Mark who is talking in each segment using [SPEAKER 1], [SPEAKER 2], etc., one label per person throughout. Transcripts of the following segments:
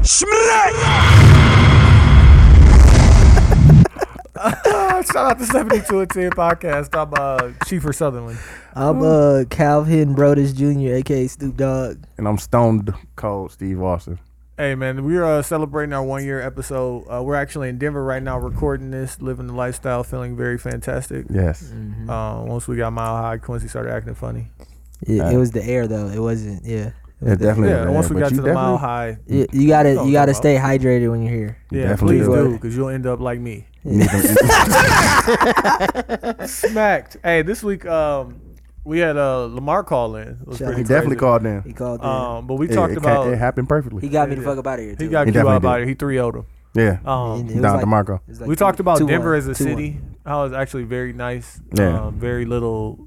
[SPEAKER 1] Smrek!
[SPEAKER 2] Shout out to 7210 podcast. I'm uh, Chief for Sutherland.
[SPEAKER 3] I'm uh Calvin Brodus Jr., aka Snoop Dogg.
[SPEAKER 1] And I'm stoned cold, Steve Austin.
[SPEAKER 2] Hey man, we're uh, celebrating our one year episode. Uh, we're actually in Denver right now, recording this, living the lifestyle, feeling very fantastic.
[SPEAKER 1] Yes.
[SPEAKER 3] Mm.
[SPEAKER 2] Uh, once we got mile high, Quincy started acting funny.
[SPEAKER 3] It,
[SPEAKER 1] Uh,
[SPEAKER 3] it was the air though. It wasn't. Yeah. It was
[SPEAKER 1] It
[SPEAKER 3] the-
[SPEAKER 1] definitely.
[SPEAKER 2] Yeah,
[SPEAKER 1] is,
[SPEAKER 2] once we
[SPEAKER 1] but
[SPEAKER 2] got
[SPEAKER 1] you
[SPEAKER 2] to the mile
[SPEAKER 1] definitely-
[SPEAKER 2] high,
[SPEAKER 3] You, you gotta
[SPEAKER 2] Oh,
[SPEAKER 3] you gotta
[SPEAKER 2] wow.
[SPEAKER 3] stay hydrated when you're here.
[SPEAKER 1] you
[SPEAKER 2] yeah,
[SPEAKER 1] definitely
[SPEAKER 2] please
[SPEAKER 1] do.
[SPEAKER 2] do, because you'll end up like me.
[SPEAKER 1] need to-
[SPEAKER 2] Smacked. Hey, this week um, we had uh, Lamar call in. It was
[SPEAKER 3] Shout
[SPEAKER 2] pretty
[SPEAKER 1] He definitely
[SPEAKER 2] crazy.
[SPEAKER 1] called in.
[SPEAKER 3] He called. in.
[SPEAKER 2] Um, but we
[SPEAKER 1] It-
[SPEAKER 2] talked
[SPEAKER 1] it, ca-
[SPEAKER 2] about
[SPEAKER 1] it happened
[SPEAKER 3] he
[SPEAKER 1] perfectly.
[SPEAKER 3] got me the
[SPEAKER 2] yeah.
[SPEAKER 3] fuck up out of here. Too.
[SPEAKER 2] he got
[SPEAKER 1] He
[SPEAKER 2] you
[SPEAKER 1] definitely
[SPEAKER 2] out by
[SPEAKER 1] did.
[SPEAKER 2] it. He three would him.
[SPEAKER 1] Yeah.
[SPEAKER 2] Um,
[SPEAKER 3] It was
[SPEAKER 1] Down to Marco.
[SPEAKER 3] it was like
[SPEAKER 2] we
[SPEAKER 3] two-
[SPEAKER 2] talked about
[SPEAKER 3] two
[SPEAKER 2] Denver
[SPEAKER 3] one,
[SPEAKER 2] as a
[SPEAKER 3] two one.
[SPEAKER 2] city. How it's actually very nice.
[SPEAKER 1] Yeah.
[SPEAKER 2] Um, very little.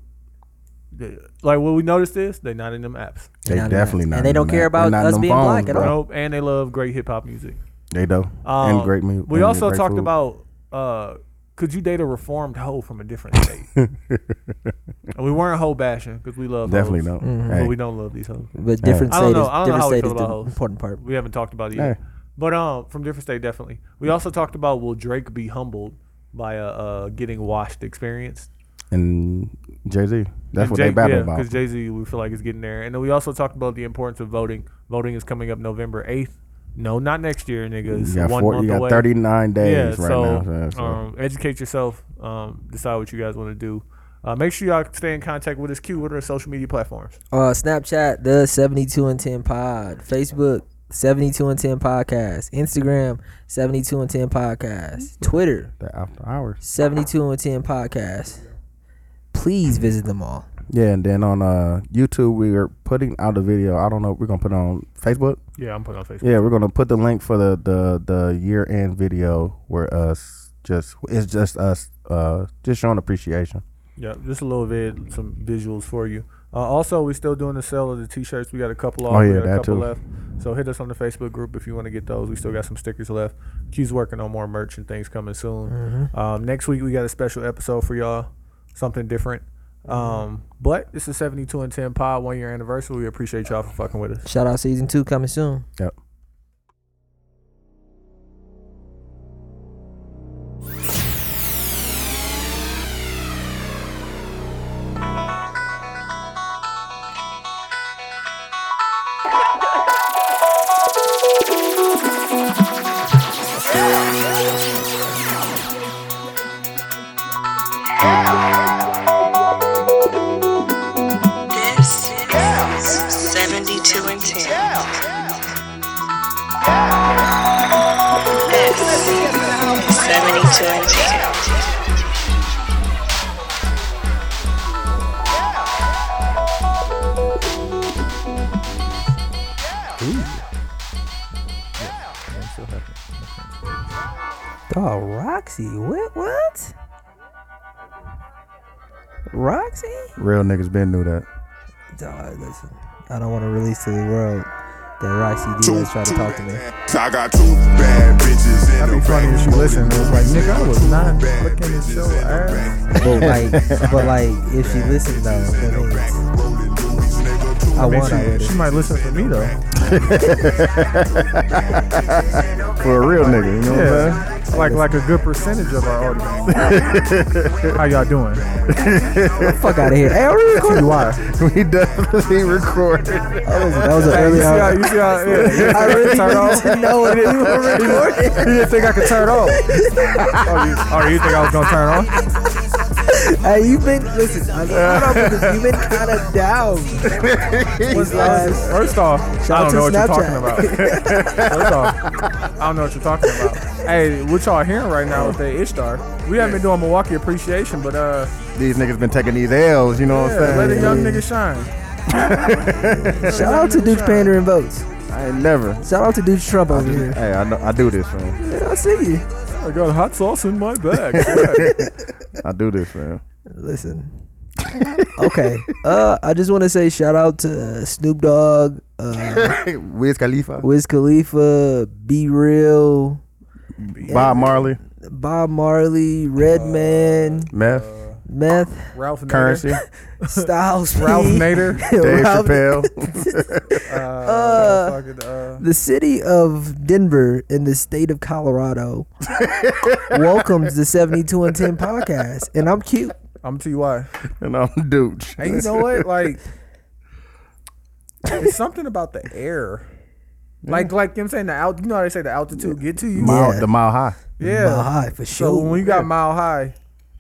[SPEAKER 2] Like what we noticed is they not in them apps.
[SPEAKER 1] They
[SPEAKER 3] Not
[SPEAKER 1] definitely
[SPEAKER 3] enough.
[SPEAKER 1] not.
[SPEAKER 3] And they don't
[SPEAKER 1] in
[SPEAKER 3] care
[SPEAKER 1] that-
[SPEAKER 3] about
[SPEAKER 1] they're not
[SPEAKER 3] us
[SPEAKER 1] in them
[SPEAKER 3] being black
[SPEAKER 1] phones,
[SPEAKER 3] at
[SPEAKER 1] bro.
[SPEAKER 3] all.
[SPEAKER 2] Nope, and they love great hip hop music.
[SPEAKER 1] They do.
[SPEAKER 2] Um,
[SPEAKER 1] and great music.
[SPEAKER 2] We also talked
[SPEAKER 1] food.
[SPEAKER 2] about uh, could you date a reformed hoe from a different state? and we weren't hoe bashing because we love
[SPEAKER 1] Definitely
[SPEAKER 2] hoes,
[SPEAKER 1] don't.
[SPEAKER 2] but
[SPEAKER 1] Hey,
[SPEAKER 2] we don't love these hoes.
[SPEAKER 3] But different
[SPEAKER 2] I don't
[SPEAKER 3] state is
[SPEAKER 2] know. I don't know
[SPEAKER 3] different
[SPEAKER 2] how we
[SPEAKER 3] state
[SPEAKER 2] feel
[SPEAKER 3] is the
[SPEAKER 2] about hoes.
[SPEAKER 3] important part.
[SPEAKER 2] We haven't talked about it
[SPEAKER 1] Hey.
[SPEAKER 2] yet. But um, from different state, definitely. We also talked about will Drake be humbled by a uh, getting washed experience?
[SPEAKER 1] and Jay Z. That's
[SPEAKER 2] And
[SPEAKER 1] what
[SPEAKER 2] Jay-
[SPEAKER 1] they battle
[SPEAKER 2] yeah,
[SPEAKER 1] about.
[SPEAKER 2] Because Jay Z, we feel like is getting there. And then we also talked about the importance of voting. Voting is coming up November eighth. No, not next year, nigga. It's
[SPEAKER 1] You got,
[SPEAKER 2] one
[SPEAKER 1] four,
[SPEAKER 2] month
[SPEAKER 1] you got
[SPEAKER 2] away.
[SPEAKER 1] 39 days
[SPEAKER 2] yeah,
[SPEAKER 1] right
[SPEAKER 2] so,
[SPEAKER 1] now. Yeah, so uh,
[SPEAKER 2] Um, educate yourself. Um, decide what you guys want to do. Uh, make sure y'all stay in contact with us. Q, what are our social media platforms?
[SPEAKER 3] Uh, Snapchat the seventy two and ten pod. Facebook seventy two and ten podcast. Instagram seventy two and ten podcast. Twitter
[SPEAKER 1] that after hours.
[SPEAKER 3] seventy two and ten podcast. Please visit them all.
[SPEAKER 1] Yeah, and then on uh, YouTube, we are putting out a video. I don't know. We're going to put it on Facebook.
[SPEAKER 2] Yeah, I'm putting on Facebook.
[SPEAKER 1] Yeah, we're going to put the link for the, the, the year end video where us just, it's just us uh, just showing appreciation.
[SPEAKER 2] Yeah, just a little vid, some visuals for you. Uh, also, we're still doing the sale of the t-shirts. We got a couple off.
[SPEAKER 1] Oh,
[SPEAKER 2] we
[SPEAKER 1] yeah,
[SPEAKER 2] got a
[SPEAKER 1] that
[SPEAKER 2] couple
[SPEAKER 1] too.
[SPEAKER 2] left. So hit us on the Facebook group if you want to get those. We still got some stickers left. Q's working on more merch and things coming soon. Um, next week we got a special episode for y'all, something different. Um, but it's a 72 and 10 pod one year anniversary. We appreciate y'all for fucking with us.
[SPEAKER 3] Shout out season two coming soon.
[SPEAKER 1] Yep.
[SPEAKER 4] This is 72 and 10. This is 72 and 10.
[SPEAKER 3] Dog, Roxy, what? What? Roxy?
[SPEAKER 1] Real niggas been knew that.
[SPEAKER 3] Dog, listen. I don't want to release to the world that Roxy D is trying to talk to me.
[SPEAKER 5] I got two bad bitches in
[SPEAKER 2] That'd
[SPEAKER 5] the
[SPEAKER 2] be funny if
[SPEAKER 5] bank.
[SPEAKER 2] you listened. It was like, nigga, I was not looking at your ass.
[SPEAKER 3] But like, but like, if she listens though, that means
[SPEAKER 5] Rolling Louis, nigga, two
[SPEAKER 3] I
[SPEAKER 2] I mean,
[SPEAKER 3] want her.
[SPEAKER 2] she, she might listen to me though.
[SPEAKER 1] For a real nigga, you know what I'm saying?
[SPEAKER 2] Yeah, like like a good percentage of our audience. How y'all doing?
[SPEAKER 3] Fuck out of here. Hey, are we recording?
[SPEAKER 2] You are.
[SPEAKER 1] we definitely recorded.
[SPEAKER 3] That was, that was an
[SPEAKER 2] Hey, you
[SPEAKER 3] early.
[SPEAKER 2] see how you
[SPEAKER 3] hour.
[SPEAKER 2] see how
[SPEAKER 3] I
[SPEAKER 2] yeah.
[SPEAKER 3] really
[SPEAKER 2] turn
[SPEAKER 3] didn't
[SPEAKER 2] off?
[SPEAKER 3] even know that you were recording.
[SPEAKER 2] You didn't think I could turn off? Oh, you, oh, you think I was gonna turn off?
[SPEAKER 3] Hey, you've been listen. I don't know because you've been kind of down. These last-
[SPEAKER 2] First off, I
[SPEAKER 3] Shout out
[SPEAKER 2] don't know what
[SPEAKER 3] to
[SPEAKER 2] you're talking about. First off, I don't know what you're talking about. Hey, what y'all hearing right now with the Ishtar? We haven't been doing Milwaukee appreciation, but uh,
[SPEAKER 1] These niggas been taking these L's, you know what
[SPEAKER 2] yeah,
[SPEAKER 1] I'm saying?
[SPEAKER 2] let a young nigga shine.
[SPEAKER 3] Shout out to Duke's pandering votes.
[SPEAKER 1] I ain't never.
[SPEAKER 3] Shout out to Duke Trump over here.
[SPEAKER 1] Hey, I, know, I do this, man.
[SPEAKER 3] I see you.
[SPEAKER 2] I got hot sauce in my bag.
[SPEAKER 1] I do this, man.
[SPEAKER 3] Listen. okay. Uh, I just want to say shout out to uh, Snoop Dogg, uh,
[SPEAKER 1] Wiz Khalifa,
[SPEAKER 3] Wiz Khalifa, Be Real,
[SPEAKER 1] Bob Marley,
[SPEAKER 3] Bob Marley,
[SPEAKER 2] Uh,
[SPEAKER 3] Redman,
[SPEAKER 1] Meth,
[SPEAKER 3] Meth,
[SPEAKER 2] Ralph Nader.
[SPEAKER 1] Currency,
[SPEAKER 3] Styles P,
[SPEAKER 2] Ralph Nader.
[SPEAKER 1] Dave
[SPEAKER 3] Ralph-
[SPEAKER 1] Chappelle,
[SPEAKER 2] Uh, fucking, uh,
[SPEAKER 3] The city of Denver in the state of Colorado welcomes the 72 and 10 podcast, and I'm cute.
[SPEAKER 2] I'm gonna tell you why.
[SPEAKER 1] And I'm dude.
[SPEAKER 2] And you know what? Like, it's something about the air. Like, like you know what I'm saying, the out. You know how they say the altitude get to you.
[SPEAKER 1] Mile,
[SPEAKER 3] Yeah.
[SPEAKER 1] The mile high.
[SPEAKER 2] yeah.
[SPEAKER 3] Mile high Uh, for
[SPEAKER 2] So
[SPEAKER 3] sure.
[SPEAKER 2] when you got mile high,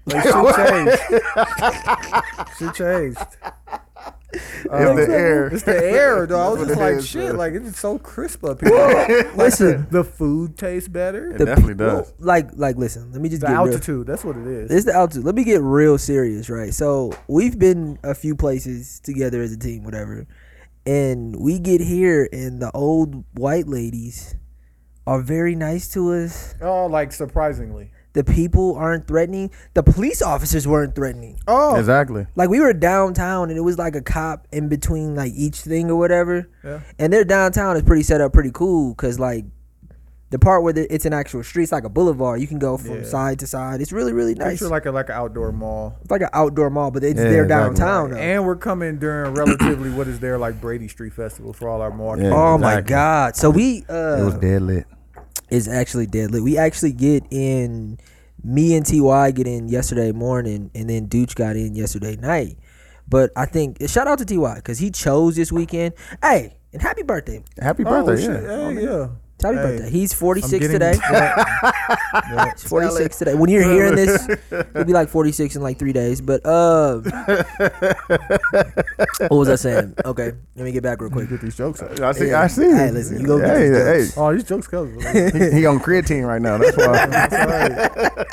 [SPEAKER 2] like shit changed. shit changed.
[SPEAKER 1] It's the air.
[SPEAKER 2] It's the air, though. I was
[SPEAKER 1] That's
[SPEAKER 2] just
[SPEAKER 1] what it
[SPEAKER 2] like,
[SPEAKER 1] is,
[SPEAKER 2] shit.
[SPEAKER 1] man.
[SPEAKER 2] Like it's so crisp up here.
[SPEAKER 3] Listen,
[SPEAKER 2] the food tastes better.
[SPEAKER 1] It definitely does.
[SPEAKER 3] like, like, listen. Let me just
[SPEAKER 2] The
[SPEAKER 3] get real.
[SPEAKER 2] altitude. That's what it is.
[SPEAKER 3] This the altitude. Let me get real serious, right? So we've been a few places together as a team, whatever, and we get here, and the old white ladies are very nice to us.
[SPEAKER 2] Oh, like surprisingly.
[SPEAKER 3] The people aren't threatening. The police officers weren't threatening.
[SPEAKER 2] Oh,
[SPEAKER 1] Exactly.
[SPEAKER 3] Like we were downtown, and it was like a cop in between like each thing or whatever.
[SPEAKER 2] Yeah.
[SPEAKER 3] And their downtown is pretty set up pretty cool, cause like. The part where the, it's an actual street, it's like a boulevard. You can go from
[SPEAKER 2] Yeah.
[SPEAKER 3] side to side. It's really, really nice.
[SPEAKER 2] picture like a like an outdoor mall.
[SPEAKER 3] It's like an outdoor mall, but it's
[SPEAKER 1] Mm. Yeah,
[SPEAKER 3] their
[SPEAKER 1] exactly.
[SPEAKER 3] downtown. though.
[SPEAKER 2] And we're coming during relatively what is there like Brady Street Festival for all our markets.
[SPEAKER 1] Yeah.
[SPEAKER 3] Oh my
[SPEAKER 1] Exactly.
[SPEAKER 3] God! So we uh,
[SPEAKER 1] It was dead lit.
[SPEAKER 3] is actually deadly. We actually get in. Me and Ty get in yesterday morning, and then Dooch got in yesterday night. But I think shout out to Ty because he chose this weekend. Hey, and happy birthday!
[SPEAKER 1] Happy
[SPEAKER 2] Oh,
[SPEAKER 1] birthday.
[SPEAKER 2] shit.
[SPEAKER 1] yeah.
[SPEAKER 2] Hey, yeah.
[SPEAKER 3] Happy
[SPEAKER 2] Hey,
[SPEAKER 3] birthday! He's forty
[SPEAKER 2] I'm
[SPEAKER 3] six
[SPEAKER 2] getting-
[SPEAKER 3] today. He's forty six today. When you're hearing this, he'll be like forty six in like three days. But uh, what was I saying? Okay, let me get back real quick.
[SPEAKER 1] Get these jokes. out. I see.
[SPEAKER 3] Yeah.
[SPEAKER 1] I see.
[SPEAKER 3] Hey, listen, you go get
[SPEAKER 1] hey,
[SPEAKER 3] these
[SPEAKER 1] hey.
[SPEAKER 2] Oh, these jokes cover.
[SPEAKER 1] He, he on creatine right now. That's why.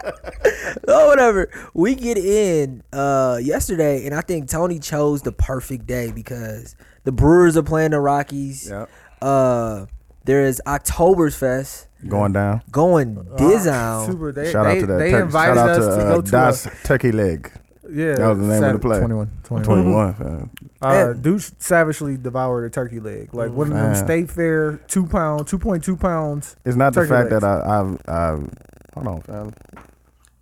[SPEAKER 2] uh,
[SPEAKER 3] oh whatever we get in uh yesterday and i think tony chose the perfect day because the brewers are playing the rockies
[SPEAKER 1] Yep.
[SPEAKER 3] uh there is oktoberfest
[SPEAKER 1] Going down.
[SPEAKER 3] going down
[SPEAKER 2] Ah, Super. They,
[SPEAKER 1] Shout
[SPEAKER 2] they,
[SPEAKER 1] out to that.
[SPEAKER 2] They
[SPEAKER 1] turkey.
[SPEAKER 2] invited
[SPEAKER 1] Shout out
[SPEAKER 2] us
[SPEAKER 1] to,
[SPEAKER 2] to,
[SPEAKER 1] uh,
[SPEAKER 2] go to
[SPEAKER 1] Das
[SPEAKER 2] a,
[SPEAKER 1] Turkey Leg.
[SPEAKER 2] yeah.
[SPEAKER 1] that was the name of the play.
[SPEAKER 2] 21. 21.
[SPEAKER 1] Twenty one. man.
[SPEAKER 2] Uh,
[SPEAKER 3] Yeah.
[SPEAKER 2] Deuce savagely devoured a turkey leg. Like one of them
[SPEAKER 1] Man.
[SPEAKER 2] state fair, two pound, 2.2 pounds.
[SPEAKER 1] It's not the
[SPEAKER 2] Turkey
[SPEAKER 1] fact
[SPEAKER 2] legs.
[SPEAKER 1] that I, I've, I've, hold on, fam.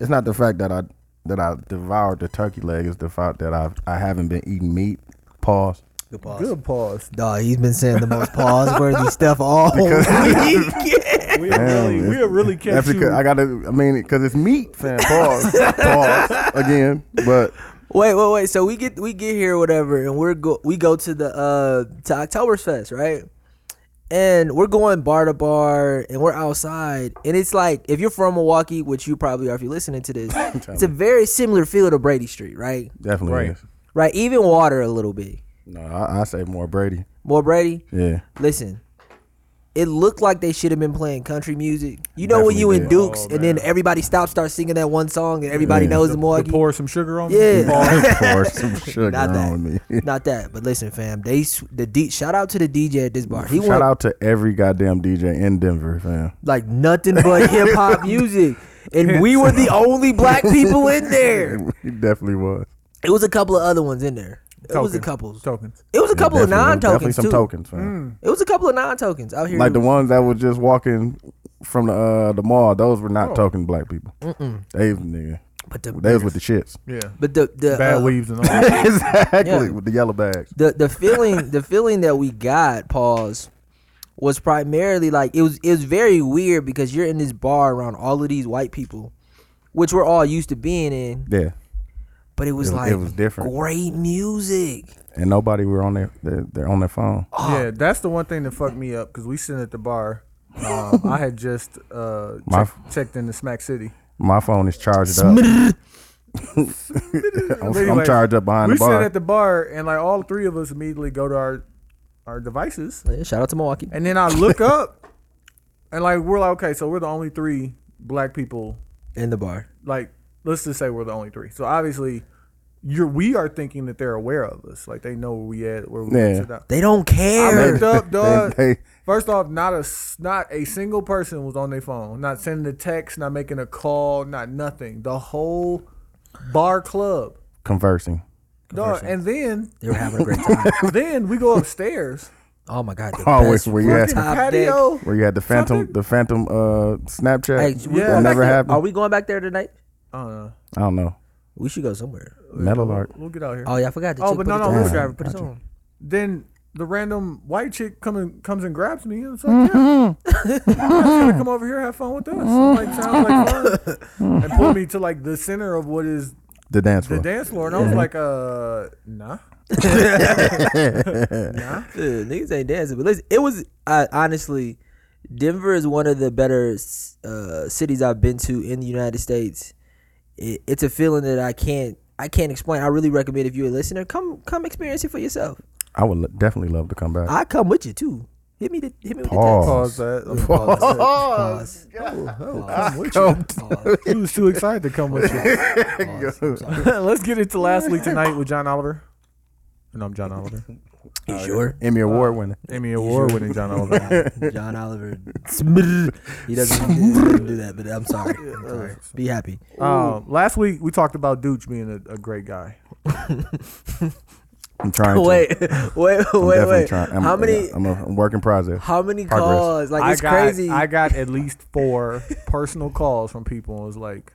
[SPEAKER 1] It's not the fact that I that I devoured the turkey leg. It's the fact that I I haven't been eating meat. Pause.
[SPEAKER 3] good pause
[SPEAKER 2] Good pause.
[SPEAKER 3] Dog, he's been saying the most pause worthy stuff all week.
[SPEAKER 2] We
[SPEAKER 1] Damn,
[SPEAKER 2] really, we
[SPEAKER 1] it's-
[SPEAKER 2] really
[SPEAKER 1] That's
[SPEAKER 2] kept you.
[SPEAKER 1] because I gotta. I mean, because it's meat, fam. Pause. pause again. But
[SPEAKER 3] wait, wait, wait. So we get we get here, whatever, and we're go we go to the uh to Oktoberfest, right? And we're going bar to bar, and we're outside, and it's like if you're from Milwaukee, which you probably are if you're listening to this, it's a very similar feel to Brady Street, right?
[SPEAKER 1] definitely.
[SPEAKER 2] Right.
[SPEAKER 1] is.
[SPEAKER 3] Right, even water a little bit
[SPEAKER 1] No, I, I say more Brady.
[SPEAKER 3] more Brady.
[SPEAKER 1] Yeah.
[SPEAKER 3] Listen, it looked like they should have been playing country music. You know when
[SPEAKER 1] Definitely
[SPEAKER 3] you in
[SPEAKER 1] did.
[SPEAKER 3] Dukes,
[SPEAKER 2] Oh,
[SPEAKER 3] and then
[SPEAKER 2] man.
[SPEAKER 3] everybody stops, starts singing that one song, and everybody
[SPEAKER 1] Yeah.
[SPEAKER 3] knows the,
[SPEAKER 2] to
[SPEAKER 3] Milwaukee.
[SPEAKER 2] pour some sugar on me.
[SPEAKER 3] Yeah.
[SPEAKER 1] Pour some sugar
[SPEAKER 3] Not that.
[SPEAKER 1] on me.
[SPEAKER 3] Not that, but listen, fam. They s- the D, shout out to the DJ at this bar. He
[SPEAKER 1] Shout
[SPEAKER 3] went
[SPEAKER 1] out to every goddamn DJ in Denver, fam.
[SPEAKER 3] like nothing but hip hop music, and we were the only black people in there.
[SPEAKER 1] He definitely was.
[SPEAKER 3] It was a couple of other ones in there. It was a
[SPEAKER 2] Tokens.
[SPEAKER 3] couple.
[SPEAKER 2] Tokens.
[SPEAKER 3] It was a couple of
[SPEAKER 1] Definitely-
[SPEAKER 3] non
[SPEAKER 1] Definitely
[SPEAKER 3] tokens
[SPEAKER 1] some
[SPEAKER 3] too. Mm.
[SPEAKER 1] tokens, fam.
[SPEAKER 3] It was a couple of non tokens out here.
[SPEAKER 1] Like the ones that were just walking from the uh, the mall. Those were not token black people. They was nigga.
[SPEAKER 3] but the
[SPEAKER 1] They was with the shits.
[SPEAKER 2] Yeah.
[SPEAKER 3] but the the
[SPEAKER 2] Bad
[SPEAKER 3] uh,
[SPEAKER 2] weaves and all that.
[SPEAKER 1] exactly
[SPEAKER 3] Yeah.
[SPEAKER 1] with the yellow bags.
[SPEAKER 3] the the feeling the feeling that we got pause was primarily like it was it was very weird because you're in this bar around all of these white people, which we're all used to being in.
[SPEAKER 1] Yeah,
[SPEAKER 3] but it was,
[SPEAKER 1] It was-
[SPEAKER 3] like
[SPEAKER 1] it was different.
[SPEAKER 3] Great music.
[SPEAKER 1] and nobody were on their they're, they're on their phone.
[SPEAKER 2] Yeah, that's the one thing that fucked me up because we sitting at the bar. Um, I had just uh,
[SPEAKER 1] My
[SPEAKER 2] check,
[SPEAKER 1] f-
[SPEAKER 2] checked into Smack City.
[SPEAKER 1] My phone is charged up. I'm, I'm
[SPEAKER 2] Anyway,
[SPEAKER 1] charged up behind
[SPEAKER 2] We
[SPEAKER 1] the
[SPEAKER 2] sit
[SPEAKER 1] bar.
[SPEAKER 2] at the bar and like all three of us immediately go to our our devices,
[SPEAKER 3] Yeah, shout out to Milwaukee.
[SPEAKER 2] and then I look up and like we're like okay, so we're the only three black people.
[SPEAKER 3] In the bar.
[SPEAKER 2] Like let's just say we're the only three. So obviously, you're we are thinking that they're aware of us, like they know where we at, where we
[SPEAKER 1] Yeah.
[SPEAKER 2] sit down.
[SPEAKER 3] They don't
[SPEAKER 2] I
[SPEAKER 3] care.
[SPEAKER 2] looked up, dog.
[SPEAKER 1] They- they-
[SPEAKER 2] First off, not a s- not a single person was on their phone, not sending a text, not making a call, not nothing. The whole bar club,
[SPEAKER 1] conversing.
[SPEAKER 2] dog. And then
[SPEAKER 3] they were having a great time.
[SPEAKER 2] then we go upstairs,
[SPEAKER 3] Oh my god. the
[SPEAKER 1] Always
[SPEAKER 3] best
[SPEAKER 1] where you
[SPEAKER 3] front
[SPEAKER 1] at.
[SPEAKER 2] fucking
[SPEAKER 3] top deck.
[SPEAKER 2] patio.
[SPEAKER 1] Where you had the phantom,
[SPEAKER 2] Something-
[SPEAKER 1] the phantom uh, Snapchat.
[SPEAKER 3] Hey, should we
[SPEAKER 2] Yeah.
[SPEAKER 3] go
[SPEAKER 2] That
[SPEAKER 3] back
[SPEAKER 1] never
[SPEAKER 3] there?
[SPEAKER 1] happened.
[SPEAKER 3] Are we going back there tonight?
[SPEAKER 2] Uh,
[SPEAKER 1] I don't know.
[SPEAKER 3] We should go somewhere.
[SPEAKER 1] Metal art.
[SPEAKER 2] we'll get out here.
[SPEAKER 3] Oh yeah, I forgot. to
[SPEAKER 2] Oh,
[SPEAKER 3] check-
[SPEAKER 2] but
[SPEAKER 3] put
[SPEAKER 2] no,
[SPEAKER 3] it
[SPEAKER 2] no,
[SPEAKER 3] on.
[SPEAKER 2] we'll grab it,
[SPEAKER 3] Put it on.
[SPEAKER 2] Then the random white chick coming comes and grabs me, and it's like, yeah, you guys gotta come over here, have fun with us. I'm like sounds like fun, and pull me to like the center of what is
[SPEAKER 1] The dance
[SPEAKER 2] the
[SPEAKER 1] floor.
[SPEAKER 2] dance floor, and I was like, uh, nah. nah.
[SPEAKER 3] Dude, niggas ain't dancing. But listen, it was I, honestly, Denver is one of the better uh, cities I've been to in the United States. It, it's a feeling that I can't I can't explain. I really recommend if you're a listener, come come experience it for yourself.
[SPEAKER 1] I would l- definitely love to come
[SPEAKER 2] Uh,
[SPEAKER 1] back.
[SPEAKER 3] I come with you too. Hit me the, hit me with
[SPEAKER 2] Pause that.
[SPEAKER 3] the text.
[SPEAKER 2] Pause
[SPEAKER 3] Pause. Oh,
[SPEAKER 2] that. Come with you.
[SPEAKER 1] Come
[SPEAKER 3] Pause.
[SPEAKER 2] He was too excited to come with you.
[SPEAKER 3] Pause. Pause.
[SPEAKER 2] Let's get into last week tonight with John Oliver. And I'm John Oliver.
[SPEAKER 3] You sure?
[SPEAKER 1] Emmy
[SPEAKER 2] uh,
[SPEAKER 1] Award winner.
[SPEAKER 2] Emmy Award winning John Oliver.
[SPEAKER 3] John Oliver. Smrr. he doesn't he doesn't do that, but I'm sorry. I'm sorry. Be happy.
[SPEAKER 2] um, last week we talked about Dooch being a, a great guy.
[SPEAKER 1] I'm trying to.
[SPEAKER 3] Wait, wait, wait,
[SPEAKER 1] I'm
[SPEAKER 3] wait.
[SPEAKER 1] definitely trying. I'm,
[SPEAKER 3] how many?
[SPEAKER 1] yeah, I'm a I'm work in process.
[SPEAKER 3] how many
[SPEAKER 1] progress.
[SPEAKER 3] calls? Like it's
[SPEAKER 2] I got,
[SPEAKER 3] crazy.
[SPEAKER 2] I got at least four personal calls from people and was like,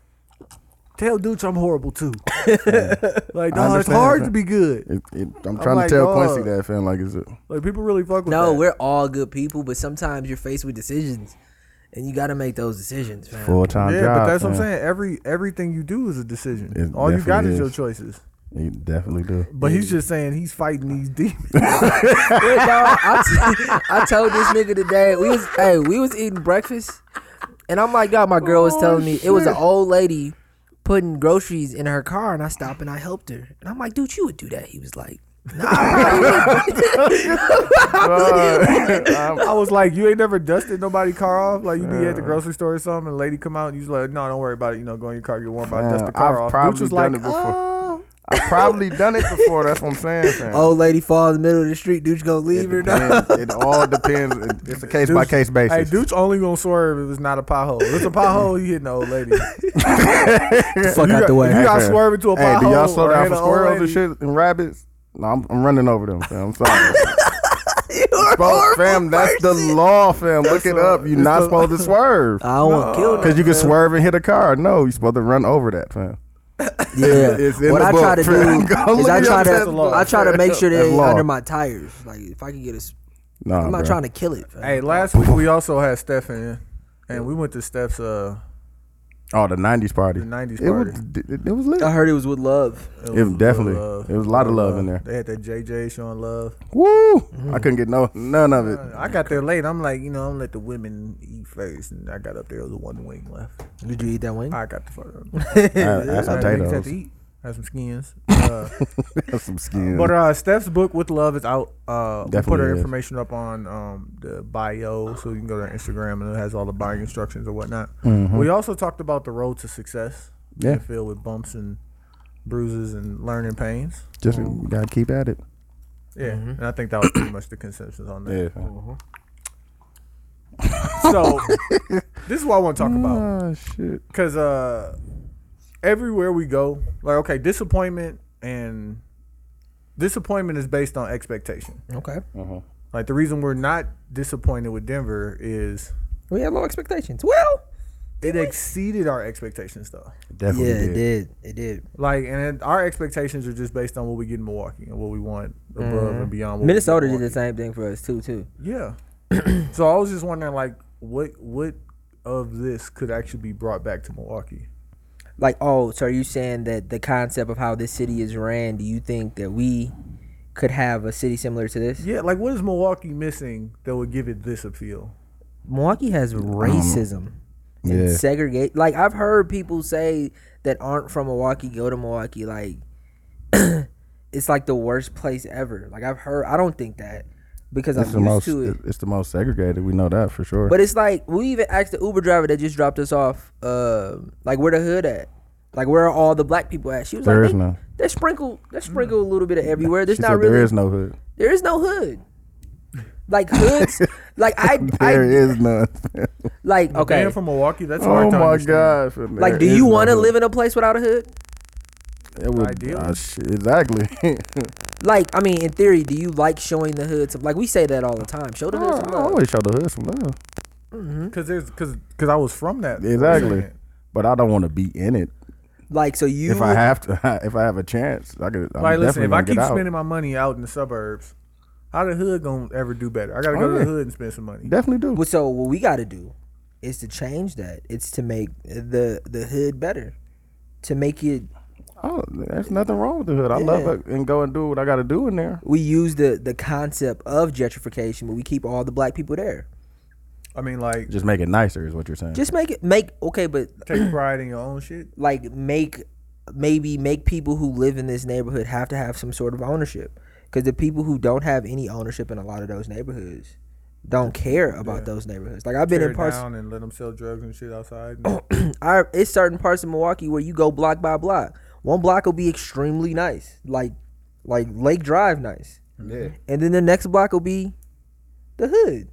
[SPEAKER 2] Tell Dooch I'm horrible too. like, no, it's
[SPEAKER 1] understand
[SPEAKER 2] hard
[SPEAKER 1] that.
[SPEAKER 2] to be good.
[SPEAKER 1] It, it, I'm trying
[SPEAKER 2] like,
[SPEAKER 1] to tell
[SPEAKER 2] dog.
[SPEAKER 1] Quincy that feeling like it's a,
[SPEAKER 2] Like people really fuck with
[SPEAKER 3] no,
[SPEAKER 2] that.
[SPEAKER 3] we're all good people, but sometimes you're faced with decisions, and you got to make those decisions. fam.
[SPEAKER 1] full time
[SPEAKER 2] yeah,
[SPEAKER 1] job.
[SPEAKER 2] but that's what I'm
[SPEAKER 1] man.
[SPEAKER 2] saying. Every everything you do is a decision.
[SPEAKER 1] It
[SPEAKER 2] All you got
[SPEAKER 1] definitely
[SPEAKER 2] is. your
[SPEAKER 1] is.
[SPEAKER 2] choices.
[SPEAKER 1] You definitely do.
[SPEAKER 2] But he's just saying he's fighting these demons.
[SPEAKER 3] Wait, dawg, I t- I told this nigga today we was hey we was eating breakfast, and I'm like, God, my girl was telling me it was an old lady putting groceries in her car, and I stopped and I helped her, and I'm like, dude, you would do that. He was like,
[SPEAKER 2] I was like, you ain't never dusted nobody car off. Like you be at the grocery store or something, and a lady come out and you like, no, don't worry about it. You know, go in your car, get warm, but I dust
[SPEAKER 1] Man,
[SPEAKER 2] the car
[SPEAKER 1] I've
[SPEAKER 2] off.
[SPEAKER 1] probably
[SPEAKER 2] Dooch was
[SPEAKER 1] done
[SPEAKER 2] like,
[SPEAKER 1] it before.
[SPEAKER 2] "Oh."
[SPEAKER 1] I've probably done it before. That's what I'm saying. fam.
[SPEAKER 3] old lady fall in the middle of the street, dude, you gonna leave her?
[SPEAKER 1] it,
[SPEAKER 3] dawg?
[SPEAKER 1] depends. it all depends. It- It's a case by case
[SPEAKER 2] Hey,
[SPEAKER 1] basis.
[SPEAKER 2] Dooch only gonna swerve if it's not a pothole. If it's a pothole, he hitting the old lady. You
[SPEAKER 3] Fuck out the way.
[SPEAKER 2] You got
[SPEAKER 1] fam.
[SPEAKER 2] swerve into a
[SPEAKER 1] Hey,
[SPEAKER 2] pothole.
[SPEAKER 1] do y'all slow
[SPEAKER 2] or
[SPEAKER 1] down
[SPEAKER 2] hit
[SPEAKER 1] for
[SPEAKER 2] an old
[SPEAKER 1] squirrels and
[SPEAKER 2] lady.
[SPEAKER 1] shit and rabbits? No, I'm, I'm running over them, fam. I'm sorry.
[SPEAKER 3] You're a
[SPEAKER 1] Bro,
[SPEAKER 3] horrible
[SPEAKER 1] fam, that's the
[SPEAKER 3] person.
[SPEAKER 1] law, fam. Look it up. You're not supposed to swerve.
[SPEAKER 3] I don't want to kill
[SPEAKER 1] Because you can swerve and hit a car. No, you're supposed to run over that, fam.
[SPEAKER 3] Yeah.
[SPEAKER 1] It's in
[SPEAKER 3] what
[SPEAKER 1] the
[SPEAKER 3] I
[SPEAKER 1] book,
[SPEAKER 3] try to
[SPEAKER 1] fam. Go
[SPEAKER 3] do is
[SPEAKER 1] look
[SPEAKER 3] I
[SPEAKER 1] it
[SPEAKER 3] try
[SPEAKER 1] up. That's
[SPEAKER 3] to
[SPEAKER 1] law,
[SPEAKER 3] I try to make sure that
[SPEAKER 1] That's
[SPEAKER 3] it's
[SPEAKER 1] law.
[SPEAKER 3] under my tires. Like if I can get a, s-
[SPEAKER 1] Nah,
[SPEAKER 3] I'm not
[SPEAKER 1] bro.
[SPEAKER 3] trying to kill it. fam.
[SPEAKER 2] Hey, last week we also had Steph in, and we went to Steph's. Uh,
[SPEAKER 1] Oh, the '90s party.
[SPEAKER 2] The 90s
[SPEAKER 1] It was,
[SPEAKER 2] party.
[SPEAKER 1] it, it was lit.
[SPEAKER 3] I heard it was with love.
[SPEAKER 2] it
[SPEAKER 1] It was definitely.
[SPEAKER 2] love.
[SPEAKER 1] It was a lot of love in there.
[SPEAKER 2] uh, They had that JJ showing love.
[SPEAKER 1] Woo! I couldn't get no none of it.
[SPEAKER 2] I got there late. I'm like, you know, I'm gonna let the women eat first, and I got up there. It was one wing left.
[SPEAKER 3] Did you eat that wing?
[SPEAKER 2] I got the fuck up.
[SPEAKER 1] I, I had some
[SPEAKER 2] I had to mix that to
[SPEAKER 1] potatoes,
[SPEAKER 2] eat. I had some skins. Uh,
[SPEAKER 1] some skin.
[SPEAKER 2] but uh, Steph's book with love is out. Uh, we put
[SPEAKER 1] Definitely
[SPEAKER 2] her
[SPEAKER 1] is.
[SPEAKER 2] information up on um, the bio, so you can go to her Instagram and it has all the buying instructions and whatnot. We also talked about the road to success.
[SPEAKER 1] Mm-hmm. Yeah.
[SPEAKER 2] being filled with bumps and bruises and learning pains.
[SPEAKER 1] Just you gotta keep at it.
[SPEAKER 2] Yeah, and I think that was pretty much the consensus on that.
[SPEAKER 1] Yeah.
[SPEAKER 2] So this is what I want to talk about
[SPEAKER 1] Oh shit.
[SPEAKER 2] because uh, everywhere we go, like okay, disappointment and disappointment is based on expectation.
[SPEAKER 3] okay.
[SPEAKER 2] Like the reason we're not disappointed with Denver is
[SPEAKER 3] We had low expectations. Well,
[SPEAKER 2] it exceeded our expectations though.
[SPEAKER 1] Definitely
[SPEAKER 3] yeah, it
[SPEAKER 1] did.
[SPEAKER 3] did. It did.
[SPEAKER 2] Like and it, our expectations are just based on what we get in Milwaukee and what we want above and beyond. What we get in
[SPEAKER 3] Mm-hmm. Minnesota did
[SPEAKER 2] Milwaukee.
[SPEAKER 3] the same thing for us too, too.
[SPEAKER 2] Yeah. so I was just wondering, like, what what of this could actually be brought back to Milwaukee?
[SPEAKER 3] Like, oh, so are you saying that the concept of how this city is ran? Do you think that we could have a city similar to this?
[SPEAKER 2] Yeah, like, what is Milwaukee missing that would give it this appeal?
[SPEAKER 3] Milwaukee has racism and
[SPEAKER 1] Yeah.
[SPEAKER 3] segregate. Like I've heard people say that aren't from Milwaukee go to Milwaukee. Like it's like the worst place ever. Like I've heard. I don't think that because
[SPEAKER 1] It's the
[SPEAKER 3] I'm used
[SPEAKER 1] most.
[SPEAKER 3] to it.
[SPEAKER 1] It's the most segregated. We know that for sure.
[SPEAKER 3] But it's like we even asked the Uber driver that just dropped us off. Uh, like where the hood at? Like where are all the black people at? She was
[SPEAKER 1] There
[SPEAKER 3] like,
[SPEAKER 1] is
[SPEAKER 3] they,
[SPEAKER 1] none.
[SPEAKER 3] they sprinkle, they sprinkle a little bit of everywhere. There's
[SPEAKER 1] she
[SPEAKER 3] not
[SPEAKER 1] said
[SPEAKER 3] really,
[SPEAKER 1] there is no hood.
[SPEAKER 3] there is no hood. Like hoods, like I,
[SPEAKER 1] There
[SPEAKER 3] I
[SPEAKER 1] is none.
[SPEAKER 3] like okay.
[SPEAKER 2] Being from Milwaukee, that's
[SPEAKER 1] oh
[SPEAKER 2] hard to
[SPEAKER 1] my
[SPEAKER 2] understand.
[SPEAKER 1] god. fam,
[SPEAKER 3] Like,
[SPEAKER 1] there
[SPEAKER 3] do
[SPEAKER 1] is
[SPEAKER 3] you
[SPEAKER 1] no
[SPEAKER 3] want to
[SPEAKER 1] hood.
[SPEAKER 3] live in a place without a hood?
[SPEAKER 1] It would.
[SPEAKER 2] Ideally.
[SPEAKER 1] ah, shit, exactly.
[SPEAKER 3] Oh, Like, I mean, in theory, do you like showing the hood? Some, like, we say that all the time. Show the hood
[SPEAKER 1] I
[SPEAKER 3] some love.
[SPEAKER 1] always show the hood some love.
[SPEAKER 2] Because there's because because I was from that for a
[SPEAKER 1] Exactly.
[SPEAKER 2] second.
[SPEAKER 1] But I don't want to be in it.
[SPEAKER 3] Like, so you.
[SPEAKER 1] If I have to, if I have a chance, I could. I'm
[SPEAKER 2] Like, listen,
[SPEAKER 1] definitely
[SPEAKER 2] if I
[SPEAKER 1] gonna get
[SPEAKER 2] keep
[SPEAKER 1] out.
[SPEAKER 2] spending my money out in the suburbs, How the hood gonna ever do better? I gotta
[SPEAKER 1] Oh,
[SPEAKER 2] go to
[SPEAKER 1] yeah.
[SPEAKER 2] the hood and spend some money.
[SPEAKER 1] Definitely do.
[SPEAKER 3] Well, So what we got to do is to change that. It's to make the the hood better, to make it.
[SPEAKER 1] Oh, there's nothing wrong with the hood. I love
[SPEAKER 3] Yeah.
[SPEAKER 1] it and go and do what I got to do in there.
[SPEAKER 3] We use the the concept of gentrification, but we keep all the black people there.
[SPEAKER 2] I mean, like,
[SPEAKER 1] Just make it nicer is what you're saying.
[SPEAKER 3] Just make it make okay, but
[SPEAKER 2] take pride in your own shit.
[SPEAKER 3] like make maybe make people who live in this neighborhood have to have some sort of ownership because the people who don't have any ownership in a lot of those neighborhoods don't care about those neighborhoods like i've been
[SPEAKER 2] Tear
[SPEAKER 3] in
[SPEAKER 2] it
[SPEAKER 3] parts
[SPEAKER 2] down and let them sell drugs and shit outside.
[SPEAKER 1] Oh.
[SPEAKER 3] I, it's certain parts of milwaukee where you go block by block one block will be extremely nice like like lake drive nice
[SPEAKER 1] yeah.
[SPEAKER 3] and then the next block will be the hood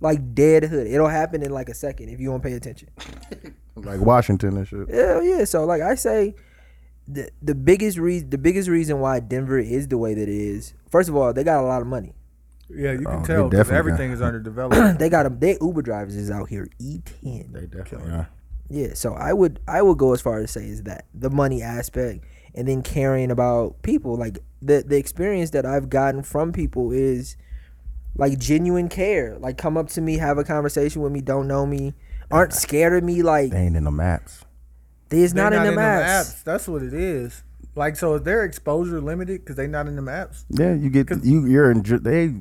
[SPEAKER 3] like dead hood it'll happen in like a second if you don't pay attention
[SPEAKER 1] Like Washington and shit.
[SPEAKER 3] Yeah, yeah. So like I say, the the biggest reason the biggest reason why Denver is the way that it is. First of all, they got a lot of money.
[SPEAKER 2] yeah, you
[SPEAKER 1] Oh,
[SPEAKER 2] can
[SPEAKER 1] they
[SPEAKER 2] tell 'cause
[SPEAKER 1] definitely got-
[SPEAKER 2] everything is underdeveloped.
[SPEAKER 3] They got them. Their Uber drivers is out here E eating.
[SPEAKER 1] They definitely are.
[SPEAKER 3] Yeah. So I would I would go as far as say is that the money aspect and then caring about people like the the experience that I've gotten from people is like genuine care. Like come up to me, have a conversation with me, don't know me, aren't scared of me. Like
[SPEAKER 1] They ain't in the maps.
[SPEAKER 3] there's
[SPEAKER 2] They
[SPEAKER 3] not, in the apps.
[SPEAKER 2] apps. That's what it is. Like, so is their exposure limited because they not in the apps?
[SPEAKER 1] Yeah, you get you. You're enjoy, they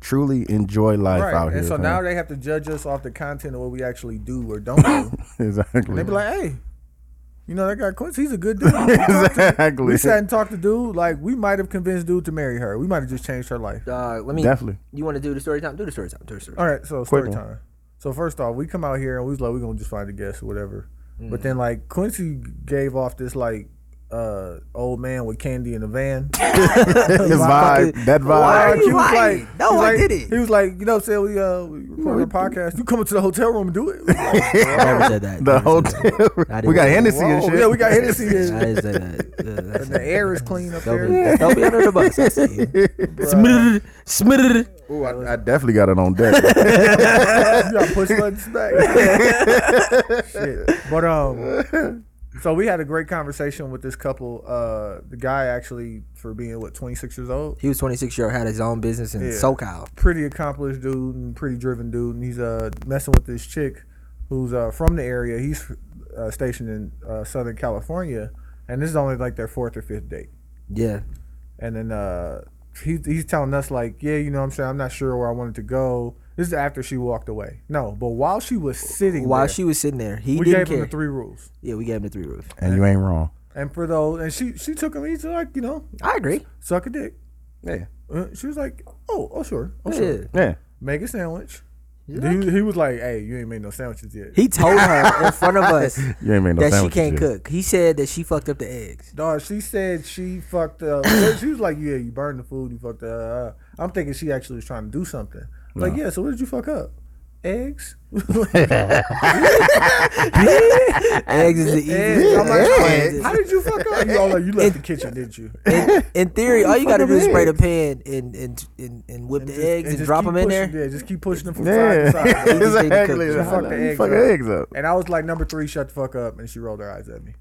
[SPEAKER 1] truly enjoy life
[SPEAKER 2] Right.
[SPEAKER 1] out
[SPEAKER 2] and
[SPEAKER 1] here.
[SPEAKER 2] so
[SPEAKER 1] fam.
[SPEAKER 2] now they have to judge us off the content of what we actually do or don't do.
[SPEAKER 1] exactly.
[SPEAKER 2] They be like, hey, you know that guy Quincy, he's a good dude.
[SPEAKER 1] exactly.
[SPEAKER 2] We sat and talked to dude. Like we might have convinced dude to marry her. We might have just changed her life.
[SPEAKER 3] Dog, let me.
[SPEAKER 1] Definitely.
[SPEAKER 3] You want to do the story time? Do the story time. Do the story.
[SPEAKER 2] All right, so story
[SPEAKER 1] one.
[SPEAKER 2] time. So first off, we come out here and we was like, we gonna just find a guest or whatever. But
[SPEAKER 3] Mm.
[SPEAKER 2] then like Quincy gave off this like uh old man with candy in the van.
[SPEAKER 1] His vibe. That
[SPEAKER 3] Why?
[SPEAKER 1] vibe.
[SPEAKER 2] he was
[SPEAKER 3] lying?
[SPEAKER 2] like,
[SPEAKER 3] No,
[SPEAKER 2] he was
[SPEAKER 3] I
[SPEAKER 2] like-
[SPEAKER 3] didn't.
[SPEAKER 2] He was like, you know, say we uh we recording a podcast. You coming to the hotel room and do it? We like,
[SPEAKER 3] I never said that.
[SPEAKER 1] The
[SPEAKER 3] Never said
[SPEAKER 1] hotel.
[SPEAKER 3] didn't-
[SPEAKER 1] we got Hennessy and
[SPEAKER 2] Whoa,
[SPEAKER 1] shit.
[SPEAKER 2] yeah, we got Hennessy.
[SPEAKER 3] that. I
[SPEAKER 2] and-
[SPEAKER 3] didn't say that. Yeah, that's
[SPEAKER 2] And the air is clean up
[SPEAKER 3] Don't
[SPEAKER 2] there.
[SPEAKER 3] be, don't be under the bus. I see you. Smitted, smitted.
[SPEAKER 1] Ooh, I, I definitely got it on deck.
[SPEAKER 2] you gotta push buttons back. Shit. But um, so we had a great conversation with this couple. Uh, the guy actually, for being what 26 years old,
[SPEAKER 3] He was 26 year old, had his own business in
[SPEAKER 2] Yeah.
[SPEAKER 3] SoCal.
[SPEAKER 2] pretty accomplished dude and pretty driven dude, and he's uh messing with this chick who's uh from the area. He's uh, stationed in uh, Southern California, and this is only like their fourth or fifth date.
[SPEAKER 3] Yeah,
[SPEAKER 2] and then uh he, he's telling us like yeah you know what i'm saying i'm not sure where i wanted to go this is after she walked away no but while she was sitting
[SPEAKER 3] while
[SPEAKER 2] there,
[SPEAKER 3] she was sitting there, he
[SPEAKER 2] we
[SPEAKER 3] didn't
[SPEAKER 2] gave
[SPEAKER 3] care.
[SPEAKER 2] him the three rules
[SPEAKER 3] yeah, we gave him the three roof.
[SPEAKER 1] and you ain't wrong.
[SPEAKER 2] and for those and she she took him he's like you know
[SPEAKER 3] I agree.
[SPEAKER 2] suck a dick
[SPEAKER 1] Yeah.
[SPEAKER 2] Uh, she was like oh oh sure oh
[SPEAKER 3] Yeah.
[SPEAKER 2] sure
[SPEAKER 1] Yeah.
[SPEAKER 2] make a sandwich he, he was like hey you ain't made no sandwiches yet
[SPEAKER 3] He told her in front of us
[SPEAKER 1] You ain't made no
[SPEAKER 3] that she
[SPEAKER 1] sandwiches
[SPEAKER 3] can't
[SPEAKER 1] yet.
[SPEAKER 3] cook. He said that she fucked up the eggs.
[SPEAKER 2] Dog, she said she fucked up. she was like, "Yeah, you burned the food. You fucked up." I'm thinking she actually was trying to do something. I'm Like, yeah. So what did you fuck up? Eggs.
[SPEAKER 3] Eggs is the easiest.
[SPEAKER 2] Eggs. I'm like,
[SPEAKER 3] Eggs.
[SPEAKER 2] how did you fuck up? You all like, you left the kitchen, didn't you? And,
[SPEAKER 3] in, in theory, all you got to do is spray the pan and and and, and whip the
[SPEAKER 2] just-
[SPEAKER 3] eggs and,
[SPEAKER 2] just
[SPEAKER 3] drop
[SPEAKER 2] keep
[SPEAKER 3] them in
[SPEAKER 2] pushing-
[SPEAKER 3] there.
[SPEAKER 2] Yeah, just keep pushing them from
[SPEAKER 1] Yeah.
[SPEAKER 2] side to side.
[SPEAKER 3] Easy thing to cook.
[SPEAKER 1] exactly.
[SPEAKER 3] You
[SPEAKER 2] fuck
[SPEAKER 1] Fuck,
[SPEAKER 2] the eggs
[SPEAKER 1] fuck
[SPEAKER 2] up.
[SPEAKER 1] eggs up.
[SPEAKER 2] And I was like, number three, shut the fuck up. And she rolled her eyes at me.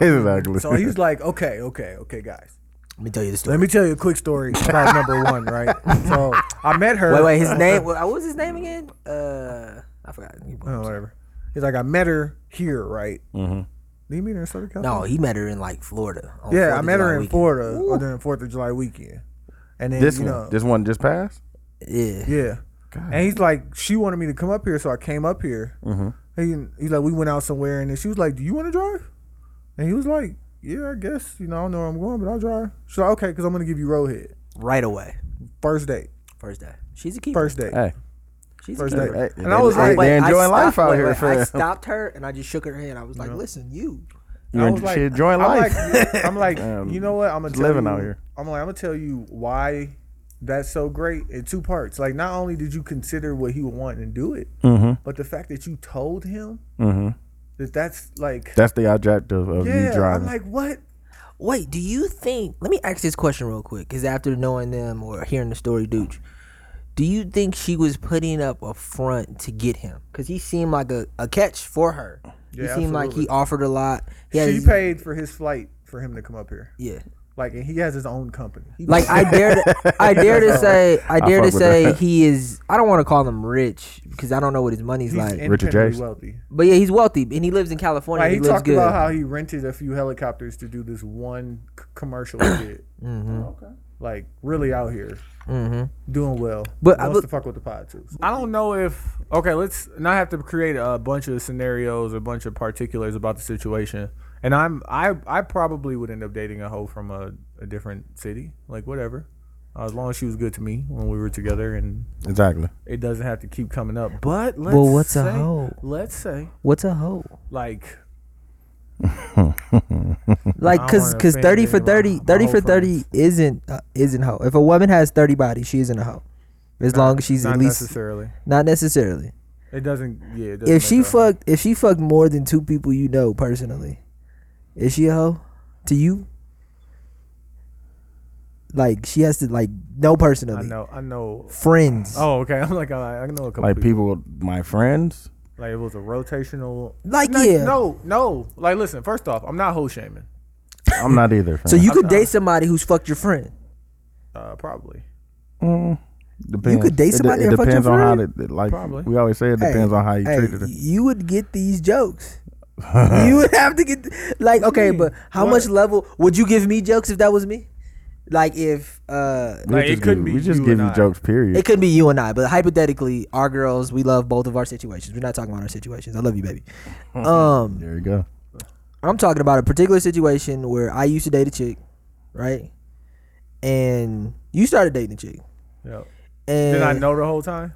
[SPEAKER 1] exactly.
[SPEAKER 2] So he's like, okay, okay, okay, guys.
[SPEAKER 3] Let me tell you the story.
[SPEAKER 2] Let me tell you a quick story about number one, right? So I met her.
[SPEAKER 3] Wait, wait. His name. What what was his name again? Uh, I forgot.
[SPEAKER 2] Oh, whatever. He's like, I met her here, right? Mm-hmm. Do you meet her in Southern California?
[SPEAKER 3] No, he met her in like Florida. on
[SPEAKER 2] Yeah,
[SPEAKER 3] Fourth
[SPEAKER 2] I
[SPEAKER 3] of
[SPEAKER 2] met
[SPEAKER 3] July
[SPEAKER 2] her in
[SPEAKER 3] weekend.
[SPEAKER 2] Florida on during Fourth of July weekend, and then
[SPEAKER 1] this
[SPEAKER 2] you
[SPEAKER 1] one.
[SPEAKER 2] know,
[SPEAKER 1] This one just passed.
[SPEAKER 3] Yeah.
[SPEAKER 2] yeah. And he's like, she wanted me to come up here, so I came up here.
[SPEAKER 1] Mm-hmm.
[SPEAKER 2] He, he's like, we went out somewhere, and then she was like, "Do you want to drive?" And he was like, "Yeah, I guess. You know, I don't know where I'm going, but I'll drive." She's like, "Okay, because I'm gonna give you road head."
[SPEAKER 3] Right away.
[SPEAKER 2] First date,
[SPEAKER 3] First day. She's a keeper.
[SPEAKER 2] first date,
[SPEAKER 1] Hey,
[SPEAKER 3] She's
[SPEAKER 2] first
[SPEAKER 3] a
[SPEAKER 2] date.
[SPEAKER 3] keeper.
[SPEAKER 1] hey,
[SPEAKER 2] And I was
[SPEAKER 1] they-
[SPEAKER 2] like,
[SPEAKER 1] they
[SPEAKER 3] I
[SPEAKER 1] enjoying
[SPEAKER 3] stopped-
[SPEAKER 1] life out
[SPEAKER 3] wait,
[SPEAKER 1] here,
[SPEAKER 3] wait, I
[SPEAKER 1] fam.
[SPEAKER 3] stopped her and I just shook her hand. I was like, "Listen, you."
[SPEAKER 1] You
[SPEAKER 2] I
[SPEAKER 1] en-
[SPEAKER 2] was like-
[SPEAKER 1] she enjoying
[SPEAKER 2] I'm
[SPEAKER 1] life.
[SPEAKER 2] like, I'm like,
[SPEAKER 1] Damn,
[SPEAKER 2] you know what? I'm gonna
[SPEAKER 1] just
[SPEAKER 2] tell
[SPEAKER 1] living
[SPEAKER 2] you-
[SPEAKER 1] out here.
[SPEAKER 2] I'm like, I'm gonna tell you why that's so great in two parts. Like, not only did you consider what he would want and do it,
[SPEAKER 1] Mm-hmm.
[SPEAKER 2] but the fact that you told him that that's like,
[SPEAKER 1] That's the objective of Mm-hmm. you
[SPEAKER 2] yeah, I'm
[SPEAKER 1] driving.
[SPEAKER 2] like, what?
[SPEAKER 3] Wait, do you think? Let me ask this question real quick, because after knowing them or hearing the story, Dooch, do you think she was putting up a front to get him? Because he seemed like a, a catch for her. he
[SPEAKER 2] Yeah,
[SPEAKER 3] seemed like he offered a lot. He had
[SPEAKER 2] She
[SPEAKER 3] his-
[SPEAKER 2] paid for his flight for him to come up here.
[SPEAKER 3] Yeah.
[SPEAKER 2] Like, and he has his own company. He
[SPEAKER 3] Like I dare, to, I dare to say, I dare to
[SPEAKER 1] fuck with
[SPEAKER 3] say
[SPEAKER 1] that.
[SPEAKER 3] he is. I don't want to call him rich because I don't know what his money's
[SPEAKER 2] he's
[SPEAKER 3] like.
[SPEAKER 1] Richard
[SPEAKER 2] independently
[SPEAKER 1] Jase.
[SPEAKER 2] wealthy.
[SPEAKER 3] but yeah, he's wealthy and he lives in California.
[SPEAKER 2] Like,
[SPEAKER 3] and
[SPEAKER 2] he,
[SPEAKER 3] he, lives
[SPEAKER 2] talked
[SPEAKER 3] good.
[SPEAKER 2] about how he rented a few helicopters to do this one c- commercial he did.
[SPEAKER 3] Mm-hmm.
[SPEAKER 2] Oh, Like really out here, doing well.
[SPEAKER 3] But I
[SPEAKER 2] wants
[SPEAKER 3] look-
[SPEAKER 2] to fuck with the pod too. I don't know if okay. Let's not have to create a bunch of scenarios, a bunch of particulars about the situation. And I'm I I probably would end up dating a hoe from a, a different city, like whatever. Uh, as long as she was good to me when we were together, and
[SPEAKER 1] Exactly.
[SPEAKER 2] it doesn't have to keep coming up. But let's
[SPEAKER 3] Well, what's a
[SPEAKER 2] say,
[SPEAKER 3] hoe?
[SPEAKER 2] Let's say
[SPEAKER 3] What's a hoe?
[SPEAKER 2] like
[SPEAKER 3] Like,
[SPEAKER 2] I
[SPEAKER 3] cause,
[SPEAKER 2] wanna
[SPEAKER 3] cause
[SPEAKER 2] offend
[SPEAKER 3] thirty for
[SPEAKER 2] any of my-
[SPEAKER 3] 30,
[SPEAKER 2] my
[SPEAKER 3] 30
[SPEAKER 2] hoe
[SPEAKER 3] for thirty isn't uh, isn't hoe. If a woman has thirty bodies, she isn't a hoe. As long as she's
[SPEAKER 2] not
[SPEAKER 3] at least
[SPEAKER 2] necessarily.
[SPEAKER 3] not necessarily.
[SPEAKER 2] It doesn't. Yeah. It doesn't
[SPEAKER 3] If she
[SPEAKER 2] make her-
[SPEAKER 3] fucked, if she fucked more than two people you know personally, is she a hoe to you? Like she has to like know
[SPEAKER 2] I
[SPEAKER 3] personally.
[SPEAKER 2] know. I know.
[SPEAKER 3] friends.
[SPEAKER 2] Oh, okay. I'm like, I, I know a couple.
[SPEAKER 1] Like
[SPEAKER 2] people.
[SPEAKER 1] people, my friends.
[SPEAKER 2] Like it was a rotational.
[SPEAKER 3] Like,
[SPEAKER 2] no,
[SPEAKER 3] yeah.
[SPEAKER 2] No, no. Like listen. First off, I'm not hoe shaming.
[SPEAKER 1] I'm not either.
[SPEAKER 3] So
[SPEAKER 1] fam.
[SPEAKER 3] you could date somebody who's fucked your friend.
[SPEAKER 2] Uh, probably.
[SPEAKER 1] Depends.
[SPEAKER 3] could date
[SPEAKER 1] It de-
[SPEAKER 3] somebody
[SPEAKER 1] It,
[SPEAKER 3] and fuck your
[SPEAKER 1] depends on how.
[SPEAKER 3] friend?
[SPEAKER 1] They, like
[SPEAKER 2] Probably.
[SPEAKER 1] we always say, it
[SPEAKER 3] Hey,
[SPEAKER 1] depends on how you
[SPEAKER 3] hey,
[SPEAKER 1] treated her.
[SPEAKER 3] You would get these jokes. you would have to get like okay, but how much level would you give me jokes if that was me? Like if uh
[SPEAKER 1] We
[SPEAKER 2] Like, it
[SPEAKER 1] just
[SPEAKER 2] couldn't
[SPEAKER 1] give,
[SPEAKER 2] be
[SPEAKER 1] We just
[SPEAKER 2] you
[SPEAKER 1] give
[SPEAKER 2] and
[SPEAKER 1] you
[SPEAKER 2] I.
[SPEAKER 1] jokes. Period.
[SPEAKER 3] it could be you and I, but hypothetically, our girls, we love both of our situations. We're not talking about our situations. I love you, baby.
[SPEAKER 1] Mm-hmm.
[SPEAKER 3] Um
[SPEAKER 1] there you go.
[SPEAKER 3] I'm talking about a particular situation where I used to date a chick, right? And you started dating a chick.
[SPEAKER 2] Yep.
[SPEAKER 3] And
[SPEAKER 2] Did I know the whole time?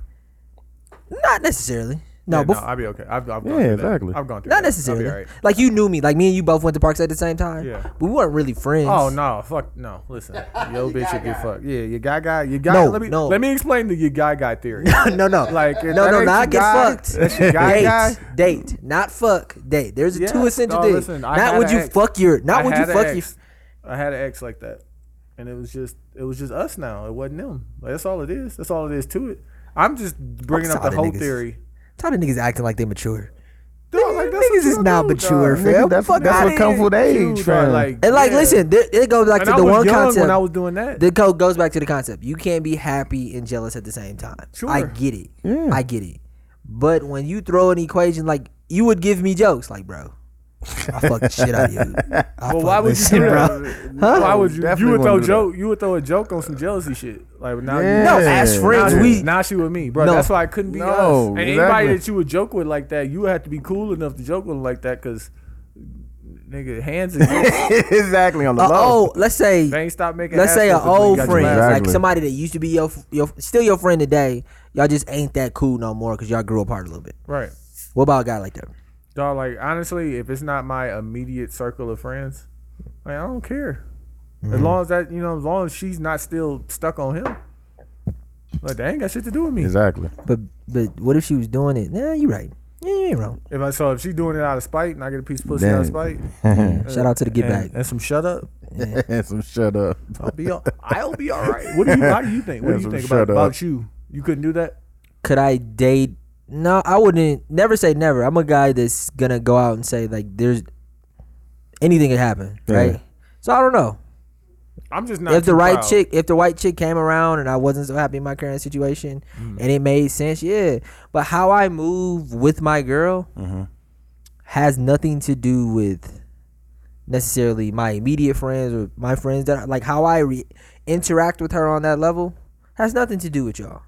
[SPEAKER 3] Not necessarily. No,
[SPEAKER 2] Yeah,
[SPEAKER 3] bef-
[SPEAKER 2] I'll be okay. I've, I've gone
[SPEAKER 1] Yeah,
[SPEAKER 2] through that.
[SPEAKER 1] exactly.
[SPEAKER 2] I've gone through. that.
[SPEAKER 3] not
[SPEAKER 2] I'll be
[SPEAKER 3] necessarily.
[SPEAKER 2] all right.
[SPEAKER 3] Like you knew me. Like me and you both went to Parks at the same time.
[SPEAKER 2] Yeah.
[SPEAKER 3] But we weren't really friends.
[SPEAKER 2] Oh no! Fuck no! Listen, yo, bitch, you get fucked. Yeah, you guy guy, you guy.
[SPEAKER 3] No,
[SPEAKER 2] let me
[SPEAKER 3] no.
[SPEAKER 2] let me explain the you guy guy theory.
[SPEAKER 3] no, no.
[SPEAKER 2] Like
[SPEAKER 3] no, no, not get fucked.
[SPEAKER 2] That's your guy
[SPEAKER 3] date,
[SPEAKER 2] guy.
[SPEAKER 3] date, not fuck. Date. There's
[SPEAKER 2] Yes,
[SPEAKER 3] two essential
[SPEAKER 2] dog,
[SPEAKER 3] things.
[SPEAKER 2] listen, I
[SPEAKER 3] not
[SPEAKER 2] had
[SPEAKER 3] would
[SPEAKER 2] a
[SPEAKER 3] you
[SPEAKER 2] ex.
[SPEAKER 3] fuck your. Not
[SPEAKER 2] I
[SPEAKER 3] would you
[SPEAKER 2] had a
[SPEAKER 3] fuck your.
[SPEAKER 2] ex. I had an ex like that, and it was just it was just us now. It wasn't them. Like, that's all it is. That's all it is to it. I'm just bringing up the
[SPEAKER 3] tired of
[SPEAKER 2] whole
[SPEAKER 3] niggas.
[SPEAKER 2] theory.
[SPEAKER 3] Tired of niggas acting like they mature.
[SPEAKER 2] Dog, like, that's
[SPEAKER 3] niggas
[SPEAKER 2] what
[SPEAKER 3] is
[SPEAKER 2] y'all
[SPEAKER 3] not
[SPEAKER 2] do,
[SPEAKER 3] mature,
[SPEAKER 2] dog.
[SPEAKER 3] fam.
[SPEAKER 1] Nigga, that's-
[SPEAKER 3] Fuck
[SPEAKER 1] that's
[SPEAKER 3] outta
[SPEAKER 1] what comes
[SPEAKER 3] here.
[SPEAKER 1] with age,
[SPEAKER 2] Dude,
[SPEAKER 1] fam.
[SPEAKER 2] dog, like,
[SPEAKER 3] And like,
[SPEAKER 2] yeah.
[SPEAKER 3] listen, there, it goes back
[SPEAKER 2] And
[SPEAKER 3] to
[SPEAKER 2] I
[SPEAKER 3] the
[SPEAKER 2] was
[SPEAKER 3] one
[SPEAKER 2] young
[SPEAKER 3] concept.
[SPEAKER 2] when I was doing that.
[SPEAKER 3] the code goes back to the concept. You can't be happy and jealous at the same time. I
[SPEAKER 2] Sure.
[SPEAKER 3] get it.
[SPEAKER 1] Yeah.
[SPEAKER 3] I get it. But when you throw an equation, like you would give me jokes, like bro, I fuck the shit out of you. I
[SPEAKER 2] Well, why
[SPEAKER 3] fuck
[SPEAKER 2] would you
[SPEAKER 3] this
[SPEAKER 2] do
[SPEAKER 3] shit,
[SPEAKER 2] that?
[SPEAKER 3] bro?
[SPEAKER 2] Why would you? You
[SPEAKER 1] Definitely
[SPEAKER 2] would
[SPEAKER 1] wanna
[SPEAKER 2] throw
[SPEAKER 1] do that.
[SPEAKER 2] joke. You would throw a joke on some jealousy shit. Like now, you,
[SPEAKER 1] Yeah.
[SPEAKER 3] No, as friends,
[SPEAKER 2] now,
[SPEAKER 3] we
[SPEAKER 2] now she with me, bro.
[SPEAKER 3] No.
[SPEAKER 2] That's why I couldn't be
[SPEAKER 1] No,
[SPEAKER 2] us. And anybody
[SPEAKER 1] exactly.
[SPEAKER 2] that you would joke with like that, you would have to be cool enough to joke with like that, cause nigga, hands and
[SPEAKER 1] exactly on the
[SPEAKER 3] uh,
[SPEAKER 1] low.
[SPEAKER 3] oh, let's say
[SPEAKER 2] they ain't stop making.
[SPEAKER 3] let's
[SPEAKER 2] ass
[SPEAKER 3] say an
[SPEAKER 2] whoopings when you
[SPEAKER 3] old
[SPEAKER 2] got your
[SPEAKER 3] friend,
[SPEAKER 2] ass
[SPEAKER 1] Exactly.
[SPEAKER 3] like somebody that used to be your, f- your still your friend today. Y'all just ain't that cool no more because y'all grew apart a little bit.
[SPEAKER 2] Right.
[SPEAKER 3] What about a guy like that?
[SPEAKER 2] Dog, like honestly, if it's not my immediate circle of friends, like I don't care.
[SPEAKER 3] Mm-hmm.
[SPEAKER 2] As long as that you know, as long as she's not still stuck on him. Like they ain't got shit to do with me.
[SPEAKER 1] Exactly.
[SPEAKER 3] But but what if she was doing it? Nah, you right. Yeah, you ain't wrong.
[SPEAKER 2] If I so if she doing it out of spite and I get a piece of pussy out of
[SPEAKER 1] Then-
[SPEAKER 2] spite.
[SPEAKER 3] Shout out to the get
[SPEAKER 2] Uh, and,
[SPEAKER 3] back.
[SPEAKER 2] and some shut up.
[SPEAKER 1] and some shut up.
[SPEAKER 2] I'll be all, I'll be all right. What do you how do you think? What do
[SPEAKER 1] And
[SPEAKER 2] you
[SPEAKER 1] some
[SPEAKER 2] think
[SPEAKER 1] shut
[SPEAKER 2] about,
[SPEAKER 1] up.
[SPEAKER 2] about you? You couldn't do that?
[SPEAKER 3] could I date? No, I wouldn't. Never say never. I'm a guy that's gonna go out and say like, there's anything could happen,
[SPEAKER 1] Yeah.
[SPEAKER 3] right? So I don't know
[SPEAKER 2] I'm just not
[SPEAKER 3] if the
[SPEAKER 2] too
[SPEAKER 3] right
[SPEAKER 2] proud.
[SPEAKER 3] chick, if the right chick came around and I wasn't so happy in my current situation,
[SPEAKER 2] Mm.
[SPEAKER 3] and it made sense, yeah. But how I move with my girl has nothing to do with necessarily my immediate friends or my friends that I- like how I re- interact with her on that level has nothing to do with y'all.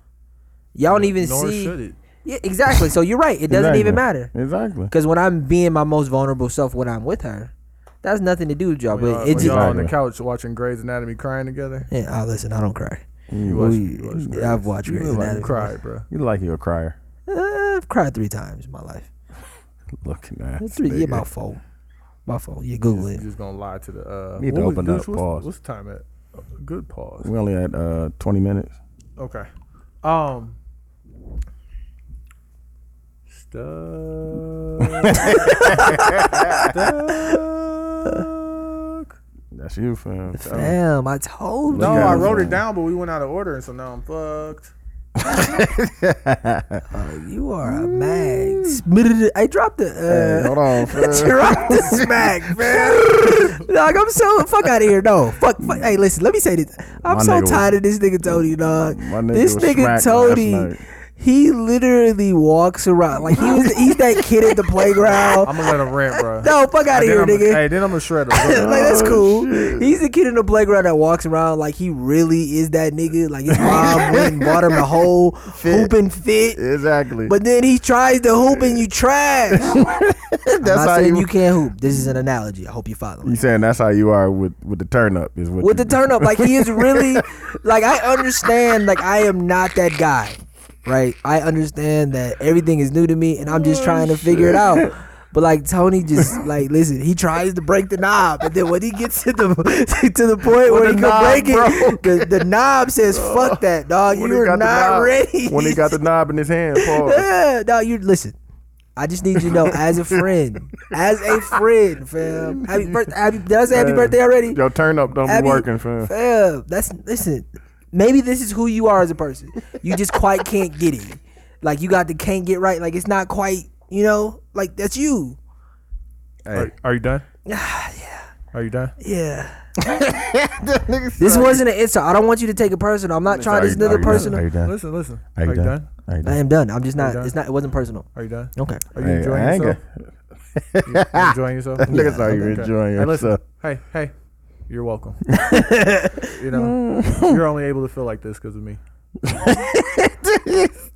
[SPEAKER 3] Y'all don't even
[SPEAKER 2] nor
[SPEAKER 3] see.
[SPEAKER 2] should it.
[SPEAKER 3] Yeah, exactly. So you're right. It doesn't even matter.
[SPEAKER 1] Exactly.
[SPEAKER 3] Because when I'm being my most vulnerable self when I'm with her, that's nothing to do with y'all.
[SPEAKER 2] When
[SPEAKER 3] But
[SPEAKER 2] y'all-
[SPEAKER 3] it
[SPEAKER 2] when
[SPEAKER 3] just.
[SPEAKER 2] y'all on the
[SPEAKER 1] Exactly.
[SPEAKER 2] couch watching Grey's Anatomy crying together.
[SPEAKER 3] Yeah, ah, listen, I don't cry.
[SPEAKER 1] You,
[SPEAKER 3] We-
[SPEAKER 1] was-
[SPEAKER 3] I've watched Grey's
[SPEAKER 2] Like,
[SPEAKER 3] Anatomy.
[SPEAKER 2] cry, bro.
[SPEAKER 1] you like you a crier.
[SPEAKER 3] Uh, I've cried three times in my life.
[SPEAKER 1] Looking at this
[SPEAKER 3] Three, yeah,
[SPEAKER 1] nigga.
[SPEAKER 3] about four. About four. You Google
[SPEAKER 2] You
[SPEAKER 3] it.
[SPEAKER 2] just gonna lie to the uh
[SPEAKER 1] Need to
[SPEAKER 2] what was-
[SPEAKER 1] open
[SPEAKER 2] Deuce,
[SPEAKER 1] up,
[SPEAKER 2] what's,
[SPEAKER 1] pause.
[SPEAKER 2] What's the time at? Uh, Good pause.
[SPEAKER 1] We only had uh, 20 minutes.
[SPEAKER 2] Okay. Um Stuck. stuck.
[SPEAKER 1] That's you, fam.
[SPEAKER 3] Damn, I told
[SPEAKER 2] No,
[SPEAKER 1] uh, at
[SPEAKER 2] Oh, I
[SPEAKER 1] it,
[SPEAKER 2] wrote
[SPEAKER 1] man.
[SPEAKER 2] it down, but we went out of order, and so now I'm fucked.
[SPEAKER 3] You are a mag. Smid- I dropped the.
[SPEAKER 1] Hey,
[SPEAKER 3] Uh,
[SPEAKER 1] hold on, fam.
[SPEAKER 3] Drop the smack, man. dog, I'm so fuck out of here. No, fuck, fuck. Hey, listen, let me say this. I'm
[SPEAKER 1] My
[SPEAKER 3] so
[SPEAKER 1] nigga was-
[SPEAKER 3] tired of this nigga Tony, dog.
[SPEAKER 1] My nigga
[SPEAKER 3] this
[SPEAKER 1] was
[SPEAKER 3] nigga
[SPEAKER 1] smacked last
[SPEAKER 3] Tony,
[SPEAKER 1] night.
[SPEAKER 3] he literally walks around like he was. he's that kid at the playground.
[SPEAKER 2] I'm gonna let him rant, bro.
[SPEAKER 3] No, fuck out of here,
[SPEAKER 2] I'm,
[SPEAKER 3] nigga.
[SPEAKER 2] Hey, then I'm gonna shred him.
[SPEAKER 3] like that's
[SPEAKER 1] Oh,
[SPEAKER 3] cool. He's the kid in the playground that walks around like he really is that nigga. Like his mom went and bought him a whole hooping fit.
[SPEAKER 1] Exactly.
[SPEAKER 3] But then he tries to hoop and you trash.
[SPEAKER 1] That's
[SPEAKER 3] I'm
[SPEAKER 1] how
[SPEAKER 3] not saying
[SPEAKER 1] you-
[SPEAKER 3] you can't hoop. This is an analogy. I hope you follow me.
[SPEAKER 1] you saying that's how you are with with the turn up is what
[SPEAKER 3] With
[SPEAKER 1] you-
[SPEAKER 3] the turn up, like he is really, like I understand, like I am not that guy, right? I understand that everything is new to me, and I'm just trying to figure it out. But like Tony, just like listen, he tries to break the knob, and then when he gets to the to the point where he
[SPEAKER 1] the
[SPEAKER 3] can
[SPEAKER 1] knob
[SPEAKER 3] break
[SPEAKER 1] broke.
[SPEAKER 3] it, the, the knob says, "Fuck that, dog!
[SPEAKER 1] When
[SPEAKER 3] You
[SPEAKER 1] he
[SPEAKER 3] are
[SPEAKER 1] got the
[SPEAKER 3] not
[SPEAKER 1] knob-
[SPEAKER 3] ready."
[SPEAKER 1] When he got the knob in his hand, Paul.
[SPEAKER 3] Yeah, no, you listen. I just need you to know, as a friend, as a friend, fam. Happy birthday! Happy, did I say happy
[SPEAKER 1] Fam,
[SPEAKER 3] birthday already?
[SPEAKER 1] Your turn up don't
[SPEAKER 3] Happy-
[SPEAKER 1] be working, fam.
[SPEAKER 3] Fam, that's listen. Maybe this is who you are as a person. You just quite can't get it. Like you got the can't get right. Like it's not quite. You know, like that's you.
[SPEAKER 1] Hey,
[SPEAKER 2] Are, are you done? yeah. Are you done?
[SPEAKER 3] Yeah. this wasn't an insult. I don't want you to take it personal. I'm not trying
[SPEAKER 1] are
[SPEAKER 3] to
[SPEAKER 1] you-
[SPEAKER 3] another
[SPEAKER 1] are you done? Are
[SPEAKER 3] personal.
[SPEAKER 1] you done?
[SPEAKER 2] Listen, listen.
[SPEAKER 1] Are you done? Are you
[SPEAKER 3] I
[SPEAKER 1] done?
[SPEAKER 3] am done. I'm just not.
[SPEAKER 2] done?
[SPEAKER 3] It's not. It wasn't personal.
[SPEAKER 2] Are you done?
[SPEAKER 3] Okay.
[SPEAKER 2] Are you
[SPEAKER 1] Hey,
[SPEAKER 2] enjoying
[SPEAKER 1] I ain't
[SPEAKER 2] yourself? Are you enjoying yourself?
[SPEAKER 1] That nigga's how you enjoying
[SPEAKER 2] Hey, listen.
[SPEAKER 1] yourself.
[SPEAKER 2] Hey, hey. You're welcome. you know, you're only able to feel like this because of me.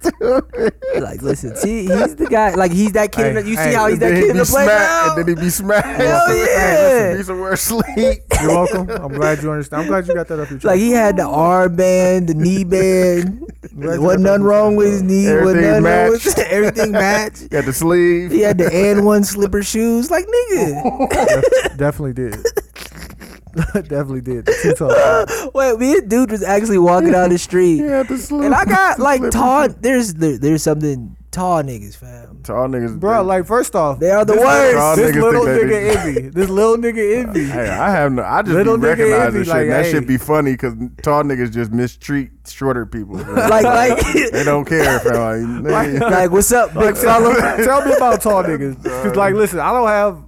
[SPEAKER 3] Like, listen. See, he's the guy. Like, he's that kid. in the,
[SPEAKER 2] Hey,
[SPEAKER 3] you see
[SPEAKER 2] hey,
[SPEAKER 3] how he's
[SPEAKER 1] And
[SPEAKER 3] that
[SPEAKER 1] then he
[SPEAKER 3] kid in
[SPEAKER 1] be
[SPEAKER 3] the
[SPEAKER 1] smacked,
[SPEAKER 3] playground?
[SPEAKER 1] And then he be smacked.
[SPEAKER 3] Hell yeah.
[SPEAKER 1] Be somewhere sleep.
[SPEAKER 2] You're welcome. I'm glad you understand. I'm glad you got that up your chest.
[SPEAKER 3] Like he had the armband, the knee band.
[SPEAKER 2] Right.
[SPEAKER 3] wasn't nothing wrong with his knee. Wasn't
[SPEAKER 1] Everything
[SPEAKER 3] nothing wrong with
[SPEAKER 1] matched.
[SPEAKER 3] everything matched.
[SPEAKER 1] Got the sleeve.
[SPEAKER 3] He had the and one slipper shoes. Like nigga,
[SPEAKER 2] Def- definitely did. definitely did. The two toes.
[SPEAKER 3] wait, me and dude was actually walking down the street,
[SPEAKER 1] He had the sleeve.
[SPEAKER 3] and I got like tall. There's there, there's something tall niggas, fam.
[SPEAKER 1] Tall niggas.
[SPEAKER 2] Bro, like first off,
[SPEAKER 3] They are the
[SPEAKER 2] this
[SPEAKER 3] worst.
[SPEAKER 1] Y'all
[SPEAKER 2] This
[SPEAKER 1] niggas
[SPEAKER 2] little
[SPEAKER 1] think they
[SPEAKER 2] nigga envy. This little nigga envy.
[SPEAKER 1] Hey, I have no. I just
[SPEAKER 2] Little
[SPEAKER 1] be
[SPEAKER 2] nigga envy,
[SPEAKER 1] recognizing shit.
[SPEAKER 2] like,
[SPEAKER 1] and that
[SPEAKER 2] hey.
[SPEAKER 1] should be funny because tall niggas just mistreat shorter people.
[SPEAKER 3] Like
[SPEAKER 1] like they
[SPEAKER 3] like
[SPEAKER 1] don't care, fam. Like, nigga,
[SPEAKER 3] like what's up, big fella?
[SPEAKER 2] Tell me about tall niggas. 'Cause, like, listen, I don't have.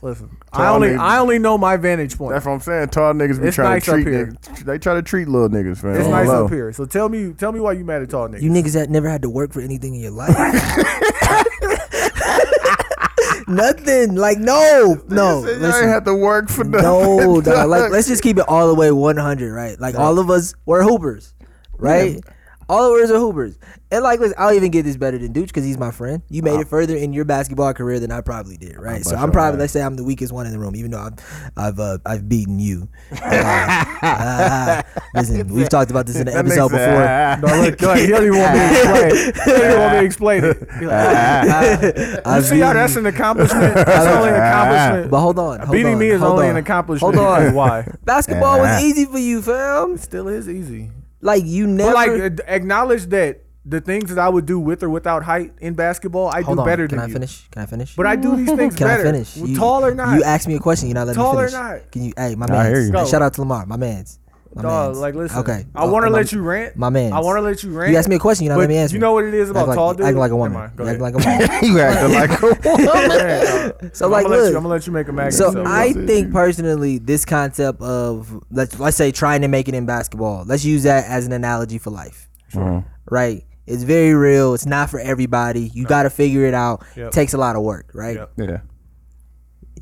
[SPEAKER 2] Listen, I
[SPEAKER 1] Tall
[SPEAKER 2] only
[SPEAKER 1] niggas.
[SPEAKER 2] I only know my vantage point.
[SPEAKER 1] That's what I'm saying. Tall niggas be
[SPEAKER 2] It's
[SPEAKER 1] trying
[SPEAKER 2] nice
[SPEAKER 1] to
[SPEAKER 2] up
[SPEAKER 1] treat
[SPEAKER 2] here.
[SPEAKER 1] niggas. They try to treat little niggas, fam.
[SPEAKER 2] It's
[SPEAKER 1] Oh,
[SPEAKER 2] nice
[SPEAKER 1] low.
[SPEAKER 2] up here. So tell me, tell me why you mad at tall niggas.
[SPEAKER 3] You niggas that never had to work for anything in your life. Nothing. Like no, no.
[SPEAKER 1] They
[SPEAKER 3] Oh, listen.
[SPEAKER 1] ain't had to work for nothing.
[SPEAKER 3] No, dog. Like, let's just keep it all the way 100, right? Like, all of us were hoopers, right? All of us are hoopers. And, like, listen, I'll even get this better than Dooch because he's my friend. You made
[SPEAKER 2] Uh,
[SPEAKER 3] it further in your basketball career than I probably did, right? so, I'm probably, let's say I'm the weakest one in the room, even though I've I've, uh, I've beaten you. Uh, uh, listen, we've talked about this in the
[SPEAKER 1] That
[SPEAKER 3] episode
[SPEAKER 1] nigga said,
[SPEAKER 3] before.
[SPEAKER 1] "Ah."
[SPEAKER 2] No, look, go ahead. he don't even want me to explain. He don't even want me to explain it. He Like,
[SPEAKER 3] Uh, I've
[SPEAKER 2] see how
[SPEAKER 3] beaten-
[SPEAKER 2] that's an accomplishment. That's only an accomplishment.
[SPEAKER 3] but hold on. Hold
[SPEAKER 2] Beating
[SPEAKER 3] on,
[SPEAKER 2] me is
[SPEAKER 3] hold
[SPEAKER 2] only
[SPEAKER 3] on.
[SPEAKER 2] an accomplishment.
[SPEAKER 3] Hold on.
[SPEAKER 2] because Why?
[SPEAKER 3] Basketball was easy for you, fam.
[SPEAKER 2] Still is easy.
[SPEAKER 3] Like, uh, you never.
[SPEAKER 2] But like, ad- acknowledge that the things that I would do with or without height in basketball, I
[SPEAKER 3] Hold
[SPEAKER 2] do
[SPEAKER 3] on.
[SPEAKER 2] better
[SPEAKER 3] Can
[SPEAKER 2] than
[SPEAKER 3] I
[SPEAKER 2] you.
[SPEAKER 3] finish? Can I finish?
[SPEAKER 2] But I do these things
[SPEAKER 3] Can
[SPEAKER 2] better.
[SPEAKER 3] I finish?
[SPEAKER 2] Well, tall or not?
[SPEAKER 3] You asked me a question. You're not letting
[SPEAKER 2] Tall
[SPEAKER 3] me
[SPEAKER 2] or
[SPEAKER 3] finish.
[SPEAKER 2] not?
[SPEAKER 3] Can you? Hey, my
[SPEAKER 1] I
[SPEAKER 3] man.
[SPEAKER 1] hear you.
[SPEAKER 2] Go.
[SPEAKER 3] Shout out to Lamar, my man's. My
[SPEAKER 2] Dog,
[SPEAKER 3] man's.
[SPEAKER 2] like listen.
[SPEAKER 3] Okay.
[SPEAKER 2] I want to
[SPEAKER 3] Oh,
[SPEAKER 2] let
[SPEAKER 3] my-
[SPEAKER 2] you rant.
[SPEAKER 3] My man's.
[SPEAKER 2] I want to let you rant.
[SPEAKER 3] You asked me a question. You're not
[SPEAKER 2] but
[SPEAKER 3] letting me answer.
[SPEAKER 2] You know what it is about
[SPEAKER 3] Act
[SPEAKER 2] tall
[SPEAKER 3] like,
[SPEAKER 2] dudes?
[SPEAKER 3] Act like a
[SPEAKER 2] Never
[SPEAKER 3] woman.
[SPEAKER 2] mind,
[SPEAKER 3] You
[SPEAKER 2] go
[SPEAKER 3] Act
[SPEAKER 2] ahead.
[SPEAKER 3] like a woman.
[SPEAKER 1] you acting like a
[SPEAKER 3] so like,
[SPEAKER 2] I'm gonna let you, I'm
[SPEAKER 3] look.
[SPEAKER 2] gonna let you make a mag.
[SPEAKER 3] So I
[SPEAKER 1] That's it,
[SPEAKER 3] think
[SPEAKER 1] dude.
[SPEAKER 3] personally, this concept of let's let's say trying to make it in basketball. Let's use that as an analogy for life.
[SPEAKER 1] Mhm.
[SPEAKER 3] Right. It's very real. It's not for everybody. You got to figure it out.
[SPEAKER 2] Yep.
[SPEAKER 3] takes a lot of work, right?
[SPEAKER 2] Yep.
[SPEAKER 1] Yeah.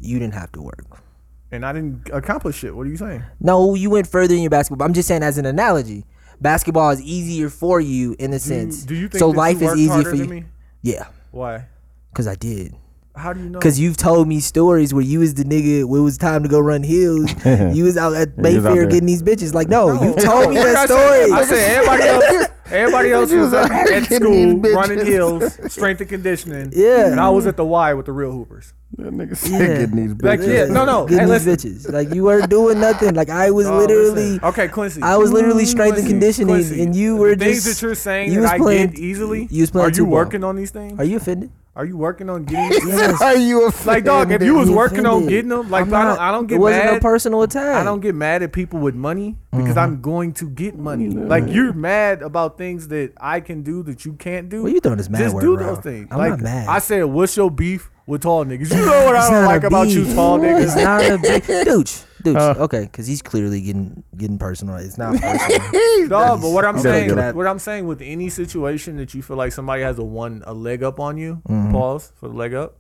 [SPEAKER 3] You didn't have to work.
[SPEAKER 2] and I didn't accomplish it. What are you saying?
[SPEAKER 3] No, you went further in your basketball. I'm just saying as an analogy, basketball is easier for you in a sense.
[SPEAKER 2] Do you think
[SPEAKER 3] so?
[SPEAKER 2] that
[SPEAKER 3] Life
[SPEAKER 2] you
[SPEAKER 3] is
[SPEAKER 2] worked
[SPEAKER 3] easier
[SPEAKER 2] harder
[SPEAKER 3] for you.
[SPEAKER 2] than me?
[SPEAKER 3] Yeah,
[SPEAKER 2] Why?
[SPEAKER 3] cause I did.
[SPEAKER 2] How do you know?
[SPEAKER 3] Cause you've told me stories where you was the nigga when it was time to go run hills. you was out at
[SPEAKER 1] was out
[SPEAKER 3] Mayfair
[SPEAKER 1] there.
[SPEAKER 3] getting these bitches. Like no, you told me
[SPEAKER 2] I
[SPEAKER 3] that
[SPEAKER 2] said- I
[SPEAKER 3] story.
[SPEAKER 2] said everybody else. Everybody else was at, at school
[SPEAKER 1] Getting these bitches.
[SPEAKER 2] running hills, strength and conditioning.
[SPEAKER 3] Yeah.
[SPEAKER 2] and I was at the Y with the real hoopers.
[SPEAKER 1] That nigga said
[SPEAKER 3] Yeah.
[SPEAKER 1] getting these
[SPEAKER 2] Like,
[SPEAKER 1] bitches.
[SPEAKER 2] yeah, no, no.
[SPEAKER 3] getting
[SPEAKER 2] Hey,
[SPEAKER 3] these bitches. Like you weren't doing nothing. Like I was
[SPEAKER 2] Oh,
[SPEAKER 3] literally.
[SPEAKER 2] listen. okay, Quincy.
[SPEAKER 3] I was literally strength and
[SPEAKER 2] Quincy,
[SPEAKER 3] conditioning,
[SPEAKER 2] Quincy,
[SPEAKER 3] and you
[SPEAKER 2] the
[SPEAKER 3] were
[SPEAKER 2] things
[SPEAKER 3] just
[SPEAKER 2] that you're saying
[SPEAKER 3] you
[SPEAKER 2] that
[SPEAKER 3] was
[SPEAKER 2] I
[SPEAKER 3] playing-
[SPEAKER 2] get easily.
[SPEAKER 3] you was playing
[SPEAKER 2] are you
[SPEAKER 3] two-ball.
[SPEAKER 2] working on these things?
[SPEAKER 3] Are you offended?
[SPEAKER 2] Are you working on getting?
[SPEAKER 1] Are you offended?
[SPEAKER 2] like, dog, if you was working on getting them, like,
[SPEAKER 3] I'm
[SPEAKER 2] but I don't,
[SPEAKER 3] not-
[SPEAKER 2] I don't get
[SPEAKER 3] it wasn't
[SPEAKER 2] mad.
[SPEAKER 3] a personal attack.
[SPEAKER 2] I don't get mad at people with money because
[SPEAKER 3] Mm-hmm.
[SPEAKER 2] I'm going to get money. Like you're mad about things that I can do that you can't do.
[SPEAKER 3] Well, you throwing this mad
[SPEAKER 2] Just
[SPEAKER 3] word
[SPEAKER 2] do
[SPEAKER 3] around.
[SPEAKER 2] those things.
[SPEAKER 3] I'm
[SPEAKER 2] like,
[SPEAKER 3] not mad.
[SPEAKER 2] I said, what's your beef with tall niggas? You know what
[SPEAKER 3] It's
[SPEAKER 2] I
[SPEAKER 3] not
[SPEAKER 2] don't
[SPEAKER 3] a
[SPEAKER 2] like about you,
[SPEAKER 3] beef.
[SPEAKER 2] tall
[SPEAKER 3] It's
[SPEAKER 2] niggas.
[SPEAKER 3] not a big douche. Douche. okay, because he's clearly getting getting personal. It's not personal.
[SPEAKER 2] Dog, but what I'm
[SPEAKER 3] I'm
[SPEAKER 2] saying,
[SPEAKER 3] taking that.
[SPEAKER 2] what I'm saying with any situation that you feel like somebody has a one a leg up on you,
[SPEAKER 3] Mm-hmm.
[SPEAKER 2] pause for the leg up.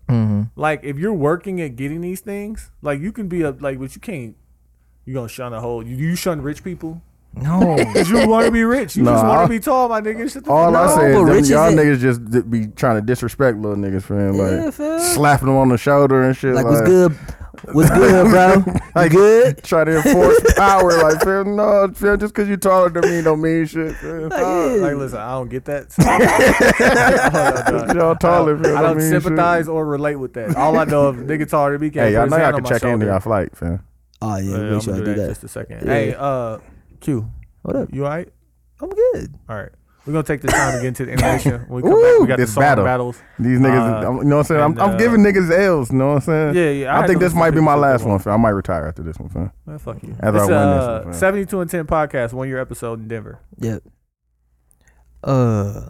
[SPEAKER 2] Like if you're working at getting these things, like you can be a like, but you can't. You gonna shun a whole? You, you shun rich people?
[SPEAKER 3] no.
[SPEAKER 2] Cause you want to be rich. You
[SPEAKER 1] No,
[SPEAKER 2] just
[SPEAKER 1] I-
[SPEAKER 2] want to be tall, my nigga. Shut the
[SPEAKER 1] All
[SPEAKER 2] fuck
[SPEAKER 1] I
[SPEAKER 2] up.
[SPEAKER 1] said
[SPEAKER 3] but Rich
[SPEAKER 1] is
[SPEAKER 3] is
[SPEAKER 1] them, y'all
[SPEAKER 3] it.
[SPEAKER 1] niggas just di- be trying to disrespect little niggas, fam. Like
[SPEAKER 3] Yeah, fam.
[SPEAKER 1] slapping them on the shoulder and shit.
[SPEAKER 3] Like, what's good? What's good, bro?
[SPEAKER 1] Like
[SPEAKER 3] good?
[SPEAKER 1] Try to enforce power. Like fam, no, fam, just because you taller than me don't mean shit. Fam.
[SPEAKER 2] Uh, like, listen, I don't get that. I don't,
[SPEAKER 1] Y'all taller. Fam,
[SPEAKER 2] I don't
[SPEAKER 1] mean shit.
[SPEAKER 2] sympathize or relate with that. All I know of nigga taller than me can't. put
[SPEAKER 1] Hey, y'all
[SPEAKER 2] his
[SPEAKER 1] know y'all
[SPEAKER 2] hand on
[SPEAKER 1] can
[SPEAKER 2] my
[SPEAKER 1] check in
[SPEAKER 2] shoulder.
[SPEAKER 1] to our flight, fam.
[SPEAKER 3] Oh yeah,
[SPEAKER 2] Yeah,
[SPEAKER 3] make
[SPEAKER 2] I'm
[SPEAKER 3] sure I
[SPEAKER 2] gonna
[SPEAKER 3] do
[SPEAKER 2] do that
[SPEAKER 3] that.
[SPEAKER 2] just a second. Hey, uh, Q,
[SPEAKER 3] What up?
[SPEAKER 2] you all right?
[SPEAKER 3] I'm good.
[SPEAKER 2] All right. We're gonna take this time to get into the animation. When we come back,
[SPEAKER 1] Ooh,
[SPEAKER 2] we got the
[SPEAKER 1] this
[SPEAKER 2] song
[SPEAKER 1] battle.
[SPEAKER 2] battles.
[SPEAKER 1] These niggas,
[SPEAKER 2] Uh,
[SPEAKER 1] I'm, you know what I'm saying? I'm,
[SPEAKER 2] and,
[SPEAKER 1] I'm
[SPEAKER 2] uh,
[SPEAKER 1] giving niggas L's, you know what I'm saying?
[SPEAKER 2] Yeah, yeah, I
[SPEAKER 1] I,
[SPEAKER 2] had
[SPEAKER 1] think
[SPEAKER 2] to
[SPEAKER 1] this
[SPEAKER 2] listen
[SPEAKER 1] might
[SPEAKER 2] to
[SPEAKER 1] be my
[SPEAKER 2] this
[SPEAKER 1] last
[SPEAKER 2] one.
[SPEAKER 1] one, fam. I might retire after this one, fam.
[SPEAKER 2] Man, fuck you.
[SPEAKER 1] After I
[SPEAKER 2] It's,
[SPEAKER 1] win this
[SPEAKER 2] uh,
[SPEAKER 1] one, man.
[SPEAKER 2] 72 and 10 podcast, one year episode in Denver.
[SPEAKER 3] Yep. Uh,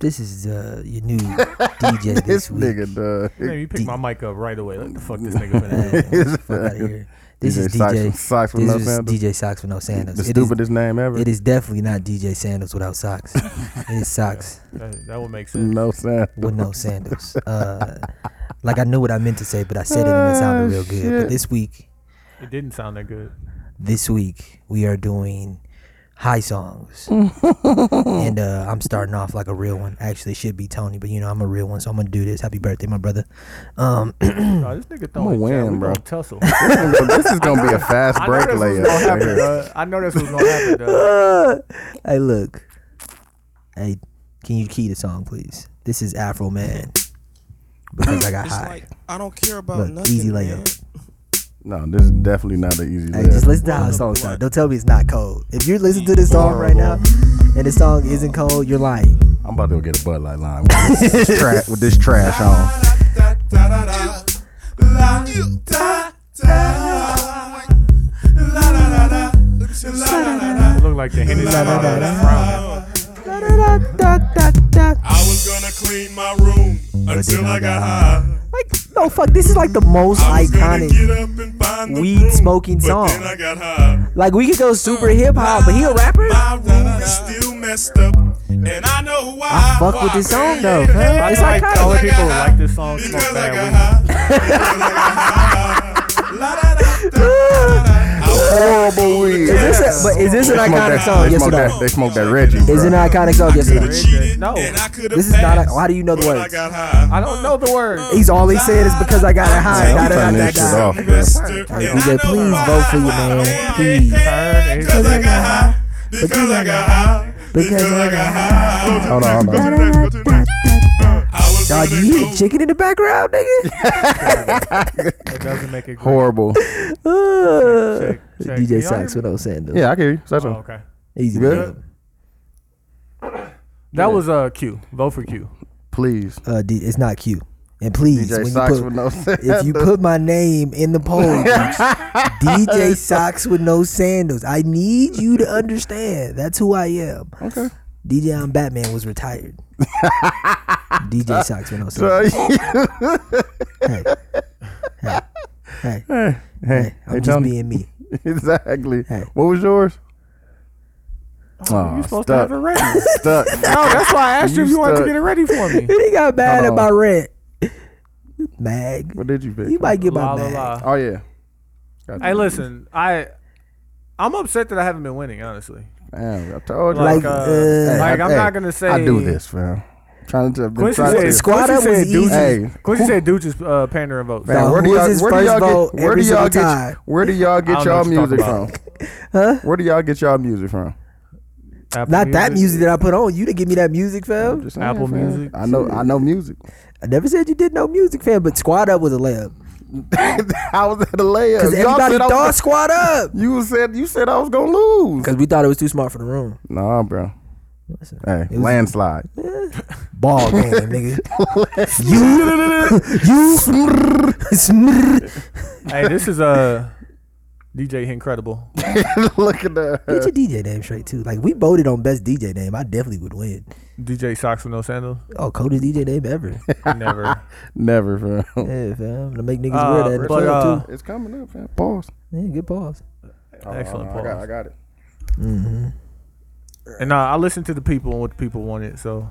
[SPEAKER 3] this is uh your new DJ this,
[SPEAKER 1] This
[SPEAKER 3] week.
[SPEAKER 1] nigga, duh.
[SPEAKER 2] Man, you picked my mic up right away. Let the fuck this nigga finish.
[SPEAKER 3] Hey, get the fuck outta here. This is DJ.
[SPEAKER 1] Socks with
[SPEAKER 3] This
[SPEAKER 1] no
[SPEAKER 3] is
[SPEAKER 1] sandals.
[SPEAKER 3] DJ Socks with no sandals.
[SPEAKER 1] The
[SPEAKER 3] It is-
[SPEAKER 1] stupidest name ever.
[SPEAKER 3] It is definitely not DJ sandals without socks. it is socks
[SPEAKER 2] That- That would make sense.
[SPEAKER 1] No sand.
[SPEAKER 3] with no sandals. Uh, like I knew what I meant to say, but I said it and it sounded
[SPEAKER 6] Oh,
[SPEAKER 3] real good. But
[SPEAKER 1] shit.
[SPEAKER 3] this week,
[SPEAKER 2] It didn't sound that good.
[SPEAKER 3] this week we are doing high songs, and uh, I'm starting off like a real one. Actually, it should be Tony, but you know I'm a real one, so I'm gonna do this. Happy birthday, my brother. Um,
[SPEAKER 2] Nah, this nigga throwing
[SPEAKER 1] win,
[SPEAKER 2] jab. We
[SPEAKER 1] bro.
[SPEAKER 2] gonna tussle.
[SPEAKER 1] this is gonna be a fast
[SPEAKER 2] I know
[SPEAKER 1] break
[SPEAKER 2] this was
[SPEAKER 1] layup.
[SPEAKER 2] gonna
[SPEAKER 1] right
[SPEAKER 2] happen,
[SPEAKER 1] here.
[SPEAKER 2] duh. I know this was gonna happen, duh.
[SPEAKER 3] hey, look. Hey, can you key the song, please? This is Afro Man because I got
[SPEAKER 6] It's
[SPEAKER 3] high.
[SPEAKER 6] like I don't care about
[SPEAKER 3] Look,
[SPEAKER 6] nothing.
[SPEAKER 3] easy
[SPEAKER 6] man.
[SPEAKER 3] layup.
[SPEAKER 1] No, this is definitely not an easy
[SPEAKER 3] Hey,
[SPEAKER 1] layup.
[SPEAKER 3] just listen to how the song sounds. Don't tell me it's not cold. If you listen to this song right now and the song isn't cold, you're lying.
[SPEAKER 1] I'm about to go get a Bud Light line with this, tra- with this trash on.
[SPEAKER 2] It looked like the Hennessy bottle was frowning.
[SPEAKER 5] I was gonna clean my room until I got high.
[SPEAKER 3] Like, no, fuck. This is like the most
[SPEAKER 5] I was gonna
[SPEAKER 3] iconic.
[SPEAKER 5] get up and find the
[SPEAKER 3] weed
[SPEAKER 5] room,
[SPEAKER 3] smoking song.
[SPEAKER 5] But then I got high.
[SPEAKER 3] Like, we could go super hip hop, but he a rapper?
[SPEAKER 5] My room is still messed up, and I know why.
[SPEAKER 3] I fuck with this song, though, man.
[SPEAKER 2] I
[SPEAKER 3] It's
[SPEAKER 2] feel like
[SPEAKER 3] iconic.
[SPEAKER 2] all the people who like this song smoke
[SPEAKER 5] Because I got
[SPEAKER 2] bad
[SPEAKER 5] high.
[SPEAKER 1] Horrible weed.
[SPEAKER 3] Is this a- but is this an
[SPEAKER 1] They smoke
[SPEAKER 3] iconic
[SPEAKER 1] that-
[SPEAKER 3] song?
[SPEAKER 1] They
[SPEAKER 3] Yes or
[SPEAKER 1] smoke that,
[SPEAKER 3] no?
[SPEAKER 1] they smoke that Reggie.
[SPEAKER 3] Is it
[SPEAKER 1] bruh.
[SPEAKER 3] an iconic song? Yes or no?
[SPEAKER 5] Could've cheated,
[SPEAKER 2] No.
[SPEAKER 5] and I could've
[SPEAKER 3] This is not. A,
[SPEAKER 5] passed,
[SPEAKER 3] how do you know the
[SPEAKER 5] but I
[SPEAKER 3] words?
[SPEAKER 5] got high.
[SPEAKER 2] I don't know the word.
[SPEAKER 3] He's all he said is because I got it high.
[SPEAKER 1] I'm
[SPEAKER 3] Da, da,
[SPEAKER 1] turning
[SPEAKER 3] da,
[SPEAKER 1] this
[SPEAKER 3] da,
[SPEAKER 1] shit
[SPEAKER 3] da.
[SPEAKER 1] off, bruh.
[SPEAKER 5] Mister, and I
[SPEAKER 3] DJ, please
[SPEAKER 5] know
[SPEAKER 3] vote for your
[SPEAKER 5] why.
[SPEAKER 3] man. Please.
[SPEAKER 2] Turn
[SPEAKER 5] Because I
[SPEAKER 2] it.
[SPEAKER 5] got high. Because I got high.
[SPEAKER 3] Because I got
[SPEAKER 5] high.
[SPEAKER 1] Hold on, hold on.
[SPEAKER 5] I was
[SPEAKER 3] Dog,
[SPEAKER 5] gonna
[SPEAKER 3] you hear
[SPEAKER 5] go
[SPEAKER 3] the chicken in the background, nigga?
[SPEAKER 2] It doesn't make it great.
[SPEAKER 1] Horrible.
[SPEAKER 3] Uh,
[SPEAKER 2] Check, check. Can
[SPEAKER 3] DJ
[SPEAKER 2] y'all
[SPEAKER 3] Socks
[SPEAKER 2] hear
[SPEAKER 3] with no sandals.
[SPEAKER 1] Yeah, I can hear you. Such
[SPEAKER 2] me?
[SPEAKER 1] a-
[SPEAKER 2] Oh, okay.
[SPEAKER 3] Easy.
[SPEAKER 1] Good?
[SPEAKER 3] layup.
[SPEAKER 2] That was uh, Q. Vote for Q.
[SPEAKER 1] Oh, Please.
[SPEAKER 3] Uh, D- it's not Q. And please,
[SPEAKER 1] DJ
[SPEAKER 3] when
[SPEAKER 1] Socks
[SPEAKER 3] you
[SPEAKER 1] with
[SPEAKER 3] put,
[SPEAKER 1] no
[SPEAKER 3] if you put my name in the poll, DJ Socks with no sandals. I need you to understand. That's who I am. Okay. DJ on Batman was retired. DJ Socks with no sandals. Hey. Hey. Hey. Hey. I'm
[SPEAKER 1] hey,
[SPEAKER 3] just
[SPEAKER 1] Tony.
[SPEAKER 3] being me.
[SPEAKER 1] exactly.
[SPEAKER 3] Hey.
[SPEAKER 1] What was yours? Oh,
[SPEAKER 2] You supposed to
[SPEAKER 1] stuck.
[SPEAKER 2] have it ready. No,
[SPEAKER 1] stuck.
[SPEAKER 2] that's why I asked you if
[SPEAKER 1] You
[SPEAKER 2] you wanted to
[SPEAKER 1] stuck.
[SPEAKER 2] get it ready for me.
[SPEAKER 3] He got mad
[SPEAKER 1] Hold
[SPEAKER 3] at
[SPEAKER 1] on.
[SPEAKER 3] my rent. Mag.
[SPEAKER 1] What did you pick?
[SPEAKER 3] You might get
[SPEAKER 2] La
[SPEAKER 3] my
[SPEAKER 2] la
[SPEAKER 3] mag.
[SPEAKER 2] la.
[SPEAKER 1] Oh yeah.
[SPEAKER 2] Hey, listen, I I'm upset that I haven't been winning. Honestly,
[SPEAKER 1] Damn, I told you.
[SPEAKER 2] like,
[SPEAKER 3] Like,
[SPEAKER 2] uh,
[SPEAKER 3] uh,
[SPEAKER 2] like
[SPEAKER 1] I-
[SPEAKER 2] I'm
[SPEAKER 1] hey,
[SPEAKER 2] not gonna say
[SPEAKER 1] I do this, fam. Trying to. I've been
[SPEAKER 2] Quincy
[SPEAKER 1] trying to
[SPEAKER 2] said,
[SPEAKER 3] Squad
[SPEAKER 2] Quincy
[SPEAKER 3] up was
[SPEAKER 2] said
[SPEAKER 3] easy.
[SPEAKER 2] Dooch
[SPEAKER 1] Hey,
[SPEAKER 2] is, Quincy said Dooch is uh, pandering vote.
[SPEAKER 3] Nah,
[SPEAKER 1] Man, where do
[SPEAKER 3] who was
[SPEAKER 1] y'all,
[SPEAKER 3] his
[SPEAKER 1] where do
[SPEAKER 3] first
[SPEAKER 1] y'all
[SPEAKER 3] vote
[SPEAKER 1] get, where
[SPEAKER 3] every
[SPEAKER 1] do y'all
[SPEAKER 3] single
[SPEAKER 1] get,
[SPEAKER 3] time?
[SPEAKER 1] where do y'all
[SPEAKER 2] I
[SPEAKER 1] get
[SPEAKER 2] don't know
[SPEAKER 1] y'all
[SPEAKER 2] what you're
[SPEAKER 1] music from?
[SPEAKER 2] talking
[SPEAKER 1] Where do y'all get y'all music from?
[SPEAKER 2] Apple
[SPEAKER 3] Not that music that I put on. You didn't give me that music, fam.
[SPEAKER 1] Just saying,
[SPEAKER 2] Apple
[SPEAKER 1] fam.
[SPEAKER 2] Music?
[SPEAKER 1] I know, I know music.
[SPEAKER 3] I never said you did no music, fam. But Squad Up was a layup
[SPEAKER 1] I was at a layup.
[SPEAKER 3] because
[SPEAKER 1] Y'all
[SPEAKER 3] everybody
[SPEAKER 1] said I
[SPEAKER 3] thought
[SPEAKER 1] was-
[SPEAKER 3] Squad Up
[SPEAKER 1] you said you said I was gonna lose.
[SPEAKER 3] because we thought it was too smart for the room.
[SPEAKER 1] Nah, bro.
[SPEAKER 3] Listen,
[SPEAKER 1] Hey,
[SPEAKER 3] it was-
[SPEAKER 1] landslide.
[SPEAKER 3] ball game, nigga. you, you, smrrr.
[SPEAKER 2] hey, this is uh, DJ Incredible.
[SPEAKER 1] Look at
[SPEAKER 3] get
[SPEAKER 1] that.
[SPEAKER 3] your DJ name straight too. Like we voted on best DJ name, I definitely would win.
[SPEAKER 2] DJ Socks with No Sandals.
[SPEAKER 3] Oh, coldest DJ name ever.
[SPEAKER 2] Never.
[SPEAKER 1] Never, fam.
[SPEAKER 3] yeah, fam. To make niggas
[SPEAKER 2] Uh,
[SPEAKER 3] wear that. in the
[SPEAKER 2] but,
[SPEAKER 3] club,
[SPEAKER 2] uh,
[SPEAKER 3] too.
[SPEAKER 1] It's coming up, fam. Pause.
[SPEAKER 3] Yeah, good pause.
[SPEAKER 2] Excellent
[SPEAKER 1] I got,
[SPEAKER 2] pause.
[SPEAKER 1] I got it.
[SPEAKER 2] And uh, I listened to the people and what the people wanted. So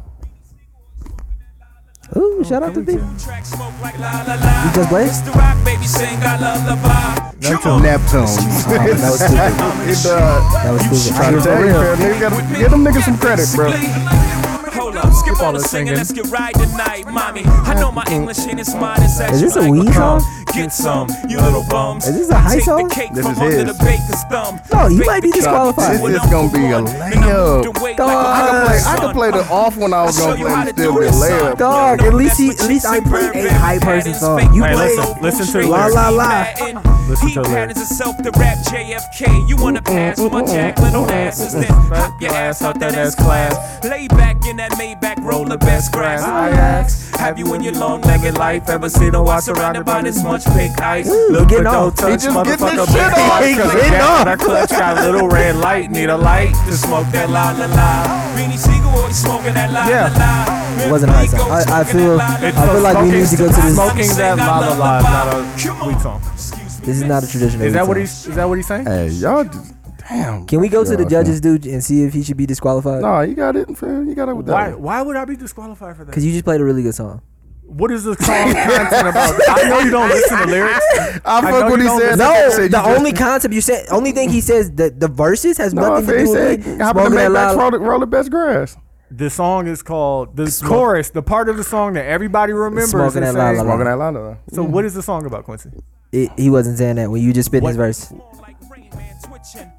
[SPEAKER 2] Oh,
[SPEAKER 3] Ooh, shout out to people.
[SPEAKER 6] Track smoke like la la la.
[SPEAKER 3] You just played?
[SPEAKER 6] Mr. Rock, baby, sing I love the vibe.
[SPEAKER 1] Neptune.
[SPEAKER 3] Oh, that was stupid.
[SPEAKER 1] It's uh,
[SPEAKER 3] That was stupid.
[SPEAKER 1] trying
[SPEAKER 3] I
[SPEAKER 1] to
[SPEAKER 3] was
[SPEAKER 1] tell you,
[SPEAKER 3] real.
[SPEAKER 1] fam. Nigga gotta give them niggas some credit, bro.
[SPEAKER 6] Hold up, skip all the
[SPEAKER 2] this
[SPEAKER 6] singing,
[SPEAKER 2] singing.
[SPEAKER 6] let's get right tonight, mommy. I know my English ain't as smart as that.
[SPEAKER 3] Is this
[SPEAKER 6] you
[SPEAKER 3] a
[SPEAKER 6] like,
[SPEAKER 3] weed
[SPEAKER 6] come,
[SPEAKER 3] song?
[SPEAKER 6] Get some, you little bums.
[SPEAKER 3] Is this a high
[SPEAKER 6] Take
[SPEAKER 3] song?
[SPEAKER 6] The cake
[SPEAKER 1] This
[SPEAKER 6] from
[SPEAKER 1] is
[SPEAKER 6] under
[SPEAKER 1] his.
[SPEAKER 6] the baker's thumb.
[SPEAKER 3] No, you
[SPEAKER 6] Bake
[SPEAKER 3] might be
[SPEAKER 6] the cake
[SPEAKER 3] disqualified.
[SPEAKER 6] when
[SPEAKER 1] This
[SPEAKER 6] I'm
[SPEAKER 1] is gonna be a
[SPEAKER 6] one. Then I
[SPEAKER 1] layup.
[SPEAKER 6] moved away like
[SPEAKER 1] I
[SPEAKER 6] a
[SPEAKER 1] could play. I
[SPEAKER 6] son.
[SPEAKER 1] could play the off one I was gonna
[SPEAKER 6] I'll show
[SPEAKER 1] play
[SPEAKER 6] you how
[SPEAKER 1] and
[SPEAKER 6] to
[SPEAKER 1] still
[SPEAKER 6] do
[SPEAKER 1] be a
[SPEAKER 6] this, son.
[SPEAKER 1] layup.
[SPEAKER 3] Dog, at least he-
[SPEAKER 6] That's
[SPEAKER 3] at least I
[SPEAKER 6] what you
[SPEAKER 3] played
[SPEAKER 6] see,
[SPEAKER 3] a high
[SPEAKER 6] Burberry
[SPEAKER 3] person
[SPEAKER 6] patterns,
[SPEAKER 3] song.
[SPEAKER 6] fake
[SPEAKER 3] You
[SPEAKER 2] Hey,
[SPEAKER 6] played
[SPEAKER 2] listen,
[SPEAKER 6] old
[SPEAKER 2] listen to
[SPEAKER 6] Street
[SPEAKER 2] the
[SPEAKER 3] lyrics. La, la, la.
[SPEAKER 6] Latin.
[SPEAKER 2] Listen
[SPEAKER 6] he
[SPEAKER 2] to the
[SPEAKER 6] patterns himself to rap JFK. You wanna pass my jack, little asses then hop your ass out that ass class. Lay back in that Maybach, roll the best grass. I ask, have you in your long-legged life ever seen a wall surrounded by this much pink ice? Look
[SPEAKER 3] getting
[SPEAKER 6] but
[SPEAKER 3] off.
[SPEAKER 6] don't
[SPEAKER 1] He
[SPEAKER 6] touch,
[SPEAKER 1] just getting
[SPEAKER 6] motherfucker.
[SPEAKER 1] his shit
[SPEAKER 6] baby,
[SPEAKER 1] off.
[SPEAKER 6] I
[SPEAKER 1] He
[SPEAKER 6] cut
[SPEAKER 1] getting
[SPEAKER 6] back,
[SPEAKER 1] off.
[SPEAKER 6] but I clutch got little red light, need a light to smoke that la la la. Beanie Siegel always smoking that la
[SPEAKER 2] Yeah.
[SPEAKER 6] la la.
[SPEAKER 3] It wasn't high song. I, I feel I feel like we need to go to this.
[SPEAKER 2] Smoking that la la la is not a weed song.
[SPEAKER 3] This is not a traditional.
[SPEAKER 2] Is that what
[SPEAKER 3] song.
[SPEAKER 2] he's? Is that what he's saying?
[SPEAKER 1] Hey, y'all just damn.
[SPEAKER 3] Can we go to the
[SPEAKER 1] Y'all,
[SPEAKER 3] judges, dude, and see if he should be disqualified?
[SPEAKER 1] fam. No, you got it, fam. You got it with
[SPEAKER 2] Why?
[SPEAKER 1] that. one.
[SPEAKER 2] Why would I be disqualified for that?
[SPEAKER 3] Cause you just played a really good song.
[SPEAKER 2] What is this song content about? I know you don't listen to lyrics.
[SPEAKER 1] I
[SPEAKER 2] I
[SPEAKER 1] fuck
[SPEAKER 2] know
[SPEAKER 1] what
[SPEAKER 2] you
[SPEAKER 1] he
[SPEAKER 2] don't
[SPEAKER 1] said.
[SPEAKER 2] listen-
[SPEAKER 1] I
[SPEAKER 3] No,
[SPEAKER 1] said you
[SPEAKER 3] the
[SPEAKER 1] just-
[SPEAKER 3] only concept you said, only thing he says, the the verses has
[SPEAKER 1] No, I
[SPEAKER 3] nothing
[SPEAKER 1] feel
[SPEAKER 3] to
[SPEAKER 1] he
[SPEAKER 3] do
[SPEAKER 1] said,
[SPEAKER 3] with me.
[SPEAKER 1] "Hop in the
[SPEAKER 3] Smoking that
[SPEAKER 1] Maybach, roll
[SPEAKER 3] loud.
[SPEAKER 1] the- roll the best grass."
[SPEAKER 2] The song is called the chorus, the part of the song that everybody remembers.
[SPEAKER 3] Smoking
[SPEAKER 2] and
[SPEAKER 3] that la
[SPEAKER 2] says-
[SPEAKER 3] la la.
[SPEAKER 1] Smoking that lana.
[SPEAKER 2] So what is the song about, Quincy?
[SPEAKER 3] It- He wasn't saying that when you just spit his verse.
[SPEAKER 6] Like Rain Man twitching.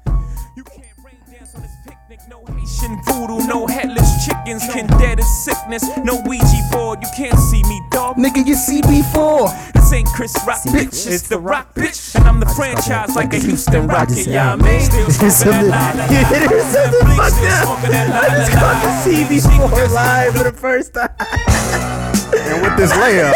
[SPEAKER 6] You can't rain dance on this picnic. No Haitian voodoo, no headless chickens. Can dead to sickness. No Ouija board. You can't see me, dog.
[SPEAKER 1] Nigga, you see before.
[SPEAKER 6] This ain't Chris Rock,
[SPEAKER 3] See,
[SPEAKER 6] bitch.
[SPEAKER 3] it's
[SPEAKER 6] It's,
[SPEAKER 2] the
[SPEAKER 6] the
[SPEAKER 2] Rock,
[SPEAKER 6] Rock, bitch. And I'm the franchise like a Houston Rocket. Yeah, I mean, still smoking that la la la. Still smoking that la la la.
[SPEAKER 3] live for the first time.
[SPEAKER 1] And with this layup,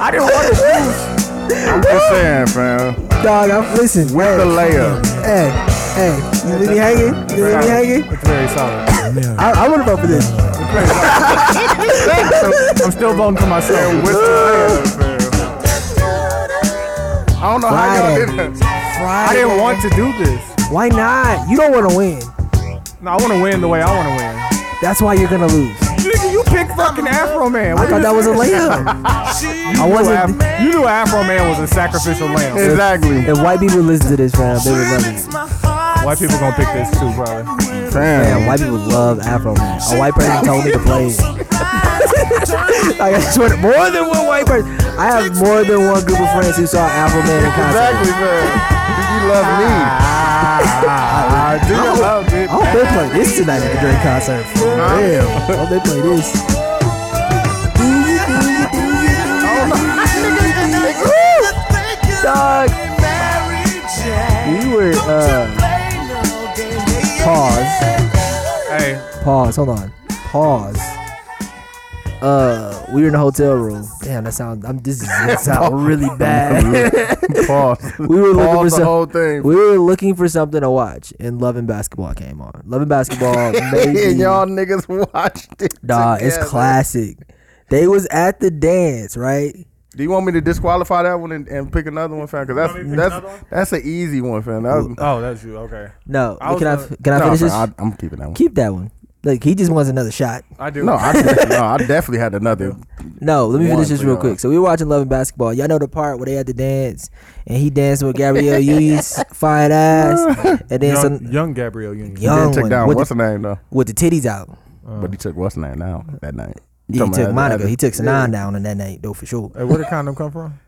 [SPEAKER 2] I didn't want to.
[SPEAKER 1] I'm just saying, fam.
[SPEAKER 3] Dog, I'm listen.
[SPEAKER 1] With the layup,
[SPEAKER 3] Hey, hey, you really hanging? You really hanging?
[SPEAKER 2] It's very solid.
[SPEAKER 3] I, I want to vote for this.
[SPEAKER 2] I'm still voting for myself.
[SPEAKER 1] with the layup, fam. I don't know how y'all
[SPEAKER 3] Friday.
[SPEAKER 1] did that.
[SPEAKER 2] I
[SPEAKER 3] Friday.
[SPEAKER 2] didn't want to do this.
[SPEAKER 3] Why not? You don't want to win.
[SPEAKER 2] No, I want to win the way I want to win.
[SPEAKER 3] That's why you're gonna lose.
[SPEAKER 2] Nigga, you picked fucking Afro Man.
[SPEAKER 3] I thought that was a layup. I wasn't.
[SPEAKER 2] You knew Afro Man was a sacrificial lamb.
[SPEAKER 1] Exactly.
[SPEAKER 3] If white people listen to this, fam, they would love it.
[SPEAKER 2] White people gonna pick this too, probably.
[SPEAKER 3] Fam,
[SPEAKER 1] Fam.
[SPEAKER 3] white people love Afro Man. A white person told me to play it. like, I swear, to- more than one white person. I have more than one group of friends who saw Afro Man in concert.
[SPEAKER 1] Exactly, fam. You love me.
[SPEAKER 3] Ah.
[SPEAKER 1] I do love it.
[SPEAKER 3] I hope they play this tonight at the Drake concert. For real. I hope they play this. Dog. We were, uh, pause.
[SPEAKER 2] Hey,
[SPEAKER 3] Pause. Hold on. Pause. Uh, we were in a hotel room. Damn, that sound. I'm. This is that sound really bad.
[SPEAKER 1] Pause.
[SPEAKER 3] we were looking for
[SPEAKER 1] Pause the
[SPEAKER 3] some,
[SPEAKER 1] whole thing.
[SPEAKER 3] We were looking for something to watch, and Love and Basketball came on. Love and Basketball,
[SPEAKER 1] and
[SPEAKER 3] maybe.
[SPEAKER 1] y'all niggas watched it.
[SPEAKER 3] Nah, it's
[SPEAKER 1] together.
[SPEAKER 3] classic. They was at the dance, right?
[SPEAKER 1] Do you want me to disqualify that one and, and pick another one, fam? Because
[SPEAKER 2] me to
[SPEAKER 1] that's
[SPEAKER 2] pick
[SPEAKER 1] that's
[SPEAKER 2] another one?
[SPEAKER 1] that's an easy one, fam. That was,
[SPEAKER 2] Oh, that's you. Okay,
[SPEAKER 3] No,
[SPEAKER 2] I was
[SPEAKER 3] can I
[SPEAKER 2] gonna-
[SPEAKER 3] can I
[SPEAKER 1] no,
[SPEAKER 3] finish
[SPEAKER 1] fam,
[SPEAKER 3] this?
[SPEAKER 1] I, I'm keeping that one.
[SPEAKER 3] Keep that one. Like he just wants another shot.
[SPEAKER 2] I do.
[SPEAKER 1] no, I, no, I definitely had another.
[SPEAKER 3] No, let me
[SPEAKER 1] One
[SPEAKER 3] finish this
[SPEAKER 1] for
[SPEAKER 3] real
[SPEAKER 1] y'all.
[SPEAKER 3] quick. So we were watching Love and Basketball. Y'all know the part where they had to dance, and he danced with Gabrielle Union's fine ass, and then
[SPEAKER 2] Young,
[SPEAKER 3] some
[SPEAKER 2] young Gabrielle Union.
[SPEAKER 1] He
[SPEAKER 3] young
[SPEAKER 1] did take
[SPEAKER 3] one
[SPEAKER 1] down
[SPEAKER 3] with,
[SPEAKER 1] what's
[SPEAKER 3] the,
[SPEAKER 1] her name though,
[SPEAKER 3] with the titties out.
[SPEAKER 1] but he took what's her name now that night.
[SPEAKER 3] He
[SPEAKER 1] Talking
[SPEAKER 3] took
[SPEAKER 1] about-
[SPEAKER 3] Monica. He took Sanan down in that night though for sure.
[SPEAKER 2] Hey, where did condom come from?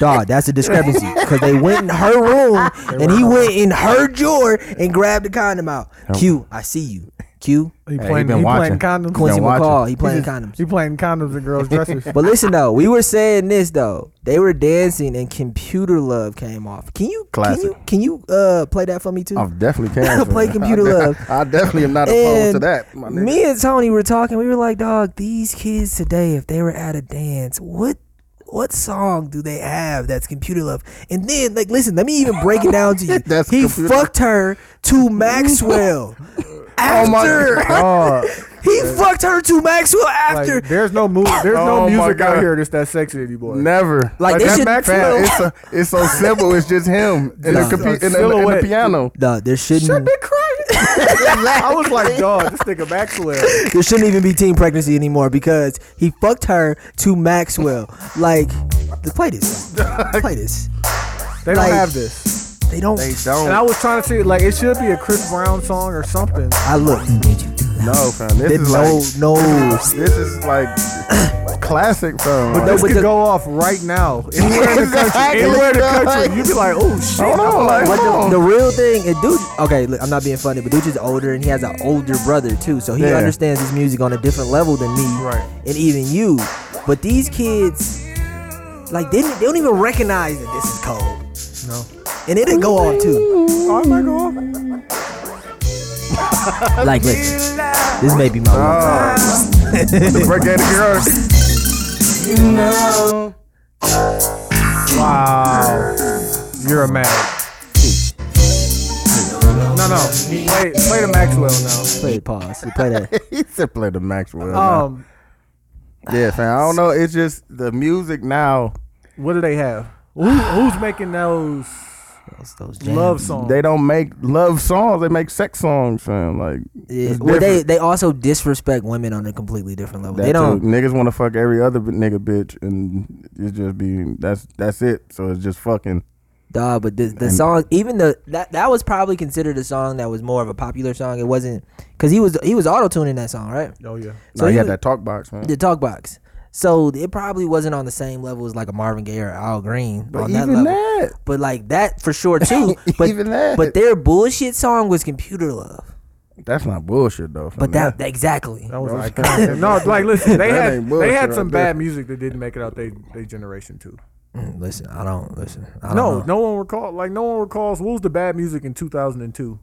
[SPEAKER 3] Dog, that's a discrepancy because they went in her room and he went in her drawer and grabbed the condom out. Q, I see you. Q.
[SPEAKER 2] He
[SPEAKER 1] Hey, he
[SPEAKER 2] playing, he
[SPEAKER 1] been
[SPEAKER 2] playing
[SPEAKER 1] watching.
[SPEAKER 2] condoms.
[SPEAKER 1] Quincy
[SPEAKER 3] Quincy
[SPEAKER 1] Been watching.
[SPEAKER 3] McCall. He playing
[SPEAKER 2] He's-
[SPEAKER 3] condoms.
[SPEAKER 2] He playing condoms in girls' dressers.
[SPEAKER 3] But listen though, we were saying this though. They were dancing and computer love came off. Can you
[SPEAKER 1] Classic.
[SPEAKER 3] Can you, can you uh play that for me too?
[SPEAKER 1] I definitely can
[SPEAKER 3] Play
[SPEAKER 1] for that.
[SPEAKER 3] computer
[SPEAKER 1] I de-
[SPEAKER 3] love.
[SPEAKER 1] I definitely am not opposed to
[SPEAKER 3] And
[SPEAKER 1] that. My nigga.
[SPEAKER 3] Me and Tony were talking. We were like, "Dog, these kids today, if they were at a dance, what what song do they have that's computer love?" And then, like, listen, let me even break it down to you.
[SPEAKER 1] That's
[SPEAKER 3] he
[SPEAKER 1] computer-
[SPEAKER 3] fucked her to Maxwell.
[SPEAKER 1] Oh my
[SPEAKER 3] after
[SPEAKER 2] Dog,
[SPEAKER 3] he fucked her to Maxwell
[SPEAKER 2] like,
[SPEAKER 3] after.
[SPEAKER 2] there's no mu- there's
[SPEAKER 1] Oh
[SPEAKER 2] no
[SPEAKER 1] my
[SPEAKER 2] music out
[SPEAKER 1] God.
[SPEAKER 2] here that's that sexy anymore.
[SPEAKER 1] Never.
[SPEAKER 3] Like, they
[SPEAKER 1] that
[SPEAKER 3] should
[SPEAKER 1] Mac-
[SPEAKER 3] flow.
[SPEAKER 1] it's, so, it's so simple. It's just him and
[SPEAKER 2] Nah.
[SPEAKER 1] the, compu-
[SPEAKER 2] A
[SPEAKER 1] and the, and the
[SPEAKER 2] silhouette.
[SPEAKER 1] piano.
[SPEAKER 3] Nah, there shouldn't
[SPEAKER 2] I was like, dog, this nigga Maxwell.
[SPEAKER 3] there shouldn't even be teen pregnancy anymore because he fucked her to Maxwell. Like, play this, play this.
[SPEAKER 2] They
[SPEAKER 3] Like-
[SPEAKER 2] don't have this.
[SPEAKER 3] They don't.
[SPEAKER 1] They
[SPEAKER 2] And I
[SPEAKER 1] don't
[SPEAKER 2] was trying to see, like, it should be a Chris Brown song or something.
[SPEAKER 3] I look.
[SPEAKER 1] know, fam. This
[SPEAKER 3] They-
[SPEAKER 1] is
[SPEAKER 3] no,
[SPEAKER 1] like
[SPEAKER 3] no.
[SPEAKER 1] this is like classic, fam.
[SPEAKER 2] But
[SPEAKER 1] Like,
[SPEAKER 2] this
[SPEAKER 3] but
[SPEAKER 2] could
[SPEAKER 3] the-
[SPEAKER 2] go off right now. Anywhere in the country,
[SPEAKER 1] Exactly,
[SPEAKER 2] anywhere in the country,
[SPEAKER 1] dog.
[SPEAKER 2] you'd be like, oh shit.
[SPEAKER 1] I don't know, like,
[SPEAKER 3] But
[SPEAKER 1] hold
[SPEAKER 3] the,
[SPEAKER 1] on.
[SPEAKER 3] the real thing, and dude, okay, look, I'm not being funny, but dude is older and he has an older brother too, so he
[SPEAKER 1] Yeah.
[SPEAKER 3] understands his music on a different level than me,
[SPEAKER 2] Right.
[SPEAKER 3] And even you, but these kids, like, they, they don't even recognize that this is cold. No. And it didn't go off too.
[SPEAKER 2] Oh my god.
[SPEAKER 3] Like, listen, this may be my one.
[SPEAKER 1] the Brigade of Girls.
[SPEAKER 2] Wow. You're a mag. No, no. Play, play the Maxwell
[SPEAKER 3] Play it, pause. You play that.
[SPEAKER 1] He said play the Maxwell.
[SPEAKER 2] now. Um,
[SPEAKER 1] yeah, fam. I don't know. It's just the music now.
[SPEAKER 2] what do they have? Who, who's making those
[SPEAKER 3] Those- those jams.
[SPEAKER 2] love songs?
[SPEAKER 1] They don't make love songs. They make sex songs, fam. Like
[SPEAKER 3] Yeah.
[SPEAKER 1] it's
[SPEAKER 3] Well, they
[SPEAKER 1] different.
[SPEAKER 3] they also disrespect women on a completely different level.
[SPEAKER 1] That
[SPEAKER 3] they don't.
[SPEAKER 1] too. niggas want to fuck every other b- nigga bitch, and it's just be that's that's it. So it's just fucking.
[SPEAKER 3] Duh, but the, the
[SPEAKER 1] And-
[SPEAKER 3] song, even the that that was probably considered a song that was more of a popular song. It wasn't because he was he was auto tuning that song, right?
[SPEAKER 2] oh yeah.
[SPEAKER 1] So he
[SPEAKER 3] he
[SPEAKER 1] had
[SPEAKER 3] was-
[SPEAKER 1] that talk box, man.
[SPEAKER 3] The talk box, so it probably wasn't on the same level as like a Marvin Gaye or Al Green
[SPEAKER 1] But
[SPEAKER 3] on that
[SPEAKER 1] even
[SPEAKER 3] level.
[SPEAKER 1] that,
[SPEAKER 3] But like that for sure too. But
[SPEAKER 1] Even that.
[SPEAKER 3] but their bullshit song was Computer Love.
[SPEAKER 1] that's not bullshit though. fam.
[SPEAKER 3] But that exactly.
[SPEAKER 2] That was
[SPEAKER 1] Those-
[SPEAKER 2] iconic. no, like listen, they
[SPEAKER 1] That
[SPEAKER 2] had
[SPEAKER 1] ain't
[SPEAKER 2] they
[SPEAKER 1] bullshit
[SPEAKER 2] had
[SPEAKER 1] right
[SPEAKER 2] some
[SPEAKER 1] there.
[SPEAKER 2] bad music that didn't make it out they they generation too.
[SPEAKER 3] Mm, Listen, I don't listen. I
[SPEAKER 2] No,
[SPEAKER 3] don't
[SPEAKER 2] no one recall like no one recalls what was the bad music in two thousand and two.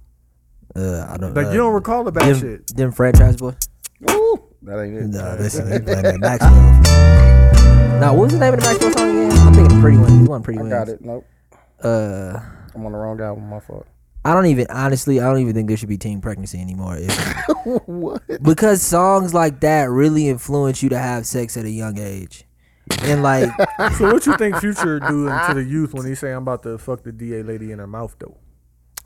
[SPEAKER 3] no, uh, I don't.
[SPEAKER 2] Like
[SPEAKER 3] uh,
[SPEAKER 2] you don't recall the bad
[SPEAKER 3] them,
[SPEAKER 2] shit.
[SPEAKER 3] Them franchise boys.
[SPEAKER 1] Woo! that ain't it.
[SPEAKER 2] Uh,
[SPEAKER 3] No, listen, they playing that Maxwell. Now, what was the name of the Maxwell song again? I'm thinking Pretty Women. You want Pretty
[SPEAKER 1] I
[SPEAKER 3] Women?
[SPEAKER 1] got it. Nope,
[SPEAKER 3] Uh,
[SPEAKER 1] I'm on the wrong guy with my fault.
[SPEAKER 3] I don't even honestly. I don't even think there should be teen pregnancy anymore. If, Because songs like that really influence you to have sex at a young age, and like
[SPEAKER 2] So what you think Future doing to the youth when he say I'm about to fuck the DA lady in her mouth though?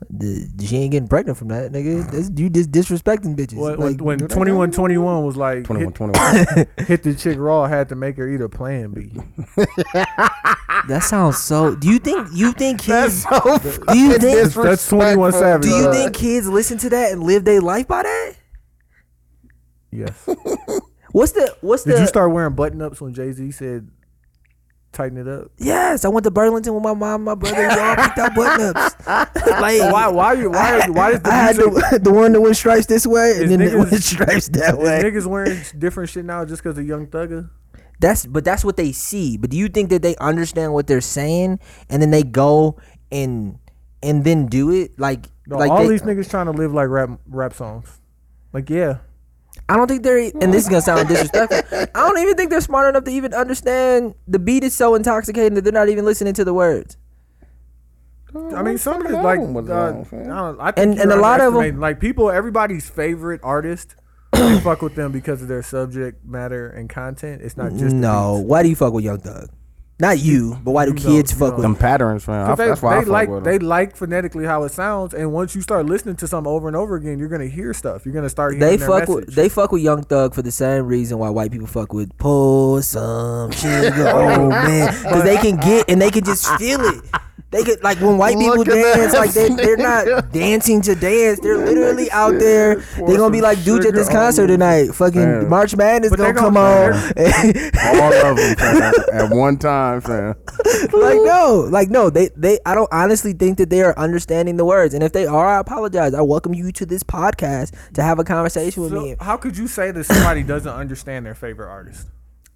[SPEAKER 3] the, she ain't getting pregnant from that nigga. That's, you just disrespecting bitches.
[SPEAKER 2] What,
[SPEAKER 3] like,
[SPEAKER 2] when when 2121 was like
[SPEAKER 1] Twenty one,
[SPEAKER 2] hit,
[SPEAKER 1] twenty one.
[SPEAKER 2] hit the chick raw had to make her eat a Plan B.
[SPEAKER 3] that sounds so. Do you think you think kids?
[SPEAKER 1] so
[SPEAKER 3] do you think?
[SPEAKER 1] disrespectful.
[SPEAKER 2] That's 21 Savage.
[SPEAKER 3] Do you
[SPEAKER 2] dog.
[SPEAKER 3] think kids listen to that and live their life by that?
[SPEAKER 2] Yes.
[SPEAKER 3] What's the what's the
[SPEAKER 2] Did you start wearing button ups when Jay Z said tighten it up?
[SPEAKER 3] Yes, I went to Burlington with my mom, and my brother. We all picked out button ups. like
[SPEAKER 2] Why why you why why is the
[SPEAKER 3] I had
[SPEAKER 2] music
[SPEAKER 3] the, the one that went stripes this way, and
[SPEAKER 2] Is
[SPEAKER 3] then it
[SPEAKER 2] niggas-
[SPEAKER 3] went stripes that
[SPEAKER 2] is
[SPEAKER 3] way.
[SPEAKER 2] niggas wearing different shit now just because of Young Thugger?
[SPEAKER 3] That's but that's what they see. But do you think that they understand what they're saying, and then they go and and then do it like
[SPEAKER 2] No,
[SPEAKER 3] like
[SPEAKER 2] all
[SPEAKER 3] they,
[SPEAKER 2] these niggas trying to live like rap rap songs. Like yeah,
[SPEAKER 3] I don't think they're e, and this is gonna sound disrespectful. I don't even think they're smart enough to even understand the beat is so intoxicating that they're not even listening to the words.
[SPEAKER 2] I mean some of it
[SPEAKER 1] fucking
[SPEAKER 2] like
[SPEAKER 1] album was
[SPEAKER 2] uh,
[SPEAKER 1] it
[SPEAKER 2] I
[SPEAKER 1] on,
[SPEAKER 2] don't
[SPEAKER 1] fam?
[SPEAKER 2] know, I think
[SPEAKER 3] And-
[SPEAKER 2] you're
[SPEAKER 3] and a lot of 'em-
[SPEAKER 2] underestimating- like people everybody's favorite artist. they fuck with them because of their subject matter and content. It's not just
[SPEAKER 3] no, why do you fuck with Young Thug? Not you, but why do
[SPEAKER 2] You know,
[SPEAKER 3] kids
[SPEAKER 2] you
[SPEAKER 3] fuck
[SPEAKER 2] know.
[SPEAKER 3] with?
[SPEAKER 1] Them patterns, man. I,
[SPEAKER 2] The beats. 'Cause they,
[SPEAKER 1] that's why I
[SPEAKER 2] they
[SPEAKER 1] fuck
[SPEAKER 2] like
[SPEAKER 1] with
[SPEAKER 2] they
[SPEAKER 1] them.
[SPEAKER 2] like phonetically how it sounds, and once you start listening to something over and over again, you're gonna hear stuff. You're gonna start.
[SPEAKER 3] They
[SPEAKER 2] Hearing their
[SPEAKER 3] fuck with
[SPEAKER 2] message.
[SPEAKER 3] they fuck with Young Thug for the same reason why white people fuck with pull some sugar, oh man, because they can get and they can just feel it. They get like when white people
[SPEAKER 1] Look at
[SPEAKER 3] dance,
[SPEAKER 1] that
[SPEAKER 3] like they they're not
[SPEAKER 1] nigga.
[SPEAKER 3] dancing to dance. They're literally out there.
[SPEAKER 1] Pour
[SPEAKER 3] They're gonna be
[SPEAKER 1] some
[SPEAKER 3] like, dude, at
[SPEAKER 1] sugar
[SPEAKER 3] this
[SPEAKER 1] on
[SPEAKER 3] concert
[SPEAKER 1] me.
[SPEAKER 3] tonight. Fucking
[SPEAKER 1] Damn.
[SPEAKER 3] March Madness
[SPEAKER 2] But
[SPEAKER 3] gonna
[SPEAKER 2] they're
[SPEAKER 3] come
[SPEAKER 2] gonna-
[SPEAKER 3] on.
[SPEAKER 1] All of them fam, at one time, fam.
[SPEAKER 3] like no, like no. They they. I don't honestly think that they are understanding the words. And if they are, I apologize. I welcome you to this podcast to have a conversation with me.
[SPEAKER 2] So how could you say that somebody doesn't understand their favorite artist?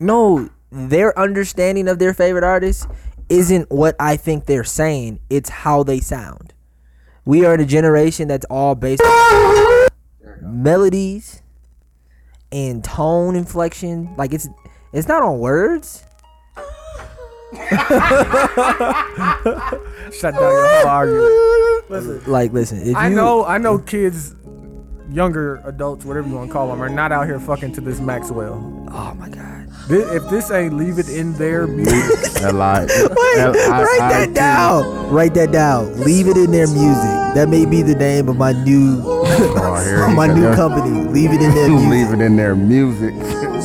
[SPEAKER 3] No, their understanding of their favorite artist isn't what I think they're saying. It's how they sound. We are in a generation that's all based on melodies and tone inflection. Like it's it's not on words.
[SPEAKER 2] Shut down your whole argument.
[SPEAKER 3] Like listen, if
[SPEAKER 2] I
[SPEAKER 3] you
[SPEAKER 2] know, I know, kids, younger adults, whatever you want to call them, are not out here fucking to this Maxwell.
[SPEAKER 3] Oh my god.
[SPEAKER 2] This, if this ain't leave it in there, music,
[SPEAKER 1] L I.
[SPEAKER 3] Wait,
[SPEAKER 1] L I
[SPEAKER 3] write
[SPEAKER 1] I
[SPEAKER 3] that
[SPEAKER 1] T.
[SPEAKER 3] down. Write that down. Leave it in their music. That may be the name of my new
[SPEAKER 1] Oh, here he
[SPEAKER 3] my
[SPEAKER 1] go.
[SPEAKER 3] new company. Leave it in their music.
[SPEAKER 1] Leave it in their music.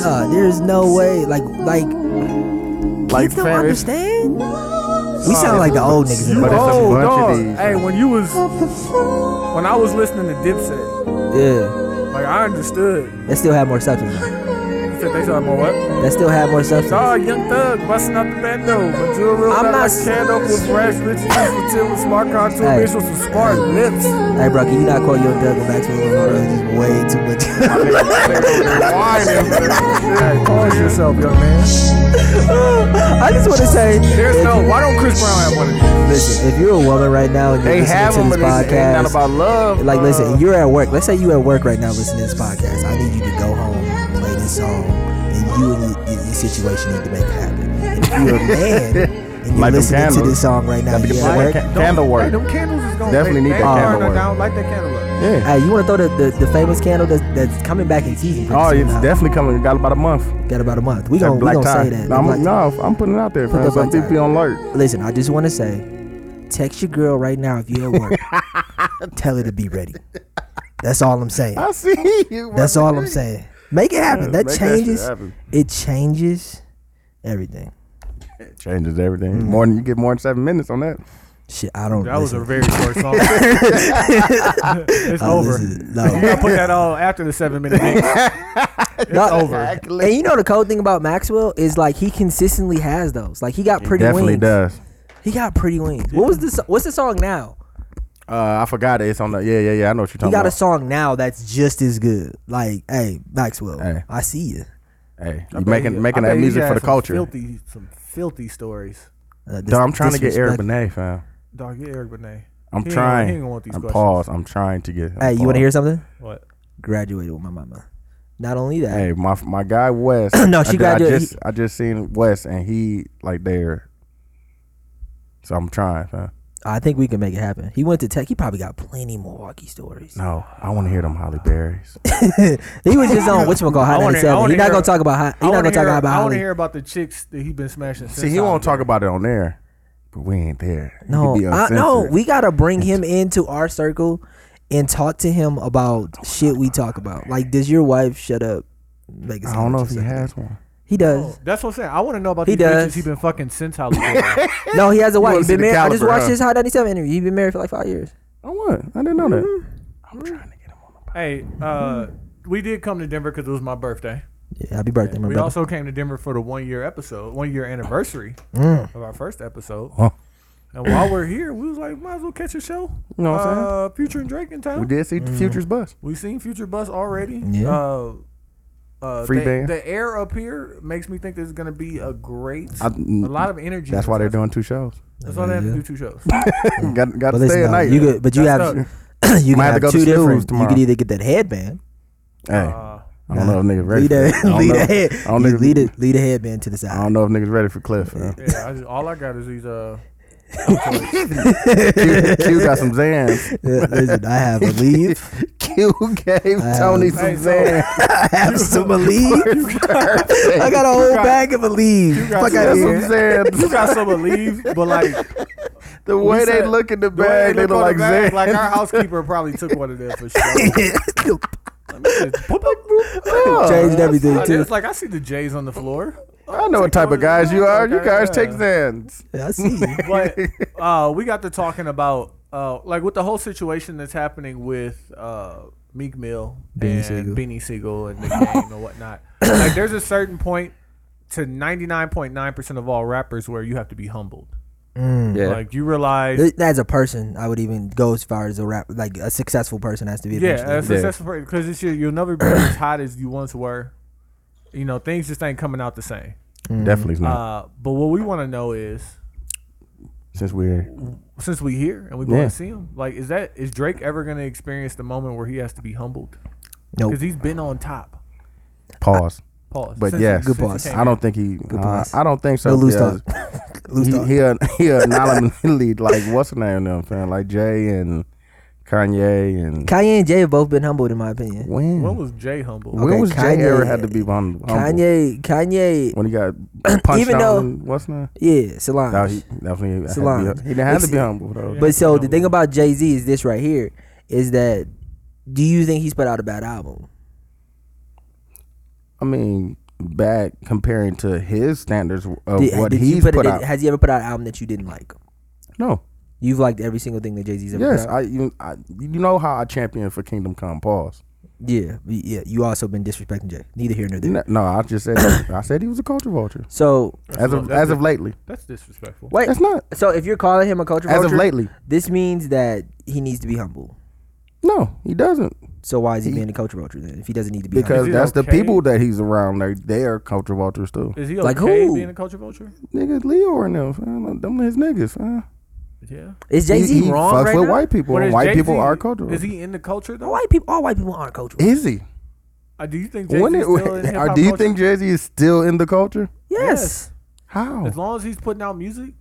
[SPEAKER 3] Uh, there's no way. Like, like,
[SPEAKER 1] Like,
[SPEAKER 3] kids don't
[SPEAKER 1] fam, it's-
[SPEAKER 3] understand. We sound like the old niggas.
[SPEAKER 1] But it's a
[SPEAKER 2] Oh,
[SPEAKER 1] bunch
[SPEAKER 2] dog.
[SPEAKER 1] of these.
[SPEAKER 2] Hey, when you was when I was listening to Dipset,
[SPEAKER 3] yeah,
[SPEAKER 2] like I understood
[SPEAKER 3] that still have more substance. though.
[SPEAKER 2] You said they said more what?
[SPEAKER 3] That still have more substance.
[SPEAKER 2] Saw a young thug busting out the bando, but you a real
[SPEAKER 3] I'm
[SPEAKER 2] I'm
[SPEAKER 3] not
[SPEAKER 2] not
[SPEAKER 3] s-
[SPEAKER 2] stand up with rash bitches with till with smart contour
[SPEAKER 3] Hey.
[SPEAKER 2] bitch with some smart lips.
[SPEAKER 3] Hey, bro, can you not call your Doug and Maxwell? This is way too much.
[SPEAKER 2] hey, pause yourself, young man.
[SPEAKER 3] I just want to say,
[SPEAKER 2] There's no. Why don't Chris Brown have one of these?
[SPEAKER 3] listen, if you're a woman right now and you're
[SPEAKER 1] They
[SPEAKER 3] listening
[SPEAKER 1] have
[SPEAKER 3] to
[SPEAKER 1] them,
[SPEAKER 3] this
[SPEAKER 1] but it's
[SPEAKER 3] podcast,
[SPEAKER 1] ain't not about love.
[SPEAKER 3] like, listen,
[SPEAKER 1] love.
[SPEAKER 3] you're at work. Let's say you at work right now listening to this podcast. I need you to go home, play this song, and you and your, your, your situation need to make it happen. And if you're a man and you're
[SPEAKER 1] Light them
[SPEAKER 3] listening to
[SPEAKER 1] candles.
[SPEAKER 3] this song right now,
[SPEAKER 1] Gotta be
[SPEAKER 3] you at
[SPEAKER 1] the black
[SPEAKER 3] work,
[SPEAKER 1] cat. Candle
[SPEAKER 2] Hey,
[SPEAKER 1] work.
[SPEAKER 2] them candles is gonna they,
[SPEAKER 1] Definitely need
[SPEAKER 2] they
[SPEAKER 1] that
[SPEAKER 2] burn
[SPEAKER 1] candle
[SPEAKER 2] her
[SPEAKER 1] work.
[SPEAKER 2] down, Light that candle up.
[SPEAKER 1] Yeah.
[SPEAKER 3] Hey, you want to throw the, the, the famous candle that's, that's coming back in season? pretty
[SPEAKER 1] Oh,
[SPEAKER 3] soon
[SPEAKER 1] it's
[SPEAKER 3] now.
[SPEAKER 1] definitely coming. Got about a month.
[SPEAKER 3] got about a month. We
[SPEAKER 1] That
[SPEAKER 3] gonna we
[SPEAKER 1] black
[SPEAKER 3] gonna
[SPEAKER 1] tie.
[SPEAKER 3] say that.
[SPEAKER 1] No,
[SPEAKER 3] Black
[SPEAKER 1] I'm,
[SPEAKER 3] tie.
[SPEAKER 1] no, I'm putting it out there, fam.
[SPEAKER 3] the
[SPEAKER 1] So
[SPEAKER 3] black tie.
[SPEAKER 1] keep you on alert.
[SPEAKER 3] Listen, I just want to say, text your girl right now if you at work. Tell her to be ready. That's all I'm saying.
[SPEAKER 1] I see you.
[SPEAKER 3] That's all I'm saying. Make it happen.
[SPEAKER 1] Yeah,
[SPEAKER 3] That
[SPEAKER 1] make that shit
[SPEAKER 3] changes.
[SPEAKER 1] happen.
[SPEAKER 3] It changes everything.
[SPEAKER 1] Changes everything.
[SPEAKER 3] Mm-hmm.
[SPEAKER 1] More than you get more than seven minutes on that.
[SPEAKER 3] Shit, I don't.
[SPEAKER 2] That was a
[SPEAKER 3] listen.
[SPEAKER 2] very short song. it's
[SPEAKER 3] I
[SPEAKER 2] over.
[SPEAKER 3] listen-
[SPEAKER 2] You
[SPEAKER 3] No.
[SPEAKER 2] gotta put that all after the seven minute.
[SPEAKER 3] No,
[SPEAKER 2] over.
[SPEAKER 3] And you know the cool thing about Maxwell is like he consistently has those. Like he got pretty
[SPEAKER 1] Definitely
[SPEAKER 3] wings.
[SPEAKER 1] does.
[SPEAKER 3] He got pretty wings. What was this? What's the song now?
[SPEAKER 1] Uh, I forgot it. It's on the. Yeah, yeah, yeah. I know what you're
[SPEAKER 3] He
[SPEAKER 1] talking
[SPEAKER 3] got a
[SPEAKER 1] about.
[SPEAKER 3] song now that's just as good. Like, hey, Maxwell,
[SPEAKER 1] Hey.
[SPEAKER 3] I see you.
[SPEAKER 1] hey, you making making that music for the culture.
[SPEAKER 2] Filthy, some filthy stories.
[SPEAKER 3] Uh, dis-
[SPEAKER 1] Dog, I'm trying to get Eric
[SPEAKER 3] disrespect-
[SPEAKER 1] Benet, fam.
[SPEAKER 2] Dog, get Eric Benet.
[SPEAKER 1] I'm
[SPEAKER 2] He ain't-
[SPEAKER 1] trying.
[SPEAKER 2] he ain't gonna want these
[SPEAKER 1] I'm
[SPEAKER 2] questions.
[SPEAKER 1] paused. I'm trying to get.
[SPEAKER 3] Hey, you want to hear something?
[SPEAKER 2] What?
[SPEAKER 3] Graduated with my mama. Not only that,
[SPEAKER 1] Hey, my my guy Wes.
[SPEAKER 3] No,
[SPEAKER 1] I
[SPEAKER 3] she
[SPEAKER 1] did-
[SPEAKER 3] graduated-
[SPEAKER 1] I just I just seen Wes and he like there. So I'm trying, fam.
[SPEAKER 3] I think we can make it happen. He went to Tech. He probably got plenty Milwaukee stories.
[SPEAKER 1] No, I want to hear them Holly Berries.
[SPEAKER 3] He was just on which one called
[SPEAKER 2] I
[SPEAKER 3] Hot
[SPEAKER 2] wanna- I
[SPEAKER 3] 97.
[SPEAKER 2] wanna
[SPEAKER 3] He's not
[SPEAKER 2] hear-
[SPEAKER 3] gonna talk about Hot.
[SPEAKER 2] I
[SPEAKER 3] He's not
[SPEAKER 2] wanna
[SPEAKER 3] gonna talk
[SPEAKER 2] hear-
[SPEAKER 3] about
[SPEAKER 2] I want to
[SPEAKER 3] Holly.
[SPEAKER 2] hear about the chicks that he been smashing. Since
[SPEAKER 1] See, he won't
[SPEAKER 2] Holly.
[SPEAKER 1] talk about it on there, but we ain't there. He
[SPEAKER 3] No,
[SPEAKER 1] could be
[SPEAKER 3] I, no,
[SPEAKER 1] uncensored.
[SPEAKER 3] we gotta bring him into our circle and talk to him about shit we talk about. Like, does your wife shut up? Make a
[SPEAKER 1] I don't know
[SPEAKER 3] sandwich or
[SPEAKER 1] if he
[SPEAKER 3] something?
[SPEAKER 1] has one.
[SPEAKER 3] He does.
[SPEAKER 2] That's what I'm saying. I want to know about
[SPEAKER 3] He
[SPEAKER 2] these
[SPEAKER 3] does.
[SPEAKER 2] bitches he been fucking since Holly. Berry.
[SPEAKER 3] No, he has a wife.
[SPEAKER 1] wanna
[SPEAKER 3] He
[SPEAKER 1] see
[SPEAKER 3] been
[SPEAKER 1] the
[SPEAKER 3] married. I just
[SPEAKER 1] caliber,
[SPEAKER 3] watched
[SPEAKER 1] huh?
[SPEAKER 3] his Hot 97 interview. He's been married for like five years.
[SPEAKER 1] Oh, what? I didn't know that.
[SPEAKER 2] Mm-hmm.
[SPEAKER 1] I'm trying to get him on the podcast.
[SPEAKER 2] hey, uh, we did come to Denver because it was my birthday.
[SPEAKER 3] Yeah, happy birthday, my
[SPEAKER 2] We
[SPEAKER 3] brother.
[SPEAKER 2] also came to Denver for the one year episode, one year anniversary
[SPEAKER 3] Mm.
[SPEAKER 2] of our first episode.
[SPEAKER 1] Huh.
[SPEAKER 2] And while we're here, we was like, might as well catch a show.
[SPEAKER 1] You know what I'm saying?
[SPEAKER 2] uh, Future and Drake in
[SPEAKER 1] We
[SPEAKER 2] town.
[SPEAKER 1] did see the Futures bus.
[SPEAKER 2] We seen Future Bus already.
[SPEAKER 3] Yeah.
[SPEAKER 2] Uh, uh,
[SPEAKER 1] Free
[SPEAKER 2] the,
[SPEAKER 1] band.
[SPEAKER 2] the air up here makes me think there's gonna be a great,
[SPEAKER 1] I-
[SPEAKER 2] a lot of energy.
[SPEAKER 1] That's why they're doing two shows.
[SPEAKER 2] That's why they have to do two shows. Mm-hmm.
[SPEAKER 1] got
[SPEAKER 3] But
[SPEAKER 1] got to
[SPEAKER 3] listen,
[SPEAKER 1] stay at
[SPEAKER 3] though,
[SPEAKER 1] night.
[SPEAKER 3] you could, but you
[SPEAKER 2] That's
[SPEAKER 3] have you can
[SPEAKER 1] Might have to
[SPEAKER 3] have
[SPEAKER 1] go to
[SPEAKER 3] two
[SPEAKER 1] Smith Rooms
[SPEAKER 3] different. You
[SPEAKER 1] tomorrow.
[SPEAKER 3] could either get that headband,
[SPEAKER 1] hey,
[SPEAKER 2] Uh,
[SPEAKER 1] I don't know if niggas ready.
[SPEAKER 3] lead
[SPEAKER 1] for that. I
[SPEAKER 3] a
[SPEAKER 1] don't
[SPEAKER 3] lead
[SPEAKER 1] know-
[SPEAKER 3] a head,
[SPEAKER 1] I don't
[SPEAKER 3] you
[SPEAKER 1] niggas-
[SPEAKER 3] lead a lead a headband to the
[SPEAKER 1] I
[SPEAKER 3] side.
[SPEAKER 1] don't know if niggas ready for Cliff. man.
[SPEAKER 2] yeah, I just, all I got is these. Uh,
[SPEAKER 1] Q, Q got some Zans.
[SPEAKER 3] Yeah, listen, I have a lead.
[SPEAKER 1] Q gave Tony
[SPEAKER 2] hey,
[SPEAKER 1] some
[SPEAKER 2] so-
[SPEAKER 1] Zans.
[SPEAKER 3] I have some leave. I got a whole bag of a leave. Fuck out
[SPEAKER 1] That's some
[SPEAKER 3] here.
[SPEAKER 2] you
[SPEAKER 1] Zans.
[SPEAKER 2] got some of leaves, but like
[SPEAKER 1] The
[SPEAKER 2] we
[SPEAKER 1] way they
[SPEAKER 2] said-
[SPEAKER 1] look in the
[SPEAKER 2] the way
[SPEAKER 1] bag, they
[SPEAKER 2] look on
[SPEAKER 1] look like
[SPEAKER 2] the bag,
[SPEAKER 1] Zans.
[SPEAKER 2] Like our housekeeper probably took one of them for sure.
[SPEAKER 3] Changed
[SPEAKER 2] Boop, boop, boop.
[SPEAKER 1] Yeah. Oh,
[SPEAKER 3] everything too.
[SPEAKER 2] It's like I see the J's on the floor.
[SPEAKER 1] I know what type of guys you are. You guys take Zans.
[SPEAKER 3] Yeah, I see. you.
[SPEAKER 7] but uh, we got to talking about uh, like with the whole situation that's happening with uh, Meek Mill
[SPEAKER 3] Beanie
[SPEAKER 7] and
[SPEAKER 3] Siegel.
[SPEAKER 7] Beanie Siegel and the game and whatnot. Like, there's a certain point to 99.9% of all rappers where you have to be humbled.
[SPEAKER 3] Mm.
[SPEAKER 8] Yeah.
[SPEAKER 7] Like you realize,
[SPEAKER 3] Th- As a person, I would even go as far as a rap, like a successful person has to be.
[SPEAKER 7] yeah,
[SPEAKER 3] eventually.
[SPEAKER 7] that's
[SPEAKER 8] Yeah.
[SPEAKER 7] successful because it's your, you'll never be as hot as you once were. You know, things just ain't coming out the same.
[SPEAKER 1] Definitely not.
[SPEAKER 7] Uh, but what we want to know is
[SPEAKER 1] Since we're
[SPEAKER 7] since we here and we going
[SPEAKER 1] Yeah.
[SPEAKER 7] to see him, like, is that is Drake ever going to experience the moment where he has to be humbled?
[SPEAKER 3] Nope.
[SPEAKER 7] because he's been on top.
[SPEAKER 1] pause,
[SPEAKER 7] Pause.
[SPEAKER 1] but
[SPEAKER 7] Since-
[SPEAKER 1] yes,
[SPEAKER 3] good
[SPEAKER 7] since he
[SPEAKER 3] boss.
[SPEAKER 7] came
[SPEAKER 1] I don't think he. Uh,
[SPEAKER 3] boss.
[SPEAKER 1] I don't think so.
[SPEAKER 3] No loose
[SPEAKER 1] because
[SPEAKER 3] Loose
[SPEAKER 1] he
[SPEAKER 3] talk.
[SPEAKER 1] he'll he'll anonymously like what's the name of them fan like Jay and Kanye and
[SPEAKER 3] Kanye and Jay have both been humbled, in my opinion.
[SPEAKER 1] when
[SPEAKER 7] When was Jay humble?
[SPEAKER 1] when
[SPEAKER 3] Okay,
[SPEAKER 1] was Jay
[SPEAKER 3] Kanye-
[SPEAKER 1] ever had to be hum- humble?
[SPEAKER 3] Kanye, Kanye,
[SPEAKER 1] when he got punched
[SPEAKER 3] Even
[SPEAKER 1] out
[SPEAKER 3] though-
[SPEAKER 1] in- what's the name?
[SPEAKER 3] yeah, Solange.
[SPEAKER 1] No, he definitely had to be,
[SPEAKER 3] Solange.
[SPEAKER 1] hum- he didn't have to be
[SPEAKER 3] It's-
[SPEAKER 1] humble though.
[SPEAKER 3] But so the thing about Jay Z is this right here is that do you think he's put out a bad album?
[SPEAKER 1] I mean, bad comparing to his standards of
[SPEAKER 3] Did-
[SPEAKER 1] what
[SPEAKER 3] did you
[SPEAKER 1] he's
[SPEAKER 3] put-
[SPEAKER 1] put,
[SPEAKER 3] did-
[SPEAKER 1] out.
[SPEAKER 3] Has he ever put out an album that you didn't like?
[SPEAKER 1] no.
[SPEAKER 3] You've liked every single thing that Jay Z's ever
[SPEAKER 1] Yes,
[SPEAKER 3] put out.
[SPEAKER 1] I you, I you know how I champion for Kingdom Come. Pause.
[SPEAKER 3] yeah, y- yeah. You also been disrespecting Jay. Neither here nor there.
[SPEAKER 1] No, no, I just said that. I said he was a culture vulture
[SPEAKER 3] So
[SPEAKER 1] as of as of lately.
[SPEAKER 7] That's disrespectful.
[SPEAKER 3] wait,
[SPEAKER 1] That's not
[SPEAKER 3] so if you're calling him a culture
[SPEAKER 1] as of
[SPEAKER 3] vulture,
[SPEAKER 1] lately.
[SPEAKER 3] this means that he needs to be humble.
[SPEAKER 1] No, he doesn't
[SPEAKER 3] So why is he,
[SPEAKER 1] He-
[SPEAKER 3] being a culture vulture then? If he doesn't need to be
[SPEAKER 1] because
[SPEAKER 7] it
[SPEAKER 1] that's the
[SPEAKER 7] okay?
[SPEAKER 1] people that he's around. They they are culture vultures too.
[SPEAKER 7] Is he okay
[SPEAKER 3] Like who?
[SPEAKER 7] being a culture vulture?
[SPEAKER 1] Niggas, Leo and them, fam, them his niggas. fam.
[SPEAKER 7] Yeah.
[SPEAKER 3] humble? is Jay
[SPEAKER 1] He-
[SPEAKER 3] Z
[SPEAKER 1] he
[SPEAKER 3] wrong
[SPEAKER 1] fucks
[SPEAKER 3] right
[SPEAKER 1] with
[SPEAKER 3] now?
[SPEAKER 1] white people.
[SPEAKER 7] But
[SPEAKER 1] and
[SPEAKER 7] is
[SPEAKER 1] white
[SPEAKER 7] Jay-Z-
[SPEAKER 1] people are culture.
[SPEAKER 7] Is
[SPEAKER 1] vultures.
[SPEAKER 7] he in the culture though?
[SPEAKER 3] White people, all white people aren't culture. vultures.
[SPEAKER 1] Is he?
[SPEAKER 7] Uh, do you think Jay
[SPEAKER 1] When
[SPEAKER 7] Z
[SPEAKER 1] it,
[SPEAKER 7] still in hip
[SPEAKER 1] are,
[SPEAKER 7] hop
[SPEAKER 1] do you
[SPEAKER 7] culture?
[SPEAKER 1] think Jay Z is still in the culture?
[SPEAKER 3] Yes.
[SPEAKER 1] How?
[SPEAKER 7] As long as he's putting out music,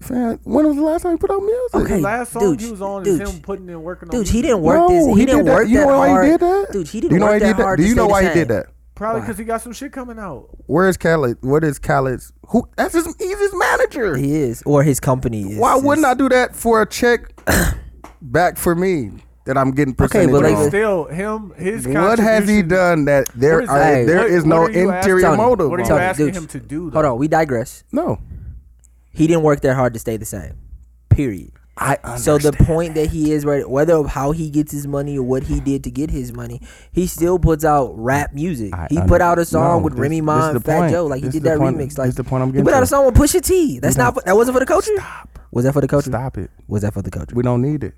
[SPEAKER 1] Fam, when was the last time he put out music?
[SPEAKER 3] Okay.
[SPEAKER 7] the
[SPEAKER 3] Hey,
[SPEAKER 7] last song
[SPEAKER 3] dude,
[SPEAKER 7] he was on
[SPEAKER 3] dude,
[SPEAKER 7] is him putting in working on.
[SPEAKER 3] Dude, he
[SPEAKER 7] music.
[SPEAKER 3] didn't work this. He,
[SPEAKER 1] did
[SPEAKER 3] didn't
[SPEAKER 1] that.
[SPEAKER 3] work
[SPEAKER 1] You
[SPEAKER 3] that
[SPEAKER 1] know why
[SPEAKER 3] hard.
[SPEAKER 1] he did that?
[SPEAKER 3] Dude, he
[SPEAKER 1] Do
[SPEAKER 3] didn't
[SPEAKER 1] you know
[SPEAKER 3] work
[SPEAKER 1] why he
[SPEAKER 3] that
[SPEAKER 1] did
[SPEAKER 3] hard
[SPEAKER 1] Do
[SPEAKER 3] to
[SPEAKER 1] you know
[SPEAKER 3] stay the
[SPEAKER 1] why he did
[SPEAKER 3] same.
[SPEAKER 1] that?
[SPEAKER 7] probably because he got some shit coming out.
[SPEAKER 1] Where's Khaled? What is Khaled's? Who? That's his. He's his manager.
[SPEAKER 3] He is, or his company is.
[SPEAKER 1] why wouldn't I
[SPEAKER 3] is-
[SPEAKER 1] do that for a check back for me that I'm getting percentage
[SPEAKER 3] but
[SPEAKER 1] okay,
[SPEAKER 3] like
[SPEAKER 7] But
[SPEAKER 3] the-
[SPEAKER 7] still, him his
[SPEAKER 1] What has he
[SPEAKER 7] contribution-
[SPEAKER 1] done that
[SPEAKER 7] What
[SPEAKER 1] there
[SPEAKER 7] is
[SPEAKER 1] are,
[SPEAKER 7] that?
[SPEAKER 1] there
[SPEAKER 7] What-
[SPEAKER 1] is
[SPEAKER 7] what
[SPEAKER 1] no
[SPEAKER 7] are you asking-
[SPEAKER 1] interior
[SPEAKER 3] Tony,
[SPEAKER 1] motive?
[SPEAKER 7] What are you
[SPEAKER 1] on it.
[SPEAKER 3] Tony,
[SPEAKER 7] asking
[SPEAKER 3] dude,
[SPEAKER 7] him to do? Though?
[SPEAKER 3] Hold on, we digress.
[SPEAKER 1] No,
[SPEAKER 3] He didn't work that hard to stay the same. Period.
[SPEAKER 1] I.
[SPEAKER 3] So the point that he is right, whether of how he gets his money or what he did to get his money, he still puts out rap music.
[SPEAKER 1] I
[SPEAKER 3] he
[SPEAKER 1] under-
[SPEAKER 3] put out a song
[SPEAKER 1] No,
[SPEAKER 3] with
[SPEAKER 1] this-
[SPEAKER 3] Remy
[SPEAKER 1] this
[SPEAKER 3] Ma
[SPEAKER 1] is
[SPEAKER 3] and
[SPEAKER 1] the
[SPEAKER 3] Fat
[SPEAKER 1] point.
[SPEAKER 3] Joe. Like
[SPEAKER 1] This
[SPEAKER 3] he
[SPEAKER 1] is
[SPEAKER 3] did
[SPEAKER 1] the
[SPEAKER 3] that
[SPEAKER 1] point-
[SPEAKER 3] remix.
[SPEAKER 1] this
[SPEAKER 3] Like
[SPEAKER 1] is the point I'm
[SPEAKER 3] he
[SPEAKER 1] getting
[SPEAKER 3] put out
[SPEAKER 1] to.
[SPEAKER 3] a song with Pusha T. That's not for, that wasn't for the culture.
[SPEAKER 1] Stop.
[SPEAKER 3] Was that for the culture?
[SPEAKER 1] Stop it.
[SPEAKER 3] Was that for the culture?
[SPEAKER 1] We don't need it.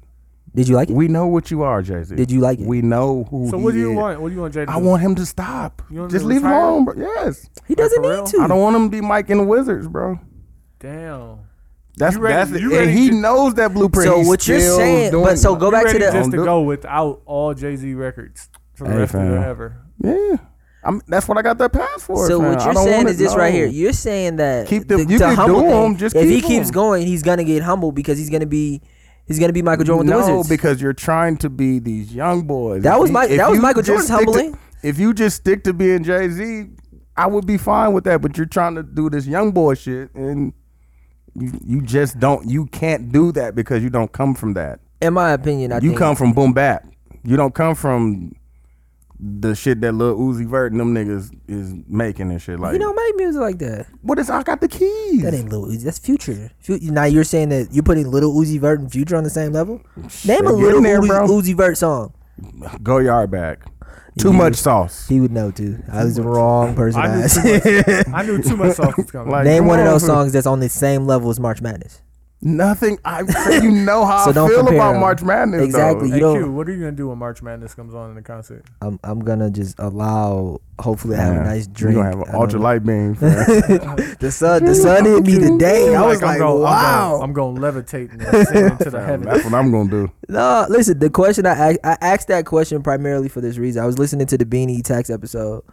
[SPEAKER 3] Did you like it?
[SPEAKER 1] We know what you are, Jay Z.
[SPEAKER 3] Did you like it?
[SPEAKER 1] We know who.
[SPEAKER 7] So
[SPEAKER 1] he
[SPEAKER 7] what do you
[SPEAKER 1] is.
[SPEAKER 7] want? What do you want Jay to
[SPEAKER 1] I
[SPEAKER 7] do?
[SPEAKER 1] want him to stop.
[SPEAKER 7] You want him
[SPEAKER 1] Just
[SPEAKER 7] to
[SPEAKER 1] leave him
[SPEAKER 7] retire?
[SPEAKER 1] alone, bro. Yes.
[SPEAKER 3] he doesn't
[SPEAKER 7] for
[SPEAKER 3] need
[SPEAKER 7] real?
[SPEAKER 3] to.
[SPEAKER 1] I don't want him to be Mike and the Wizards, bro.
[SPEAKER 7] Damn.
[SPEAKER 1] That's
[SPEAKER 7] You ready-
[SPEAKER 1] that's it.
[SPEAKER 7] you
[SPEAKER 1] and
[SPEAKER 7] ready
[SPEAKER 1] he
[SPEAKER 7] to-
[SPEAKER 1] knows that blueprint.
[SPEAKER 3] So
[SPEAKER 1] He's
[SPEAKER 3] what you're
[SPEAKER 1] still
[SPEAKER 3] saying-
[SPEAKER 1] doing
[SPEAKER 3] but so
[SPEAKER 1] it.
[SPEAKER 3] go
[SPEAKER 7] You
[SPEAKER 3] back to
[SPEAKER 7] ready
[SPEAKER 3] the-
[SPEAKER 7] just to
[SPEAKER 1] Don't do-
[SPEAKER 7] go without all Jay Z records for the
[SPEAKER 1] um, Hey,
[SPEAKER 7] rest
[SPEAKER 1] fam.
[SPEAKER 7] of forever.
[SPEAKER 1] Yeah, I'm, that's what I got that pass for.
[SPEAKER 3] So
[SPEAKER 1] fam.
[SPEAKER 3] what
[SPEAKER 1] I
[SPEAKER 3] you're
[SPEAKER 1] don't
[SPEAKER 3] saying
[SPEAKER 1] wanna
[SPEAKER 3] is this right
[SPEAKER 1] know.
[SPEAKER 3] here? You're saying that
[SPEAKER 1] Keep them- you
[SPEAKER 3] to
[SPEAKER 1] can
[SPEAKER 3] humble
[SPEAKER 1] do
[SPEAKER 3] thing,
[SPEAKER 1] 'em, just
[SPEAKER 3] if he
[SPEAKER 1] keep
[SPEAKER 3] keeps
[SPEAKER 1] 'em.
[SPEAKER 3] going, he's gonna get humble because he's gonna be he's gonna be Michael Jordan with
[SPEAKER 1] no,
[SPEAKER 3] the Wizards.
[SPEAKER 1] because you're trying to be these young boys.
[SPEAKER 3] That
[SPEAKER 1] If
[SPEAKER 3] was
[SPEAKER 1] you-
[SPEAKER 3] Mi-
[SPEAKER 1] if
[SPEAKER 3] that was
[SPEAKER 1] you
[SPEAKER 3] Michael Jordan's
[SPEAKER 1] just stick to-
[SPEAKER 3] humbling.
[SPEAKER 1] if you just stick to being Jay Z, I would be fine with that. But you're trying to do this young boy shit, and you, you just don't. You can't do that because you don't come from that.
[SPEAKER 3] in my opinion, I
[SPEAKER 1] you
[SPEAKER 3] think
[SPEAKER 1] come from boom bap. You don't come from the shit that Lil Uzi Vert and them niggas is making and shit. Like,
[SPEAKER 3] you don't make music like that.
[SPEAKER 1] what is I got the keys?
[SPEAKER 3] That ain't Lil Uzi. That's Future. Fu- Now you're saying that you're putting Little Uzi Vert and Future on the same level. Name a
[SPEAKER 1] getting
[SPEAKER 3] Little
[SPEAKER 1] there,
[SPEAKER 3] Uzi,
[SPEAKER 1] bro.
[SPEAKER 3] Uzi Vert song.
[SPEAKER 1] Go yard back. Too
[SPEAKER 3] Yeah.
[SPEAKER 1] much sauce.
[SPEAKER 3] He would know too. I was the wrong person.
[SPEAKER 7] I
[SPEAKER 3] to
[SPEAKER 7] knew
[SPEAKER 3] ask.
[SPEAKER 7] too much. I knew too much sauce was coming.
[SPEAKER 1] Like,
[SPEAKER 3] Name
[SPEAKER 1] come
[SPEAKER 3] one of
[SPEAKER 1] on.
[SPEAKER 3] those songs that's on the same level as March Madness.
[SPEAKER 1] Nothing. I you know how
[SPEAKER 3] So
[SPEAKER 1] I
[SPEAKER 3] don't
[SPEAKER 1] feel
[SPEAKER 3] compare
[SPEAKER 1] about
[SPEAKER 3] them.
[SPEAKER 1] March Madness.
[SPEAKER 3] Exactly.
[SPEAKER 1] Though.
[SPEAKER 7] hey,
[SPEAKER 3] you
[SPEAKER 7] Q,
[SPEAKER 3] don't-
[SPEAKER 7] what are you gonna do when March Madness comes on in the concert?
[SPEAKER 3] I'm I'm gonna just allow. Hopefully, I have a
[SPEAKER 1] Man,
[SPEAKER 3] nice drink.
[SPEAKER 1] You gonna have
[SPEAKER 3] I
[SPEAKER 1] an
[SPEAKER 3] don't
[SPEAKER 1] ultra
[SPEAKER 3] know.
[SPEAKER 1] light beam. fam.
[SPEAKER 3] The sun, the sun hit me today. I was like,
[SPEAKER 7] I'm gonna,
[SPEAKER 3] wow.
[SPEAKER 7] I'm gonna, I'm gonna levitate and ascend into the heavens.
[SPEAKER 1] That's what I'm gonna do.
[SPEAKER 3] No, listen. The question I asked, I asked that question primarily for this reason. I was listening to the Beanie Tax episode,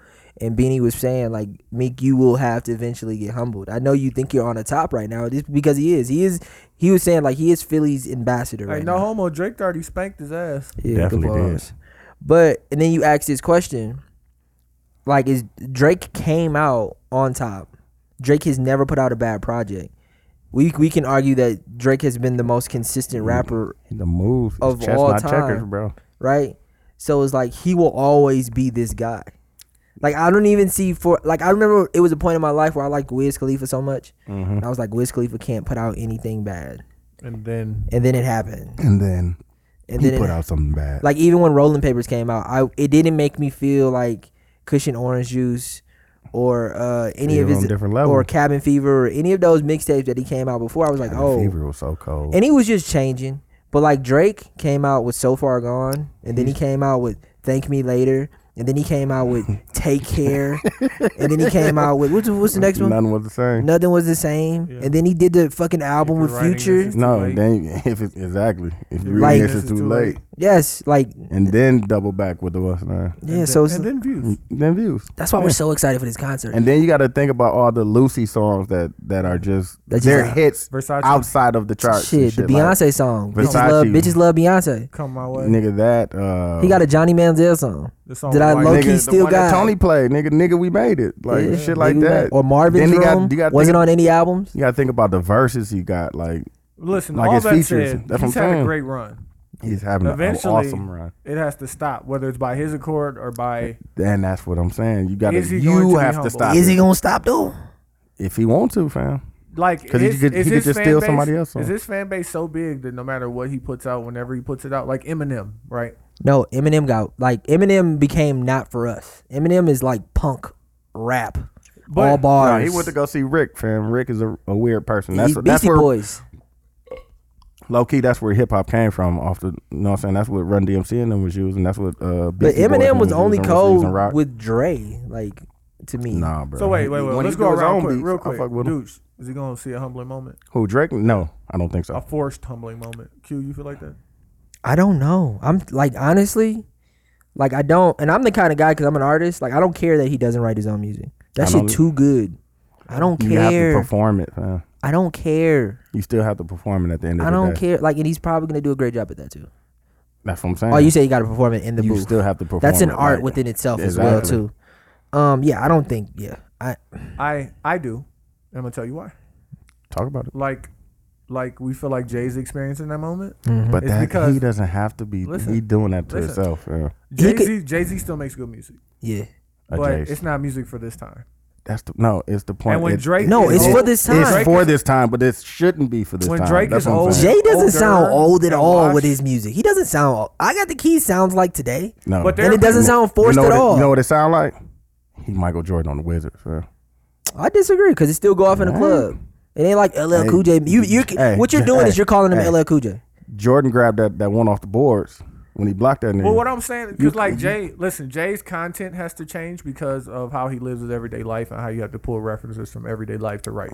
[SPEAKER 3] and Beanie was saying like, "Meek, you will have to eventually get humbled." I know you think you're on the top right now, just because he is. He is. He was saying like he is Philly's ambassador
[SPEAKER 7] Hey,
[SPEAKER 3] right
[SPEAKER 7] no
[SPEAKER 3] now.
[SPEAKER 7] homo. Drake already spanked his ass.
[SPEAKER 3] Yeah,
[SPEAKER 1] Definitely
[SPEAKER 3] good
[SPEAKER 1] did.
[SPEAKER 3] balls. But and then you asked this question, like, is Drake came out on top? Drake has never put out a bad project. We we can argue that Drake has been the most consistent
[SPEAKER 1] Mm-hmm.
[SPEAKER 3] rapper,
[SPEAKER 1] The move is
[SPEAKER 3] Of
[SPEAKER 1] chestnut
[SPEAKER 3] all
[SPEAKER 1] checkers,
[SPEAKER 3] time.
[SPEAKER 1] bro.
[SPEAKER 3] right? So it's like he will always be this guy. Like I don't even see for like I remember it was a point in my life where I liked Wiz Khalifa so much,
[SPEAKER 1] Mm-hmm.
[SPEAKER 3] and I was like Wiz Khalifa can't put out anything bad,
[SPEAKER 7] And then
[SPEAKER 3] and then it happened,
[SPEAKER 1] And then
[SPEAKER 3] and
[SPEAKER 1] he
[SPEAKER 3] then
[SPEAKER 1] put
[SPEAKER 3] it,
[SPEAKER 1] out something bad.
[SPEAKER 3] like even when Rolling Papers came out, I it didn't make me feel like Cushion Orange Juice or uh, any
[SPEAKER 1] He
[SPEAKER 3] of
[SPEAKER 1] was
[SPEAKER 3] his
[SPEAKER 1] on a different level.
[SPEAKER 3] or Cabin Fever or any of those mixtapes that he came out before. I was like,
[SPEAKER 1] And
[SPEAKER 3] oh,
[SPEAKER 1] Fever was so cold.
[SPEAKER 3] and he was just changing. But like Drake came out with So Far Gone, and then he came out with Thank Me Later, and then he came out with Take Care, and then he came out with what's, what's the next one?
[SPEAKER 1] Nothing was the same.
[SPEAKER 3] Nothing was the same.
[SPEAKER 7] Yeah.
[SPEAKER 3] And then he did the fucking album
[SPEAKER 7] you're
[SPEAKER 3] with
[SPEAKER 7] writing,
[SPEAKER 3] Future.
[SPEAKER 7] this is-
[SPEAKER 1] No,
[SPEAKER 7] Too late.
[SPEAKER 1] then if it's exactly if you
[SPEAKER 3] Like-
[SPEAKER 1] read this is too late,
[SPEAKER 3] yes, like
[SPEAKER 1] and then double back with the what's nine,
[SPEAKER 3] yeah. so it's-
[SPEAKER 7] and then views.
[SPEAKER 1] then views.
[SPEAKER 3] that's why we're so excited for this concert.
[SPEAKER 1] And then you got to think about all the Lucy songs that that are just
[SPEAKER 3] That just
[SPEAKER 1] their
[SPEAKER 3] out-
[SPEAKER 1] hits
[SPEAKER 7] Versace.
[SPEAKER 1] outside of the charts. and
[SPEAKER 3] shit, the
[SPEAKER 1] like,
[SPEAKER 3] Beyonce song. Bitches
[SPEAKER 1] Versace.
[SPEAKER 3] love, bitches love Beyonce.
[SPEAKER 7] Come my way.
[SPEAKER 1] nigga, that uh,
[SPEAKER 3] He got a Johnny Manziel song.
[SPEAKER 7] The song
[SPEAKER 3] Did I
[SPEAKER 7] White
[SPEAKER 3] low
[SPEAKER 7] Nigga,
[SPEAKER 3] key
[SPEAKER 1] nigga, the
[SPEAKER 3] still
[SPEAKER 1] one that
[SPEAKER 3] got
[SPEAKER 1] Tony played, nigga, nigga, we made it, like
[SPEAKER 3] Yeah,
[SPEAKER 1] shit like
[SPEAKER 3] Maybe
[SPEAKER 1] that.
[SPEAKER 3] Or Marvin's
[SPEAKER 1] Then you got-
[SPEAKER 3] Room
[SPEAKER 1] you got think
[SPEAKER 3] wasn't
[SPEAKER 1] of-
[SPEAKER 3] on any albums.
[SPEAKER 1] You got to think about the verses he got. Like
[SPEAKER 7] Listen,
[SPEAKER 1] Like
[SPEAKER 7] all
[SPEAKER 1] his
[SPEAKER 7] that
[SPEAKER 1] features.
[SPEAKER 7] said,
[SPEAKER 1] That's what
[SPEAKER 7] he's
[SPEAKER 1] I'm
[SPEAKER 7] had a
[SPEAKER 1] saying.
[SPEAKER 7] great run.
[SPEAKER 1] he's having an
[SPEAKER 7] Eventually,
[SPEAKER 1] awesome run,
[SPEAKER 7] It has to stop, whether it's by his accord or by
[SPEAKER 1] and that's what I'm saying. You got
[SPEAKER 7] Is he
[SPEAKER 1] to,
[SPEAKER 7] going
[SPEAKER 1] you
[SPEAKER 7] to be
[SPEAKER 1] have to
[SPEAKER 7] humble?
[SPEAKER 1] stop
[SPEAKER 3] Is he
[SPEAKER 1] it
[SPEAKER 3] gonna stop though?
[SPEAKER 1] if he want to, fam.
[SPEAKER 7] like
[SPEAKER 1] 'Cause he
[SPEAKER 7] is-
[SPEAKER 1] could-
[SPEAKER 7] is
[SPEAKER 1] he could
[SPEAKER 7] his
[SPEAKER 1] just
[SPEAKER 7] fan
[SPEAKER 1] steal
[SPEAKER 7] base-
[SPEAKER 1] somebody else's
[SPEAKER 7] Is
[SPEAKER 1] song.
[SPEAKER 7] his fan base so big that no matter what he puts out, whenever he puts it out, like Eminem, right?
[SPEAKER 3] No, Eminem got like Eminem became not for us. Eminem is like punk rap,
[SPEAKER 7] But-
[SPEAKER 3] all
[SPEAKER 1] Nah,
[SPEAKER 3] bars.
[SPEAKER 1] he went to go see Rick, fam. Rick is a, a weird person. That's
[SPEAKER 3] He's
[SPEAKER 1] that's
[SPEAKER 3] Beastie
[SPEAKER 1] where
[SPEAKER 3] Boys.
[SPEAKER 1] low key. That's where hip hop came from. Off the, you know what I'm saying. That's what Run DMC and them was using. That's what. Uh,
[SPEAKER 3] But
[SPEAKER 1] Beastie Boys and them
[SPEAKER 3] Eminem was
[SPEAKER 1] using,
[SPEAKER 3] only
[SPEAKER 1] was
[SPEAKER 3] cold
[SPEAKER 1] using rock.
[SPEAKER 3] with Dre, like to me.
[SPEAKER 1] Nah, bro.
[SPEAKER 7] So wait, wait,
[SPEAKER 1] He-
[SPEAKER 7] wait.
[SPEAKER 1] when he
[SPEAKER 7] Let's
[SPEAKER 1] do
[SPEAKER 7] go
[SPEAKER 1] his
[SPEAKER 7] around
[SPEAKER 1] own
[SPEAKER 7] quick,
[SPEAKER 1] beats,
[SPEAKER 7] real
[SPEAKER 1] I
[SPEAKER 7] quick.
[SPEAKER 1] fuck with him.
[SPEAKER 7] Douche, is he gonna see a humbling moment?
[SPEAKER 1] Who Drake? No, I don't think
[SPEAKER 7] A
[SPEAKER 1] so.
[SPEAKER 7] forced humbling moment. Q, you feel like that?
[SPEAKER 3] I don't know. I'm like honestly, like I don't, and I'm the kind of guy because I'm an artist. Like I don't care that he doesn't write his own music. That
[SPEAKER 1] I
[SPEAKER 3] shit
[SPEAKER 1] don't-
[SPEAKER 3] too good. I don't
[SPEAKER 1] You have to
[SPEAKER 3] care.
[SPEAKER 1] perform it, fam.
[SPEAKER 3] I don't care.
[SPEAKER 1] You still have to perform it at the end of
[SPEAKER 3] I
[SPEAKER 1] the day.
[SPEAKER 3] don't care. Like, and he's probably gonna do a great job at that too.
[SPEAKER 1] That's what I'm saying.
[SPEAKER 3] Oh, you say you got to perform it in the
[SPEAKER 1] You
[SPEAKER 3] booth.
[SPEAKER 1] still have to perform.
[SPEAKER 3] That's an
[SPEAKER 1] it,
[SPEAKER 3] art
[SPEAKER 1] like-
[SPEAKER 3] within itself as well
[SPEAKER 1] Exactly.
[SPEAKER 3] too. Um, yeah, I don't think. Yeah, I
[SPEAKER 7] I I do. And I'm gonna tell you why.
[SPEAKER 1] Talk about it.
[SPEAKER 7] Like, like we feel like Jay's experiencing that moment.
[SPEAKER 3] Hmm.
[SPEAKER 1] But
[SPEAKER 7] It's
[SPEAKER 1] that
[SPEAKER 7] because-
[SPEAKER 1] he doesn't have to be.
[SPEAKER 7] Listen.
[SPEAKER 1] he doing that to
[SPEAKER 7] Listen.
[SPEAKER 1] himself. uh, Yeah.
[SPEAKER 3] He
[SPEAKER 7] Jay
[SPEAKER 3] could-
[SPEAKER 7] Z Jay Z still makes good music,
[SPEAKER 3] yeah.
[SPEAKER 1] A
[SPEAKER 7] but
[SPEAKER 1] Jay's.
[SPEAKER 7] it's not music for this time.
[SPEAKER 1] That's the no. It's the point.
[SPEAKER 7] And when
[SPEAKER 1] It-
[SPEAKER 7] Drake
[SPEAKER 1] it-
[SPEAKER 3] No,
[SPEAKER 7] is
[SPEAKER 3] it's
[SPEAKER 7] old-
[SPEAKER 3] for this time.
[SPEAKER 1] It's
[SPEAKER 7] Drake
[SPEAKER 1] for
[SPEAKER 7] is-
[SPEAKER 1] this time, but it shouldn't be for this
[SPEAKER 7] When
[SPEAKER 1] time.
[SPEAKER 7] Drake
[SPEAKER 1] That's
[SPEAKER 7] is
[SPEAKER 1] what I'm
[SPEAKER 7] old-
[SPEAKER 1] saying.
[SPEAKER 3] Jay doesn't sound
[SPEAKER 7] Older
[SPEAKER 3] old at
[SPEAKER 7] and
[SPEAKER 3] all with
[SPEAKER 7] washed.
[SPEAKER 3] his music. He doesn't sound. old. I got the keys. Sounds like today.
[SPEAKER 1] No,
[SPEAKER 7] But
[SPEAKER 3] And it doesn't sound forced
[SPEAKER 1] you know
[SPEAKER 3] at
[SPEAKER 1] what it-
[SPEAKER 3] all.
[SPEAKER 1] You know what it sound like? He Michael Jordan on the Wizards. uh. bro.
[SPEAKER 3] I disagree because it still go off in the
[SPEAKER 1] Nah.
[SPEAKER 3] club. It ain't like LL
[SPEAKER 1] Hey,
[SPEAKER 3] Cool J. You, you,
[SPEAKER 1] hey,
[SPEAKER 3] what you're doing
[SPEAKER 1] hey,
[SPEAKER 3] is you're calling him
[SPEAKER 1] hey.
[SPEAKER 3] LL Cool J.
[SPEAKER 1] Jordan grabbed that, that one off the boards when he blocked that nigga.
[SPEAKER 7] Well, what I'm saying, because like
[SPEAKER 1] you-
[SPEAKER 7] Jay, listen, Jay's content has to change because of how he lives his everyday life and how you have to pull references from everyday life to write.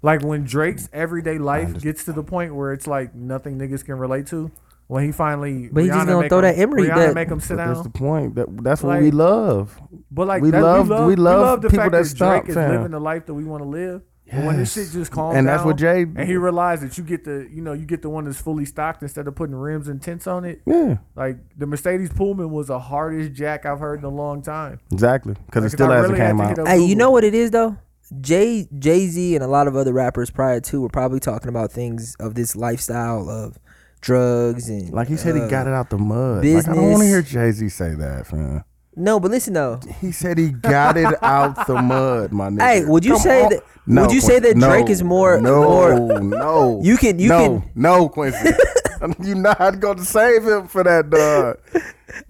[SPEAKER 7] Like when Drake's everyday life gets to the point where it's like nothing niggas can relate to. When he finally,
[SPEAKER 3] But he just
[SPEAKER 7] Rihanna
[SPEAKER 3] gonna
[SPEAKER 7] make
[SPEAKER 3] throw
[SPEAKER 7] him-
[SPEAKER 3] that Emery
[SPEAKER 7] Rihanna
[SPEAKER 3] that-
[SPEAKER 7] make him sit
[SPEAKER 1] But that's the
[SPEAKER 7] down.
[SPEAKER 1] point. That that's what we
[SPEAKER 7] Like-
[SPEAKER 1] love.
[SPEAKER 7] But like
[SPEAKER 1] we
[SPEAKER 7] that,
[SPEAKER 1] love-
[SPEAKER 7] we love,
[SPEAKER 1] we love
[SPEAKER 7] the
[SPEAKER 1] people
[SPEAKER 7] fact
[SPEAKER 1] that
[SPEAKER 7] that,
[SPEAKER 1] stop,
[SPEAKER 7] Drake is
[SPEAKER 1] fam.
[SPEAKER 7] living the life that we want to live. But when this shit
[SPEAKER 1] Yes.
[SPEAKER 7] just calms
[SPEAKER 1] And
[SPEAKER 7] down,
[SPEAKER 1] that's what Jay-
[SPEAKER 7] and he realized that you get the, you know, you get the one that's fully stocked instead of putting rims and tints on it.
[SPEAKER 1] Yeah,
[SPEAKER 7] Like the Mercedes Pullman was the hardest jack I've heard in a long time.
[SPEAKER 1] exactly. Because
[SPEAKER 7] Like,
[SPEAKER 1] it still
[SPEAKER 7] if I
[SPEAKER 1] hasn't
[SPEAKER 7] really had
[SPEAKER 1] came
[SPEAKER 7] to
[SPEAKER 1] out.
[SPEAKER 7] get a
[SPEAKER 3] Hey, you
[SPEAKER 7] Google-
[SPEAKER 3] know what it is though? Jay Jay Z and a lot of other rappers prior to were probably talking about things of this lifestyle of drugs and
[SPEAKER 1] Like he said, he
[SPEAKER 3] uh,
[SPEAKER 1] got it out the mud. Like, I don't
[SPEAKER 3] business.
[SPEAKER 1] want to hear Jay Z say that, fam.
[SPEAKER 3] No, but listen though.
[SPEAKER 1] He said he got it out the mud, my nigga.
[SPEAKER 3] Hey, would you say that- would you say that
[SPEAKER 1] Quin-
[SPEAKER 3] Drake is more-
[SPEAKER 1] No,
[SPEAKER 3] more-
[SPEAKER 1] no.
[SPEAKER 3] You can- you
[SPEAKER 1] no,
[SPEAKER 3] can-
[SPEAKER 1] no, Quincy. you not gonna save him for that, dog.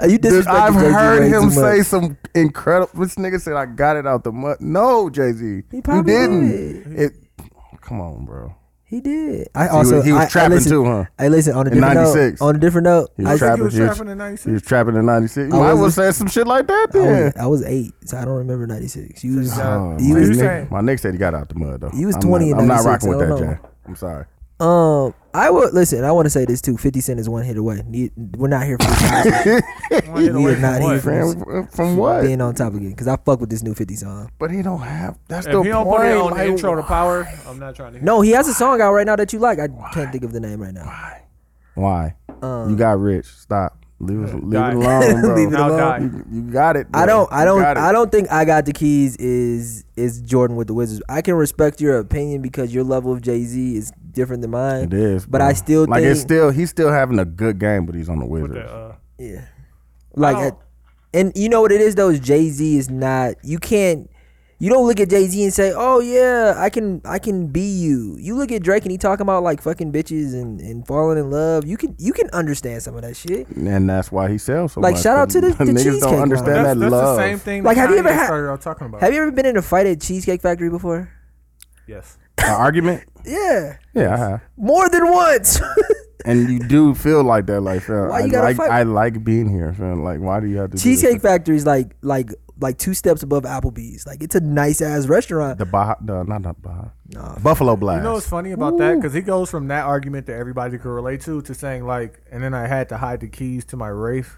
[SPEAKER 3] Uh, You
[SPEAKER 1] Dude,
[SPEAKER 3] disrespected
[SPEAKER 1] I've
[SPEAKER 3] Jay-Z
[SPEAKER 1] heard
[SPEAKER 3] way
[SPEAKER 1] him
[SPEAKER 3] too much.
[SPEAKER 1] say some incredible. This nigga said I got it out the mud. No, Jay Z,
[SPEAKER 3] He probably
[SPEAKER 1] didn't. It, come on, bro.
[SPEAKER 3] He did. I
[SPEAKER 1] was-
[SPEAKER 3] also
[SPEAKER 1] he was
[SPEAKER 3] I- I
[SPEAKER 1] trapping
[SPEAKER 3] listened-
[SPEAKER 1] too, huh?
[SPEAKER 3] Hey, listen on a
[SPEAKER 1] In
[SPEAKER 3] different
[SPEAKER 1] 96.
[SPEAKER 3] note. On a different note,
[SPEAKER 1] He
[SPEAKER 3] I,
[SPEAKER 1] was
[SPEAKER 7] think
[SPEAKER 1] trapping.
[SPEAKER 7] he was
[SPEAKER 1] he was-
[SPEAKER 7] trapping in 96.
[SPEAKER 1] He was trapping in '96.
[SPEAKER 3] I
[SPEAKER 1] I was
[SPEAKER 3] wasn't-
[SPEAKER 1] saying some shit like that
[SPEAKER 3] I,
[SPEAKER 1] then.
[SPEAKER 3] was, I was eight, so I don't remember '96. You was
[SPEAKER 1] Oh,
[SPEAKER 3] you
[SPEAKER 1] my,
[SPEAKER 7] was-
[SPEAKER 1] nigga, my nigga said he got out the mud though.
[SPEAKER 3] He was
[SPEAKER 1] I'm
[SPEAKER 3] 20 in
[SPEAKER 1] Not, I'm not
[SPEAKER 3] 96,
[SPEAKER 1] rocking with
[SPEAKER 3] I don't
[SPEAKER 1] that,
[SPEAKER 3] know.
[SPEAKER 1] Jay. I'm sorry.
[SPEAKER 3] um. I would listen. I want to say this too. Fifty Cent is one hit away. Ne- We're not here for this.
[SPEAKER 7] One hit
[SPEAKER 3] we
[SPEAKER 7] away
[SPEAKER 3] are
[SPEAKER 7] from
[SPEAKER 3] not
[SPEAKER 7] what?
[SPEAKER 3] here for this.
[SPEAKER 1] Fam, from what?
[SPEAKER 3] Being on top again because I fuck with this new Fifty song.
[SPEAKER 1] But he don't have. That's
[SPEAKER 7] If
[SPEAKER 1] the
[SPEAKER 7] you don't
[SPEAKER 1] point.
[SPEAKER 7] put it on
[SPEAKER 1] like,
[SPEAKER 7] the intro to Power, I'm not trying to. Hear
[SPEAKER 3] No, he has a song out right now that you like. I can't think of the name right now.
[SPEAKER 1] Why? you got rich. Stop. Leave it. Leave
[SPEAKER 7] Die.
[SPEAKER 1] it alone, bro.
[SPEAKER 3] Uh, Leave it
[SPEAKER 7] Now
[SPEAKER 3] alone.
[SPEAKER 7] die.
[SPEAKER 1] You, you got it.
[SPEAKER 3] I
[SPEAKER 1] bro.
[SPEAKER 3] don't. I
[SPEAKER 1] You
[SPEAKER 3] don't.
[SPEAKER 1] got it.
[SPEAKER 3] I don't think I got the keys. Is is Jordan with the Wizards? I can respect your opinion because your level of Jay Z is different than mine.
[SPEAKER 1] It is.
[SPEAKER 3] but
[SPEAKER 1] bro.
[SPEAKER 3] I still
[SPEAKER 1] like
[SPEAKER 3] think
[SPEAKER 1] it's still. He's still having a good game, but he's on the
[SPEAKER 7] With
[SPEAKER 1] Wizards.
[SPEAKER 7] the, uh,
[SPEAKER 3] yeah. Like
[SPEAKER 7] I don't,
[SPEAKER 3] at- And you know what it is though is Jay Z is not. You can't. You don't look at Jay Z and say, "Oh yeah, I can, I can be you." You look at Drake and he talking about like fucking bitches and, and falling in love. You can you can understand some of that shit.
[SPEAKER 1] and that's why he sells so
[SPEAKER 3] Like,
[SPEAKER 1] much,
[SPEAKER 3] shout out
[SPEAKER 1] 'cause
[SPEAKER 3] to the- the
[SPEAKER 1] niggas
[SPEAKER 3] Cheesecake
[SPEAKER 1] don't understand
[SPEAKER 7] That's,
[SPEAKER 1] that
[SPEAKER 7] that's
[SPEAKER 1] love.
[SPEAKER 7] the same thing.
[SPEAKER 3] Like,
[SPEAKER 7] that
[SPEAKER 3] have you ever
[SPEAKER 7] Kanye
[SPEAKER 3] had-
[SPEAKER 7] started out talking about?
[SPEAKER 3] Have you ever been in a fight at Cheesecake Factory before?
[SPEAKER 7] yes.
[SPEAKER 1] An argument?
[SPEAKER 3] Yeah,
[SPEAKER 1] Yeah, I have.
[SPEAKER 3] more than once.
[SPEAKER 1] And you do feel like that, like fam,
[SPEAKER 3] Why you
[SPEAKER 1] I
[SPEAKER 3] gotta
[SPEAKER 1] like
[SPEAKER 3] fight?
[SPEAKER 1] I like being here, fam. Like, why do you have to do this?
[SPEAKER 3] Cheesecake Factory is like like like two steps above Applebee's. Like it's a nice ass restaurant.
[SPEAKER 1] The Baja, no, not the Baja. Buffalo Blast.
[SPEAKER 7] You know what's funny about that? Because he goes from that argument that everybody could relate to to saying like, and then I had to hide the keys to my Wraith.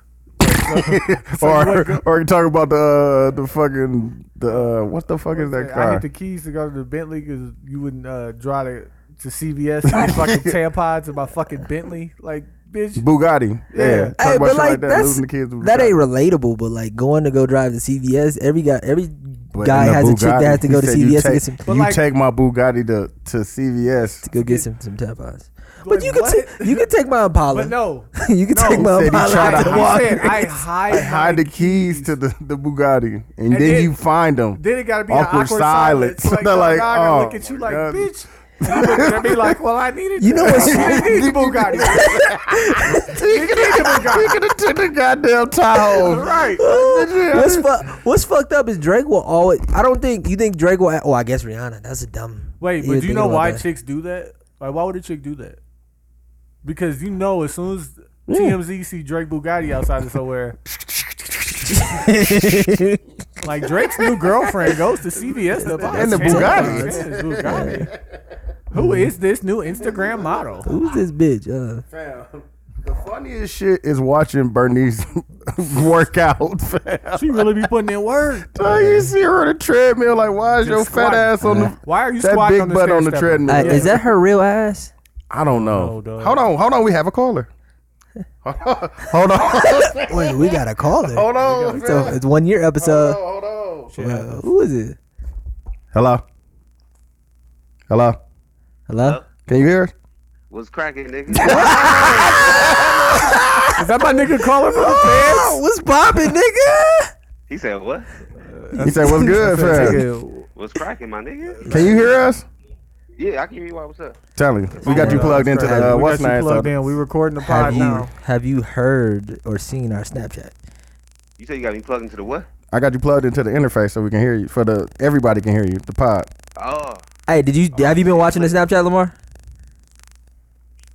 [SPEAKER 1] or or you talk about the uh, the fucking the uh, what the fuck is that
[SPEAKER 7] I
[SPEAKER 1] car?
[SPEAKER 7] had the keys to go to the Bentley because you wouldn't uh, drive to, to CVS and get fucking tailpods in my fucking Bentley. Like, bitch.
[SPEAKER 1] Bugatti. Yeah.
[SPEAKER 7] Yeah.
[SPEAKER 1] Talk
[SPEAKER 3] Hey,
[SPEAKER 1] about
[SPEAKER 3] but
[SPEAKER 1] shit
[SPEAKER 3] like that's
[SPEAKER 1] losing the kids with
[SPEAKER 3] that
[SPEAKER 1] Bugatti.
[SPEAKER 3] ain't relatable. But like going to go drive to CVS, every guy every
[SPEAKER 1] But
[SPEAKER 3] guy
[SPEAKER 1] in the
[SPEAKER 3] has a chick that
[SPEAKER 1] Bugatti,
[SPEAKER 3] has to
[SPEAKER 1] he
[SPEAKER 3] go to
[SPEAKER 1] said, you
[SPEAKER 3] CVS to
[SPEAKER 1] take,
[SPEAKER 3] get some
[SPEAKER 7] But
[SPEAKER 1] You
[SPEAKER 7] like-
[SPEAKER 1] take my Bugatti to to CVS.
[SPEAKER 3] go get some some tapas.
[SPEAKER 7] Like,
[SPEAKER 3] But you can
[SPEAKER 7] what?
[SPEAKER 3] ta- you can take my Impala.
[SPEAKER 7] But no.
[SPEAKER 3] you can
[SPEAKER 7] No,
[SPEAKER 3] take my
[SPEAKER 1] he said he tried
[SPEAKER 3] Impala.
[SPEAKER 1] to
[SPEAKER 3] To
[SPEAKER 1] hide-
[SPEAKER 7] I
[SPEAKER 3] walk.
[SPEAKER 7] said I hide,
[SPEAKER 1] I hide the keys to the, the Bugatti, and, then
[SPEAKER 7] then-
[SPEAKER 1] you find them.
[SPEAKER 7] Then it gotta be
[SPEAKER 1] Awkward
[SPEAKER 7] an awkward silence.
[SPEAKER 1] silence.
[SPEAKER 7] Like,
[SPEAKER 1] They're
[SPEAKER 7] dog,
[SPEAKER 1] like,
[SPEAKER 7] I gotta look
[SPEAKER 1] oh,
[SPEAKER 7] at you
[SPEAKER 1] my
[SPEAKER 7] like,
[SPEAKER 1] God.
[SPEAKER 7] bitch. And you look at me like, well, I needed.
[SPEAKER 3] You know
[SPEAKER 7] that.
[SPEAKER 3] what's-
[SPEAKER 7] I didn't need the Bugatti.
[SPEAKER 1] He could have took the goddamn Tahoe.
[SPEAKER 7] right.
[SPEAKER 3] what's, fu- what's fucked up is Drake will always. I don't think you think Drake will. Oh, I guess Rihanna. That's a dumb. you
[SPEAKER 7] Wait, but do you
[SPEAKER 3] thinking
[SPEAKER 7] know
[SPEAKER 3] about
[SPEAKER 7] why
[SPEAKER 3] that.
[SPEAKER 7] chicks do that? Like, why would a chick do that? Because you know, as soon as TMZ see Drake Bugatti outside of somewhere, like Drake's new girlfriend goes to CVS to buy
[SPEAKER 1] And the
[SPEAKER 7] a tan.
[SPEAKER 1] Bugatti.
[SPEAKER 7] It's Bugatti. Who is this new Instagram model?
[SPEAKER 3] Who's this bitch? Uh,
[SPEAKER 1] The funniest shit is watching Bernice work out. fam.
[SPEAKER 7] She really be putting in work.
[SPEAKER 1] So you see her on the treadmill, like, why is your fat
[SPEAKER 7] Oh, squatting.
[SPEAKER 1] ass on the
[SPEAKER 7] Why are you
[SPEAKER 1] that
[SPEAKER 7] squatting
[SPEAKER 1] big
[SPEAKER 7] on the
[SPEAKER 1] butt
[SPEAKER 7] stair
[SPEAKER 1] on the
[SPEAKER 7] stepper?
[SPEAKER 1] treadmill?
[SPEAKER 3] uh, Is that her real ass?
[SPEAKER 1] I don't know.
[SPEAKER 7] No, dog.
[SPEAKER 1] hold on, hold on. We have a caller. hold on, hold
[SPEAKER 3] Wait, we gotta call
[SPEAKER 7] Oh,
[SPEAKER 3] her.
[SPEAKER 1] on,
[SPEAKER 3] So it's one year episode.
[SPEAKER 1] hold on.
[SPEAKER 3] Uh, who is it?
[SPEAKER 1] Hello, hello.
[SPEAKER 3] Hello.
[SPEAKER 1] Can you hear us?
[SPEAKER 9] What's cracking, nigga?
[SPEAKER 7] Is that my nigga calling from the
[SPEAKER 3] Oh, what's poppin', nigga?
[SPEAKER 9] he said, "What?
[SPEAKER 1] He said, "What's good, fam?
[SPEAKER 7] pants?
[SPEAKER 9] What's cracking, my nigga?"
[SPEAKER 1] Can you hear us?"
[SPEAKER 9] Yeah, I can hear you. What's up?
[SPEAKER 1] Telling you, we got you plugged into
[SPEAKER 7] We
[SPEAKER 1] the uh,
[SPEAKER 7] got
[SPEAKER 1] what's
[SPEAKER 7] you
[SPEAKER 1] name?
[SPEAKER 7] plugged in. We recording the pod
[SPEAKER 3] Have you
[SPEAKER 7] now.
[SPEAKER 3] have you heard or seen our Snapchat?
[SPEAKER 9] You said you got me plugged into the what?
[SPEAKER 1] I got you plugged into the interface so we can hear you. For the everybody can hear you. The pod.
[SPEAKER 9] Oh,
[SPEAKER 3] Hey, did you have you been watching the Snapchat, Lamar?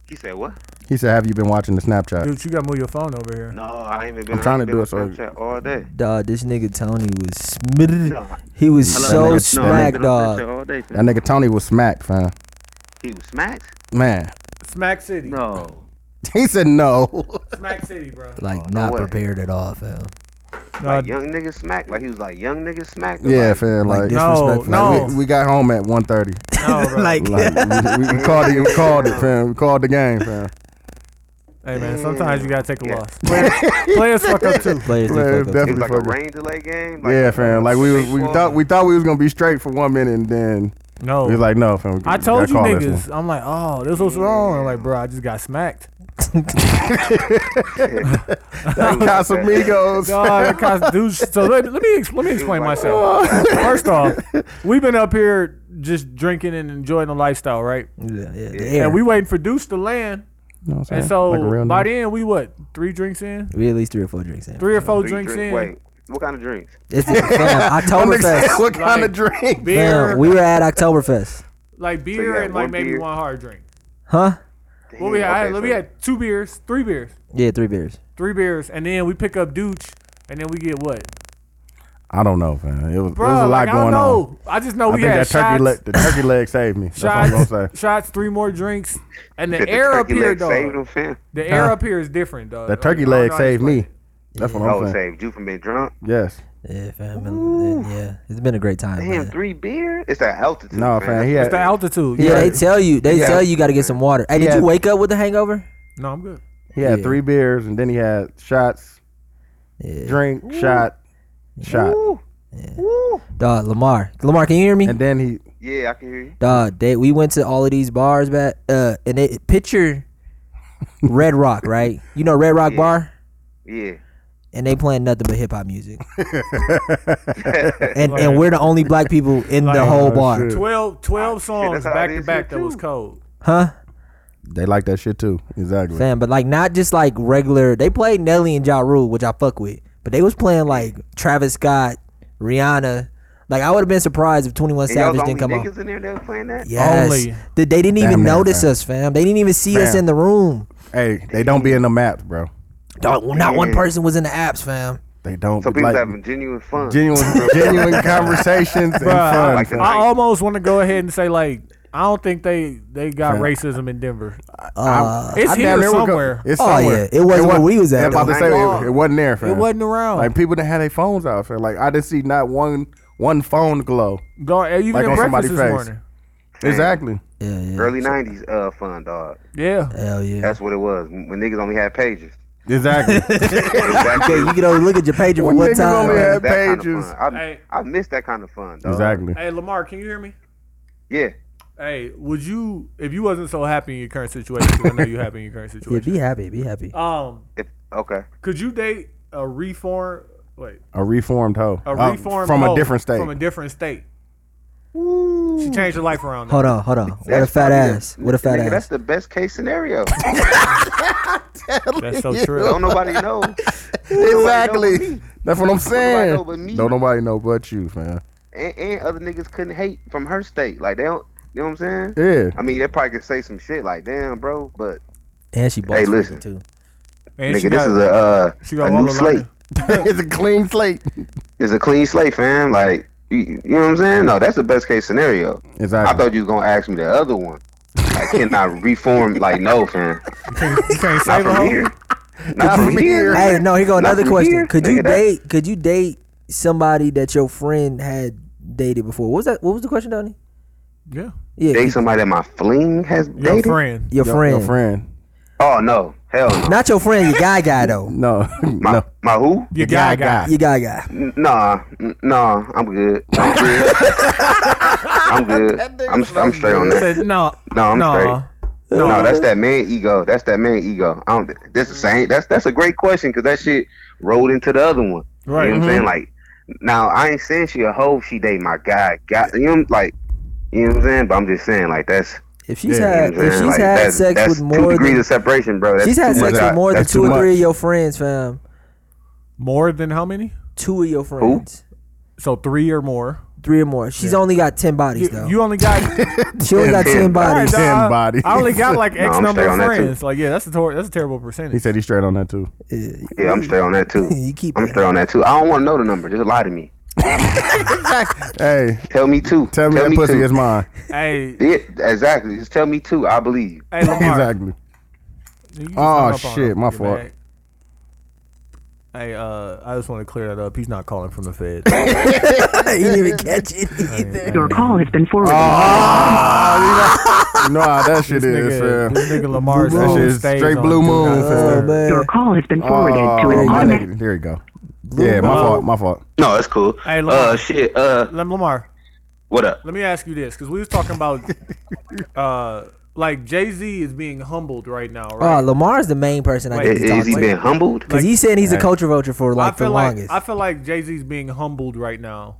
[SPEAKER 9] he said what?
[SPEAKER 1] He said, "Have you been watching the Snapchat?"
[SPEAKER 7] Dude, you gotta move your phone over here.
[SPEAKER 9] No, I ain't even been.
[SPEAKER 1] I'm trying
[SPEAKER 9] I ain't
[SPEAKER 1] to
[SPEAKER 9] been
[SPEAKER 1] do
[SPEAKER 9] on
[SPEAKER 1] it, so-
[SPEAKER 9] Snapchat all day.
[SPEAKER 3] Dog, this nigga Tony was smith. He was
[SPEAKER 9] Hello,
[SPEAKER 3] so
[SPEAKER 9] nigga. No, I ain't
[SPEAKER 3] smacked,
[SPEAKER 9] been on
[SPEAKER 3] dog.
[SPEAKER 9] Snapchat All day. fam.
[SPEAKER 1] That nigga Tony was smacked, fam.
[SPEAKER 9] He was smacked.
[SPEAKER 1] Man,
[SPEAKER 7] Smack City.
[SPEAKER 9] No,
[SPEAKER 1] he said no.
[SPEAKER 7] Smack City, bro.
[SPEAKER 3] Like not
[SPEAKER 9] way.
[SPEAKER 3] prepared at all, fam.
[SPEAKER 7] No,
[SPEAKER 9] like young nigga smacked. Like he was like young nigga smacked. or
[SPEAKER 1] yeah,
[SPEAKER 9] like,
[SPEAKER 1] fam. Like,
[SPEAKER 3] Like
[SPEAKER 1] like,
[SPEAKER 7] no,
[SPEAKER 3] disrespectful.
[SPEAKER 7] no,
[SPEAKER 1] we, we got home at 1.30.
[SPEAKER 7] no, bro.
[SPEAKER 3] Like,
[SPEAKER 1] Like, we, we, we called it. We called it, fam. We called the game, fam.
[SPEAKER 7] Hey man, sometimes you gotta take a loss. Players, players fuck up too.
[SPEAKER 3] players do
[SPEAKER 1] Man,
[SPEAKER 3] fuck up.
[SPEAKER 1] that-
[SPEAKER 9] It was like a
[SPEAKER 1] Fucking-
[SPEAKER 9] rain delay game. Like,
[SPEAKER 1] Yeah, fam. Like we was, we
[SPEAKER 9] baseball.
[SPEAKER 1] thought we thought we was gonna be straight for one minute, and then
[SPEAKER 7] No,
[SPEAKER 1] we was like, no, fam. we
[SPEAKER 7] Oh. I
[SPEAKER 1] gotta
[SPEAKER 7] told you
[SPEAKER 1] call this one.
[SPEAKER 7] niggas. I'm like, oh, this was wrong. I'm like, bro, I just got smacked.
[SPEAKER 1] Casamigos.
[SPEAKER 7] Dog, that cost- dude, so let, let me ex- let me explain myself. First off, we've been up here just drinking and enjoying the lifestyle, right?
[SPEAKER 3] Yeah, yeah, the air.
[SPEAKER 7] And we waiting for Deuce to land.
[SPEAKER 1] You know what I'm
[SPEAKER 7] And
[SPEAKER 1] saying?
[SPEAKER 7] so
[SPEAKER 1] Like a real
[SPEAKER 7] by
[SPEAKER 1] nigga.
[SPEAKER 7] then we what three drinks in,
[SPEAKER 3] we at least three or four drinks in.
[SPEAKER 7] three or four
[SPEAKER 9] Three
[SPEAKER 7] drinks
[SPEAKER 9] drink-
[SPEAKER 7] in.
[SPEAKER 9] Wait, what kind of drinks?
[SPEAKER 3] It's fam, Oktoberfest.
[SPEAKER 1] what kind of drink?
[SPEAKER 7] Beer,
[SPEAKER 3] Fam, we were at Oktoberfest,
[SPEAKER 7] like beer,
[SPEAKER 9] got
[SPEAKER 7] and like
[SPEAKER 9] one
[SPEAKER 7] maybe
[SPEAKER 9] beer.
[SPEAKER 7] one hard drink.
[SPEAKER 3] huh?
[SPEAKER 9] Damn,
[SPEAKER 7] What we had?
[SPEAKER 9] okay,
[SPEAKER 7] we
[SPEAKER 9] so-
[SPEAKER 7] had two beers, three beers,
[SPEAKER 3] Yeah, three beers.
[SPEAKER 7] three beers, and then we pick up Dooch, and then we get what?
[SPEAKER 1] I don't know, fam. It was,
[SPEAKER 7] Bro,
[SPEAKER 1] there was a lot
[SPEAKER 7] like, I
[SPEAKER 1] going
[SPEAKER 7] don't
[SPEAKER 1] on.
[SPEAKER 7] know. I just know
[SPEAKER 1] I
[SPEAKER 7] we
[SPEAKER 1] think
[SPEAKER 7] had
[SPEAKER 1] that turkey
[SPEAKER 7] shots,
[SPEAKER 1] leg, the turkey leg saved me. That's all I'm gonna
[SPEAKER 7] shots,
[SPEAKER 1] say.
[SPEAKER 7] shots, three more drinks, and the
[SPEAKER 9] Did the
[SPEAKER 7] air up
[SPEAKER 9] turkey
[SPEAKER 7] here,
[SPEAKER 9] leg save
[SPEAKER 7] dog.
[SPEAKER 9] them, fam?
[SPEAKER 7] The air up here is different, dog.
[SPEAKER 1] That turkey
[SPEAKER 7] Like,
[SPEAKER 1] leg
[SPEAKER 7] I don't know how to
[SPEAKER 1] saved
[SPEAKER 7] explain
[SPEAKER 1] me.
[SPEAKER 7] it.
[SPEAKER 1] That's what
[SPEAKER 9] Oh,
[SPEAKER 1] I'm
[SPEAKER 9] it
[SPEAKER 1] saying.
[SPEAKER 9] saved you from being drunk.
[SPEAKER 1] Yes.
[SPEAKER 3] Yeah, fam. And, and yeah, it's been a great time.
[SPEAKER 9] Damn,
[SPEAKER 3] man.
[SPEAKER 9] three beer? It's that altitude.
[SPEAKER 1] No,
[SPEAKER 9] fam.
[SPEAKER 1] fam. He
[SPEAKER 7] It's the
[SPEAKER 1] had
[SPEAKER 7] altitude.
[SPEAKER 3] Yeah,
[SPEAKER 7] Yeah.
[SPEAKER 3] they tell you. They
[SPEAKER 1] Yeah.
[SPEAKER 3] tell you got to get some water. Hey, did
[SPEAKER 1] Yeah.
[SPEAKER 3] you wake up with a hangover?
[SPEAKER 7] No, I'm good.
[SPEAKER 1] he had
[SPEAKER 3] Yeah.
[SPEAKER 1] three beers and then he had shots,
[SPEAKER 3] Yeah.
[SPEAKER 1] drink, shot, shot,
[SPEAKER 3] Dog, Lamar. Lamar, can you hear me?
[SPEAKER 1] and then he.
[SPEAKER 9] Yeah, I can hear you.
[SPEAKER 3] Dog, they we went to all of these bars back uh and they picture Red Rock, right? You know Red Rock Bar?
[SPEAKER 9] Yeah.
[SPEAKER 3] and they playing nothing but hip hop music. and and we're the only black people in the whole bar.
[SPEAKER 1] oh, shit.
[SPEAKER 7] 12, 12 songs
[SPEAKER 9] that's how
[SPEAKER 7] back
[SPEAKER 9] it
[SPEAKER 7] to
[SPEAKER 9] is
[SPEAKER 7] back
[SPEAKER 9] here,
[SPEAKER 7] that was
[SPEAKER 9] too.
[SPEAKER 7] cold.
[SPEAKER 3] Huh?
[SPEAKER 1] They like that shit too. Exactly.
[SPEAKER 3] Fam, but like not just like regular they played Nelly and Ja Rule, which I fuck with. But they was playing like Travis Scott, Rihanna. Like I would have been surprised if Twenty One
[SPEAKER 9] And y'all
[SPEAKER 3] Savage
[SPEAKER 9] the only
[SPEAKER 3] didn't come on.
[SPEAKER 9] niggas in there that was playing that?
[SPEAKER 3] Yes.
[SPEAKER 7] Only.
[SPEAKER 3] Did- they didn't even
[SPEAKER 1] Damn that,
[SPEAKER 3] notice
[SPEAKER 1] fam.
[SPEAKER 3] us, fam. They didn't even see us
[SPEAKER 1] Fam.
[SPEAKER 3] in the room.
[SPEAKER 1] Hey, they don't be in the maps, bro.
[SPEAKER 3] Dog, well, not one
[SPEAKER 9] Yeah.
[SPEAKER 3] person was in the apps, fam.
[SPEAKER 1] They don't.
[SPEAKER 9] So
[SPEAKER 1] be
[SPEAKER 9] people
[SPEAKER 1] like,
[SPEAKER 9] having genuine fun.
[SPEAKER 1] genuine, genuine conversations and
[SPEAKER 7] I,
[SPEAKER 1] fun.
[SPEAKER 9] like
[SPEAKER 1] fam.
[SPEAKER 9] that.
[SPEAKER 7] I almost want to go ahead and say like I don't think they they got racism in Denver.
[SPEAKER 3] Uh,
[SPEAKER 7] It's
[SPEAKER 1] I damn
[SPEAKER 7] here
[SPEAKER 1] near would go-
[SPEAKER 7] somewhere.
[SPEAKER 1] It's
[SPEAKER 3] Oh,
[SPEAKER 1] somewhere.
[SPEAKER 3] yeah. It wasn't where
[SPEAKER 1] wa-
[SPEAKER 3] we was at,
[SPEAKER 1] I was about to say
[SPEAKER 9] though.
[SPEAKER 1] it, it wasn't there. Fam.
[SPEAKER 7] It wasn't around.
[SPEAKER 1] Like people didn't have their phones out. Fam. Like I didn't see not one one phone glow.
[SPEAKER 7] Go, even
[SPEAKER 1] like
[SPEAKER 7] at
[SPEAKER 1] on
[SPEAKER 7] breakfast
[SPEAKER 1] somebody's
[SPEAKER 7] this
[SPEAKER 1] face.
[SPEAKER 7] morning.
[SPEAKER 1] Exactly.
[SPEAKER 3] yeah, yeah.
[SPEAKER 9] Early '90s uh, fun, dog.
[SPEAKER 7] Yeah.
[SPEAKER 3] Hell yeah.
[SPEAKER 9] That's what it was when niggas only had pages.
[SPEAKER 1] Exactly.
[SPEAKER 9] Exactly.
[SPEAKER 3] Okay, you can only look at your pager for
[SPEAKER 1] When
[SPEAKER 3] one
[SPEAKER 1] niggas
[SPEAKER 3] time.
[SPEAKER 1] only
[SPEAKER 9] That
[SPEAKER 1] had-
[SPEAKER 9] kind of
[SPEAKER 1] pages.
[SPEAKER 9] fun. I,
[SPEAKER 7] Hey.
[SPEAKER 9] I miss that kind of fun, dog.
[SPEAKER 1] exactly.
[SPEAKER 7] Hey Lamar, can you hear me?
[SPEAKER 9] Yeah.
[SPEAKER 7] Hey, would you if you wasn't so happy in your current situation? 'cause I know you happy in your current
[SPEAKER 3] Yeah,
[SPEAKER 7] situation.
[SPEAKER 3] be happy, be happy.
[SPEAKER 7] Um,
[SPEAKER 9] If, okay.
[SPEAKER 7] could you date a reform? Wait,
[SPEAKER 1] A reformed hoe.
[SPEAKER 7] a
[SPEAKER 1] Uh,
[SPEAKER 7] reform
[SPEAKER 1] from a different state.
[SPEAKER 7] From a different state. She changed her life around.
[SPEAKER 3] Hold on, hold on. What a
[SPEAKER 9] That's
[SPEAKER 3] fat
[SPEAKER 9] probably
[SPEAKER 3] ass. What a fat
[SPEAKER 9] nigga, That's
[SPEAKER 3] ass.
[SPEAKER 9] the best case scenario.
[SPEAKER 7] That's so true.
[SPEAKER 9] Don't nobody know. Nobody know but
[SPEAKER 1] exactly.
[SPEAKER 9] me.
[SPEAKER 1] That's what I'm saying.
[SPEAKER 9] know but me.
[SPEAKER 1] Don't nobody know but you, man.
[SPEAKER 9] And, and other niggas couldn't hate from her state. Like they don't. You know what I'm saying?
[SPEAKER 1] Yeah.
[SPEAKER 9] I mean, they probably could say some shit like, "Damn, bro," but
[SPEAKER 3] And she bought
[SPEAKER 9] listen.
[SPEAKER 3] too.
[SPEAKER 7] And she
[SPEAKER 9] nigga, this
[SPEAKER 7] got-
[SPEAKER 9] is a uh,
[SPEAKER 7] she got
[SPEAKER 9] a
[SPEAKER 7] all
[SPEAKER 9] new
[SPEAKER 7] the
[SPEAKER 9] slate.
[SPEAKER 7] lines.
[SPEAKER 1] it's a clean slate.
[SPEAKER 9] It's a clean slate, fam. Like, you, you know what I'm saying? No, that's the best case scenario. I
[SPEAKER 1] Exactly.
[SPEAKER 9] thought you was gonna ask me the other one. I cannot reform. Like, no, fam.
[SPEAKER 7] You can't
[SPEAKER 9] Not
[SPEAKER 7] save a
[SPEAKER 9] from
[SPEAKER 7] hoe.
[SPEAKER 9] here. Not from here.
[SPEAKER 3] Hey, no, here go
[SPEAKER 9] Not
[SPEAKER 3] another
[SPEAKER 9] from
[SPEAKER 3] question.
[SPEAKER 9] here,
[SPEAKER 3] Could you
[SPEAKER 9] nigga, that-
[SPEAKER 3] date could you date somebody that your friend had dated before? What was that what was the question, Donnie?
[SPEAKER 7] Yeah.
[SPEAKER 3] Yeah.
[SPEAKER 9] Date somebody that my fling has
[SPEAKER 7] Your
[SPEAKER 9] dated?
[SPEAKER 7] friend.
[SPEAKER 3] Your,
[SPEAKER 1] Your-
[SPEAKER 3] friend.
[SPEAKER 1] Your friend.
[SPEAKER 9] Oh no, hell no.
[SPEAKER 3] Not your friend, your guy guy though.
[SPEAKER 1] No.
[SPEAKER 9] My,
[SPEAKER 1] no.
[SPEAKER 9] my who?
[SPEAKER 7] Your guy guy.
[SPEAKER 3] Your guy guy.
[SPEAKER 9] N- Nah, n- nah, I'm good. I'm good. I'm good. I'm, I'm straight on that.
[SPEAKER 7] Said, no.
[SPEAKER 9] No, I'm
[SPEAKER 7] no.
[SPEAKER 9] straight. No, that's that man ego. That's that man ego. I don't. That's the same. That's that's a great question because that shit rolled into the other one.
[SPEAKER 7] Right, Mm-hmm.
[SPEAKER 9] You know what I'm saying? Like, now I ain't saying she a hoe. She date my guy. God, you know, what I'm- like, you know what I'm saying? But I'm just saying, like, that's.
[SPEAKER 3] If she's
[SPEAKER 1] Yeah,
[SPEAKER 3] had
[SPEAKER 9] you know what I'm
[SPEAKER 3] if she's
[SPEAKER 9] saying? Like,
[SPEAKER 3] had
[SPEAKER 9] that's,
[SPEAKER 3] sex
[SPEAKER 9] that's
[SPEAKER 3] with
[SPEAKER 9] two
[SPEAKER 3] more
[SPEAKER 9] degrees
[SPEAKER 3] than
[SPEAKER 9] of separation, bro. That's
[SPEAKER 3] she's had
[SPEAKER 9] too
[SPEAKER 3] sex
[SPEAKER 9] much.
[SPEAKER 3] with more than
[SPEAKER 9] That's
[SPEAKER 3] two
[SPEAKER 9] too
[SPEAKER 3] or three
[SPEAKER 9] much.
[SPEAKER 3] of your friends, fam.
[SPEAKER 7] More than how many?
[SPEAKER 3] Two of your friends.
[SPEAKER 7] So three or more.
[SPEAKER 3] Three or more. She's only got ten bodies
[SPEAKER 7] You,
[SPEAKER 3] though.
[SPEAKER 7] you only got
[SPEAKER 3] she only got
[SPEAKER 9] Ten.
[SPEAKER 3] ten bodies.
[SPEAKER 1] Ten
[SPEAKER 7] I-
[SPEAKER 1] bodies.
[SPEAKER 7] I only got like
[SPEAKER 9] No,
[SPEAKER 7] X
[SPEAKER 9] I'm
[SPEAKER 7] number
[SPEAKER 9] straight
[SPEAKER 7] of
[SPEAKER 9] on that, too.
[SPEAKER 7] friends. Like yeah, that's a tor- that's a terrible
[SPEAKER 1] He
[SPEAKER 7] percentage.
[SPEAKER 1] said he's straight on that too.
[SPEAKER 9] Yeah, I'm straight on that too.
[SPEAKER 3] You keep
[SPEAKER 9] I'm
[SPEAKER 3] it.
[SPEAKER 9] straight on that too. I don't want to know the number. Just lie to me.
[SPEAKER 1] Hey,
[SPEAKER 9] Tell me two.
[SPEAKER 1] tell me that pussy
[SPEAKER 9] two.
[SPEAKER 1] is mine.
[SPEAKER 7] hey,
[SPEAKER 9] Yeah, exactly. Just tell me two. I believe. you.
[SPEAKER 7] hey, Lamar.
[SPEAKER 1] Exactly.
[SPEAKER 7] You can
[SPEAKER 1] Oh,
[SPEAKER 7] hung up on
[SPEAKER 1] shit,
[SPEAKER 7] him.
[SPEAKER 1] my
[SPEAKER 7] You're
[SPEAKER 1] fault.
[SPEAKER 7] back. Hey, uh, I just want to clear that up. He's not calling from the Fed.
[SPEAKER 3] he didn't even catch it either.
[SPEAKER 10] Your call has been forwarded.
[SPEAKER 9] Ah.
[SPEAKER 1] You know how that shit is,
[SPEAKER 7] nigga,
[SPEAKER 1] fam.
[SPEAKER 7] this nigga Lamar's
[SPEAKER 1] That shit
[SPEAKER 7] phone
[SPEAKER 1] is
[SPEAKER 7] stays
[SPEAKER 1] straight
[SPEAKER 7] on
[SPEAKER 1] blue
[SPEAKER 7] Do Not
[SPEAKER 1] moon,
[SPEAKER 3] Oh
[SPEAKER 1] fam.
[SPEAKER 7] Disturb.
[SPEAKER 10] Your
[SPEAKER 3] man.
[SPEAKER 10] call has been
[SPEAKER 9] Ah.
[SPEAKER 10] forwarded to
[SPEAKER 1] Oh,
[SPEAKER 10] an
[SPEAKER 1] my
[SPEAKER 10] automatic.
[SPEAKER 1] nigga. There you go. Yeah, my
[SPEAKER 7] moon.
[SPEAKER 1] fault. My fault.
[SPEAKER 9] No, it's cool.
[SPEAKER 7] Hey, Lamar.
[SPEAKER 9] uh, shit. Uh,
[SPEAKER 7] Lam- Lamar,
[SPEAKER 9] what up?
[SPEAKER 7] let me ask you this, because we was talking about, uh, like Jay Z is being humbled right now,
[SPEAKER 3] Oh,
[SPEAKER 7] right?
[SPEAKER 3] Lamar's the main person I
[SPEAKER 7] Wait,
[SPEAKER 3] think
[SPEAKER 9] Is,
[SPEAKER 3] to
[SPEAKER 9] is
[SPEAKER 3] talk
[SPEAKER 9] he
[SPEAKER 3] to.
[SPEAKER 9] been humbled?
[SPEAKER 3] Because he's saying he's a culture vulture for
[SPEAKER 7] I
[SPEAKER 3] like the
[SPEAKER 7] feel like
[SPEAKER 3] longest.
[SPEAKER 7] I feel like Jay Z's being humbled right now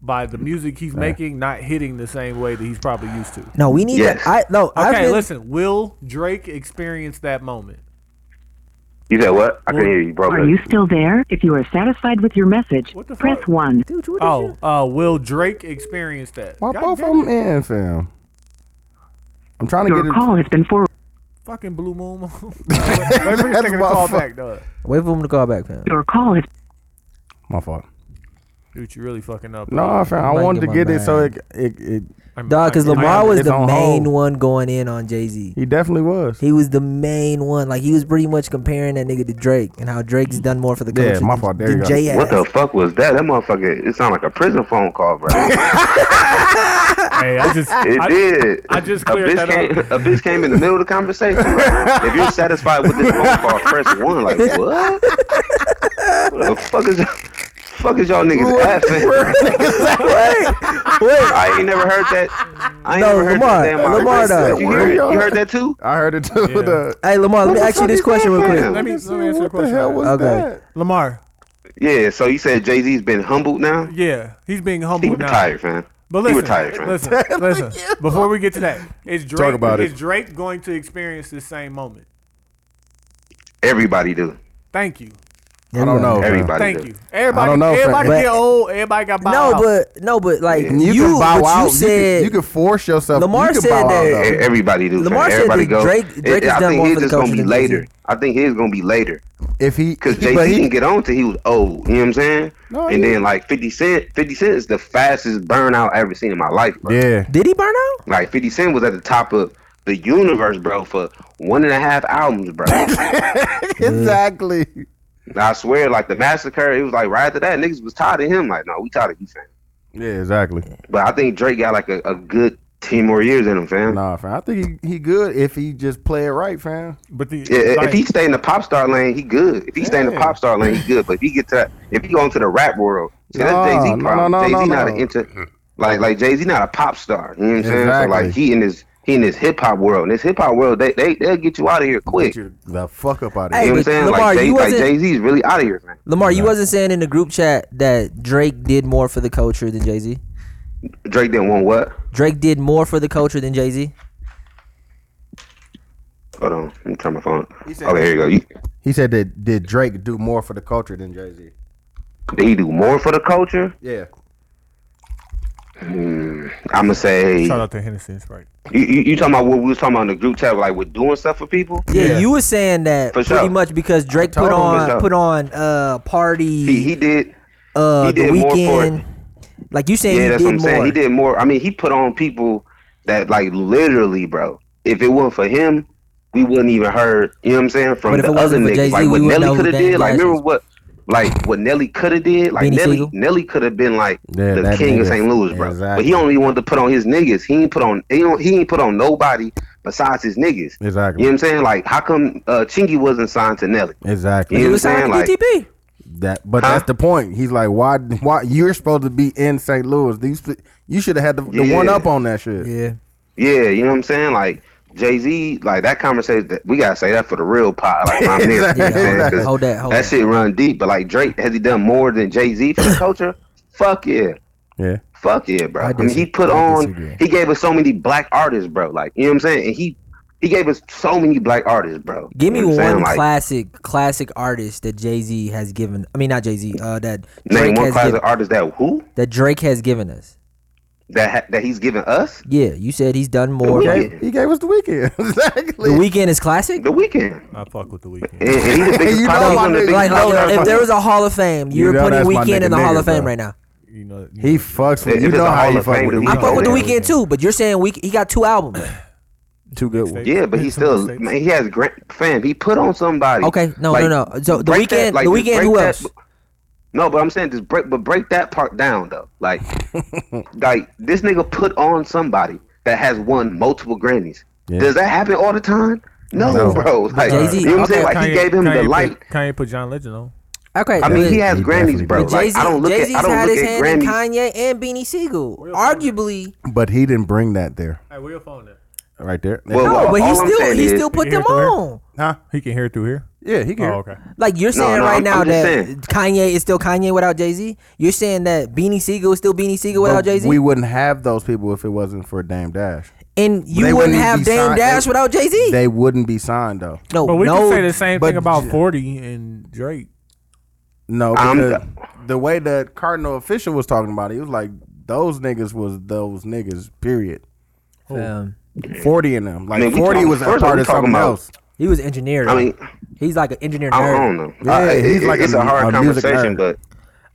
[SPEAKER 7] by the music he's making not hitting the same way that he's probably used to.
[SPEAKER 3] No, we need
[SPEAKER 9] Yes.
[SPEAKER 3] to. I no. I've
[SPEAKER 7] Okay,
[SPEAKER 3] been-
[SPEAKER 7] listen. Will Drake experience that moment?
[SPEAKER 9] You said what? I couldn't hear you, bro.
[SPEAKER 10] Are you still there? If you are satisfied with your message,
[SPEAKER 7] What the
[SPEAKER 10] press
[SPEAKER 7] fuck?
[SPEAKER 10] 1.
[SPEAKER 3] Dude, what is
[SPEAKER 7] Oh, uh, will Drake experience that?
[SPEAKER 1] Why
[SPEAKER 7] God
[SPEAKER 1] both of
[SPEAKER 7] damn it.
[SPEAKER 1] them in, fam? I'm trying to
[SPEAKER 10] Your
[SPEAKER 1] get it.
[SPEAKER 10] call has been forwarded.
[SPEAKER 7] Fucking Blue Moon. Wait for this nigga to call
[SPEAKER 1] my
[SPEAKER 7] back, dog.
[SPEAKER 3] you- Wait for him to call back, fam.
[SPEAKER 10] Your call has
[SPEAKER 1] My fault.
[SPEAKER 7] Dude, you really fucking up.
[SPEAKER 1] No, nah, fam. I
[SPEAKER 3] Like
[SPEAKER 1] wanted to
[SPEAKER 3] my
[SPEAKER 1] get it so
[SPEAKER 3] bag.
[SPEAKER 1] it, it, it.
[SPEAKER 7] I'm-
[SPEAKER 3] Dog, because
[SPEAKER 7] I'm-
[SPEAKER 3] Lamar
[SPEAKER 7] I'm-
[SPEAKER 3] was
[SPEAKER 1] it's
[SPEAKER 3] the
[SPEAKER 1] on
[SPEAKER 3] main
[SPEAKER 1] hold.
[SPEAKER 3] one going in on Jay Z.
[SPEAKER 1] He definitely was.
[SPEAKER 3] He was the main one. Like he was pretty much comparing that nigga to Drake and how Drake's done more for the
[SPEAKER 1] Yeah,
[SPEAKER 3] culture.
[SPEAKER 1] my
[SPEAKER 3] than-
[SPEAKER 1] fault. There
[SPEAKER 3] than
[SPEAKER 1] you go.
[SPEAKER 3] Jay has.
[SPEAKER 9] What the fuck was that? That motherfucker. It sounded like a prison phone call, bro. it
[SPEAKER 7] Hey, I just. I-
[SPEAKER 9] did.
[SPEAKER 7] I just
[SPEAKER 9] a
[SPEAKER 7] cleared
[SPEAKER 9] bitch
[SPEAKER 7] that
[SPEAKER 9] came,
[SPEAKER 7] up.
[SPEAKER 9] A bitch came in the middle of the conversation. Like, if you're satisfied with this phone call, press one. Like what? what the fuck is? Fuck is y'all niggas laughing?
[SPEAKER 3] Wait,
[SPEAKER 9] I ain't never heard that. I ain't
[SPEAKER 3] No,
[SPEAKER 9] never heard
[SPEAKER 3] Lamar,
[SPEAKER 9] that. damn
[SPEAKER 3] Lamar,
[SPEAKER 9] Chris,
[SPEAKER 3] though.
[SPEAKER 9] did You heard, it? you heard that too?
[SPEAKER 1] I heard it too.
[SPEAKER 7] Yeah.
[SPEAKER 1] The,
[SPEAKER 3] hey Lamar, let me ask you this question real quick.
[SPEAKER 7] Let me, let me answer a
[SPEAKER 1] what the
[SPEAKER 7] question.
[SPEAKER 1] hell was
[SPEAKER 3] Okay.
[SPEAKER 1] that?
[SPEAKER 7] Lamar,
[SPEAKER 9] Yeah, so you said Jay Z's been humbled now?
[SPEAKER 2] Yeah, he's being humble
[SPEAKER 9] He
[SPEAKER 2] now.
[SPEAKER 9] retired, man.
[SPEAKER 2] But
[SPEAKER 9] He
[SPEAKER 2] listen,
[SPEAKER 9] retired, man.
[SPEAKER 2] listen, listen. Before we get to that, is Drake
[SPEAKER 1] about
[SPEAKER 2] is
[SPEAKER 1] it.
[SPEAKER 2] Drake going to experience this same moment?
[SPEAKER 9] Everybody do.
[SPEAKER 2] Thank you,
[SPEAKER 1] I don't know. fam.
[SPEAKER 9] Everybody
[SPEAKER 2] thank
[SPEAKER 9] do.
[SPEAKER 2] you. Everybody,
[SPEAKER 1] don't know,
[SPEAKER 2] everybody
[SPEAKER 1] fam.
[SPEAKER 2] get old. Everybody got bought
[SPEAKER 3] No,
[SPEAKER 2] out.
[SPEAKER 3] but no, but like
[SPEAKER 1] And
[SPEAKER 3] you,
[SPEAKER 1] You, can bow
[SPEAKER 3] but
[SPEAKER 1] out.
[SPEAKER 3] you said
[SPEAKER 1] you, can, you can force yourself.
[SPEAKER 3] Lamar
[SPEAKER 1] you can
[SPEAKER 3] said
[SPEAKER 1] bow
[SPEAKER 3] that-
[SPEAKER 1] Out,
[SPEAKER 9] E-
[SPEAKER 1] though.
[SPEAKER 9] Everybody do.
[SPEAKER 3] Oh. Lamar
[SPEAKER 9] man.
[SPEAKER 3] said
[SPEAKER 9] Everybody
[SPEAKER 3] that
[SPEAKER 9] go.
[SPEAKER 3] Drake- Drake has
[SPEAKER 9] I
[SPEAKER 3] done
[SPEAKER 9] think
[SPEAKER 3] more
[SPEAKER 9] he's
[SPEAKER 3] for the
[SPEAKER 9] just gonna
[SPEAKER 3] culture
[SPEAKER 9] be
[SPEAKER 3] than Jay-Z.
[SPEAKER 9] later. I think he's gonna be later.
[SPEAKER 1] if he,
[SPEAKER 9] Cause
[SPEAKER 1] he-
[SPEAKER 9] Jay
[SPEAKER 1] but
[SPEAKER 9] Z
[SPEAKER 1] he-
[SPEAKER 9] didn't get on till he was old. You know what I'm saying?
[SPEAKER 1] No,
[SPEAKER 9] and
[SPEAKER 1] yeah.
[SPEAKER 9] then like Fifty Cent, Fifty Cent is the fastest burnout I ever seen in my life. Bro.
[SPEAKER 1] yeah,
[SPEAKER 3] did he burn out?
[SPEAKER 9] Like Fifty Cent was at the top of the universe, bro, for one and a half albums, bro.
[SPEAKER 1] exactly.
[SPEAKER 9] I swear, like the massacre, it was like right after that, niggas was tired of him. Like, no, we tired of you, fam.
[SPEAKER 1] Yeah, exactly.
[SPEAKER 9] But I think Drake got like a, a good ten more years in him, fam.
[SPEAKER 1] Nah, fam. I think he, he good if he just play it right, fam.
[SPEAKER 2] But the,
[SPEAKER 9] Yeah,
[SPEAKER 2] like,
[SPEAKER 9] if he stay in the pop star lane, he good. If he stay in the pop star lane, he good. But if he get to that, if he go into the rap world, see,
[SPEAKER 1] No,
[SPEAKER 9] that's Jay Z
[SPEAKER 1] no,
[SPEAKER 9] problem.
[SPEAKER 1] no, no,
[SPEAKER 9] Jay Z
[SPEAKER 1] no,
[SPEAKER 9] not
[SPEAKER 1] no.
[SPEAKER 9] an inter, like like Jay Z not a pop star. You know what I'm saying? So
[SPEAKER 1] Exactly.
[SPEAKER 9] like he in his he in his hip hop world. In his hip hop world, they they they'll get you out of here quick. You
[SPEAKER 1] The fuck up out of
[SPEAKER 3] Hey,
[SPEAKER 1] here.
[SPEAKER 9] know what I'm
[SPEAKER 3] but
[SPEAKER 9] saying?
[SPEAKER 3] Lamar,
[SPEAKER 9] like Jay
[SPEAKER 3] you
[SPEAKER 9] like
[SPEAKER 3] wasn't-
[SPEAKER 9] Jay Z's really out of here, man.
[SPEAKER 3] Lamar, you wasn't saying in the group chat that Drake did more for the culture than Jay Z.
[SPEAKER 9] Drake didn't want what?
[SPEAKER 3] Drake did more for the culture than Jay Z.
[SPEAKER 9] Hold on, let me turn my phone. Okay, here you go. You,
[SPEAKER 1] He said that did Drake do more for the culture than Jay Z?
[SPEAKER 9] did he do more for the culture?
[SPEAKER 1] Yeah.
[SPEAKER 9] I'm gonna say
[SPEAKER 2] shout out to Hennessy right?
[SPEAKER 9] you, you, you talking about what we was talking about in the group chat, like with doing stuff for people.
[SPEAKER 3] Yeah, you were saying that
[SPEAKER 9] For
[SPEAKER 3] pretty
[SPEAKER 9] sure.
[SPEAKER 3] much because Drake
[SPEAKER 1] told
[SPEAKER 3] put
[SPEAKER 1] him, for
[SPEAKER 3] on
[SPEAKER 9] sure.
[SPEAKER 3] put on uh party
[SPEAKER 9] He he did.
[SPEAKER 3] uh
[SPEAKER 9] he
[SPEAKER 3] the
[SPEAKER 9] did more for
[SPEAKER 3] weekend. Like you saying
[SPEAKER 9] Yeah,
[SPEAKER 3] he
[SPEAKER 9] that's
[SPEAKER 3] did
[SPEAKER 9] what I'm
[SPEAKER 3] more.
[SPEAKER 9] saying. He did more. I mean, he put on people that like literally, bro. If it wasn't for him, we wouldn't even heard. You know what I'm saying? From
[SPEAKER 3] But if
[SPEAKER 9] the
[SPEAKER 3] it
[SPEAKER 9] other
[SPEAKER 3] wasn't for
[SPEAKER 9] niggas,
[SPEAKER 3] Jay-Z,
[SPEAKER 9] like
[SPEAKER 3] we
[SPEAKER 9] what
[SPEAKER 3] wouldn't know
[SPEAKER 9] Nelly
[SPEAKER 3] who
[SPEAKER 9] could have
[SPEAKER 3] Daniel
[SPEAKER 9] did. Like
[SPEAKER 3] Ash
[SPEAKER 9] remember
[SPEAKER 3] is.
[SPEAKER 9] what, like what Nelly could have did. Like
[SPEAKER 3] Beanie
[SPEAKER 9] Nelly,
[SPEAKER 3] Siegel?
[SPEAKER 9] Nelly could have been like
[SPEAKER 1] Yeah,
[SPEAKER 9] the
[SPEAKER 1] that
[SPEAKER 9] king of
[SPEAKER 1] nigga.
[SPEAKER 9] St. Louis, bro. But
[SPEAKER 1] Exactly.
[SPEAKER 9] he only wanted to put on his niggas. He ain't put on. He don't, he ain't put on nobody besides his niggas.
[SPEAKER 1] Exactly.
[SPEAKER 9] You know what I'm saying? Like how come uh, Chingy wasn't signed to Nelly?
[SPEAKER 1] Exactly.
[SPEAKER 9] Yeah.
[SPEAKER 3] He
[SPEAKER 9] You
[SPEAKER 3] was
[SPEAKER 9] know what
[SPEAKER 3] signed
[SPEAKER 9] I'm
[SPEAKER 3] to
[SPEAKER 9] saying?
[SPEAKER 3] DTP.
[SPEAKER 1] That, but
[SPEAKER 9] Huh?
[SPEAKER 1] that's the point. He's like, why? Why you're supposed to be in St. Louis? These you should have had the, the
[SPEAKER 9] Yeah.
[SPEAKER 1] one up on that shit.
[SPEAKER 3] Yeah.
[SPEAKER 9] Yeah, you know what I'm saying? Like Jay Z, like that conversation. That, we gotta say that for the real pot. Like my man, you know what I'm saying? 'Cause
[SPEAKER 3] Hold that, hold
[SPEAKER 9] that
[SPEAKER 3] that.
[SPEAKER 9] shit run deep. But like Drake, has he done more than Jay Z for the culture? Fuck yeah.
[SPEAKER 1] Yeah.
[SPEAKER 9] Fuck yeah, bro.
[SPEAKER 1] I
[SPEAKER 9] I, mean, he
[SPEAKER 1] disagree.
[SPEAKER 9] put
[SPEAKER 1] I
[SPEAKER 9] on.
[SPEAKER 1] disagree.
[SPEAKER 9] He gave us so many black artists, bro. Like you know what I'm saying? And he he gave us so many black artists, bro.
[SPEAKER 3] Give me
[SPEAKER 9] You know what I'm
[SPEAKER 3] one
[SPEAKER 9] saying? Like,
[SPEAKER 3] classic classic artist that Jay Z has given. I mean, not Jay Z. Uh, that
[SPEAKER 9] Name
[SPEAKER 3] Drake
[SPEAKER 9] one
[SPEAKER 3] has
[SPEAKER 9] classic
[SPEAKER 3] given,
[SPEAKER 9] artist that who
[SPEAKER 3] that Drake has given us.
[SPEAKER 9] that ha- that he's giving us
[SPEAKER 3] Yeah, you said he's done more.
[SPEAKER 9] Yeah.
[SPEAKER 1] He, he gave us the weekend. exactly.
[SPEAKER 3] The weekend is classic.
[SPEAKER 9] the weekend.
[SPEAKER 2] I fuck with the weekend.
[SPEAKER 9] And, and he the biggest
[SPEAKER 1] You
[SPEAKER 9] pot-
[SPEAKER 1] know my
[SPEAKER 9] he's one of the
[SPEAKER 1] nigga,
[SPEAKER 9] biggest
[SPEAKER 3] Like,
[SPEAKER 1] No,
[SPEAKER 3] like,
[SPEAKER 9] pot-
[SPEAKER 1] that's
[SPEAKER 3] if
[SPEAKER 1] my
[SPEAKER 3] there
[SPEAKER 1] nigga.
[SPEAKER 3] was a Hall of Fame,
[SPEAKER 1] You
[SPEAKER 3] you're
[SPEAKER 1] know
[SPEAKER 3] putting
[SPEAKER 1] that's my
[SPEAKER 3] Weekend
[SPEAKER 1] nigga
[SPEAKER 3] in the Hall of
[SPEAKER 1] nigga,
[SPEAKER 3] Fame
[SPEAKER 1] bro.
[SPEAKER 3] right now.
[SPEAKER 2] You know, you
[SPEAKER 1] he
[SPEAKER 2] know-
[SPEAKER 1] fucks
[SPEAKER 9] If
[SPEAKER 1] with you
[SPEAKER 9] it's
[SPEAKER 1] know
[SPEAKER 9] a
[SPEAKER 1] how
[SPEAKER 9] Hall
[SPEAKER 1] he
[SPEAKER 9] of
[SPEAKER 1] fuck
[SPEAKER 9] Fame,
[SPEAKER 1] with
[SPEAKER 9] then
[SPEAKER 1] the
[SPEAKER 9] we
[SPEAKER 3] I
[SPEAKER 9] Yeah.
[SPEAKER 3] fuck
[SPEAKER 1] weekend.
[SPEAKER 3] with the
[SPEAKER 9] Yeah.
[SPEAKER 3] weekend too, but you're saying we, he got two albums.
[SPEAKER 1] Too good. One.
[SPEAKER 9] Yeah, but
[SPEAKER 2] Hit
[SPEAKER 9] he
[SPEAKER 2] some
[SPEAKER 9] still
[SPEAKER 2] mistakes.
[SPEAKER 9] man, he has grand fam. He put on somebody.
[SPEAKER 3] Okay, no,
[SPEAKER 9] Like,
[SPEAKER 3] no, no. So the
[SPEAKER 9] break
[SPEAKER 3] weekend,
[SPEAKER 9] that- like,
[SPEAKER 3] the
[SPEAKER 9] just
[SPEAKER 3] weekend.
[SPEAKER 9] break
[SPEAKER 3] Who
[SPEAKER 9] that-
[SPEAKER 3] else?
[SPEAKER 9] No, but I'm saying just break, but break that part down though. Like, like this nigga put on somebody that has won multiple Grammys.
[SPEAKER 1] Yeah.
[SPEAKER 9] Does that happen all the time? No,
[SPEAKER 1] No.
[SPEAKER 9] bro. Like,
[SPEAKER 3] Jay-Z-
[SPEAKER 9] you know what I'm saying?
[SPEAKER 3] okay,
[SPEAKER 9] Like he gave him
[SPEAKER 2] Kanye
[SPEAKER 9] the light.
[SPEAKER 2] Put, Kanye put John Legend on.
[SPEAKER 3] Okay,
[SPEAKER 9] I mean,
[SPEAKER 3] but-
[SPEAKER 9] he has
[SPEAKER 1] He definitely
[SPEAKER 9] Grammys, bro.
[SPEAKER 3] but
[SPEAKER 1] did.
[SPEAKER 3] Jay
[SPEAKER 9] Like,
[SPEAKER 3] Z,
[SPEAKER 9] I don't look
[SPEAKER 3] Jay
[SPEAKER 9] at
[SPEAKER 3] Z's
[SPEAKER 9] I don't
[SPEAKER 3] had
[SPEAKER 9] look
[SPEAKER 3] his
[SPEAKER 9] at
[SPEAKER 3] hand in
[SPEAKER 9] Grammys.
[SPEAKER 3] Kanye and Beanie Siegel, arguably.
[SPEAKER 1] But he didn't bring that there.
[SPEAKER 2] Hey, where your phone at?
[SPEAKER 1] Right there.
[SPEAKER 9] Well,
[SPEAKER 1] Huh?
[SPEAKER 9] well,
[SPEAKER 3] No, but he
[SPEAKER 9] all I'm
[SPEAKER 3] still
[SPEAKER 9] saying
[SPEAKER 3] he
[SPEAKER 9] is-
[SPEAKER 3] still put
[SPEAKER 2] You hear
[SPEAKER 3] them
[SPEAKER 2] it through
[SPEAKER 3] on.
[SPEAKER 1] Huh?
[SPEAKER 2] He can hear through here.
[SPEAKER 1] Yeah, he can.
[SPEAKER 2] Oh, okay.
[SPEAKER 3] Like you're
[SPEAKER 9] No,
[SPEAKER 3] saying
[SPEAKER 9] no,
[SPEAKER 3] right
[SPEAKER 9] I'm-
[SPEAKER 3] now
[SPEAKER 9] I'm just
[SPEAKER 3] that
[SPEAKER 9] saying.
[SPEAKER 3] Kanye is still Kanye without Jay Z. You're saying that Beanie Siegel is still Beanie Siegel without
[SPEAKER 1] But
[SPEAKER 3] Jay Z,
[SPEAKER 1] We wouldn't have those people if it wasn't for Dame Dash.
[SPEAKER 3] and
[SPEAKER 1] they
[SPEAKER 3] you
[SPEAKER 1] wouldn't
[SPEAKER 3] wouldn't have
[SPEAKER 1] be
[SPEAKER 3] Dame
[SPEAKER 1] signed-
[SPEAKER 3] Dash
[SPEAKER 1] they-
[SPEAKER 3] without Jay Z.
[SPEAKER 1] They wouldn't be signed though.
[SPEAKER 3] No,
[SPEAKER 2] But we
[SPEAKER 3] no.
[SPEAKER 2] can say the same
[SPEAKER 1] but
[SPEAKER 2] thing about
[SPEAKER 1] J-
[SPEAKER 2] Forty and Drake.
[SPEAKER 1] No,
[SPEAKER 9] I'm-
[SPEAKER 1] because the way the cardinal official was talking about it, he was like, "Those niggas was those niggas." Period.
[SPEAKER 3] Um,
[SPEAKER 1] Forty in them, like
[SPEAKER 9] mean, we
[SPEAKER 1] forty
[SPEAKER 9] talking-
[SPEAKER 1] was a
[SPEAKER 9] first
[SPEAKER 1] part
[SPEAKER 9] we
[SPEAKER 1] of
[SPEAKER 9] talking
[SPEAKER 1] something
[SPEAKER 9] about-
[SPEAKER 1] else.
[SPEAKER 3] he was engineered.
[SPEAKER 9] I mean,
[SPEAKER 3] he's like an engineer
[SPEAKER 9] I
[SPEAKER 3] nerd.
[SPEAKER 9] don't know.
[SPEAKER 1] Yeah,
[SPEAKER 9] I- I-
[SPEAKER 1] he's like
[SPEAKER 9] it's
[SPEAKER 1] a-
[SPEAKER 9] a hard
[SPEAKER 1] a music
[SPEAKER 9] conversation,
[SPEAKER 1] nerd.
[SPEAKER 9] but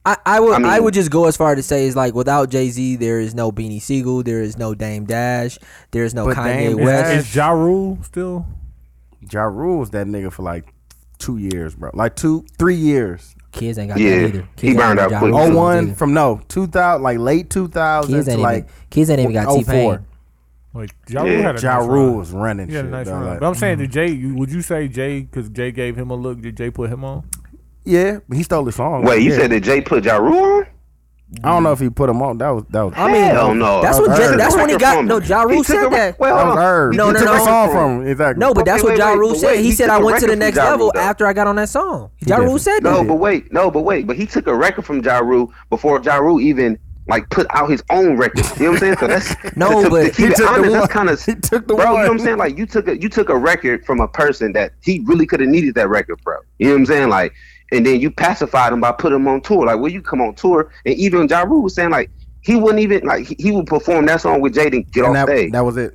[SPEAKER 3] I, I would I,
[SPEAKER 9] I mean-
[SPEAKER 3] would just go as far to say is like without Jay Z there is no Beanie Siegel there is no Dame Dash there is no
[SPEAKER 1] But
[SPEAKER 3] Kanye
[SPEAKER 1] Dame
[SPEAKER 3] West
[SPEAKER 1] Dash-
[SPEAKER 2] Is, is Ja Rule still?
[SPEAKER 1] Ja Rule was that nigga for like two years, bro. Like two, three years.
[SPEAKER 3] kids ain't got
[SPEAKER 9] Yeah,
[SPEAKER 3] that either
[SPEAKER 9] he
[SPEAKER 3] kids ain't
[SPEAKER 9] burned
[SPEAKER 3] got
[SPEAKER 9] out
[SPEAKER 3] Ja
[SPEAKER 9] quick.
[SPEAKER 3] Rule
[SPEAKER 1] Oh
[SPEAKER 9] Mhm.
[SPEAKER 1] one
[SPEAKER 3] either.
[SPEAKER 1] from no two thousand, like late two thousand
[SPEAKER 3] kids
[SPEAKER 1] to
[SPEAKER 3] ain't
[SPEAKER 1] like
[SPEAKER 3] even kids ain't even got T
[SPEAKER 1] 04.
[SPEAKER 3] Pain
[SPEAKER 2] Like Ja Rule had a
[SPEAKER 1] Ja
[SPEAKER 2] nice
[SPEAKER 1] Rule
[SPEAKER 2] run.
[SPEAKER 1] was running.
[SPEAKER 2] He had a
[SPEAKER 1] shit,
[SPEAKER 2] nice
[SPEAKER 1] dog,
[SPEAKER 2] run.
[SPEAKER 1] like-
[SPEAKER 2] but I'm saying, did Jay? you- Would you say Jay? Because Jay gave him a look. Did Jay put him on?
[SPEAKER 1] yeah, but he stole the song.
[SPEAKER 9] wait, you
[SPEAKER 1] Yeah.
[SPEAKER 9] said that Jay put Ja Rule on?
[SPEAKER 1] I don't know if he put him on. That was that was.
[SPEAKER 3] I mean,
[SPEAKER 9] Hell Oh, no.
[SPEAKER 3] that's what
[SPEAKER 1] I've
[SPEAKER 3] Ja-
[SPEAKER 1] heard.
[SPEAKER 3] that's when he got
[SPEAKER 9] From
[SPEAKER 3] no
[SPEAKER 9] him.
[SPEAKER 3] Ja Rule
[SPEAKER 9] He took
[SPEAKER 3] said
[SPEAKER 9] a-
[SPEAKER 3] that.
[SPEAKER 1] that
[SPEAKER 9] well,
[SPEAKER 1] was
[SPEAKER 9] hold on.
[SPEAKER 1] heard.
[SPEAKER 9] He
[SPEAKER 3] No,
[SPEAKER 1] he
[SPEAKER 3] no,
[SPEAKER 1] took
[SPEAKER 3] no.
[SPEAKER 1] a song from him. Exactly.
[SPEAKER 3] No, but
[SPEAKER 9] Okay,
[SPEAKER 3] that's what
[SPEAKER 9] wait,
[SPEAKER 3] Ja
[SPEAKER 9] wait,
[SPEAKER 3] Rule
[SPEAKER 9] but
[SPEAKER 3] said.
[SPEAKER 9] wait,
[SPEAKER 3] He
[SPEAKER 9] he
[SPEAKER 3] said
[SPEAKER 9] took
[SPEAKER 3] I
[SPEAKER 9] a
[SPEAKER 3] went to the
[SPEAKER 9] record
[SPEAKER 3] next
[SPEAKER 9] from Ja Rule,
[SPEAKER 3] level
[SPEAKER 9] though.
[SPEAKER 3] after I got on that song. Ja
[SPEAKER 1] did.
[SPEAKER 3] Rule said that.
[SPEAKER 9] No, but wait, no, but wait, but he took a record from Ja Rule before Ja Rule even like put out his own record. You know what I'm saying? So that's
[SPEAKER 3] No,
[SPEAKER 9] to, to,
[SPEAKER 3] but
[SPEAKER 9] to
[SPEAKER 1] he
[SPEAKER 9] keep it
[SPEAKER 1] took the
[SPEAKER 9] honest,
[SPEAKER 1] one.
[SPEAKER 9] that's kind of
[SPEAKER 1] He took the
[SPEAKER 9] bro. You know what
[SPEAKER 1] one.
[SPEAKER 9] I'm saying? Like you took a you took a record from a person that he really could have needed that record, bro. You know what I'm saying? Like, and then you pacified him by putting him on tour. Like, well, you come on tour, and even Ja Rule was saying like he wouldn't even like he, he would perform that song with Jaden get
[SPEAKER 1] and that,
[SPEAKER 9] off stage.
[SPEAKER 1] that was it.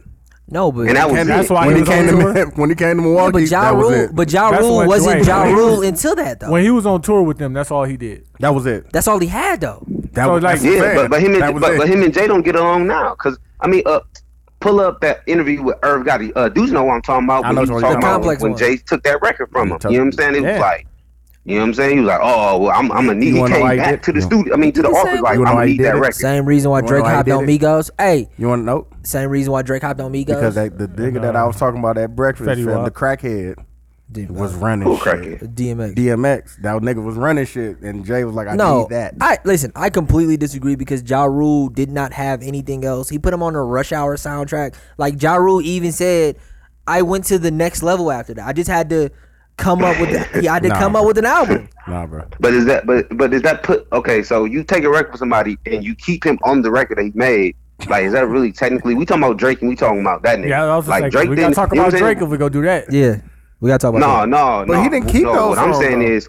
[SPEAKER 3] No, but
[SPEAKER 9] And that was
[SPEAKER 2] And
[SPEAKER 9] it.
[SPEAKER 2] that's why
[SPEAKER 1] when
[SPEAKER 2] he
[SPEAKER 1] he
[SPEAKER 2] was on
[SPEAKER 1] came
[SPEAKER 2] tour.
[SPEAKER 1] to when he came to
[SPEAKER 3] Yeah,
[SPEAKER 1] Milwaukee,
[SPEAKER 3] but Ja
[SPEAKER 1] that was
[SPEAKER 3] Rule,
[SPEAKER 1] it.
[SPEAKER 3] but Ja
[SPEAKER 2] That's
[SPEAKER 3] Rule
[SPEAKER 2] what
[SPEAKER 3] wasn't
[SPEAKER 2] Dwayne-
[SPEAKER 3] Ja
[SPEAKER 2] when he
[SPEAKER 3] Rule
[SPEAKER 2] was-
[SPEAKER 3] until that though.
[SPEAKER 2] When he was on tour with them, that's all he did.
[SPEAKER 1] that was it.
[SPEAKER 3] That's all he had though.
[SPEAKER 1] That
[SPEAKER 2] So,
[SPEAKER 1] was
[SPEAKER 2] like-
[SPEAKER 1] like
[SPEAKER 9] Yeah, but, but him
[SPEAKER 1] that
[SPEAKER 9] and
[SPEAKER 1] was
[SPEAKER 9] but,
[SPEAKER 1] it.
[SPEAKER 9] but him and Jay don't get along now. Cause I mean, uh, pull up that interview with Irv Gotti. Uh, dudes know what I'm talking about.
[SPEAKER 1] I
[SPEAKER 9] when
[SPEAKER 1] know
[SPEAKER 9] he
[SPEAKER 1] what
[SPEAKER 9] was
[SPEAKER 1] you're talking
[SPEAKER 9] talking about
[SPEAKER 3] about.
[SPEAKER 9] when, when
[SPEAKER 3] Complex one.
[SPEAKER 9] Jay took that record from
[SPEAKER 1] Yeah,
[SPEAKER 9] him.
[SPEAKER 1] tough.
[SPEAKER 9] You know what I'm saying? It
[SPEAKER 2] Yeah.
[SPEAKER 9] was like, you know what I'm saying? He was like, oh, well, I'm I'm gonna need.
[SPEAKER 1] You
[SPEAKER 9] He
[SPEAKER 1] wanna
[SPEAKER 9] came
[SPEAKER 1] know why he
[SPEAKER 9] back
[SPEAKER 1] did-
[SPEAKER 9] to the
[SPEAKER 1] no.
[SPEAKER 9] studio. I mean, to the
[SPEAKER 3] He said-
[SPEAKER 9] office. Like,
[SPEAKER 1] You
[SPEAKER 9] I'm
[SPEAKER 1] wanna know
[SPEAKER 9] gonna
[SPEAKER 1] why he
[SPEAKER 9] need that
[SPEAKER 1] did it?
[SPEAKER 9] record.
[SPEAKER 3] Same reason why
[SPEAKER 1] Wanna
[SPEAKER 3] Drake
[SPEAKER 1] know how he
[SPEAKER 3] hopped
[SPEAKER 1] did
[SPEAKER 3] on
[SPEAKER 1] it?
[SPEAKER 3] Migos. Hey,
[SPEAKER 1] you want to know
[SPEAKER 3] same reason why Drake hopped on Migos.
[SPEAKER 1] because that, the nigga that I was talking about at breakfast,
[SPEAKER 2] Fetty
[SPEAKER 1] fam,
[SPEAKER 2] Wap.
[SPEAKER 1] the crackhead,
[SPEAKER 3] Dude,
[SPEAKER 1] was running
[SPEAKER 9] Cool
[SPEAKER 1] shit.
[SPEAKER 9] crackhead.
[SPEAKER 3] DMX.
[SPEAKER 1] DMX, that nigga was running shit, and Jay was like, "I
[SPEAKER 3] no,
[SPEAKER 1] need that."
[SPEAKER 3] I listen. I completely disagree because Ja Rule did not have anything else. He put him on a Rush Hour soundtrack. Like Ja Rule even said, I went to the next level after that. I just had to come up with. The, yeah, I had to
[SPEAKER 1] Nah.
[SPEAKER 3] come up with an album.
[SPEAKER 1] nah, bro.
[SPEAKER 9] But is that but but is that put okay? So you take a record for somebody and you keep him on the record that he made. Like, is that really technically? We talking about Drake and we talking about that nigga.
[SPEAKER 2] Yeah, I was just like,
[SPEAKER 9] like
[SPEAKER 2] we gotta
[SPEAKER 9] didn't-
[SPEAKER 2] talk
[SPEAKER 9] you know
[SPEAKER 2] about
[SPEAKER 9] what I'm saying?
[SPEAKER 2] Drake if we go do that.
[SPEAKER 3] Yeah, we gotta talk about.
[SPEAKER 9] No,
[SPEAKER 3] that.
[SPEAKER 9] no, no.
[SPEAKER 1] But he didn't keep
[SPEAKER 9] no,
[SPEAKER 1] those
[SPEAKER 9] What I'm
[SPEAKER 1] songs,
[SPEAKER 9] saying
[SPEAKER 1] though.
[SPEAKER 9] is,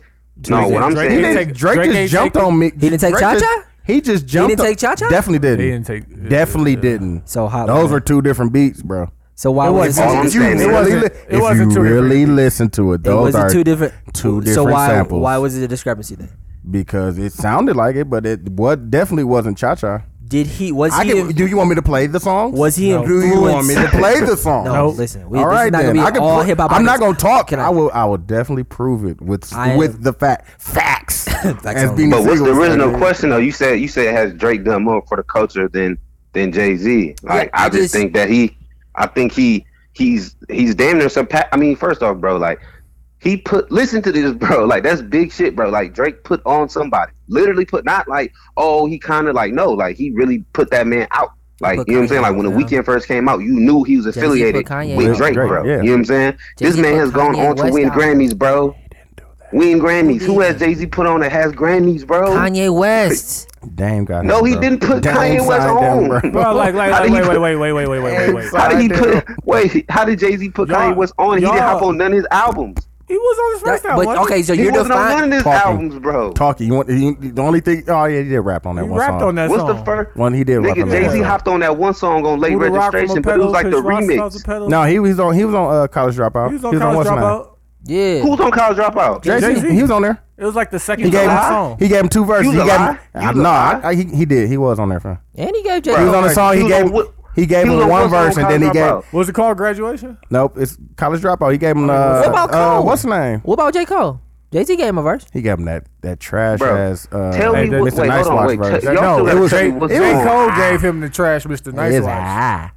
[SPEAKER 9] no. What I'm
[SPEAKER 2] Drake
[SPEAKER 9] saying
[SPEAKER 2] didn't
[SPEAKER 9] is,
[SPEAKER 2] take-
[SPEAKER 1] Drake,
[SPEAKER 2] Drake ain't
[SPEAKER 1] just jumped
[SPEAKER 2] take-
[SPEAKER 1] on me.
[SPEAKER 3] He didn't take
[SPEAKER 1] Drake just-
[SPEAKER 3] Cha-Cha?
[SPEAKER 1] He just jumped.
[SPEAKER 3] didn't
[SPEAKER 1] on-
[SPEAKER 3] take Cha-Cha?
[SPEAKER 1] Definitely didn't.
[SPEAKER 2] He didn't take-
[SPEAKER 1] Definitely
[SPEAKER 2] yeah.
[SPEAKER 1] didn't.
[SPEAKER 3] So hot,
[SPEAKER 1] Those
[SPEAKER 3] man.
[SPEAKER 1] were two different beats, bro.
[SPEAKER 3] So why was
[SPEAKER 9] all I'm
[SPEAKER 1] if you
[SPEAKER 9] saying is-
[SPEAKER 1] really,
[SPEAKER 9] It
[SPEAKER 2] wasn't-
[SPEAKER 1] li-
[SPEAKER 2] it
[SPEAKER 1] if
[SPEAKER 2] wasn't
[SPEAKER 1] you
[SPEAKER 2] two different
[SPEAKER 1] really
[SPEAKER 2] beats.
[SPEAKER 1] listen to it,
[SPEAKER 3] It
[SPEAKER 1] those
[SPEAKER 3] wasn't
[SPEAKER 1] are
[SPEAKER 3] two different
[SPEAKER 1] two
[SPEAKER 3] so
[SPEAKER 1] different
[SPEAKER 3] why,
[SPEAKER 1] samples.
[SPEAKER 3] Why was it a discrepancy then?
[SPEAKER 1] because it sounded like it, but it what definitely wasn't Cha Cha.
[SPEAKER 3] Did he was
[SPEAKER 1] I
[SPEAKER 3] he
[SPEAKER 1] can,
[SPEAKER 3] in-
[SPEAKER 1] do you want me to play the song?
[SPEAKER 3] was he
[SPEAKER 2] No.
[SPEAKER 1] Do
[SPEAKER 3] influenced?
[SPEAKER 1] you want me to play the song?
[SPEAKER 3] No,
[SPEAKER 2] Nope.
[SPEAKER 3] listen. We,
[SPEAKER 1] all
[SPEAKER 3] this
[SPEAKER 1] right
[SPEAKER 3] is not
[SPEAKER 1] then.
[SPEAKER 3] gonna be
[SPEAKER 1] I can
[SPEAKER 3] all
[SPEAKER 1] pl-
[SPEAKER 3] hip hop.
[SPEAKER 1] I'm not gonna talk.
[SPEAKER 3] Can I-
[SPEAKER 1] I? will. I will definitely prove it with
[SPEAKER 3] I
[SPEAKER 1] with
[SPEAKER 3] am-
[SPEAKER 1] the fact facts. as
[SPEAKER 3] only.
[SPEAKER 1] being
[SPEAKER 9] but what's the
[SPEAKER 1] serious,
[SPEAKER 9] original
[SPEAKER 1] man.
[SPEAKER 9] question though? You said you said has Drake done more for the culture than than Jay Z? Like
[SPEAKER 3] Yeah, I
[SPEAKER 9] I just
[SPEAKER 3] just-
[SPEAKER 9] think that he, I think he he's he's damn near surpass. I mean, first off, bro, like he put listen to this, bro. Like that's big shit, bro. Like Drake put on somebody, literally put not like oh he kind of like no, like he really put that man out. Like
[SPEAKER 3] put
[SPEAKER 9] you know what I'm saying?
[SPEAKER 3] Kanye
[SPEAKER 9] Like when the
[SPEAKER 3] out, man.
[SPEAKER 9] weekend first came out, you knew he was
[SPEAKER 3] put
[SPEAKER 9] affiliated
[SPEAKER 3] Kanye out.
[SPEAKER 9] with Drake,
[SPEAKER 1] Drake,
[SPEAKER 9] bro.
[SPEAKER 1] yeah.
[SPEAKER 9] You know what I'm saying? this
[SPEAKER 3] Jay-Z
[SPEAKER 9] man
[SPEAKER 3] put
[SPEAKER 9] has gone
[SPEAKER 3] Kanye
[SPEAKER 9] on to
[SPEAKER 3] West
[SPEAKER 9] win
[SPEAKER 3] out.
[SPEAKER 9] Grammys, bro. Win Grammys. Who has Jay Z put on that has Grammys, bro?
[SPEAKER 3] Kanye West.
[SPEAKER 1] Damn, got
[SPEAKER 9] No,
[SPEAKER 1] him,
[SPEAKER 9] he
[SPEAKER 1] bro.
[SPEAKER 9] didn't put
[SPEAKER 1] Damn
[SPEAKER 9] Kanye West
[SPEAKER 1] side, damn,
[SPEAKER 9] on.
[SPEAKER 1] bro.
[SPEAKER 2] Bro, like, like,
[SPEAKER 9] How
[SPEAKER 2] like
[SPEAKER 9] did
[SPEAKER 2] wait,
[SPEAKER 9] he
[SPEAKER 2] wait,
[SPEAKER 9] put-
[SPEAKER 2] wait, wait, wait, wait, wait, wait, wait.
[SPEAKER 9] How did he
[SPEAKER 1] Side
[SPEAKER 9] put? Wait, how did Jay Z put
[SPEAKER 2] Y'all-
[SPEAKER 9] Kanye West on? He didn't
[SPEAKER 2] y'all-
[SPEAKER 9] hop on none of his albums.
[SPEAKER 2] He was on his first
[SPEAKER 3] That-
[SPEAKER 2] album.
[SPEAKER 3] but
[SPEAKER 2] wasn't he?
[SPEAKER 3] okay, so
[SPEAKER 9] He
[SPEAKER 3] you're
[SPEAKER 9] wasn't on none
[SPEAKER 3] defining.
[SPEAKER 9] of his
[SPEAKER 1] Talking.
[SPEAKER 9] albums, bro.
[SPEAKER 1] Talky. You want you, the only thing? Oh yeah, he did rap on that
[SPEAKER 2] He
[SPEAKER 1] one
[SPEAKER 2] rapped
[SPEAKER 1] song.
[SPEAKER 2] on that
[SPEAKER 9] What's
[SPEAKER 2] song.
[SPEAKER 9] the first?
[SPEAKER 1] One he did rap
[SPEAKER 9] Nigga,
[SPEAKER 1] on that
[SPEAKER 9] Jay Z
[SPEAKER 1] one.
[SPEAKER 9] hopped on that one song on late
[SPEAKER 2] Who the rock from
[SPEAKER 9] registration,
[SPEAKER 2] a
[SPEAKER 9] but it was
[SPEAKER 2] pedal,
[SPEAKER 9] like the
[SPEAKER 2] Chris Rock stars a
[SPEAKER 9] remix.
[SPEAKER 2] pedal?
[SPEAKER 1] No, he was on. He was on uh, college dropout.
[SPEAKER 2] he was on College
[SPEAKER 1] What's His Name.
[SPEAKER 2] Dropout.
[SPEAKER 3] Yeah.
[SPEAKER 9] Who's on College Dropout?
[SPEAKER 1] Jay-Z.
[SPEAKER 2] Jay-Z.
[SPEAKER 1] He was on there.
[SPEAKER 2] It was like the second
[SPEAKER 1] He gave him.
[SPEAKER 2] last song.
[SPEAKER 1] He gave him two verses.
[SPEAKER 9] You
[SPEAKER 1] he
[SPEAKER 9] a
[SPEAKER 1] gave
[SPEAKER 9] lie.
[SPEAKER 1] him. I,
[SPEAKER 9] You a
[SPEAKER 1] no, I,
[SPEAKER 9] lie.
[SPEAKER 1] I, he, he did. He was on there. Fam.
[SPEAKER 3] and he gave
[SPEAKER 1] He was
[SPEAKER 3] Jay.
[SPEAKER 1] on the song. He
[SPEAKER 9] You
[SPEAKER 1] gave.
[SPEAKER 9] know what-
[SPEAKER 1] He gave
[SPEAKER 9] you
[SPEAKER 1] him
[SPEAKER 9] know
[SPEAKER 1] one
[SPEAKER 9] what's on
[SPEAKER 1] verse, and then he
[SPEAKER 9] College
[SPEAKER 1] gave.
[SPEAKER 9] Dropout?
[SPEAKER 2] was it called Graduation?
[SPEAKER 1] Nope, it's college dropout. He gave him. Uh,
[SPEAKER 3] What about
[SPEAKER 1] uh,
[SPEAKER 3] Cole?
[SPEAKER 1] what's his name?
[SPEAKER 3] What about J Cole? Jay Z gave him a verse.
[SPEAKER 1] He gave him that that trash
[SPEAKER 9] Bro,
[SPEAKER 1] ass. Uh,
[SPEAKER 9] tell me
[SPEAKER 1] Mr.
[SPEAKER 9] what- wait,
[SPEAKER 1] nice
[SPEAKER 9] hold on,
[SPEAKER 1] Watch
[SPEAKER 9] wait,
[SPEAKER 1] verse.
[SPEAKER 9] tell- y'all
[SPEAKER 1] no,
[SPEAKER 9] still
[SPEAKER 1] it
[SPEAKER 9] gotta
[SPEAKER 1] was.
[SPEAKER 9] tell
[SPEAKER 1] It
[SPEAKER 9] me
[SPEAKER 1] was.
[SPEAKER 9] what's
[SPEAKER 1] It
[SPEAKER 9] going
[SPEAKER 2] J.
[SPEAKER 9] on.
[SPEAKER 2] Cole gave him the trash, Mr. Nice
[SPEAKER 1] was.
[SPEAKER 2] Watch.
[SPEAKER 1] ah.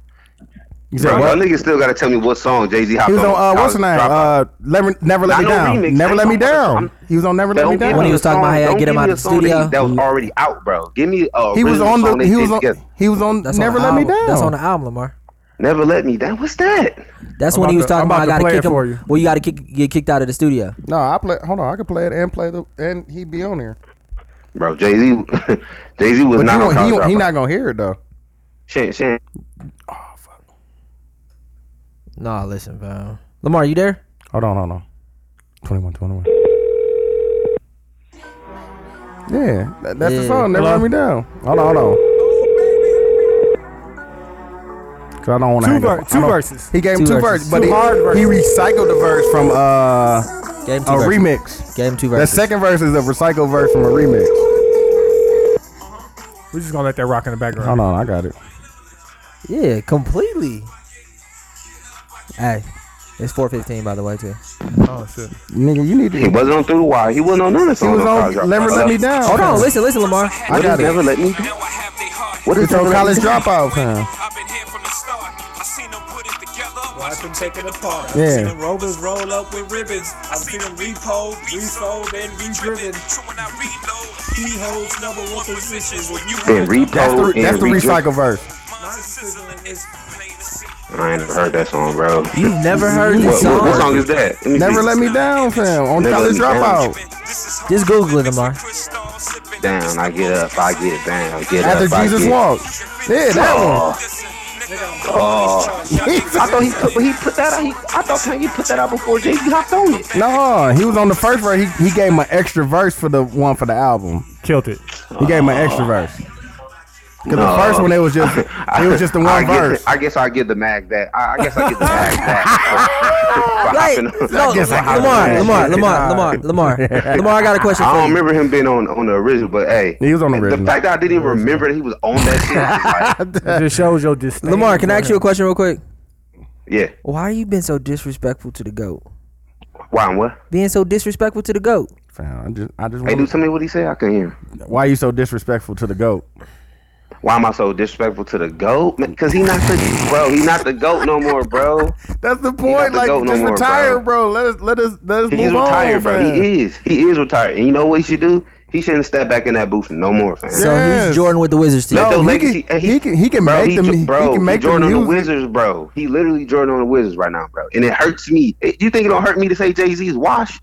[SPEAKER 1] You said
[SPEAKER 9] Bro,
[SPEAKER 1] what?
[SPEAKER 9] y'all niggas still gotta tell me what song Jay Z hopped
[SPEAKER 1] He was on
[SPEAKER 9] on
[SPEAKER 1] uh, what's
[SPEAKER 9] College
[SPEAKER 1] his name?
[SPEAKER 9] Dropout.
[SPEAKER 1] Uh, never, never let
[SPEAKER 9] Not
[SPEAKER 1] me
[SPEAKER 9] no
[SPEAKER 1] down.
[SPEAKER 9] remix.
[SPEAKER 1] Never
[SPEAKER 9] Ain't
[SPEAKER 1] let me
[SPEAKER 9] no remix.
[SPEAKER 1] down.
[SPEAKER 9] I'm-
[SPEAKER 1] He was on Never let me
[SPEAKER 9] Don't give
[SPEAKER 3] When
[SPEAKER 1] down.
[SPEAKER 9] me
[SPEAKER 3] he
[SPEAKER 9] a
[SPEAKER 3] was talking
[SPEAKER 9] song-
[SPEAKER 3] about, hey, I
[SPEAKER 9] don't
[SPEAKER 3] get him
[SPEAKER 9] give
[SPEAKER 3] out of
[SPEAKER 9] me a
[SPEAKER 3] the
[SPEAKER 9] song that he-
[SPEAKER 3] studio.
[SPEAKER 9] That was already out, bro. Give me a.
[SPEAKER 1] He was on the. He was on. He was on.
[SPEAKER 3] That's
[SPEAKER 1] Never
[SPEAKER 3] on the
[SPEAKER 1] let me
[SPEAKER 3] album.
[SPEAKER 1] down.
[SPEAKER 3] That's on the album, Lamar.
[SPEAKER 9] Never let me down. What's that?
[SPEAKER 3] That's
[SPEAKER 2] I'm
[SPEAKER 3] when he
[SPEAKER 2] about
[SPEAKER 3] was
[SPEAKER 2] to-
[SPEAKER 3] talking
[SPEAKER 2] I'm
[SPEAKER 3] about,
[SPEAKER 2] about to
[SPEAKER 3] I
[SPEAKER 2] play
[SPEAKER 3] gotta
[SPEAKER 2] it
[SPEAKER 3] kick him.
[SPEAKER 2] for you.
[SPEAKER 3] Well, you gotta kick, get kicked out of the studio.
[SPEAKER 1] No, I play. Hold on, I can play it and play the and he be on there.
[SPEAKER 9] Bro, Jay Z, Jay Z was
[SPEAKER 1] But
[SPEAKER 9] not
[SPEAKER 1] you
[SPEAKER 9] on
[SPEAKER 1] don't- he,
[SPEAKER 9] College
[SPEAKER 1] don't- he
[SPEAKER 9] Dropout.
[SPEAKER 1] not gonna hear it though.
[SPEAKER 9] Shan, Shan,
[SPEAKER 3] Nah, listen, bro. Lamar, you there?
[SPEAKER 1] Hold on, hold on. 21, 21. Yeah, that, that's the
[SPEAKER 3] Yeah.
[SPEAKER 1] song. Never
[SPEAKER 2] Hello?
[SPEAKER 1] let me down. Hold on, hold on. Cause I don't want to
[SPEAKER 2] Two
[SPEAKER 1] hang up.
[SPEAKER 2] ver-
[SPEAKER 1] I
[SPEAKER 2] two
[SPEAKER 1] don't-
[SPEAKER 2] verses.
[SPEAKER 1] He gave him
[SPEAKER 3] Two
[SPEAKER 1] two
[SPEAKER 3] verses.
[SPEAKER 1] verses, but
[SPEAKER 2] Two
[SPEAKER 1] he,
[SPEAKER 2] hard
[SPEAKER 1] he
[SPEAKER 2] verses.
[SPEAKER 1] recycled the verse from uh,
[SPEAKER 3] Gave him two
[SPEAKER 1] a
[SPEAKER 3] verses.
[SPEAKER 1] remix.
[SPEAKER 3] Gave him two
[SPEAKER 1] That
[SPEAKER 3] verses.
[SPEAKER 1] second verse is a recycled verse from a remix.
[SPEAKER 2] We're just gonna let that rock in the
[SPEAKER 1] Hold
[SPEAKER 2] background.
[SPEAKER 1] on, I got it.
[SPEAKER 3] Yeah, completely. Hey, it's four fifteen by the way too.
[SPEAKER 2] Oh shit.
[SPEAKER 1] Nigga, you need to.
[SPEAKER 9] he wasn't on Through the Wire. He wasn't on none of the
[SPEAKER 1] He
[SPEAKER 9] songs.
[SPEAKER 1] was
[SPEAKER 9] College
[SPEAKER 1] on
[SPEAKER 9] Dropout.
[SPEAKER 1] Never Let Me Down.
[SPEAKER 3] Hold on, listen, listen, Lamar.
[SPEAKER 1] I
[SPEAKER 9] What
[SPEAKER 1] got
[SPEAKER 9] is
[SPEAKER 1] it.
[SPEAKER 9] Never Let Me Down?
[SPEAKER 6] Now I have they heart.
[SPEAKER 9] What is
[SPEAKER 1] It's on
[SPEAKER 9] Never Let Me
[SPEAKER 1] college
[SPEAKER 9] Down?
[SPEAKER 1] dropout, fam.
[SPEAKER 6] I've been here from the start. I seen them put it together. Watch them take it apart.
[SPEAKER 1] Yeah.
[SPEAKER 6] Seen them rovers roll up with ribbons. I seen them repo, refold, and redriven. True when I reload. He holds number one position when you
[SPEAKER 9] Then
[SPEAKER 1] That's
[SPEAKER 9] repo
[SPEAKER 1] the, that's
[SPEAKER 9] and
[SPEAKER 1] the
[SPEAKER 9] recycle.
[SPEAKER 1] recycle verse.
[SPEAKER 6] Narcissism is plain to see.
[SPEAKER 9] I ain't never heard that song, bro. What,
[SPEAKER 3] You've never heard this
[SPEAKER 9] what, what
[SPEAKER 3] song?
[SPEAKER 9] song is that? Let me
[SPEAKER 1] Never
[SPEAKER 9] see.
[SPEAKER 1] let me down, fam. On
[SPEAKER 9] Never Let
[SPEAKER 1] college
[SPEAKER 9] Me Down.
[SPEAKER 1] dropout.
[SPEAKER 3] Just Google it, Amar.
[SPEAKER 9] down. I get up. I get down. Get
[SPEAKER 1] After
[SPEAKER 9] up. I
[SPEAKER 1] Jesus
[SPEAKER 9] get.
[SPEAKER 1] walked. Yeah, that one.
[SPEAKER 9] Oh,
[SPEAKER 1] Oh.
[SPEAKER 9] I thought he put. He put that. Out, he, I thought Kanye put that out before Jay Z hopped on it.
[SPEAKER 1] No, he was on the first verse. He, he gave him an extra verse for the one for the album.
[SPEAKER 2] Killed it.
[SPEAKER 1] He gave him an extra verse. Cause the
[SPEAKER 9] No.
[SPEAKER 1] first one it was just it was just the
[SPEAKER 9] I
[SPEAKER 1] one
[SPEAKER 9] guess-
[SPEAKER 1] verse.
[SPEAKER 9] I guess I get the mag back. I, I guess I get the mag back.
[SPEAKER 3] Like, no,
[SPEAKER 9] I guess I get the
[SPEAKER 3] Lamar,
[SPEAKER 9] mag
[SPEAKER 3] Lamar,
[SPEAKER 9] back.
[SPEAKER 3] Lamar, Lamar, Lamar, Lamar. I got a question
[SPEAKER 9] I
[SPEAKER 3] for
[SPEAKER 9] don't
[SPEAKER 3] you.
[SPEAKER 9] remember him being on, on the original, but hey,
[SPEAKER 1] He was on the original.
[SPEAKER 9] The fact that I didn't even remember that he was on that shit, was like,
[SPEAKER 2] It just shows your disdain.
[SPEAKER 3] Lamar, can I ask you a question real quick?
[SPEAKER 9] yeah.
[SPEAKER 3] Why are you being so disrespectful to the goat?
[SPEAKER 9] Why and what?
[SPEAKER 3] Being so disrespectful to the goat.
[SPEAKER 1] Fam, I just I just
[SPEAKER 9] Hey, dude,
[SPEAKER 1] wanna-
[SPEAKER 9] tell me what he said. I couldn't hear. him.
[SPEAKER 1] why you so disrespectful to the goat?
[SPEAKER 9] Why am I so disrespectful to the goat? Because he not the bro. He not the goat no more, bro.
[SPEAKER 1] That's the
[SPEAKER 9] not
[SPEAKER 1] point.
[SPEAKER 9] the
[SPEAKER 1] Like
[SPEAKER 9] goat no
[SPEAKER 1] just
[SPEAKER 9] more,
[SPEAKER 1] retire,
[SPEAKER 9] bro.
[SPEAKER 1] bro. Let us let us let us
[SPEAKER 9] He's
[SPEAKER 1] move
[SPEAKER 9] retired,
[SPEAKER 1] on,
[SPEAKER 9] bro.
[SPEAKER 1] fam.
[SPEAKER 9] He is. He is retired. And you know what he should do? He shouldn't step back in that booth no more, fam.
[SPEAKER 3] So
[SPEAKER 1] Yes.
[SPEAKER 3] he's Jordan with the Wizards team.
[SPEAKER 9] Let
[SPEAKER 1] No,
[SPEAKER 9] those
[SPEAKER 1] he
[SPEAKER 9] legacy-
[SPEAKER 1] can-
[SPEAKER 9] and
[SPEAKER 1] he can- he can make
[SPEAKER 9] he
[SPEAKER 1] them-
[SPEAKER 9] ju-
[SPEAKER 1] he
[SPEAKER 9] bro,
[SPEAKER 1] can make
[SPEAKER 9] he Jordan
[SPEAKER 1] them
[SPEAKER 9] on the
[SPEAKER 1] music.
[SPEAKER 9] Wizards, bro. He literally Jordan on the Wizards right now, bro. And it hurts me. It- you think it don't hurt me to say Jay Z's wash?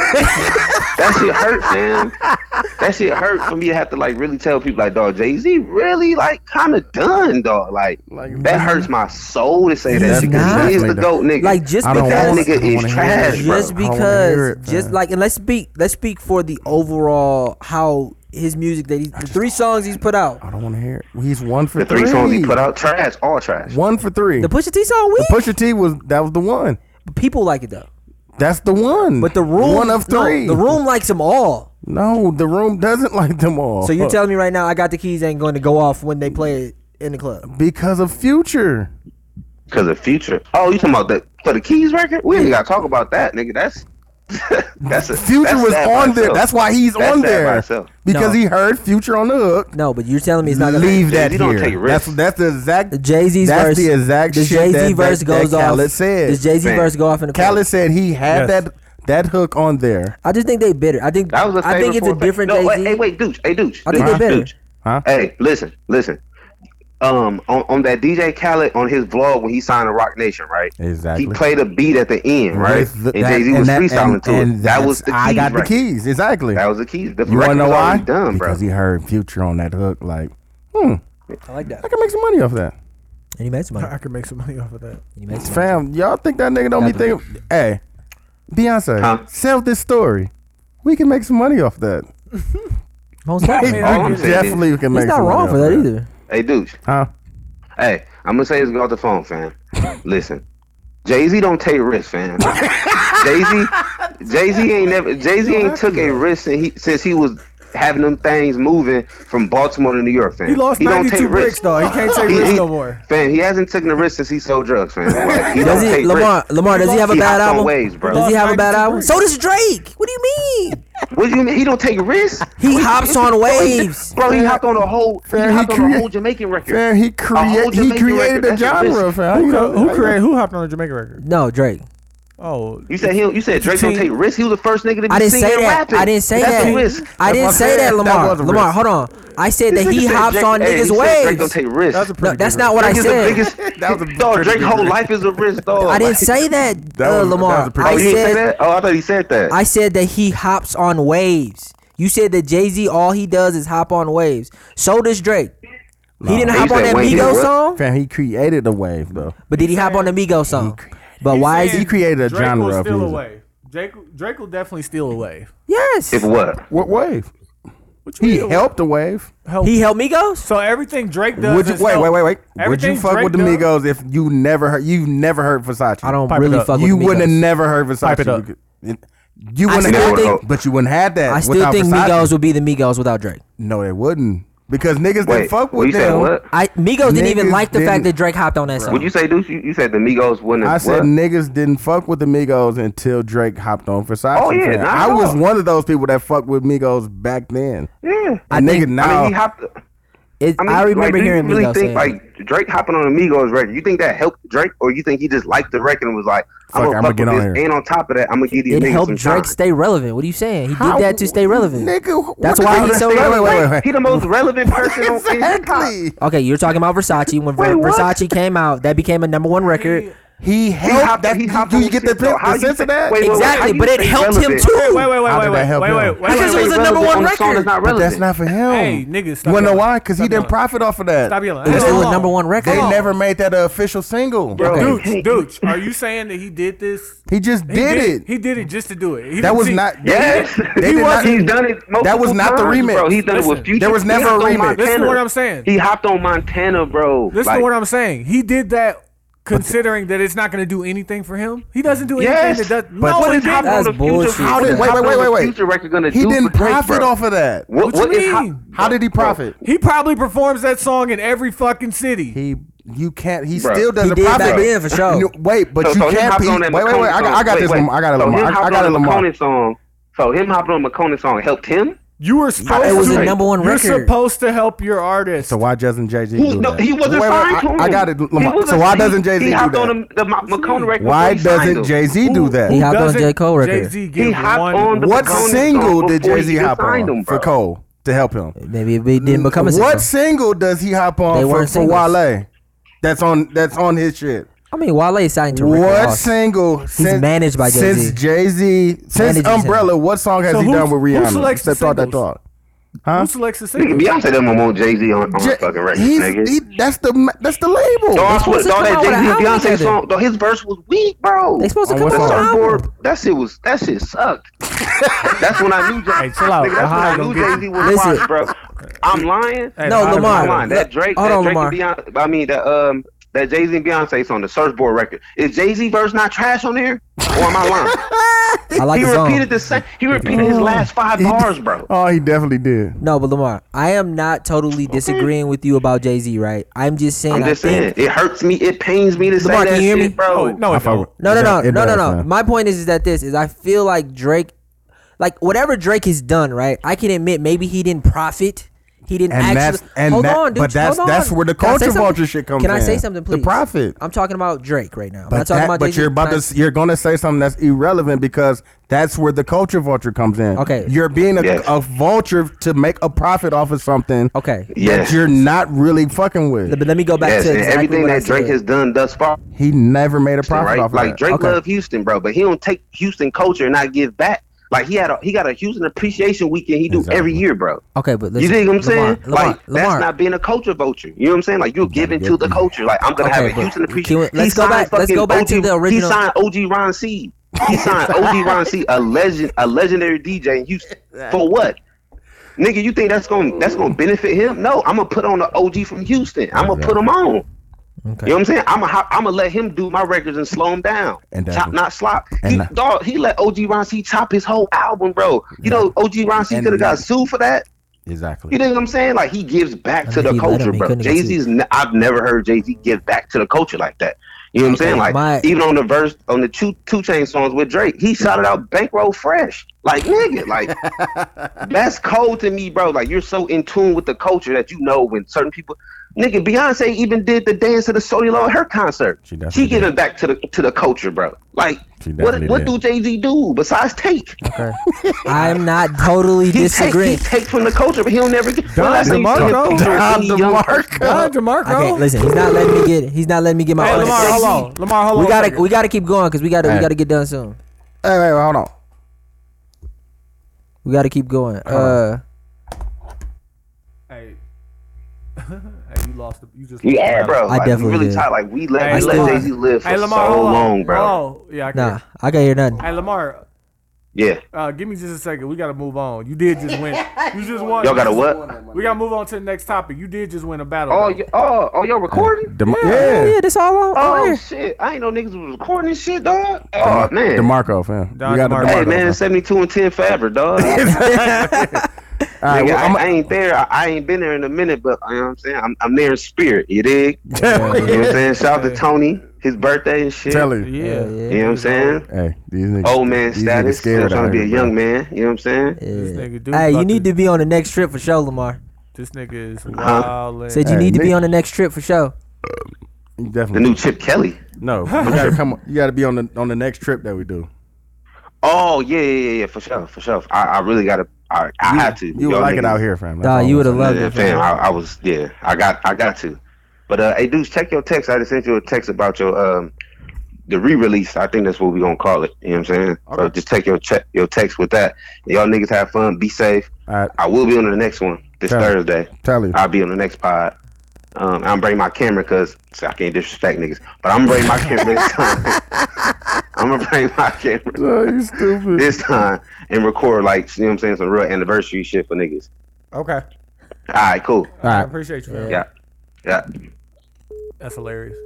[SPEAKER 9] that shit hurt, man. That shit hurt for me to have to like really tell people like, dog, Jay Z really like kind of done, dog. Like,
[SPEAKER 1] Like,
[SPEAKER 9] that hurts my soul to say
[SPEAKER 3] He's
[SPEAKER 9] that because
[SPEAKER 3] not.
[SPEAKER 9] he is the goat, nigga.
[SPEAKER 3] Like, just
[SPEAKER 1] I don't
[SPEAKER 9] that
[SPEAKER 3] because-
[SPEAKER 1] want
[SPEAKER 9] nigga
[SPEAKER 1] I don't wanna
[SPEAKER 9] is
[SPEAKER 1] hear that.
[SPEAKER 9] trash, bro.
[SPEAKER 3] just
[SPEAKER 1] I wanna hear
[SPEAKER 3] because
[SPEAKER 1] it,
[SPEAKER 3] just
[SPEAKER 1] man.
[SPEAKER 3] like and let's speak let's speak for the overall how his music that he the three songs he's put out.
[SPEAKER 1] I don't want to hear it. He's one for
[SPEAKER 9] the three songs he put out, trash, all trash.
[SPEAKER 1] One for three.
[SPEAKER 3] The
[SPEAKER 1] The,
[SPEAKER 3] Pusha T song we
[SPEAKER 1] Pusha T was that was the one.
[SPEAKER 3] people like it though.
[SPEAKER 1] That's the one.
[SPEAKER 3] But the room
[SPEAKER 1] one of
[SPEAKER 3] no,
[SPEAKER 1] three.
[SPEAKER 3] the room likes them all.
[SPEAKER 1] No, the room doesn't like them all.
[SPEAKER 3] So you're telling me right now I got the keys ain't going to go off when they play it in the club.
[SPEAKER 1] because of future.
[SPEAKER 9] Cause of future. Oh, you talking about the for the keys record? We ain't gotta talk about that, nigga. That's that's a,
[SPEAKER 1] Future
[SPEAKER 9] that's
[SPEAKER 1] was
[SPEAKER 9] sad by
[SPEAKER 1] on there.
[SPEAKER 9] itself.
[SPEAKER 1] That's why he's
[SPEAKER 9] That's
[SPEAKER 1] on
[SPEAKER 9] sad by
[SPEAKER 1] there
[SPEAKER 9] itself.
[SPEAKER 3] No.
[SPEAKER 1] because he heard Future on the hook.
[SPEAKER 3] No, but you're telling me it's not gonna
[SPEAKER 1] Leave that
[SPEAKER 9] Jay-Z don't
[SPEAKER 1] here.
[SPEAKER 9] take
[SPEAKER 1] that's
[SPEAKER 9] risks.
[SPEAKER 1] that's the exact
[SPEAKER 3] The Jay Z's
[SPEAKER 1] That's
[SPEAKER 3] verse.
[SPEAKER 1] the exact
[SPEAKER 3] the
[SPEAKER 1] shit
[SPEAKER 3] Jay
[SPEAKER 1] that-
[SPEAKER 3] Z
[SPEAKER 1] that-
[SPEAKER 3] verse
[SPEAKER 1] that
[SPEAKER 3] goes off.
[SPEAKER 1] Khaled said.
[SPEAKER 3] Does Jay Z
[SPEAKER 9] Man.
[SPEAKER 3] verse go off in the club?
[SPEAKER 1] Khaled said he
[SPEAKER 2] Yes.
[SPEAKER 1] had that that hook on there.
[SPEAKER 3] I just think they bitter. I think
[SPEAKER 9] That was a
[SPEAKER 3] I think
[SPEAKER 9] favorite
[SPEAKER 3] it's a
[SPEAKER 9] for-
[SPEAKER 3] different
[SPEAKER 9] No,
[SPEAKER 3] Jay
[SPEAKER 9] wait,
[SPEAKER 3] Z.
[SPEAKER 9] hey, wait, Dooch. Hey, Dooch.
[SPEAKER 3] I think
[SPEAKER 9] Dooch,
[SPEAKER 3] they're better.
[SPEAKER 9] Dooch.
[SPEAKER 1] Huh?
[SPEAKER 9] Hey, listen, listen. Um, on, on that DJ Khaled on his vlog when he signed to Rock Nation, right?
[SPEAKER 1] Exactly.
[SPEAKER 9] He played a beat at the end, right?
[SPEAKER 1] With the-
[SPEAKER 9] and
[SPEAKER 1] that-
[SPEAKER 9] Jay Z was
[SPEAKER 1] that-
[SPEAKER 9] freestyling
[SPEAKER 1] and-
[SPEAKER 9] to it.
[SPEAKER 1] and
[SPEAKER 9] That was
[SPEAKER 1] that's-
[SPEAKER 9] the keys.
[SPEAKER 1] I got the
[SPEAKER 9] record.
[SPEAKER 1] keys exactly.
[SPEAKER 9] That was the keys. The
[SPEAKER 1] you
[SPEAKER 9] record
[SPEAKER 1] wanna know
[SPEAKER 9] was
[SPEAKER 1] why?
[SPEAKER 9] already done, bro.
[SPEAKER 1] because he heard Future on that hook. Like, hmm,
[SPEAKER 3] I like that.
[SPEAKER 1] I can make some money off that.
[SPEAKER 3] And he made some money.
[SPEAKER 2] I could make some money off of that.
[SPEAKER 3] And he made some money.
[SPEAKER 1] Fam, y'all think that nigga don't be thinking? Hey, Beyonce,
[SPEAKER 9] Huh?
[SPEAKER 1] sell this story. We can make some money off that.
[SPEAKER 3] Most definitely.
[SPEAKER 9] all I'm
[SPEAKER 1] We
[SPEAKER 9] saying is-
[SPEAKER 1] definitely can make
[SPEAKER 3] He's not
[SPEAKER 1] some
[SPEAKER 3] wrong
[SPEAKER 1] money
[SPEAKER 3] for
[SPEAKER 1] off
[SPEAKER 3] that either.
[SPEAKER 9] Hey, Dooch.
[SPEAKER 1] Huh?
[SPEAKER 9] Hey, I'm gonna say this off the phone, fam. Listen, Jay Z don't take risks, fam. Jay Z, Jay Z ain't never, Jay Z ain't took a risk since he, since he was having them things moving from Baltimore to New York, fam.
[SPEAKER 2] He lost
[SPEAKER 9] don't
[SPEAKER 2] 92
[SPEAKER 9] take
[SPEAKER 2] bricks,
[SPEAKER 9] risks.
[SPEAKER 2] though. He can't take
[SPEAKER 9] He-
[SPEAKER 2] risks
[SPEAKER 9] he-
[SPEAKER 2] no more.
[SPEAKER 9] Fam, he hasn't taken a risk since he sold drugs, fam. Like, he
[SPEAKER 3] Does
[SPEAKER 9] don't
[SPEAKER 3] he,
[SPEAKER 9] take
[SPEAKER 3] Lamar,
[SPEAKER 9] risks.
[SPEAKER 3] Lamar, does he have a
[SPEAKER 9] He
[SPEAKER 3] bad
[SPEAKER 9] hopped on
[SPEAKER 3] album?
[SPEAKER 9] waves, bro.
[SPEAKER 3] Does he have a bad
[SPEAKER 2] 92
[SPEAKER 3] album?
[SPEAKER 2] bricks.
[SPEAKER 3] So does Drake. What do you mean?
[SPEAKER 9] What do you mean? He don't take risks.
[SPEAKER 3] He hops on waves.
[SPEAKER 9] Bro, he hopped on a whole, he
[SPEAKER 1] Fam, he
[SPEAKER 9] hopped on a
[SPEAKER 1] create-
[SPEAKER 9] whole Jamaican record.
[SPEAKER 1] Fam, he
[SPEAKER 9] A whole
[SPEAKER 1] create he
[SPEAKER 9] Jamaican
[SPEAKER 1] created
[SPEAKER 9] record.
[SPEAKER 1] a
[SPEAKER 9] That's a
[SPEAKER 1] genre,
[SPEAKER 9] risk.
[SPEAKER 1] fam.
[SPEAKER 2] Who,
[SPEAKER 1] You know-
[SPEAKER 2] co- who created? Who hopped on the Jamaica record?
[SPEAKER 3] No, Drake.
[SPEAKER 2] Oh,
[SPEAKER 9] You said he, you said Drake don't
[SPEAKER 2] See-
[SPEAKER 9] take risks. He was the first nigga to be
[SPEAKER 3] I didn't
[SPEAKER 9] singing
[SPEAKER 3] say
[SPEAKER 9] and
[SPEAKER 3] that.
[SPEAKER 9] rapping.
[SPEAKER 3] I didn't say
[SPEAKER 9] That's
[SPEAKER 3] that.
[SPEAKER 9] a risk.
[SPEAKER 3] I didn't
[SPEAKER 1] That's
[SPEAKER 3] say
[SPEAKER 1] what I
[SPEAKER 3] that,
[SPEAKER 1] said. That
[SPEAKER 3] Lamar.
[SPEAKER 1] was a
[SPEAKER 3] Lamar,
[SPEAKER 1] risk.
[SPEAKER 3] hold on. I said that he
[SPEAKER 9] Nigga said
[SPEAKER 3] hops
[SPEAKER 9] Drake-
[SPEAKER 3] on
[SPEAKER 9] hey, he
[SPEAKER 3] niggas'
[SPEAKER 9] said Drake don't
[SPEAKER 3] waves.
[SPEAKER 9] take risks.
[SPEAKER 2] that's a pretty
[SPEAKER 3] No, that's not what I
[SPEAKER 9] Drake is the
[SPEAKER 3] said.
[SPEAKER 9] biggest.
[SPEAKER 1] That was a
[SPEAKER 9] dog.
[SPEAKER 1] pretty
[SPEAKER 9] Drake's
[SPEAKER 1] big
[SPEAKER 9] whole
[SPEAKER 1] risk.
[SPEAKER 9] life is a risk, dog.
[SPEAKER 3] I
[SPEAKER 9] Like-
[SPEAKER 3] didn't say that,
[SPEAKER 1] That
[SPEAKER 3] uh,
[SPEAKER 1] was- that was
[SPEAKER 3] Lamar.
[SPEAKER 1] a pretty-
[SPEAKER 9] Oh,
[SPEAKER 3] I
[SPEAKER 9] you didn't say
[SPEAKER 3] said
[SPEAKER 9] that? Oh, I thought he said that.
[SPEAKER 3] I said that he hops on waves. You said that Jay Z all he does is hop on waves. So does Drake. He didn't
[SPEAKER 9] He
[SPEAKER 3] hop on
[SPEAKER 9] said
[SPEAKER 3] that
[SPEAKER 9] Wayne did
[SPEAKER 3] Migos
[SPEAKER 9] what?
[SPEAKER 3] song,
[SPEAKER 1] Fam, he created a wave though.
[SPEAKER 3] but did he hop on the Migos song? But why is
[SPEAKER 1] He
[SPEAKER 3] he?
[SPEAKER 1] created a
[SPEAKER 2] Drake
[SPEAKER 1] genre
[SPEAKER 2] will
[SPEAKER 1] of
[SPEAKER 2] steal
[SPEAKER 1] music.
[SPEAKER 2] away. Drake, Drake will definitely steal away.
[SPEAKER 3] Yes,
[SPEAKER 9] If what?
[SPEAKER 1] What wave?
[SPEAKER 2] What you
[SPEAKER 1] He
[SPEAKER 2] mean?
[SPEAKER 1] helped the wave.
[SPEAKER 3] he helped Migos.
[SPEAKER 2] So everything Drake does.
[SPEAKER 1] Would you
[SPEAKER 2] is
[SPEAKER 1] wait,
[SPEAKER 2] help.
[SPEAKER 1] wait, wait, wait? Would
[SPEAKER 2] Everything
[SPEAKER 1] you fuck
[SPEAKER 2] Drake
[SPEAKER 1] with the
[SPEAKER 2] does-
[SPEAKER 1] Migos if you never heard you never heard Versace?
[SPEAKER 3] I don't
[SPEAKER 2] Pipe it
[SPEAKER 3] really
[SPEAKER 2] up.
[SPEAKER 3] fuck with
[SPEAKER 1] You
[SPEAKER 3] Migos.
[SPEAKER 1] wouldn't have never heard Versace.
[SPEAKER 2] Pipe it up.
[SPEAKER 1] You you wouldn't
[SPEAKER 3] still
[SPEAKER 1] have
[SPEAKER 9] think-
[SPEAKER 1] but you wouldn't have that.
[SPEAKER 3] I still
[SPEAKER 1] without
[SPEAKER 3] think
[SPEAKER 1] Versace.
[SPEAKER 3] Migos would be the Migos without Drake.
[SPEAKER 1] No, they wouldn't. Because niggas
[SPEAKER 9] Wait,
[SPEAKER 1] didn't fuck
[SPEAKER 9] what
[SPEAKER 1] with
[SPEAKER 9] you said?
[SPEAKER 1] them.
[SPEAKER 9] What?
[SPEAKER 3] I Migos didn't even
[SPEAKER 1] Niggas
[SPEAKER 3] like the
[SPEAKER 1] didn't-
[SPEAKER 3] fact that Drake hopped on that
[SPEAKER 9] Would
[SPEAKER 3] song.
[SPEAKER 9] you say, Deuce? You, you said the Migos wouldn't.
[SPEAKER 1] I
[SPEAKER 9] have-
[SPEAKER 1] said
[SPEAKER 9] what?
[SPEAKER 1] niggas didn't fuck with the Migos until Drake hopped on Versace.
[SPEAKER 9] Oh, yeah,
[SPEAKER 1] fam.
[SPEAKER 9] not at
[SPEAKER 1] I was
[SPEAKER 9] all.
[SPEAKER 1] one of those people that fucked with Migos back then.
[SPEAKER 9] yeah.
[SPEAKER 1] I nigga
[SPEAKER 9] I
[SPEAKER 1] now
[SPEAKER 9] mean, he hopped.
[SPEAKER 3] It, I,
[SPEAKER 9] I mean,
[SPEAKER 3] remember
[SPEAKER 9] like,
[SPEAKER 3] hearing
[SPEAKER 9] do you really
[SPEAKER 3] Migos
[SPEAKER 9] think
[SPEAKER 3] say it.
[SPEAKER 9] like Drake hopping on Amigos record? You think that helped Drake, or you think he just liked the record and was like,
[SPEAKER 1] Fuck,
[SPEAKER 9] "I'm gonna
[SPEAKER 1] I'ma
[SPEAKER 9] fuck
[SPEAKER 1] get
[SPEAKER 9] with
[SPEAKER 1] on
[SPEAKER 9] this,"
[SPEAKER 1] here.
[SPEAKER 9] and on top of that, I'm gonna give these
[SPEAKER 3] it
[SPEAKER 9] niggas
[SPEAKER 3] helped
[SPEAKER 9] some
[SPEAKER 3] Drake
[SPEAKER 9] time.
[SPEAKER 3] stay relevant. What are you saying? He did that to stay relevant.
[SPEAKER 1] Nigga,
[SPEAKER 3] That's
[SPEAKER 1] what
[SPEAKER 3] why
[SPEAKER 1] the
[SPEAKER 3] he's
[SPEAKER 1] fuck
[SPEAKER 3] so
[SPEAKER 1] is
[SPEAKER 9] Stay
[SPEAKER 1] that?
[SPEAKER 3] relevant. Wait, wait,
[SPEAKER 9] relevant. He the most relevant person on in hip hop.
[SPEAKER 1] Exactly.
[SPEAKER 3] Okay, you're talking about Versace when
[SPEAKER 9] Wait, what?
[SPEAKER 3] Versace came out, that became a number one record.
[SPEAKER 1] He helped.
[SPEAKER 9] hopped-
[SPEAKER 1] That,
[SPEAKER 9] he hopped
[SPEAKER 1] do
[SPEAKER 9] on
[SPEAKER 1] you get the,
[SPEAKER 9] shit, though. How
[SPEAKER 1] the
[SPEAKER 9] you
[SPEAKER 1] sense of
[SPEAKER 9] say-
[SPEAKER 1] that?
[SPEAKER 9] wait, wait, wait,
[SPEAKER 3] exactly,
[SPEAKER 9] how
[SPEAKER 3] but
[SPEAKER 9] you
[SPEAKER 3] it
[SPEAKER 9] say
[SPEAKER 3] helped him
[SPEAKER 9] relevant?
[SPEAKER 3] too.
[SPEAKER 2] Wait, wait, wait,
[SPEAKER 1] How did
[SPEAKER 2] wait,
[SPEAKER 1] that
[SPEAKER 2] wait,
[SPEAKER 1] help
[SPEAKER 2] wait,
[SPEAKER 1] him?
[SPEAKER 2] wait, wait,
[SPEAKER 3] Because it
[SPEAKER 2] wait,
[SPEAKER 3] was a
[SPEAKER 2] wait.
[SPEAKER 3] number
[SPEAKER 9] relevant
[SPEAKER 3] one
[SPEAKER 9] on the song
[SPEAKER 3] record.
[SPEAKER 9] is not
[SPEAKER 1] But that's
[SPEAKER 9] relevant.
[SPEAKER 1] not for him.
[SPEAKER 2] Hey, nigga, stop
[SPEAKER 1] you wanna know
[SPEAKER 2] yelling.
[SPEAKER 1] why? Because he
[SPEAKER 2] Stop
[SPEAKER 1] didn't
[SPEAKER 2] yelling.
[SPEAKER 1] profit off of that.
[SPEAKER 2] Stop yelling.
[SPEAKER 3] It was still a
[SPEAKER 2] Hold
[SPEAKER 3] number
[SPEAKER 2] on.
[SPEAKER 3] one record.
[SPEAKER 1] They never made that an official single.
[SPEAKER 2] Bro,
[SPEAKER 3] Okay.
[SPEAKER 2] dudes, dudes, are you saying that he did this?
[SPEAKER 1] He just
[SPEAKER 2] He
[SPEAKER 1] did it.
[SPEAKER 2] He did it just to do it. He
[SPEAKER 1] That
[SPEAKER 2] didn't
[SPEAKER 1] was
[SPEAKER 2] see-
[SPEAKER 1] not.
[SPEAKER 9] Yes,
[SPEAKER 1] They did not-
[SPEAKER 9] He's done it. Multiple
[SPEAKER 1] That was not the
[SPEAKER 9] times,
[SPEAKER 1] remix.
[SPEAKER 9] bro. He's done it
[SPEAKER 2] Listen,
[SPEAKER 9] with Future.
[SPEAKER 1] there was
[SPEAKER 9] He
[SPEAKER 1] never a
[SPEAKER 9] hopped on
[SPEAKER 1] remix.
[SPEAKER 9] Montana.
[SPEAKER 2] Listen to what I'm saying.
[SPEAKER 9] He hopped on Montana, bro.
[SPEAKER 2] Listen
[SPEAKER 9] Like,
[SPEAKER 2] to what I'm saying. He did that considering that it's not going to do anything for him. He doesn't do anything
[SPEAKER 9] Yes,
[SPEAKER 2] that does.
[SPEAKER 1] But-
[SPEAKER 2] no,
[SPEAKER 9] what
[SPEAKER 2] he
[SPEAKER 9] is
[SPEAKER 2] didn't.
[SPEAKER 9] hopped on
[SPEAKER 3] That's
[SPEAKER 9] the
[SPEAKER 3] bullshit.
[SPEAKER 9] Future?
[SPEAKER 3] How
[SPEAKER 9] what
[SPEAKER 1] did-
[SPEAKER 9] is
[SPEAKER 1] wait,
[SPEAKER 9] hopped
[SPEAKER 1] wait,
[SPEAKER 9] on
[SPEAKER 1] wait,
[SPEAKER 9] the
[SPEAKER 1] wait.
[SPEAKER 9] Future record gonna
[SPEAKER 1] He
[SPEAKER 9] do
[SPEAKER 1] didn't
[SPEAKER 9] for Drake,
[SPEAKER 1] profit
[SPEAKER 9] bro?
[SPEAKER 1] off of that.
[SPEAKER 9] What,
[SPEAKER 2] What you
[SPEAKER 9] what is hop-
[SPEAKER 2] mean?
[SPEAKER 1] How did he profit?
[SPEAKER 2] He probably performs that song in every fucking city.
[SPEAKER 1] He, you can't. He
[SPEAKER 9] Bro.
[SPEAKER 1] still doesn't
[SPEAKER 3] did
[SPEAKER 1] profit.
[SPEAKER 3] back then, for sure.
[SPEAKER 1] No, Wait, but
[SPEAKER 9] So-
[SPEAKER 1] you
[SPEAKER 9] so him
[SPEAKER 1] can't.
[SPEAKER 9] hopping
[SPEAKER 1] Be,
[SPEAKER 9] on that
[SPEAKER 1] wait, wait, wait.
[SPEAKER 9] Maconin
[SPEAKER 1] I got, I got
[SPEAKER 9] song.
[SPEAKER 1] this.
[SPEAKER 9] Wait,
[SPEAKER 1] Lamar. I got it.
[SPEAKER 9] So
[SPEAKER 1] Lamar.
[SPEAKER 9] him
[SPEAKER 1] I, I
[SPEAKER 9] hopping
[SPEAKER 1] got it.
[SPEAKER 9] on the
[SPEAKER 1] Lamar.
[SPEAKER 9] Maconin song. So him hopping on the Maconin song helped him.
[SPEAKER 2] You were supposed
[SPEAKER 9] It was
[SPEAKER 2] to.
[SPEAKER 9] a
[SPEAKER 3] number one
[SPEAKER 2] You're
[SPEAKER 3] record.
[SPEAKER 2] supposed to help your artist.
[SPEAKER 1] So why doesn't Jay Z
[SPEAKER 9] He,
[SPEAKER 1] do
[SPEAKER 9] no,
[SPEAKER 1] that?
[SPEAKER 9] he wasn't
[SPEAKER 1] Wait, wait,
[SPEAKER 9] signed
[SPEAKER 1] I-
[SPEAKER 9] to him.
[SPEAKER 1] I got it.
[SPEAKER 9] He
[SPEAKER 1] Lamar.
[SPEAKER 9] wasn't-
[SPEAKER 1] So why
[SPEAKER 9] he-
[SPEAKER 1] doesn't Jay Z
[SPEAKER 9] He
[SPEAKER 1] do
[SPEAKER 9] hopped
[SPEAKER 1] that?
[SPEAKER 9] on the, the Ma- Maconin record.
[SPEAKER 1] Why
[SPEAKER 9] before he signed
[SPEAKER 1] doesn't
[SPEAKER 9] him.
[SPEAKER 1] Jay Z do that?
[SPEAKER 3] He hopped on
[SPEAKER 2] doesn't
[SPEAKER 3] J. Cole record.
[SPEAKER 2] Jay-Z get
[SPEAKER 9] He hopped
[SPEAKER 2] one-
[SPEAKER 9] on the
[SPEAKER 1] What
[SPEAKER 9] Maconin
[SPEAKER 1] single
[SPEAKER 9] song
[SPEAKER 1] did
[SPEAKER 9] before
[SPEAKER 1] Jay
[SPEAKER 9] he
[SPEAKER 1] Z
[SPEAKER 9] even
[SPEAKER 1] hop
[SPEAKER 9] signed
[SPEAKER 1] on
[SPEAKER 9] him,
[SPEAKER 1] for
[SPEAKER 9] bro.
[SPEAKER 1] Cole to help him?
[SPEAKER 3] Maybe it be- didn't become a single.
[SPEAKER 1] What single does he hop
[SPEAKER 3] They
[SPEAKER 1] on for,
[SPEAKER 3] weren't
[SPEAKER 1] for
[SPEAKER 3] singles.
[SPEAKER 1] Wale? That's on. That's on his shit.
[SPEAKER 3] I mean, Wale signed to Rick
[SPEAKER 1] What
[SPEAKER 3] Ross.
[SPEAKER 1] single? He's
[SPEAKER 3] managed by Jay-Z.
[SPEAKER 1] Since Jay Z, since
[SPEAKER 3] Manages him.
[SPEAKER 1] Umbrella, what song has
[SPEAKER 2] So
[SPEAKER 1] he
[SPEAKER 2] who-
[SPEAKER 1] done with
[SPEAKER 2] who
[SPEAKER 1] Rihanna?
[SPEAKER 2] selects the
[SPEAKER 1] Except Thought that
[SPEAKER 2] singles?
[SPEAKER 1] thought. Huh?
[SPEAKER 2] Who selects the
[SPEAKER 9] Nigga,
[SPEAKER 2] single?
[SPEAKER 9] Beyonce doesn't want Jay Z on, on
[SPEAKER 1] Jay-
[SPEAKER 9] her fucking record,
[SPEAKER 1] he's-
[SPEAKER 9] nigga.
[SPEAKER 1] he- that's the ma- that's the label.
[SPEAKER 9] Dog, that's
[SPEAKER 3] supposed
[SPEAKER 9] what,
[SPEAKER 3] to
[SPEAKER 9] dog,
[SPEAKER 3] come
[SPEAKER 9] that
[SPEAKER 3] out with
[SPEAKER 9] Jay-Z
[SPEAKER 3] an
[SPEAKER 9] and
[SPEAKER 3] album
[SPEAKER 9] Beyonce
[SPEAKER 3] together.
[SPEAKER 9] song, though his verse was weak, bro.
[SPEAKER 3] They supposed to
[SPEAKER 1] On
[SPEAKER 3] come
[SPEAKER 1] what
[SPEAKER 3] out with an
[SPEAKER 1] song?
[SPEAKER 3] album.
[SPEAKER 9] Surfboard, that shit was that shit sucked. that's when I knew Jay.
[SPEAKER 2] Hey, chill out.
[SPEAKER 9] Nigga, that's when
[SPEAKER 2] Ohio
[SPEAKER 9] I
[SPEAKER 2] gonna
[SPEAKER 9] knew
[SPEAKER 2] get
[SPEAKER 9] Jay Z was
[SPEAKER 3] Listen.
[SPEAKER 9] washed, bro. I'm lying.
[SPEAKER 2] Hey,
[SPEAKER 3] No,
[SPEAKER 2] Ohio
[SPEAKER 3] Lamar.
[SPEAKER 2] gonna
[SPEAKER 9] I'm lying.
[SPEAKER 2] get one.
[SPEAKER 9] That Drake,
[SPEAKER 3] Hold
[SPEAKER 9] that
[SPEAKER 3] on,
[SPEAKER 9] Drake and
[SPEAKER 3] Lamar.
[SPEAKER 9] Beyonce. I mean that um that Jay Z and Beyonce song, the Surfboard record. Is Jay Z verse not trash on there, or am I lying?
[SPEAKER 3] I like
[SPEAKER 9] he
[SPEAKER 3] the song.
[SPEAKER 9] repeated the same. He repeated his last five bars, bro.
[SPEAKER 1] Oh, he definitely did.
[SPEAKER 3] No, but Lamar, I am not totally disagreeing with you about Jay Z, right? I'm just saying.
[SPEAKER 9] I'm
[SPEAKER 3] i
[SPEAKER 9] just
[SPEAKER 3] think,
[SPEAKER 9] saying, it hurts me. It pains me to say
[SPEAKER 3] Lamar,
[SPEAKER 9] that
[SPEAKER 3] can you hear
[SPEAKER 9] shit,
[SPEAKER 3] me?
[SPEAKER 9] bro.
[SPEAKER 2] Oh, no, it
[SPEAKER 1] fuck
[SPEAKER 2] don't.
[SPEAKER 1] with-
[SPEAKER 3] No, no, no,
[SPEAKER 1] it does, it
[SPEAKER 3] no, no,
[SPEAKER 1] does,
[SPEAKER 3] no.
[SPEAKER 1] man.
[SPEAKER 3] My point is, is that this is I feel like Drake, like whatever Drake has done, right? I can admit maybe he didn't profit. He didn't
[SPEAKER 1] And
[SPEAKER 3] actually.
[SPEAKER 1] that's- and
[SPEAKER 3] hold
[SPEAKER 1] that-
[SPEAKER 3] on, dude.
[SPEAKER 1] but that's-
[SPEAKER 3] hold on.
[SPEAKER 1] that's where the
[SPEAKER 3] Can I say
[SPEAKER 1] culture
[SPEAKER 3] something?
[SPEAKER 1] vulture shit comes
[SPEAKER 3] Can I say
[SPEAKER 1] in.
[SPEAKER 3] something,
[SPEAKER 1] The
[SPEAKER 3] please?
[SPEAKER 1] profit.
[SPEAKER 3] I'm talking about Drake right now. I'm not
[SPEAKER 1] But,
[SPEAKER 3] talking
[SPEAKER 1] that,
[SPEAKER 3] about
[SPEAKER 1] but
[SPEAKER 3] Jay-Z.
[SPEAKER 1] you're about
[SPEAKER 3] Can I-
[SPEAKER 1] to s- you're gonna say something that's irrelevant because that's where the culture vulture comes in.
[SPEAKER 3] Okay.
[SPEAKER 1] you're being a,
[SPEAKER 9] Yes.
[SPEAKER 1] a vulture to make a profit off of something.
[SPEAKER 3] Okay.
[SPEAKER 9] Yes.
[SPEAKER 1] that you're not really fucking with.
[SPEAKER 3] But let me go back
[SPEAKER 9] Yes,
[SPEAKER 3] to
[SPEAKER 9] and
[SPEAKER 3] exactly
[SPEAKER 9] everything
[SPEAKER 3] what I
[SPEAKER 9] that Drake
[SPEAKER 3] said.
[SPEAKER 9] has done thus far,
[SPEAKER 1] He never made a profit
[SPEAKER 9] right?
[SPEAKER 1] off of
[SPEAKER 9] like
[SPEAKER 1] that.
[SPEAKER 9] Drake
[SPEAKER 3] Okay.
[SPEAKER 9] love Houston, bro, but he don't take Houston culture and not give back. Like he had a he got a Houston appreciation weekend he do every year, bro.
[SPEAKER 3] Okay, but
[SPEAKER 9] You
[SPEAKER 3] listen,
[SPEAKER 9] dig what I'm saying?
[SPEAKER 3] Lamar, Lamar,
[SPEAKER 9] like
[SPEAKER 3] Lamar.
[SPEAKER 9] that's not being a culture vulture. You know what I'm saying? Like you're giving to the culture. Like I'm gonna
[SPEAKER 3] Okay,
[SPEAKER 9] have a
[SPEAKER 3] but
[SPEAKER 9] Houston
[SPEAKER 3] can we-
[SPEAKER 9] appreciation.
[SPEAKER 3] let's
[SPEAKER 9] He
[SPEAKER 3] go
[SPEAKER 9] signed
[SPEAKER 3] back- let's
[SPEAKER 9] fucking
[SPEAKER 3] go back to
[SPEAKER 9] OG
[SPEAKER 3] the original-
[SPEAKER 9] He signed OG Ron C. He signed OG Ron C. A legend, a legendary DJ in Houston. For what? Nigga, you think that's gonna that's gonna benefit him? No, I'm gonna put on the OG from Houston. I'm gonna put him on.
[SPEAKER 3] Okay.
[SPEAKER 9] You know what I'm saying? I'm gonna I'm gonna let him do my records and slow him down.
[SPEAKER 1] And that-
[SPEAKER 9] top not slop.
[SPEAKER 1] and
[SPEAKER 9] he,
[SPEAKER 1] that-
[SPEAKER 9] dog, he let OG Ron C top his whole album, bro. You know OG Ron C
[SPEAKER 1] and
[SPEAKER 9] could have got
[SPEAKER 1] that-
[SPEAKER 9] sued for that.
[SPEAKER 1] exactly.
[SPEAKER 9] You know what I'm saying? Like he gives back
[SPEAKER 3] I
[SPEAKER 9] to
[SPEAKER 3] mean,
[SPEAKER 9] the
[SPEAKER 3] he let him.
[SPEAKER 9] culture,
[SPEAKER 3] He
[SPEAKER 9] bro.
[SPEAKER 3] couldn't get
[SPEAKER 9] Jay Z's. N- I've never heard Jay Z give back to the culture like that. You know what I'm saying? Like
[SPEAKER 3] my-
[SPEAKER 9] even on the verse on the two two chain songs with Drake, he shouted out Bankroll Fresh. Like nigga, like that's cold to me, bro. Like you're so in tune with the culture that you know when certain people. Nigga, Beyonce even did the dance to the Sodi Low at her concert.
[SPEAKER 1] She
[SPEAKER 9] She,
[SPEAKER 1] definitely
[SPEAKER 9] giving back to the to the culture, bro. Like
[SPEAKER 1] She
[SPEAKER 9] what
[SPEAKER 1] definitely
[SPEAKER 9] what do
[SPEAKER 1] did.
[SPEAKER 9] Jay Z do besides take?
[SPEAKER 3] I'm not totally
[SPEAKER 9] He take, he
[SPEAKER 3] disagreeing.
[SPEAKER 9] take from the culture, but he'll never get. Well, that's
[SPEAKER 2] DeMarco.
[SPEAKER 9] how you see the culture
[SPEAKER 1] Don
[SPEAKER 9] of any young person.
[SPEAKER 2] Don
[SPEAKER 1] DeMarco.
[SPEAKER 2] DeMarco.
[SPEAKER 3] Okay, listen, he's not letting me get. He's not letting me get my.
[SPEAKER 2] Hey,
[SPEAKER 3] honest-
[SPEAKER 2] Lamar, hold on. Lamar, hold on.
[SPEAKER 3] We
[SPEAKER 2] a
[SPEAKER 3] gotta,
[SPEAKER 2] second.
[SPEAKER 3] we gotta keep going because we gotta, we
[SPEAKER 1] Hey.
[SPEAKER 3] gotta get done soon.
[SPEAKER 1] Hey, wait, wait, hold on.
[SPEAKER 3] We gotta keep going. Uh,
[SPEAKER 2] Hey. Hey, you lost. The, you just lost
[SPEAKER 9] Yeah,
[SPEAKER 2] the
[SPEAKER 9] bro.
[SPEAKER 2] battle.
[SPEAKER 3] I
[SPEAKER 9] like,
[SPEAKER 3] definitely
[SPEAKER 9] we really
[SPEAKER 3] did.
[SPEAKER 9] tight. Like we let
[SPEAKER 2] Hey,
[SPEAKER 9] we let
[SPEAKER 2] Lamar.
[SPEAKER 9] Jay Z live for
[SPEAKER 2] Hey, Lamar,
[SPEAKER 9] so
[SPEAKER 2] hold on.
[SPEAKER 9] long, bro.
[SPEAKER 2] Oh, yeah, I can.
[SPEAKER 3] nah, I can't hear nothing.
[SPEAKER 2] Hey, Lamar,
[SPEAKER 9] Yeah,
[SPEAKER 2] uh, give me just a second. We gotta move on. You did just win. You just won.
[SPEAKER 9] y'all got a what?
[SPEAKER 2] We gotta move on to the next topic. You did just win a battle.
[SPEAKER 9] Oh,
[SPEAKER 2] though.
[SPEAKER 9] y- oh, oh, y'all recording?
[SPEAKER 1] Dem-
[SPEAKER 3] Yeah,
[SPEAKER 1] yeah.
[SPEAKER 3] yeah, that's all on. on
[SPEAKER 9] Oh
[SPEAKER 3] air.
[SPEAKER 9] shit! I ain't know niggas was recording this shit, dog. Oh man.
[SPEAKER 1] DeMarco, fam.
[SPEAKER 2] Don
[SPEAKER 1] you got the
[SPEAKER 2] DeMarco.
[SPEAKER 1] DeMarco.
[SPEAKER 9] Hey
[SPEAKER 1] fam.
[SPEAKER 9] man, seventy two and ten forever, dog. Nigga,
[SPEAKER 1] All right, well,
[SPEAKER 9] I,
[SPEAKER 1] I'm-
[SPEAKER 9] I ain't there. I, I ain't been there in a minute, but you know what I'm saying I'm, I'm there in spirit. You dig? you know what I'm saying? Shout out to Tony, his birthday and shit.
[SPEAKER 1] Tell you.
[SPEAKER 2] yeah.
[SPEAKER 9] You know what I'm saying?
[SPEAKER 1] Hey, these niggas.
[SPEAKER 9] Old man
[SPEAKER 1] these
[SPEAKER 9] status.
[SPEAKER 1] niggas
[SPEAKER 9] Still
[SPEAKER 1] scared
[SPEAKER 9] trying
[SPEAKER 1] out
[SPEAKER 9] to be a
[SPEAKER 1] here,
[SPEAKER 9] young
[SPEAKER 1] bro.
[SPEAKER 9] man. You know what I'm saying?
[SPEAKER 2] This nigga dude
[SPEAKER 3] Hey, you
[SPEAKER 2] about
[SPEAKER 3] need to be on the next trip for sure, Lamar.
[SPEAKER 2] This nigga is
[SPEAKER 9] Uh, Uh-huh.
[SPEAKER 2] wild.
[SPEAKER 3] Said you
[SPEAKER 1] Hey,
[SPEAKER 3] need to be
[SPEAKER 1] Nick-
[SPEAKER 3] on the next trip for sure.
[SPEAKER 1] You
[SPEAKER 9] The
[SPEAKER 1] Definitely.
[SPEAKER 9] new Chip Kelly.
[SPEAKER 1] no, you gotta come. on- You gotta be on the on the next trip that we do.
[SPEAKER 9] Oh yeah, yeah, yeah, yeah, for sure, for sure. I, I really gotta. I, I had to.
[SPEAKER 1] You would
[SPEAKER 9] Y'all
[SPEAKER 1] like it
[SPEAKER 9] niggas-
[SPEAKER 1] out here, fam. That's
[SPEAKER 3] Nah,
[SPEAKER 1] all
[SPEAKER 3] you
[SPEAKER 1] I'm
[SPEAKER 3] would have
[SPEAKER 1] saying.
[SPEAKER 3] loved
[SPEAKER 9] Yeah,
[SPEAKER 3] it.
[SPEAKER 9] fam,
[SPEAKER 3] fam.
[SPEAKER 9] I, I was. Yeah, I got. I got to. But uh, hey, dudes, check your text. I just sent you a text about your um the re-release. I think that's what we gonna call it. You know what I'm saying? So
[SPEAKER 1] Okay.
[SPEAKER 9] just take your check your text with that. Y'all niggas have fun. Be safe.
[SPEAKER 1] All right,
[SPEAKER 9] I will be on to the next one this
[SPEAKER 1] Tell me.
[SPEAKER 9] Thursday.
[SPEAKER 1] tell you.
[SPEAKER 9] I'll be on the next pod. Um, I'm bring my camera because I can't disrespect niggas, but I'm bring my camera this time. I'm gonna bring my camera
[SPEAKER 1] Oh, you stupid.
[SPEAKER 9] this time and record like you know what I'm saying some real anniversary shit for niggas.
[SPEAKER 2] Okay.
[SPEAKER 9] All right, cool.
[SPEAKER 2] I
[SPEAKER 1] All right.
[SPEAKER 2] appreciate you, man.
[SPEAKER 9] Yeah, yeah.
[SPEAKER 2] That's hilarious.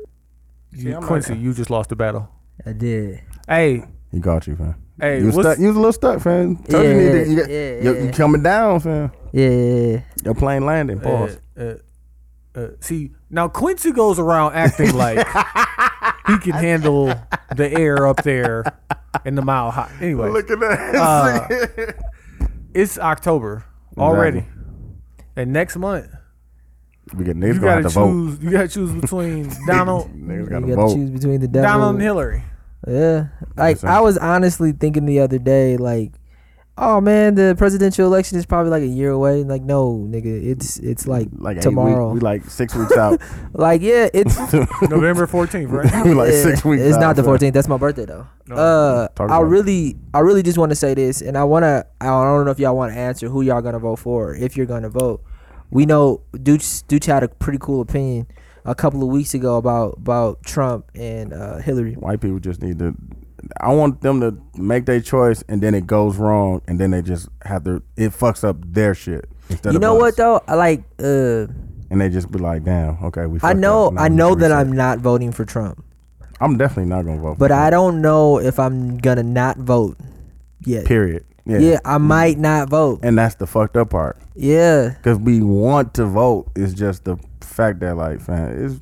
[SPEAKER 1] See, I'm like-
[SPEAKER 2] Quincy, you just lost the battle.
[SPEAKER 3] I did.
[SPEAKER 2] Hey,
[SPEAKER 1] He got you, fam.
[SPEAKER 2] hey,
[SPEAKER 1] you, was
[SPEAKER 2] what's-
[SPEAKER 1] stuck, you was a little stuck, fam. Told you
[SPEAKER 3] Yeah,
[SPEAKER 1] need to- you, got-
[SPEAKER 3] yeah,
[SPEAKER 1] you- you
[SPEAKER 3] yeah.
[SPEAKER 1] coming down, fam.
[SPEAKER 3] Yeah, yeah, yeah.
[SPEAKER 1] Your plane landing. Pause.
[SPEAKER 2] Uh, uh, uh, see, now Quincy goes around acting like he can handle the air up there in the mile high. Anyway,
[SPEAKER 1] at that.
[SPEAKER 3] Uh,
[SPEAKER 2] it's October already,
[SPEAKER 1] Exactly.
[SPEAKER 2] and next month
[SPEAKER 1] we get niggas
[SPEAKER 2] you
[SPEAKER 1] gonna
[SPEAKER 2] gotta
[SPEAKER 1] have to
[SPEAKER 2] choose.
[SPEAKER 1] vote.
[SPEAKER 2] You gotta choose between Donald,
[SPEAKER 1] Niggas
[SPEAKER 3] You
[SPEAKER 1] gotta
[SPEAKER 3] got to
[SPEAKER 1] vote.
[SPEAKER 3] choose between the devil.
[SPEAKER 2] Donald and Hillary.
[SPEAKER 3] Yeah. Like
[SPEAKER 1] saying?
[SPEAKER 3] I was honestly thinking the other day, like, oh man, the presidential election is probably like a year away. Like, no, nigga, it's it's like,
[SPEAKER 1] Like eight
[SPEAKER 3] tomorrow.
[SPEAKER 1] week- we like six weeks out.
[SPEAKER 3] like, yeah, it's
[SPEAKER 2] November fourteenth, right?
[SPEAKER 1] we like
[SPEAKER 3] yeah,
[SPEAKER 1] six weeks.
[SPEAKER 3] It's
[SPEAKER 1] out,
[SPEAKER 3] not the
[SPEAKER 1] fam.
[SPEAKER 3] 14th. That's my birthday though. uh,
[SPEAKER 1] Talk
[SPEAKER 3] I
[SPEAKER 1] about it.
[SPEAKER 3] really, I really just want to say this, and I wanna, I don't know if y'all want to answer who y'all gonna vote for, if you're gonna vote. We know Dooch, Dooch had a pretty cool opinion a couple of weeks ago about about Trump and uh, Hillary.
[SPEAKER 1] White people just need to. I want them to make their choice, and then it goes wrong, and then they just have to. It fucks up their shit. Instead
[SPEAKER 3] You
[SPEAKER 1] of
[SPEAKER 3] know
[SPEAKER 1] us.
[SPEAKER 3] what though? I like. Uh,
[SPEAKER 1] And they just be like, "Damn, okay, we."
[SPEAKER 3] I
[SPEAKER 1] fucked
[SPEAKER 3] know,
[SPEAKER 1] up. Now
[SPEAKER 3] I
[SPEAKER 1] we need to
[SPEAKER 3] know that
[SPEAKER 1] reset."
[SPEAKER 3] I'm not voting for Trump,
[SPEAKER 1] I'm definitely not gonna vote.
[SPEAKER 3] but
[SPEAKER 1] for
[SPEAKER 3] I
[SPEAKER 1] Trump,
[SPEAKER 3] don't know if I'm gonna not vote yet.
[SPEAKER 1] Period. Yeah.
[SPEAKER 3] Yeah, I might not vote.
[SPEAKER 1] And that's the fucked up part,
[SPEAKER 3] Yeah,
[SPEAKER 1] because we want to vote. It's just the fact that, like, fam, it's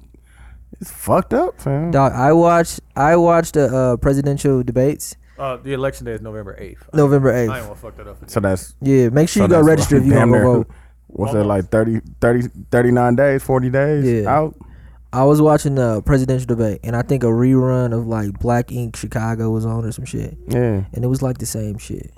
[SPEAKER 1] it's fucked up, fam.
[SPEAKER 3] dog. I watched, I watched the uh, presidential debates
[SPEAKER 2] Uh, the election day is November eighth.
[SPEAKER 3] November
[SPEAKER 2] I ain't
[SPEAKER 3] eighth.
[SPEAKER 2] want to fuck that up.
[SPEAKER 1] So that's
[SPEAKER 3] Yeah, make sure
[SPEAKER 1] so
[SPEAKER 3] you go
[SPEAKER 1] that's
[SPEAKER 3] register if you
[SPEAKER 1] damn
[SPEAKER 3] gonna
[SPEAKER 1] near-
[SPEAKER 3] go vote.
[SPEAKER 1] What's that like 30, 30, 39 days, forty days
[SPEAKER 3] Yeah.
[SPEAKER 1] out?
[SPEAKER 3] I was watching the presidential debate, and I think a rerun of like Black Ink Chicago was on or some shit,
[SPEAKER 1] Yeah,
[SPEAKER 3] and it was like the same shit.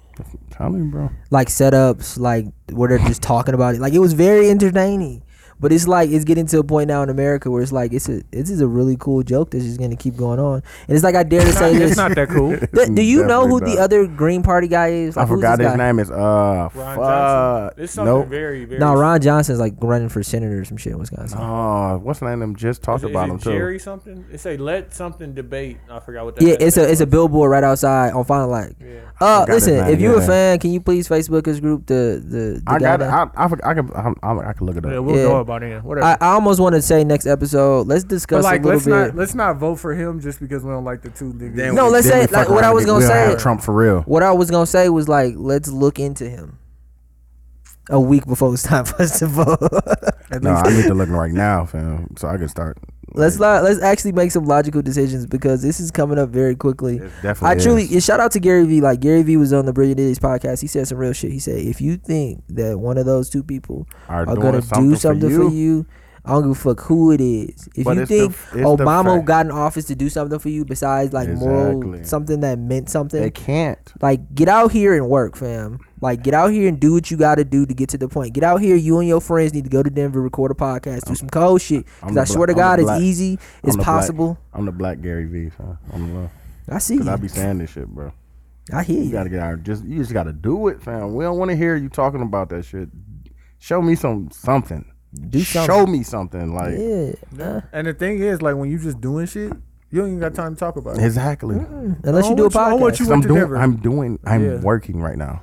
[SPEAKER 1] tell me, bro.
[SPEAKER 3] like setups, like where they're just talking about it. Like it was very entertaining. But it's like it's getting to a point now in America where it's like it's a this is a really cool joke that's just gonna keep going on. And it's like I dare to say
[SPEAKER 2] It's
[SPEAKER 3] this.
[SPEAKER 2] not that cool.
[SPEAKER 3] Do- do you know who
[SPEAKER 1] Definitely
[SPEAKER 3] the
[SPEAKER 1] not.
[SPEAKER 3] other Green Party guy is?
[SPEAKER 1] I
[SPEAKER 3] Like, who's
[SPEAKER 1] forgot
[SPEAKER 3] this
[SPEAKER 1] his
[SPEAKER 3] guy?
[SPEAKER 1] name is uh
[SPEAKER 2] Ron Johnson.
[SPEAKER 1] fuck.
[SPEAKER 2] It's something
[SPEAKER 1] nope.
[SPEAKER 2] very, very.
[SPEAKER 3] No, Ron Johnson's like running for senator or some shit in Wisconsin.
[SPEAKER 1] Oh, what's the name? Them just
[SPEAKER 2] Is
[SPEAKER 1] talked
[SPEAKER 2] it- is
[SPEAKER 1] about
[SPEAKER 2] it
[SPEAKER 1] him too.
[SPEAKER 2] Jerry something? It say let something debate. I forgot what that.
[SPEAKER 3] yeah, it's a it's a billboard right outside on Fine Light. Uh,
[SPEAKER 1] Forgot his
[SPEAKER 3] listen,
[SPEAKER 1] name,
[SPEAKER 3] if you a
[SPEAKER 1] yeah.
[SPEAKER 3] fan, can you please Facebook us group the the, the
[SPEAKER 1] I
[SPEAKER 3] guy
[SPEAKER 1] got. it.
[SPEAKER 3] that-
[SPEAKER 1] I I, forg- I can. I'm, I'm, I can look it
[SPEAKER 2] Yeah,
[SPEAKER 1] up.
[SPEAKER 2] we'll
[SPEAKER 3] Yeah.
[SPEAKER 2] know about it. Whatever.
[SPEAKER 3] I, I almost want to say next episode. Let's
[SPEAKER 2] But
[SPEAKER 3] discuss
[SPEAKER 2] like,
[SPEAKER 3] a little
[SPEAKER 2] let's
[SPEAKER 3] bit.
[SPEAKER 2] not let's not vote for him just because we don't like the two niggas.
[SPEAKER 1] Then
[SPEAKER 3] No,
[SPEAKER 1] we-
[SPEAKER 3] let's say,
[SPEAKER 1] then we
[SPEAKER 3] like,
[SPEAKER 1] fuck
[SPEAKER 3] what
[SPEAKER 1] around
[SPEAKER 3] I was
[SPEAKER 1] and
[SPEAKER 3] gonna
[SPEAKER 1] we'll
[SPEAKER 3] say-
[SPEAKER 1] have Trump for real.
[SPEAKER 3] what I was gonna say was like, let's look into him a week before it's time for us to vote.
[SPEAKER 1] No, I need to look right now, fam, so I can start.
[SPEAKER 3] let's lo- let's actually make some logical decisions because this is coming up very quickly.
[SPEAKER 1] It definitely
[SPEAKER 3] I truly
[SPEAKER 1] is.
[SPEAKER 3] yeah, shout out to Gary Vee. Like Gary Vee was on the Brilliant Idiots podcast. He said some real shit. He said if you think that one of those two people
[SPEAKER 1] Are
[SPEAKER 3] are,
[SPEAKER 1] doing
[SPEAKER 3] gonna
[SPEAKER 1] something
[SPEAKER 3] do
[SPEAKER 1] for
[SPEAKER 3] something for you.
[SPEAKER 1] you.
[SPEAKER 3] I don't give a fuck who it is. If
[SPEAKER 1] But
[SPEAKER 3] you
[SPEAKER 1] it's the-
[SPEAKER 3] think
[SPEAKER 1] it's the
[SPEAKER 3] Obama
[SPEAKER 1] fact-
[SPEAKER 3] got in office to do something for you besides like moral
[SPEAKER 1] Exactly.
[SPEAKER 3] something that meant something,
[SPEAKER 1] They can't.
[SPEAKER 3] like get out here and work, fam. Like get out here and do what you got to do to get to the point. Get out here. You and your friends need to go to Denver, record a podcast, do some cold shit.
[SPEAKER 1] I'm
[SPEAKER 3] Because
[SPEAKER 1] the
[SPEAKER 3] I swear to
[SPEAKER 1] black- I'm the
[SPEAKER 3] God, it's
[SPEAKER 1] black-
[SPEAKER 3] easy.
[SPEAKER 1] I'm
[SPEAKER 3] It's
[SPEAKER 1] the black-
[SPEAKER 3] possible.
[SPEAKER 1] I'm the black Gary V. Fam. I'm the
[SPEAKER 3] I see.
[SPEAKER 1] because I
[SPEAKER 3] You.
[SPEAKER 1] be saying this shit, bro.
[SPEAKER 3] I hear
[SPEAKER 1] You
[SPEAKER 3] you.
[SPEAKER 1] gotta get out. Just you just gotta do it, fam. We don't want to hear you talking about that shit. Show me some something.
[SPEAKER 3] Do
[SPEAKER 1] Show
[SPEAKER 3] something.
[SPEAKER 1] me something. Like
[SPEAKER 3] Yeah. uh,
[SPEAKER 2] And the thing is, like, when you just doing shit, you don't even got time to talk about it.
[SPEAKER 1] exactly.
[SPEAKER 3] unless
[SPEAKER 2] I
[SPEAKER 3] you do a
[SPEAKER 2] want you- I want
[SPEAKER 3] podcast,
[SPEAKER 2] you-
[SPEAKER 1] I'm
[SPEAKER 2] went to
[SPEAKER 1] doing.
[SPEAKER 2] Denver.
[SPEAKER 1] I'm doing. I'm
[SPEAKER 2] Yeah.
[SPEAKER 1] working right now.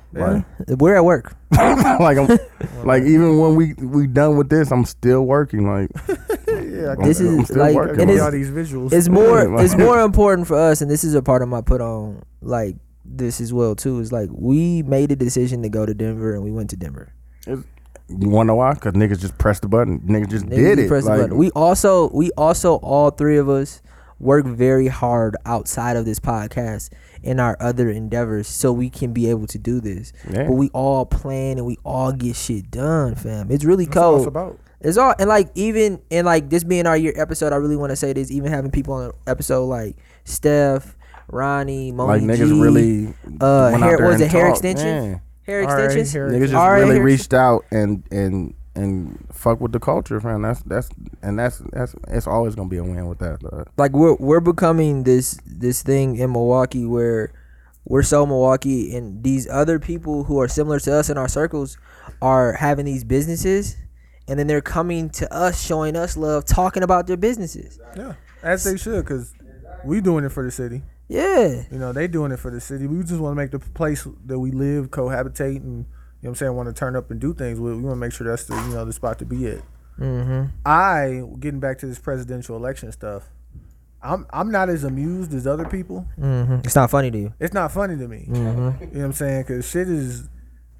[SPEAKER 3] we're at work.
[SPEAKER 1] Like, like I'm, like even when we we done with this, I'm still working. Like, yeah,
[SPEAKER 3] This is like-
[SPEAKER 2] Give
[SPEAKER 3] And
[SPEAKER 2] me
[SPEAKER 3] it's-
[SPEAKER 2] all these visuals.
[SPEAKER 3] It's
[SPEAKER 1] Yeah,
[SPEAKER 3] more.
[SPEAKER 1] like-
[SPEAKER 3] it's more important for us, and this is a part of my put on. Like this as well too. Is like we made a decision to go to Denver, and we went to Denver.
[SPEAKER 1] You wanna know why? Because niggas just pressed the button. Niggas just
[SPEAKER 3] Nigga,
[SPEAKER 1] did
[SPEAKER 3] you
[SPEAKER 1] it.
[SPEAKER 3] press the
[SPEAKER 1] Like,
[SPEAKER 3] button. We also we also all three of us work very hard outside of this podcast in our other endeavors so we can be able to do this.
[SPEAKER 1] Yeah.
[SPEAKER 3] But we all plan and we all get shit done, fam. It's really cold.
[SPEAKER 2] it's about.
[SPEAKER 3] It's all and like even and like this being our year episode, I really want to say this. Even having people on the episode like Steph, Ronnie,
[SPEAKER 1] Like
[SPEAKER 3] Moni G,
[SPEAKER 1] niggas really
[SPEAKER 3] uh,
[SPEAKER 1] went out
[SPEAKER 3] hair,
[SPEAKER 1] there
[SPEAKER 3] was
[SPEAKER 1] and
[SPEAKER 3] it hair
[SPEAKER 1] talked,
[SPEAKER 3] extensions?
[SPEAKER 1] yeah.
[SPEAKER 3] Hair
[SPEAKER 2] All right,
[SPEAKER 3] extensions.
[SPEAKER 2] hair
[SPEAKER 1] Niggas just
[SPEAKER 3] All right,
[SPEAKER 1] really
[SPEAKER 3] hair
[SPEAKER 1] reached out and and and fuck with the culture, friend. That's that's and that's that's it's always gonna be a win with that. dog.
[SPEAKER 3] like we're we're becoming this this thing in Milwaukee where we're so Milwaukee and these other people who are similar to us in our circles are having these businesses and then they're coming to us showing us love talking about their businesses.
[SPEAKER 2] Yeah, as they should, because we doing it for the city.
[SPEAKER 3] Yeah.
[SPEAKER 2] You know, they doing it for the city. We just want to make the place that we live cohabitate and you know what I'm saying want to turn up and do things with. We want to make sure that's the you know the spot to be at. Mm-hmm. I getting back to this presidential election stuff. I'm I'm not as amused as other people.
[SPEAKER 3] Mm-hmm. It's not funny to you.
[SPEAKER 2] It's not funny to me. You know what I'm saying? Cause shit is.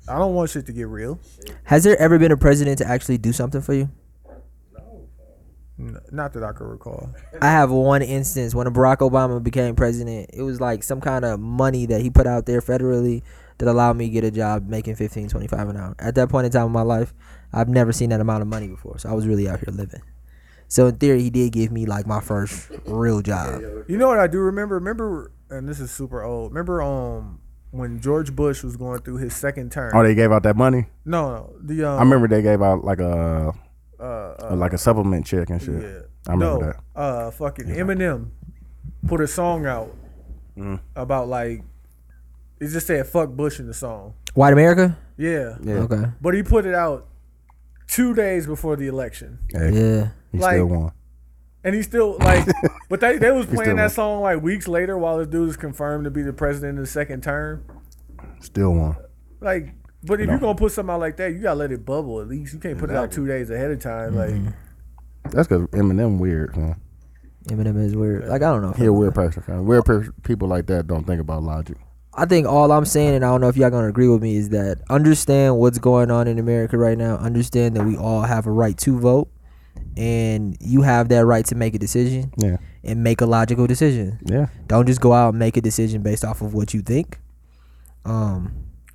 [SPEAKER 2] I don't want shit to get real.
[SPEAKER 3] Has there ever been a president to actually do something for you?
[SPEAKER 2] N- Not that I can recall.
[SPEAKER 3] I have one instance when Barack Obama became president. It was like some kind of money that he put out there federally that allowed me to get a job making 15, 25 an hour. At that point in time in my life, I've never seen that amount of money before. So I was really out here living. So in theory, he did give me like my first real job.
[SPEAKER 2] You know what I do remember? Remember, and this is super old. Remember, um, when George Bush was going through his second term.
[SPEAKER 1] Oh, they gave out that money.
[SPEAKER 2] No, no. The um,
[SPEAKER 1] I remember they gave out like a
[SPEAKER 2] uh, uh,
[SPEAKER 1] like a supplement check and shit.
[SPEAKER 2] yeah.
[SPEAKER 1] I remember
[SPEAKER 2] no,
[SPEAKER 1] that.
[SPEAKER 2] Uh, fucking Eminem put a song out
[SPEAKER 1] Mm.
[SPEAKER 2] about like it just said "fuck Bush" in the song.
[SPEAKER 3] White America?
[SPEAKER 2] Yeah.
[SPEAKER 3] Okay.
[SPEAKER 2] but he put it out two days before the election,
[SPEAKER 1] Hey,
[SPEAKER 3] Yeah.
[SPEAKER 1] he
[SPEAKER 2] like-
[SPEAKER 1] still won.
[SPEAKER 2] and he still like. but they they was
[SPEAKER 1] still
[SPEAKER 2] playing
[SPEAKER 1] won.
[SPEAKER 2] that song like weeks later while this dude is confirmed to be the president in the second term.
[SPEAKER 1] Still won.
[SPEAKER 2] Like, but if
[SPEAKER 1] No.
[SPEAKER 2] you're gonna put something out like that, you gotta let it bubble at least. You can't put it out two days ahead of time.
[SPEAKER 1] Mm-hmm.
[SPEAKER 2] Like,
[SPEAKER 1] That's because Eminem weird, man.
[SPEAKER 3] Eminem is weird. Like, I don't know.
[SPEAKER 1] He a weird person. Friend. Weird per- people like that don't think about logic.
[SPEAKER 3] I think all I'm saying, and I don't know if y'all gonna agree with me, is that understand what's going on in America right now. Understand that we all have a right to vote, and you have that right to make a decision
[SPEAKER 1] Yeah,
[SPEAKER 3] and make a logical decision.
[SPEAKER 1] yeah.
[SPEAKER 3] Don't just go out and make a decision based off of what you think. Um,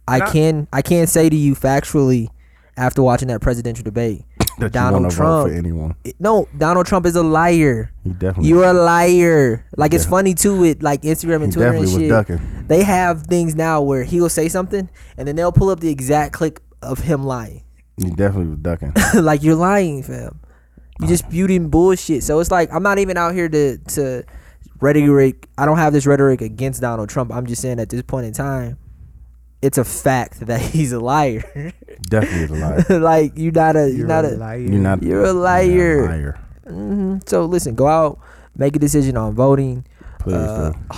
[SPEAKER 3] I
[SPEAKER 2] Not-
[SPEAKER 3] can I can say to you factually, after watching that presidential debate,
[SPEAKER 1] That you
[SPEAKER 3] Donald
[SPEAKER 1] want to vote for
[SPEAKER 3] Trump.
[SPEAKER 1] anyone?
[SPEAKER 3] it- no, Donald Trump is a liar.
[SPEAKER 1] He definitely.
[SPEAKER 3] You're a liar. Like it's
[SPEAKER 1] Yeah.
[SPEAKER 3] funny too with like Instagram
[SPEAKER 1] He
[SPEAKER 3] and Twitter and
[SPEAKER 1] definitely was
[SPEAKER 3] shit.
[SPEAKER 1] ducking.
[SPEAKER 3] They have things now where he'll say something and then they'll pull up the exact clip of him lying.
[SPEAKER 1] he definitely was ducking.
[SPEAKER 3] like you're lying, fam. You just spewing bullshit. So it's like I'm not even out here to to rhetoric. I don't have this rhetoric against Donald Trump. I'm just saying at this point in time, it's a fact that he's a liar.
[SPEAKER 1] definitely was a liar.
[SPEAKER 3] like you're not a you're, not a,
[SPEAKER 1] You're not.
[SPEAKER 3] You're a
[SPEAKER 1] You're
[SPEAKER 3] liar.
[SPEAKER 1] a liar.
[SPEAKER 3] Mm-hmm. So listen, go out, make a decision on voting.
[SPEAKER 1] Please,
[SPEAKER 3] Uh,
[SPEAKER 1] bro.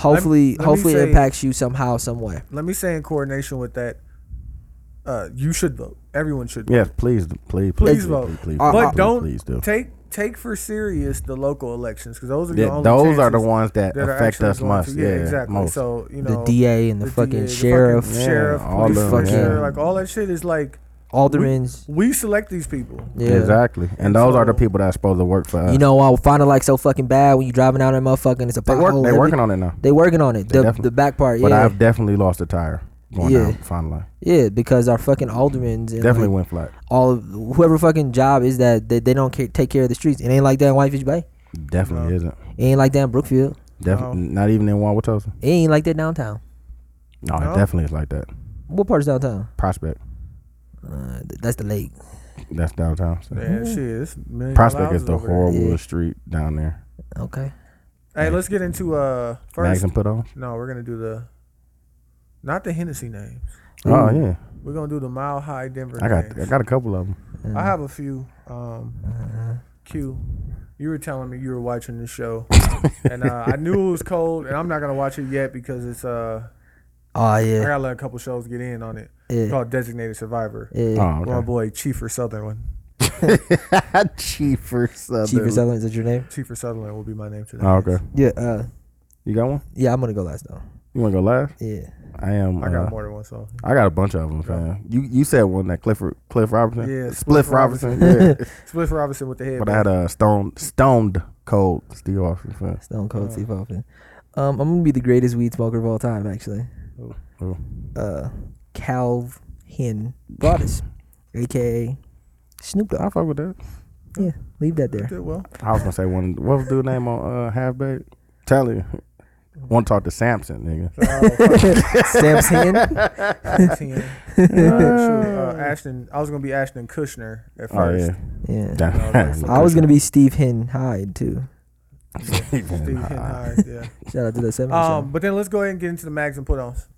[SPEAKER 2] Let me-
[SPEAKER 3] hopefully,
[SPEAKER 2] let me
[SPEAKER 3] hopefully
[SPEAKER 2] say-
[SPEAKER 3] impacts you somehow, some way.
[SPEAKER 2] let me say in coordination with that, uh, you should vote. Everyone should. vote.
[SPEAKER 1] Yes, please, please, please,
[SPEAKER 2] Please vote.
[SPEAKER 1] please,
[SPEAKER 3] Uh,
[SPEAKER 2] But
[SPEAKER 3] uh,
[SPEAKER 1] please,
[SPEAKER 2] don't
[SPEAKER 1] please do.
[SPEAKER 2] take take for serious the local elections because those are the
[SPEAKER 1] Yeah,
[SPEAKER 2] only
[SPEAKER 1] those are the
[SPEAKER 2] chances
[SPEAKER 1] ones that
[SPEAKER 2] that are
[SPEAKER 1] affect
[SPEAKER 2] actually
[SPEAKER 1] us
[SPEAKER 2] going
[SPEAKER 1] most.
[SPEAKER 2] to-
[SPEAKER 1] Yeah,
[SPEAKER 2] exactly.
[SPEAKER 1] most.
[SPEAKER 2] So you
[SPEAKER 3] The
[SPEAKER 2] know
[SPEAKER 3] DA and the,
[SPEAKER 2] the DA,
[SPEAKER 3] fucking
[SPEAKER 2] the fucking
[SPEAKER 3] sheriff,
[SPEAKER 1] Yeah,
[SPEAKER 2] sheriff,
[SPEAKER 1] all
[SPEAKER 2] police
[SPEAKER 1] of
[SPEAKER 3] them,
[SPEAKER 2] officer,
[SPEAKER 1] yeah.
[SPEAKER 2] like all that shit is like
[SPEAKER 3] aldermen's.
[SPEAKER 2] we select these people.
[SPEAKER 3] yeah.
[SPEAKER 1] Exactly, and those are the
[SPEAKER 2] so-
[SPEAKER 1] people that's supposed to work for us.
[SPEAKER 3] You know why finding like so fucking bad when you driving out that motherfucker and it's a
[SPEAKER 1] they work.
[SPEAKER 3] pothole
[SPEAKER 1] They
[SPEAKER 3] every-
[SPEAKER 1] working on it now.
[SPEAKER 3] They working on it. The,
[SPEAKER 1] definitely-
[SPEAKER 3] the back part,
[SPEAKER 1] But
[SPEAKER 3] yeah,
[SPEAKER 1] I've definitely lost a tire going
[SPEAKER 3] Yeah.
[SPEAKER 1] down finally.
[SPEAKER 3] yeah, because our fucking aldermen's and
[SPEAKER 1] Definitely
[SPEAKER 3] like,
[SPEAKER 1] went flat.
[SPEAKER 3] all of, whoever fucking job is that they, they don't care, take care of the streets. It ain't like that in Whitefish Bay.
[SPEAKER 1] Definitely isn't.
[SPEAKER 3] It ain't like that in Brookfield.
[SPEAKER 1] Definitely not even in Wauwatosa.
[SPEAKER 3] It ain't like that downtown.
[SPEAKER 1] No,
[SPEAKER 2] No.
[SPEAKER 1] it definitely is like that.
[SPEAKER 3] What part is downtown?
[SPEAKER 1] Prospect.
[SPEAKER 3] Uh, th- that's the lake.
[SPEAKER 1] That's downtown. so.
[SPEAKER 2] Yeah, shit. It's a million
[SPEAKER 1] Prospect
[SPEAKER 2] houses
[SPEAKER 1] is the
[SPEAKER 2] over there.
[SPEAKER 1] horrible
[SPEAKER 3] Yeah.
[SPEAKER 1] street down there.
[SPEAKER 3] Okay.
[SPEAKER 2] Hey, let's get into uh
[SPEAKER 1] Mags
[SPEAKER 2] first.
[SPEAKER 1] and put on.
[SPEAKER 2] No, we're gonna do the not the Hennessy names.
[SPEAKER 1] Oh yeah,
[SPEAKER 2] We're gonna do the Mile High Denver.
[SPEAKER 1] I got I
[SPEAKER 2] names.
[SPEAKER 1] got a couple of them.
[SPEAKER 2] I have a few. Um, Q, you were telling me you were watching the show, and uh, I knew it was cold, and I'm not gonna watch it yet because it's uh,
[SPEAKER 3] Oh
[SPEAKER 2] I
[SPEAKER 3] yeah.
[SPEAKER 2] gotta let a couple shows get in on it.
[SPEAKER 3] Yeah.
[SPEAKER 2] It's called Designated Survivor.
[SPEAKER 3] Yeah.
[SPEAKER 1] Oh,
[SPEAKER 2] My
[SPEAKER 1] okay.
[SPEAKER 2] boy Chief or Sutherland.
[SPEAKER 1] Chief for Southern.
[SPEAKER 3] Chief or something is that your name?
[SPEAKER 2] Chief or Sutherland will be my name today.
[SPEAKER 1] Oh, okay.
[SPEAKER 3] Yeah. Uh,
[SPEAKER 1] You got one?
[SPEAKER 3] yeah. I'm gonna go last though.
[SPEAKER 1] You want to go last?
[SPEAKER 3] Yeah.
[SPEAKER 1] I am.
[SPEAKER 2] I got
[SPEAKER 1] uh,
[SPEAKER 2] more than one song.
[SPEAKER 1] I got a bunch of them, fam. You you said one that Clifford Cliff Robinson.
[SPEAKER 2] Yeah,
[SPEAKER 1] Spliff
[SPEAKER 2] Spliff Robinson.
[SPEAKER 1] Robinson. yeah.
[SPEAKER 2] Spliff Robinson with the head.
[SPEAKER 1] but I had a stone stoned Cold. Steve Austin fan.
[SPEAKER 3] Stone Cold Steve Austin. Um, I'm gonna be the greatest weed smoker of all time, actually.
[SPEAKER 1] Oh.
[SPEAKER 3] Uh, Calv Hen Broadus, aka Snoop
[SPEAKER 1] I
[SPEAKER 3] Dogg.
[SPEAKER 1] fuck with that.
[SPEAKER 3] Yeah, leave that there.
[SPEAKER 2] Did well.
[SPEAKER 1] I was gonna say one. What was dude name on uh, Halfback? Tell you. Want to talk to Samson, nigga?
[SPEAKER 3] Sam's Hen.
[SPEAKER 2] Ten. Uh, Ashton. I was gonna be Ashton Kushner at
[SPEAKER 1] Oh
[SPEAKER 2] first.
[SPEAKER 1] yeah.
[SPEAKER 3] Yeah.
[SPEAKER 1] Damn.
[SPEAKER 3] I was gonna be Steve Hen Hyde too.
[SPEAKER 2] Steve Hinhide, yeah.
[SPEAKER 3] Shout out to the seven.
[SPEAKER 2] Um, but then let's go ahead and get into the mags and put ons.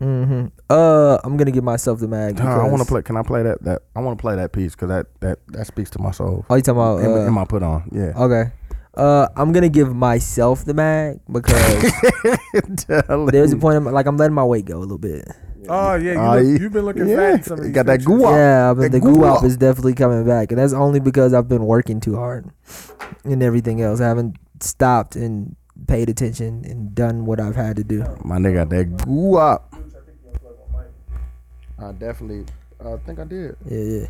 [SPEAKER 3] mm-hmm. Uh, I'm gonna give myself the mag.
[SPEAKER 1] Nah, I want to
[SPEAKER 3] because-
[SPEAKER 1] play. Can I play that? That I want to play that piece because that that that speaks to my soul.
[SPEAKER 3] Oh, you talking about?
[SPEAKER 1] in, my-
[SPEAKER 3] Uh,
[SPEAKER 1] in my put on, yeah.
[SPEAKER 3] okay. Uh, I'm gonna give myself the mag because
[SPEAKER 1] Tell
[SPEAKER 3] there's a
[SPEAKER 1] you.
[SPEAKER 3] point. In my, like I'm letting my weight go a little bit.
[SPEAKER 2] Oh yeah, you
[SPEAKER 1] Oh,
[SPEAKER 2] look,
[SPEAKER 1] yeah.
[SPEAKER 2] you've been looking
[SPEAKER 1] Yeah.
[SPEAKER 2] fat. in Some of
[SPEAKER 1] You
[SPEAKER 2] these
[SPEAKER 1] got that
[SPEAKER 2] pictures.
[SPEAKER 1] guap.
[SPEAKER 3] Yeah, but the
[SPEAKER 1] the
[SPEAKER 3] goo
[SPEAKER 1] guap.
[SPEAKER 3] up is definitely coming back, and that's only because I've been working too hard and everything else. I haven't stopped and paid attention and done what I've had to do.
[SPEAKER 1] My nigga got that goo up. I definitely. I think I did.
[SPEAKER 3] Yeah, yeah.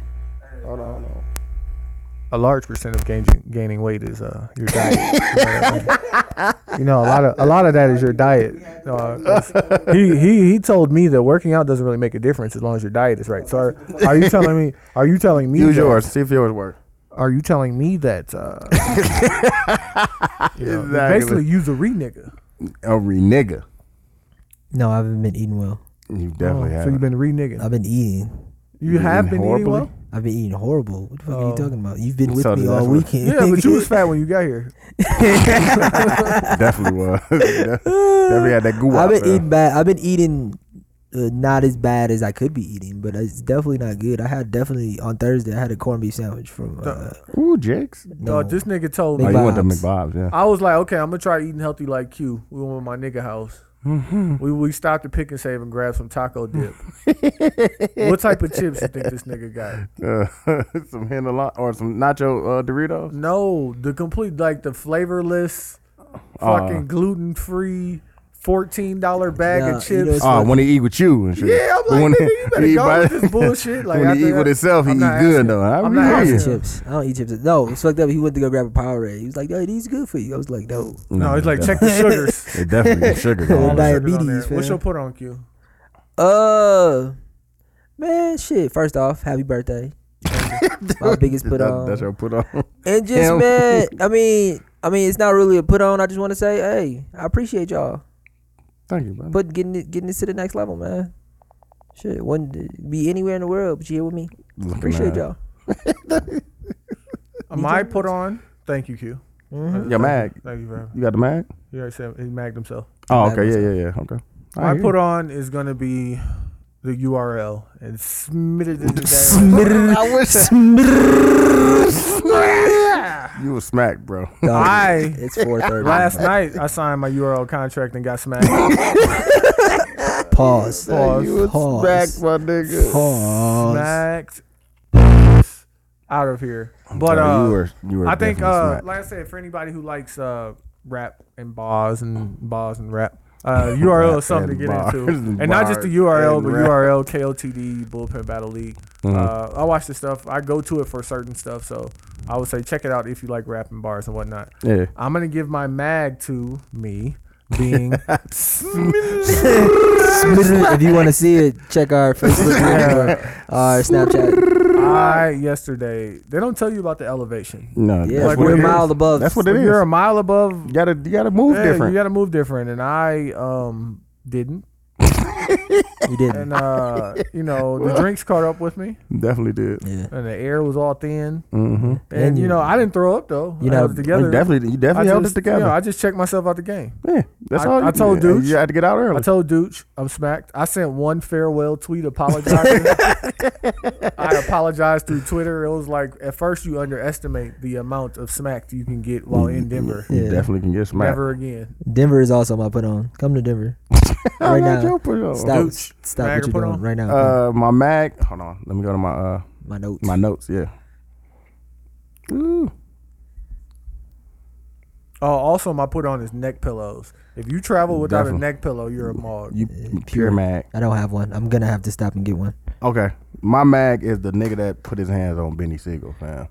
[SPEAKER 1] Hold on, hold on.
[SPEAKER 2] a large percent of gaining gaining weight is uh your diet. you know, a lot of a lot of that is your diet. Uh, he he he told me that working out doesn't really make a difference as long as your diet is right. So are, are you telling me? Are you telling me?
[SPEAKER 1] Use
[SPEAKER 2] that-
[SPEAKER 1] yours. See if yours work.
[SPEAKER 2] Are you telling me that? Uh, you know,
[SPEAKER 1] Exactly.
[SPEAKER 2] Basically, use a re nigga.
[SPEAKER 1] A re nigga.
[SPEAKER 3] No, I haven't been eating well.
[SPEAKER 1] You
[SPEAKER 2] Oh,
[SPEAKER 1] definitely have.
[SPEAKER 2] so you've been re nigging.
[SPEAKER 3] I've been eating.
[SPEAKER 2] You have been eating
[SPEAKER 1] horribly?
[SPEAKER 2] well.
[SPEAKER 3] I've been eating horrible. What the fuck are you talking about? You've been with
[SPEAKER 1] So
[SPEAKER 3] me
[SPEAKER 1] that's
[SPEAKER 3] all
[SPEAKER 1] what-
[SPEAKER 3] weekend.
[SPEAKER 2] Yeah, but you was fat when you got here.
[SPEAKER 1] definitely was. definitely had that goo up.
[SPEAKER 3] I've been
[SPEAKER 1] yeah.
[SPEAKER 3] eating bad. I've been eating uh, not as bad as I could be eating, but it's definitely not good. I had definitely on Thursday. I had a corned beef sandwich from. Uh,
[SPEAKER 1] Ooh, Jake's.
[SPEAKER 3] no.
[SPEAKER 2] Dog, Uh, this nigga told
[SPEAKER 1] Oh,
[SPEAKER 2] me.
[SPEAKER 1] you went to
[SPEAKER 3] Bob's.
[SPEAKER 1] McBob's, yeah.
[SPEAKER 2] I was like, okay, I'm gonna try eating healthy like Q. We went to my nigga house. We we stopped at Pick and Save and grabbed some taco dip. what type of chips you think this nigga got?
[SPEAKER 1] Uh, some henna or some nacho uh, Doritos.
[SPEAKER 2] No, the complete like the flavorless, fucking gluten free, fourteen dollar bag
[SPEAKER 3] Nah,
[SPEAKER 2] of
[SPEAKER 3] you know
[SPEAKER 2] chips.
[SPEAKER 3] what's
[SPEAKER 1] Oh, when he eat with you and shit.
[SPEAKER 2] yeah, I'm
[SPEAKER 1] But
[SPEAKER 2] like,
[SPEAKER 1] when-
[SPEAKER 2] nigga, you better
[SPEAKER 1] he
[SPEAKER 2] go
[SPEAKER 1] by-
[SPEAKER 2] with this bullshit. Like
[SPEAKER 1] when
[SPEAKER 2] after
[SPEAKER 1] he eat with
[SPEAKER 2] that,
[SPEAKER 1] himself, he
[SPEAKER 2] I'm
[SPEAKER 1] eat
[SPEAKER 2] not
[SPEAKER 1] good
[SPEAKER 2] asking-
[SPEAKER 1] though. I
[SPEAKER 2] I'm not
[SPEAKER 1] really
[SPEAKER 3] I don't
[SPEAKER 1] hear
[SPEAKER 3] eat
[SPEAKER 1] you.
[SPEAKER 3] chips. I don't eat chips. No, it's fucked up. He went to go grab a Powerade. He was like, "Yo, it is good for you." I was like, "No."
[SPEAKER 2] No, it's like check the sugars.
[SPEAKER 1] It definitely is sugar.
[SPEAKER 2] All
[SPEAKER 1] man.
[SPEAKER 2] the sugars on
[SPEAKER 3] Diabetes,
[SPEAKER 2] there.
[SPEAKER 3] fam.
[SPEAKER 2] What's your put on Q?
[SPEAKER 3] Uh, man, shit. First off, happy birthday. My biggest put
[SPEAKER 1] That-
[SPEAKER 3] on.
[SPEAKER 1] That's your put on.
[SPEAKER 3] And just
[SPEAKER 1] Him.
[SPEAKER 3] man, I mean, I mean, it's not really a put on. I just want to say, hey, I appreciate y'all,
[SPEAKER 1] Thank you, brother.
[SPEAKER 3] but getting it, getting this to the next level, man. Shit, wouldn't be anywhere in the world, but you here with me.
[SPEAKER 1] Looking
[SPEAKER 3] Appreciate y'all.
[SPEAKER 1] at
[SPEAKER 2] My put on. Thank you, Q.
[SPEAKER 1] Your mag.
[SPEAKER 2] Thank you very much.
[SPEAKER 1] You got the mag?
[SPEAKER 2] You already said he magged himself.
[SPEAKER 1] Oh,
[SPEAKER 3] Mag
[SPEAKER 1] okay.
[SPEAKER 3] was
[SPEAKER 1] Yeah, yeah, yeah. Okay.
[SPEAKER 2] My
[SPEAKER 1] hear
[SPEAKER 2] put
[SPEAKER 1] you.
[SPEAKER 2] on is gonna be the URL and submitted in the
[SPEAKER 1] I wish you was smacked, bro.
[SPEAKER 2] I
[SPEAKER 3] It's four thirty.
[SPEAKER 2] last night I signed my URL contract and got smacked.
[SPEAKER 3] pause.
[SPEAKER 1] you was
[SPEAKER 3] Pause.
[SPEAKER 1] smacked, my nigga.
[SPEAKER 2] smacked out of here. But
[SPEAKER 1] Bro,
[SPEAKER 2] uh,
[SPEAKER 1] you were, you were
[SPEAKER 2] I think
[SPEAKER 1] definitely
[SPEAKER 2] uh,
[SPEAKER 1] smacked.
[SPEAKER 2] like I said, for anybody who likes uh rap and bars and bars and rap. Uh, URL
[SPEAKER 1] Rap
[SPEAKER 2] is something to
[SPEAKER 1] and
[SPEAKER 2] get
[SPEAKER 1] bars
[SPEAKER 2] into,
[SPEAKER 1] and
[SPEAKER 2] and not just the
[SPEAKER 1] bars
[SPEAKER 2] URL,
[SPEAKER 1] and
[SPEAKER 2] but
[SPEAKER 1] Mm-hmm. rap.
[SPEAKER 2] URL KOTD Bullpen Battle League. Uh, I watch this stuff. I go to it for certain stuff, so I would say check it out if you like rap and bars and whatnot.
[SPEAKER 1] Yeah.
[SPEAKER 2] I'm gonna give my mag to me being
[SPEAKER 3] if you want to see it, check our Facebook, yeah. our Snapchat.
[SPEAKER 2] I yesterday. They don't tell you about the elevation.
[SPEAKER 1] No,
[SPEAKER 3] Yeah,
[SPEAKER 1] that's
[SPEAKER 2] we're
[SPEAKER 1] what
[SPEAKER 2] a
[SPEAKER 1] it
[SPEAKER 3] mile
[SPEAKER 1] is.
[SPEAKER 3] above.
[SPEAKER 1] That's what it
[SPEAKER 2] When
[SPEAKER 1] is.
[SPEAKER 2] you're a mile above
[SPEAKER 1] you gotta, you gotta move
[SPEAKER 2] Yeah,
[SPEAKER 1] different.
[SPEAKER 2] You gotta move different, and I um didn't,
[SPEAKER 3] You didn't.
[SPEAKER 2] and uh, you know the drinks caught up with me,
[SPEAKER 1] Definitely did.
[SPEAKER 3] Yeah.
[SPEAKER 2] and the air was all thin,
[SPEAKER 1] Mm-hmm.
[SPEAKER 2] and you know I didn't throw up though.
[SPEAKER 3] You
[SPEAKER 2] I
[SPEAKER 3] know,
[SPEAKER 2] was together.
[SPEAKER 1] You definitely, you
[SPEAKER 2] I
[SPEAKER 1] definitely held
[SPEAKER 2] just,
[SPEAKER 1] it together.
[SPEAKER 2] You know, I just checked myself out the game.
[SPEAKER 1] yeah, that's
[SPEAKER 2] I-
[SPEAKER 1] all.
[SPEAKER 2] I
[SPEAKER 1] you
[SPEAKER 2] told
[SPEAKER 1] did.
[SPEAKER 2] dudes.
[SPEAKER 1] you had to get out early.
[SPEAKER 2] I told Dooch I'm smacked. I sent one farewell tweet apologizing. I apologized through Twitter. It was like at first you underestimate the amount of smacked you can get while in Denver.
[SPEAKER 1] you
[SPEAKER 3] Yeah.
[SPEAKER 1] definitely can get smacked.
[SPEAKER 2] Never again.
[SPEAKER 3] Denver is also my put on. Come to Denver.
[SPEAKER 1] I
[SPEAKER 3] right
[SPEAKER 1] got
[SPEAKER 3] now.
[SPEAKER 1] your put on.
[SPEAKER 3] Stop.
[SPEAKER 2] Dooch,
[SPEAKER 3] stop
[SPEAKER 2] Niagara
[SPEAKER 3] what you're
[SPEAKER 2] put
[SPEAKER 3] doing
[SPEAKER 2] on?
[SPEAKER 3] right now. bro.
[SPEAKER 1] Uh, my mag. Hold on. Let me go to my uh
[SPEAKER 3] my notes.
[SPEAKER 1] my notes. Yeah. Ooh.
[SPEAKER 2] Oh, also my put on is neck pillows. If you travel without
[SPEAKER 1] Definitely.
[SPEAKER 2] a neck pillow, you're a mog.
[SPEAKER 1] You pure mag.
[SPEAKER 3] I don't have one. I'm gonna have to stop and get one.
[SPEAKER 1] Okay. My mag is the nigga that put his hands on Benny Siegel, fam.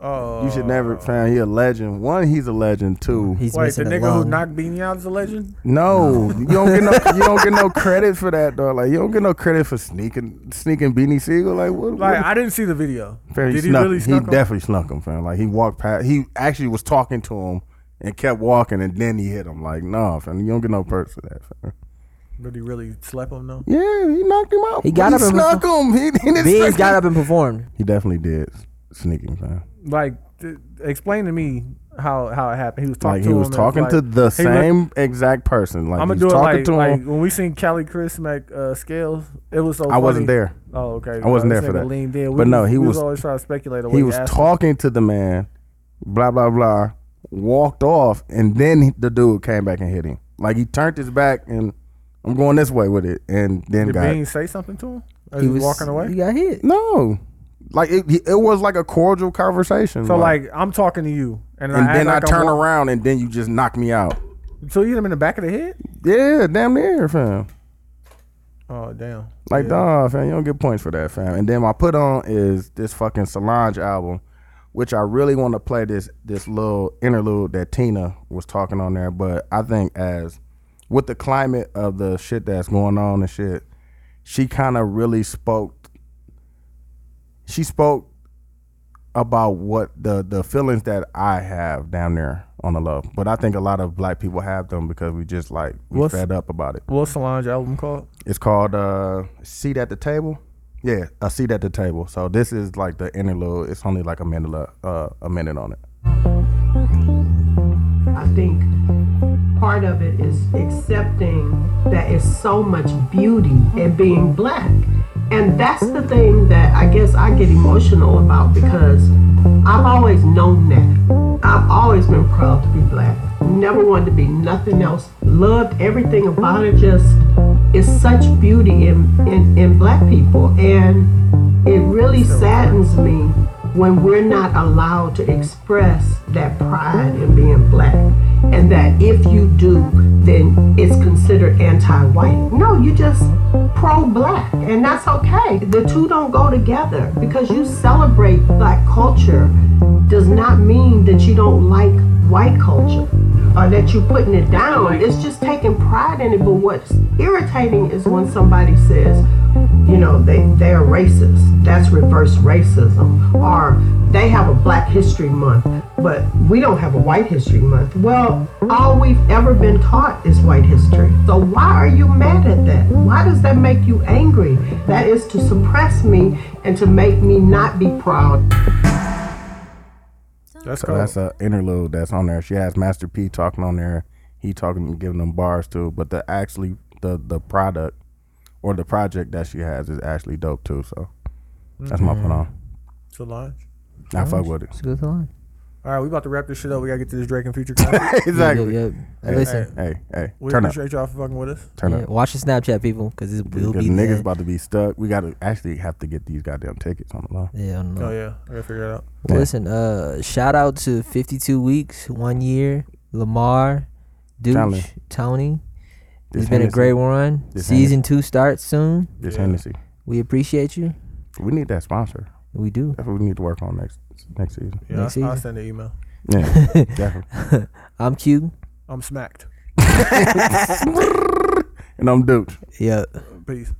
[SPEAKER 2] Oh,
[SPEAKER 1] You should never found he a legend. One, he's a legend. Two,
[SPEAKER 3] He's
[SPEAKER 2] Wait, the
[SPEAKER 3] missing a
[SPEAKER 2] nigga who
[SPEAKER 3] lung.
[SPEAKER 2] knocked Beanie out is a legend.
[SPEAKER 1] no, you don't get no, you don't get no credit for that, though. Like you don't get no credit for sneaking, sneaking Beanie Siegel. Like what?
[SPEAKER 2] Like
[SPEAKER 1] what
[SPEAKER 2] I didn't see the video.
[SPEAKER 1] fam,
[SPEAKER 2] Did he
[SPEAKER 1] snuck-
[SPEAKER 2] really snuck
[SPEAKER 1] He
[SPEAKER 2] him?
[SPEAKER 1] definitely snuck him, fam. Like he walked past. He actually was talking to him and kept walking, and then he hit him. Like no, fam, you don't get no perks for that, fam.
[SPEAKER 2] Did he really slap him? No.
[SPEAKER 1] Yeah, he knocked him out.
[SPEAKER 3] He got up and-
[SPEAKER 1] snuck him. He, he didn't
[SPEAKER 3] Beans
[SPEAKER 1] snuck
[SPEAKER 3] got
[SPEAKER 1] him.
[SPEAKER 3] up and performed.
[SPEAKER 1] He definitely did sneaking, fam.
[SPEAKER 2] Like, th- explain to me how how it happened. He was talking
[SPEAKER 1] Like
[SPEAKER 2] to
[SPEAKER 1] he
[SPEAKER 2] him.
[SPEAKER 1] was
[SPEAKER 2] and
[SPEAKER 1] talking
[SPEAKER 2] like,
[SPEAKER 1] to the
[SPEAKER 2] he looked-
[SPEAKER 1] same exact person. Like
[SPEAKER 2] I'm gonna
[SPEAKER 1] he's
[SPEAKER 2] do it
[SPEAKER 1] talking
[SPEAKER 2] like,
[SPEAKER 1] to
[SPEAKER 2] like
[SPEAKER 1] him.
[SPEAKER 2] when we seen Cali Chris Mac uh, scales. It was so.
[SPEAKER 1] I wasn't
[SPEAKER 2] funny.
[SPEAKER 1] there.
[SPEAKER 2] Oh, okay.
[SPEAKER 1] I wasn't
[SPEAKER 2] This
[SPEAKER 1] there for
[SPEAKER 2] nigga
[SPEAKER 1] that.
[SPEAKER 2] Leaned in. We
[SPEAKER 1] But no,
[SPEAKER 2] was-
[SPEAKER 1] he
[SPEAKER 2] we was
[SPEAKER 1] was-
[SPEAKER 2] always trying to speculate. on what
[SPEAKER 1] He was
[SPEAKER 2] asked him.
[SPEAKER 1] talking to the man, blah blah blah, walked off, and then he- the dude came back and hit him. Like he turned his back and I'm going this way with it, and then
[SPEAKER 2] Did
[SPEAKER 1] got
[SPEAKER 2] Bean say something to him?
[SPEAKER 7] Oh,
[SPEAKER 2] As he was walking away.
[SPEAKER 3] He got hit.
[SPEAKER 1] no. Like it, he- it was like a cordial conversation.
[SPEAKER 2] So like, I'm talking to you, and,
[SPEAKER 1] and
[SPEAKER 2] I
[SPEAKER 1] then I
[SPEAKER 2] act like
[SPEAKER 1] turn
[SPEAKER 2] I'm wa-
[SPEAKER 1] around, and then you just knock me out.
[SPEAKER 2] So you hit him in the back of the head.
[SPEAKER 1] Yeah, damn near, fam.
[SPEAKER 2] Oh damn.
[SPEAKER 1] Like, nah, fam, you don't get points for that, fam. And then my put on is this fucking Solange album, which I really want to play this this little interlude that Tina was talking on there. But I think as with the climate of the shit that's going on and shit, she kind of really spoke. She spoke about what the the feelings that I have down there on the love, but I think a lot of black people have them because we just like we
[SPEAKER 2] What's-
[SPEAKER 1] fed up about it.
[SPEAKER 2] What's Solange album called?
[SPEAKER 1] It's called uh, Seat at the Table. Yeah, a seat at the table. So this is like the interlude. It's only like a minute, lo- uh, a minute on it.
[SPEAKER 11] I think part of it is accepting that it's so much beauty in being black. And that's the thing that I guess I get emotional about because I've always known that. I've always been proud to be black. Never wanted to be nothing else. Loved everything about it. Just it's such beauty in, in, in black people. And it really saddens me when we're not allowed to express that pride in being black and that if you do then it's considered anti-white no you just pro-black and that's okay the two don't go together because you celebrate black culture does not mean that you don't like white culture or that you're putting it down it's just taking pride in it but what's irritating is when somebody says you know they they're racist that's reverse racism or they have a black history month but we don't have a white history month well all we've ever been taught is white history so why are you mad at that why does that make you angry that is to suppress me and to make me not be proud
[SPEAKER 2] That's
[SPEAKER 1] So
[SPEAKER 2] cool.
[SPEAKER 1] that's a interlude that's on there. She has Master P talking on there. He talking, giving them bars too. But the actually the the product or the project that she has is actually dope too. So that's
[SPEAKER 2] Mm-hmm.
[SPEAKER 1] my put on.
[SPEAKER 2] Solange.
[SPEAKER 1] I fuck with it.
[SPEAKER 3] It's a good line.
[SPEAKER 2] All right, we about to wrap this shit up. We gotta get to this Drake and Future. concert.
[SPEAKER 1] exactly.
[SPEAKER 3] Yeah, yeah, yeah. Hey, Listen,
[SPEAKER 1] Hey, hey,
[SPEAKER 2] We
[SPEAKER 1] turn up,
[SPEAKER 2] appreciate y'all for fucking with us.
[SPEAKER 1] turn
[SPEAKER 3] yeah,
[SPEAKER 1] up.
[SPEAKER 3] watch the Snapchat, people, because this will
[SPEAKER 1] Because
[SPEAKER 3] be
[SPEAKER 1] niggas
[SPEAKER 3] there.
[SPEAKER 1] about to be stuck. We gotta actually have to get these goddamn tickets on the line.
[SPEAKER 3] Yeah, I don't know.
[SPEAKER 2] Oh yeah, I gotta figure it out.
[SPEAKER 3] Well, Listen, uh, shout out to 52 weeks, one year, Lamar,
[SPEAKER 1] Tony.
[SPEAKER 3] Dooch, Tony.
[SPEAKER 1] This
[SPEAKER 3] it's been a
[SPEAKER 1] Hennessy.
[SPEAKER 3] great run.
[SPEAKER 1] This
[SPEAKER 3] Season two starts soon.
[SPEAKER 1] This
[SPEAKER 2] Yeah.
[SPEAKER 1] Hennessy.
[SPEAKER 3] We appreciate you.
[SPEAKER 1] We need that sponsor.
[SPEAKER 3] We do.
[SPEAKER 1] That's what we need to work on next next season.
[SPEAKER 2] Yeah,
[SPEAKER 3] Next
[SPEAKER 2] I'll, I'll
[SPEAKER 3] season.
[SPEAKER 2] send an email.
[SPEAKER 1] Yeah, definitely.
[SPEAKER 3] I'm Q.
[SPEAKER 2] I'm smacked.
[SPEAKER 1] And I'm duped.
[SPEAKER 3] Yep.
[SPEAKER 2] Peace.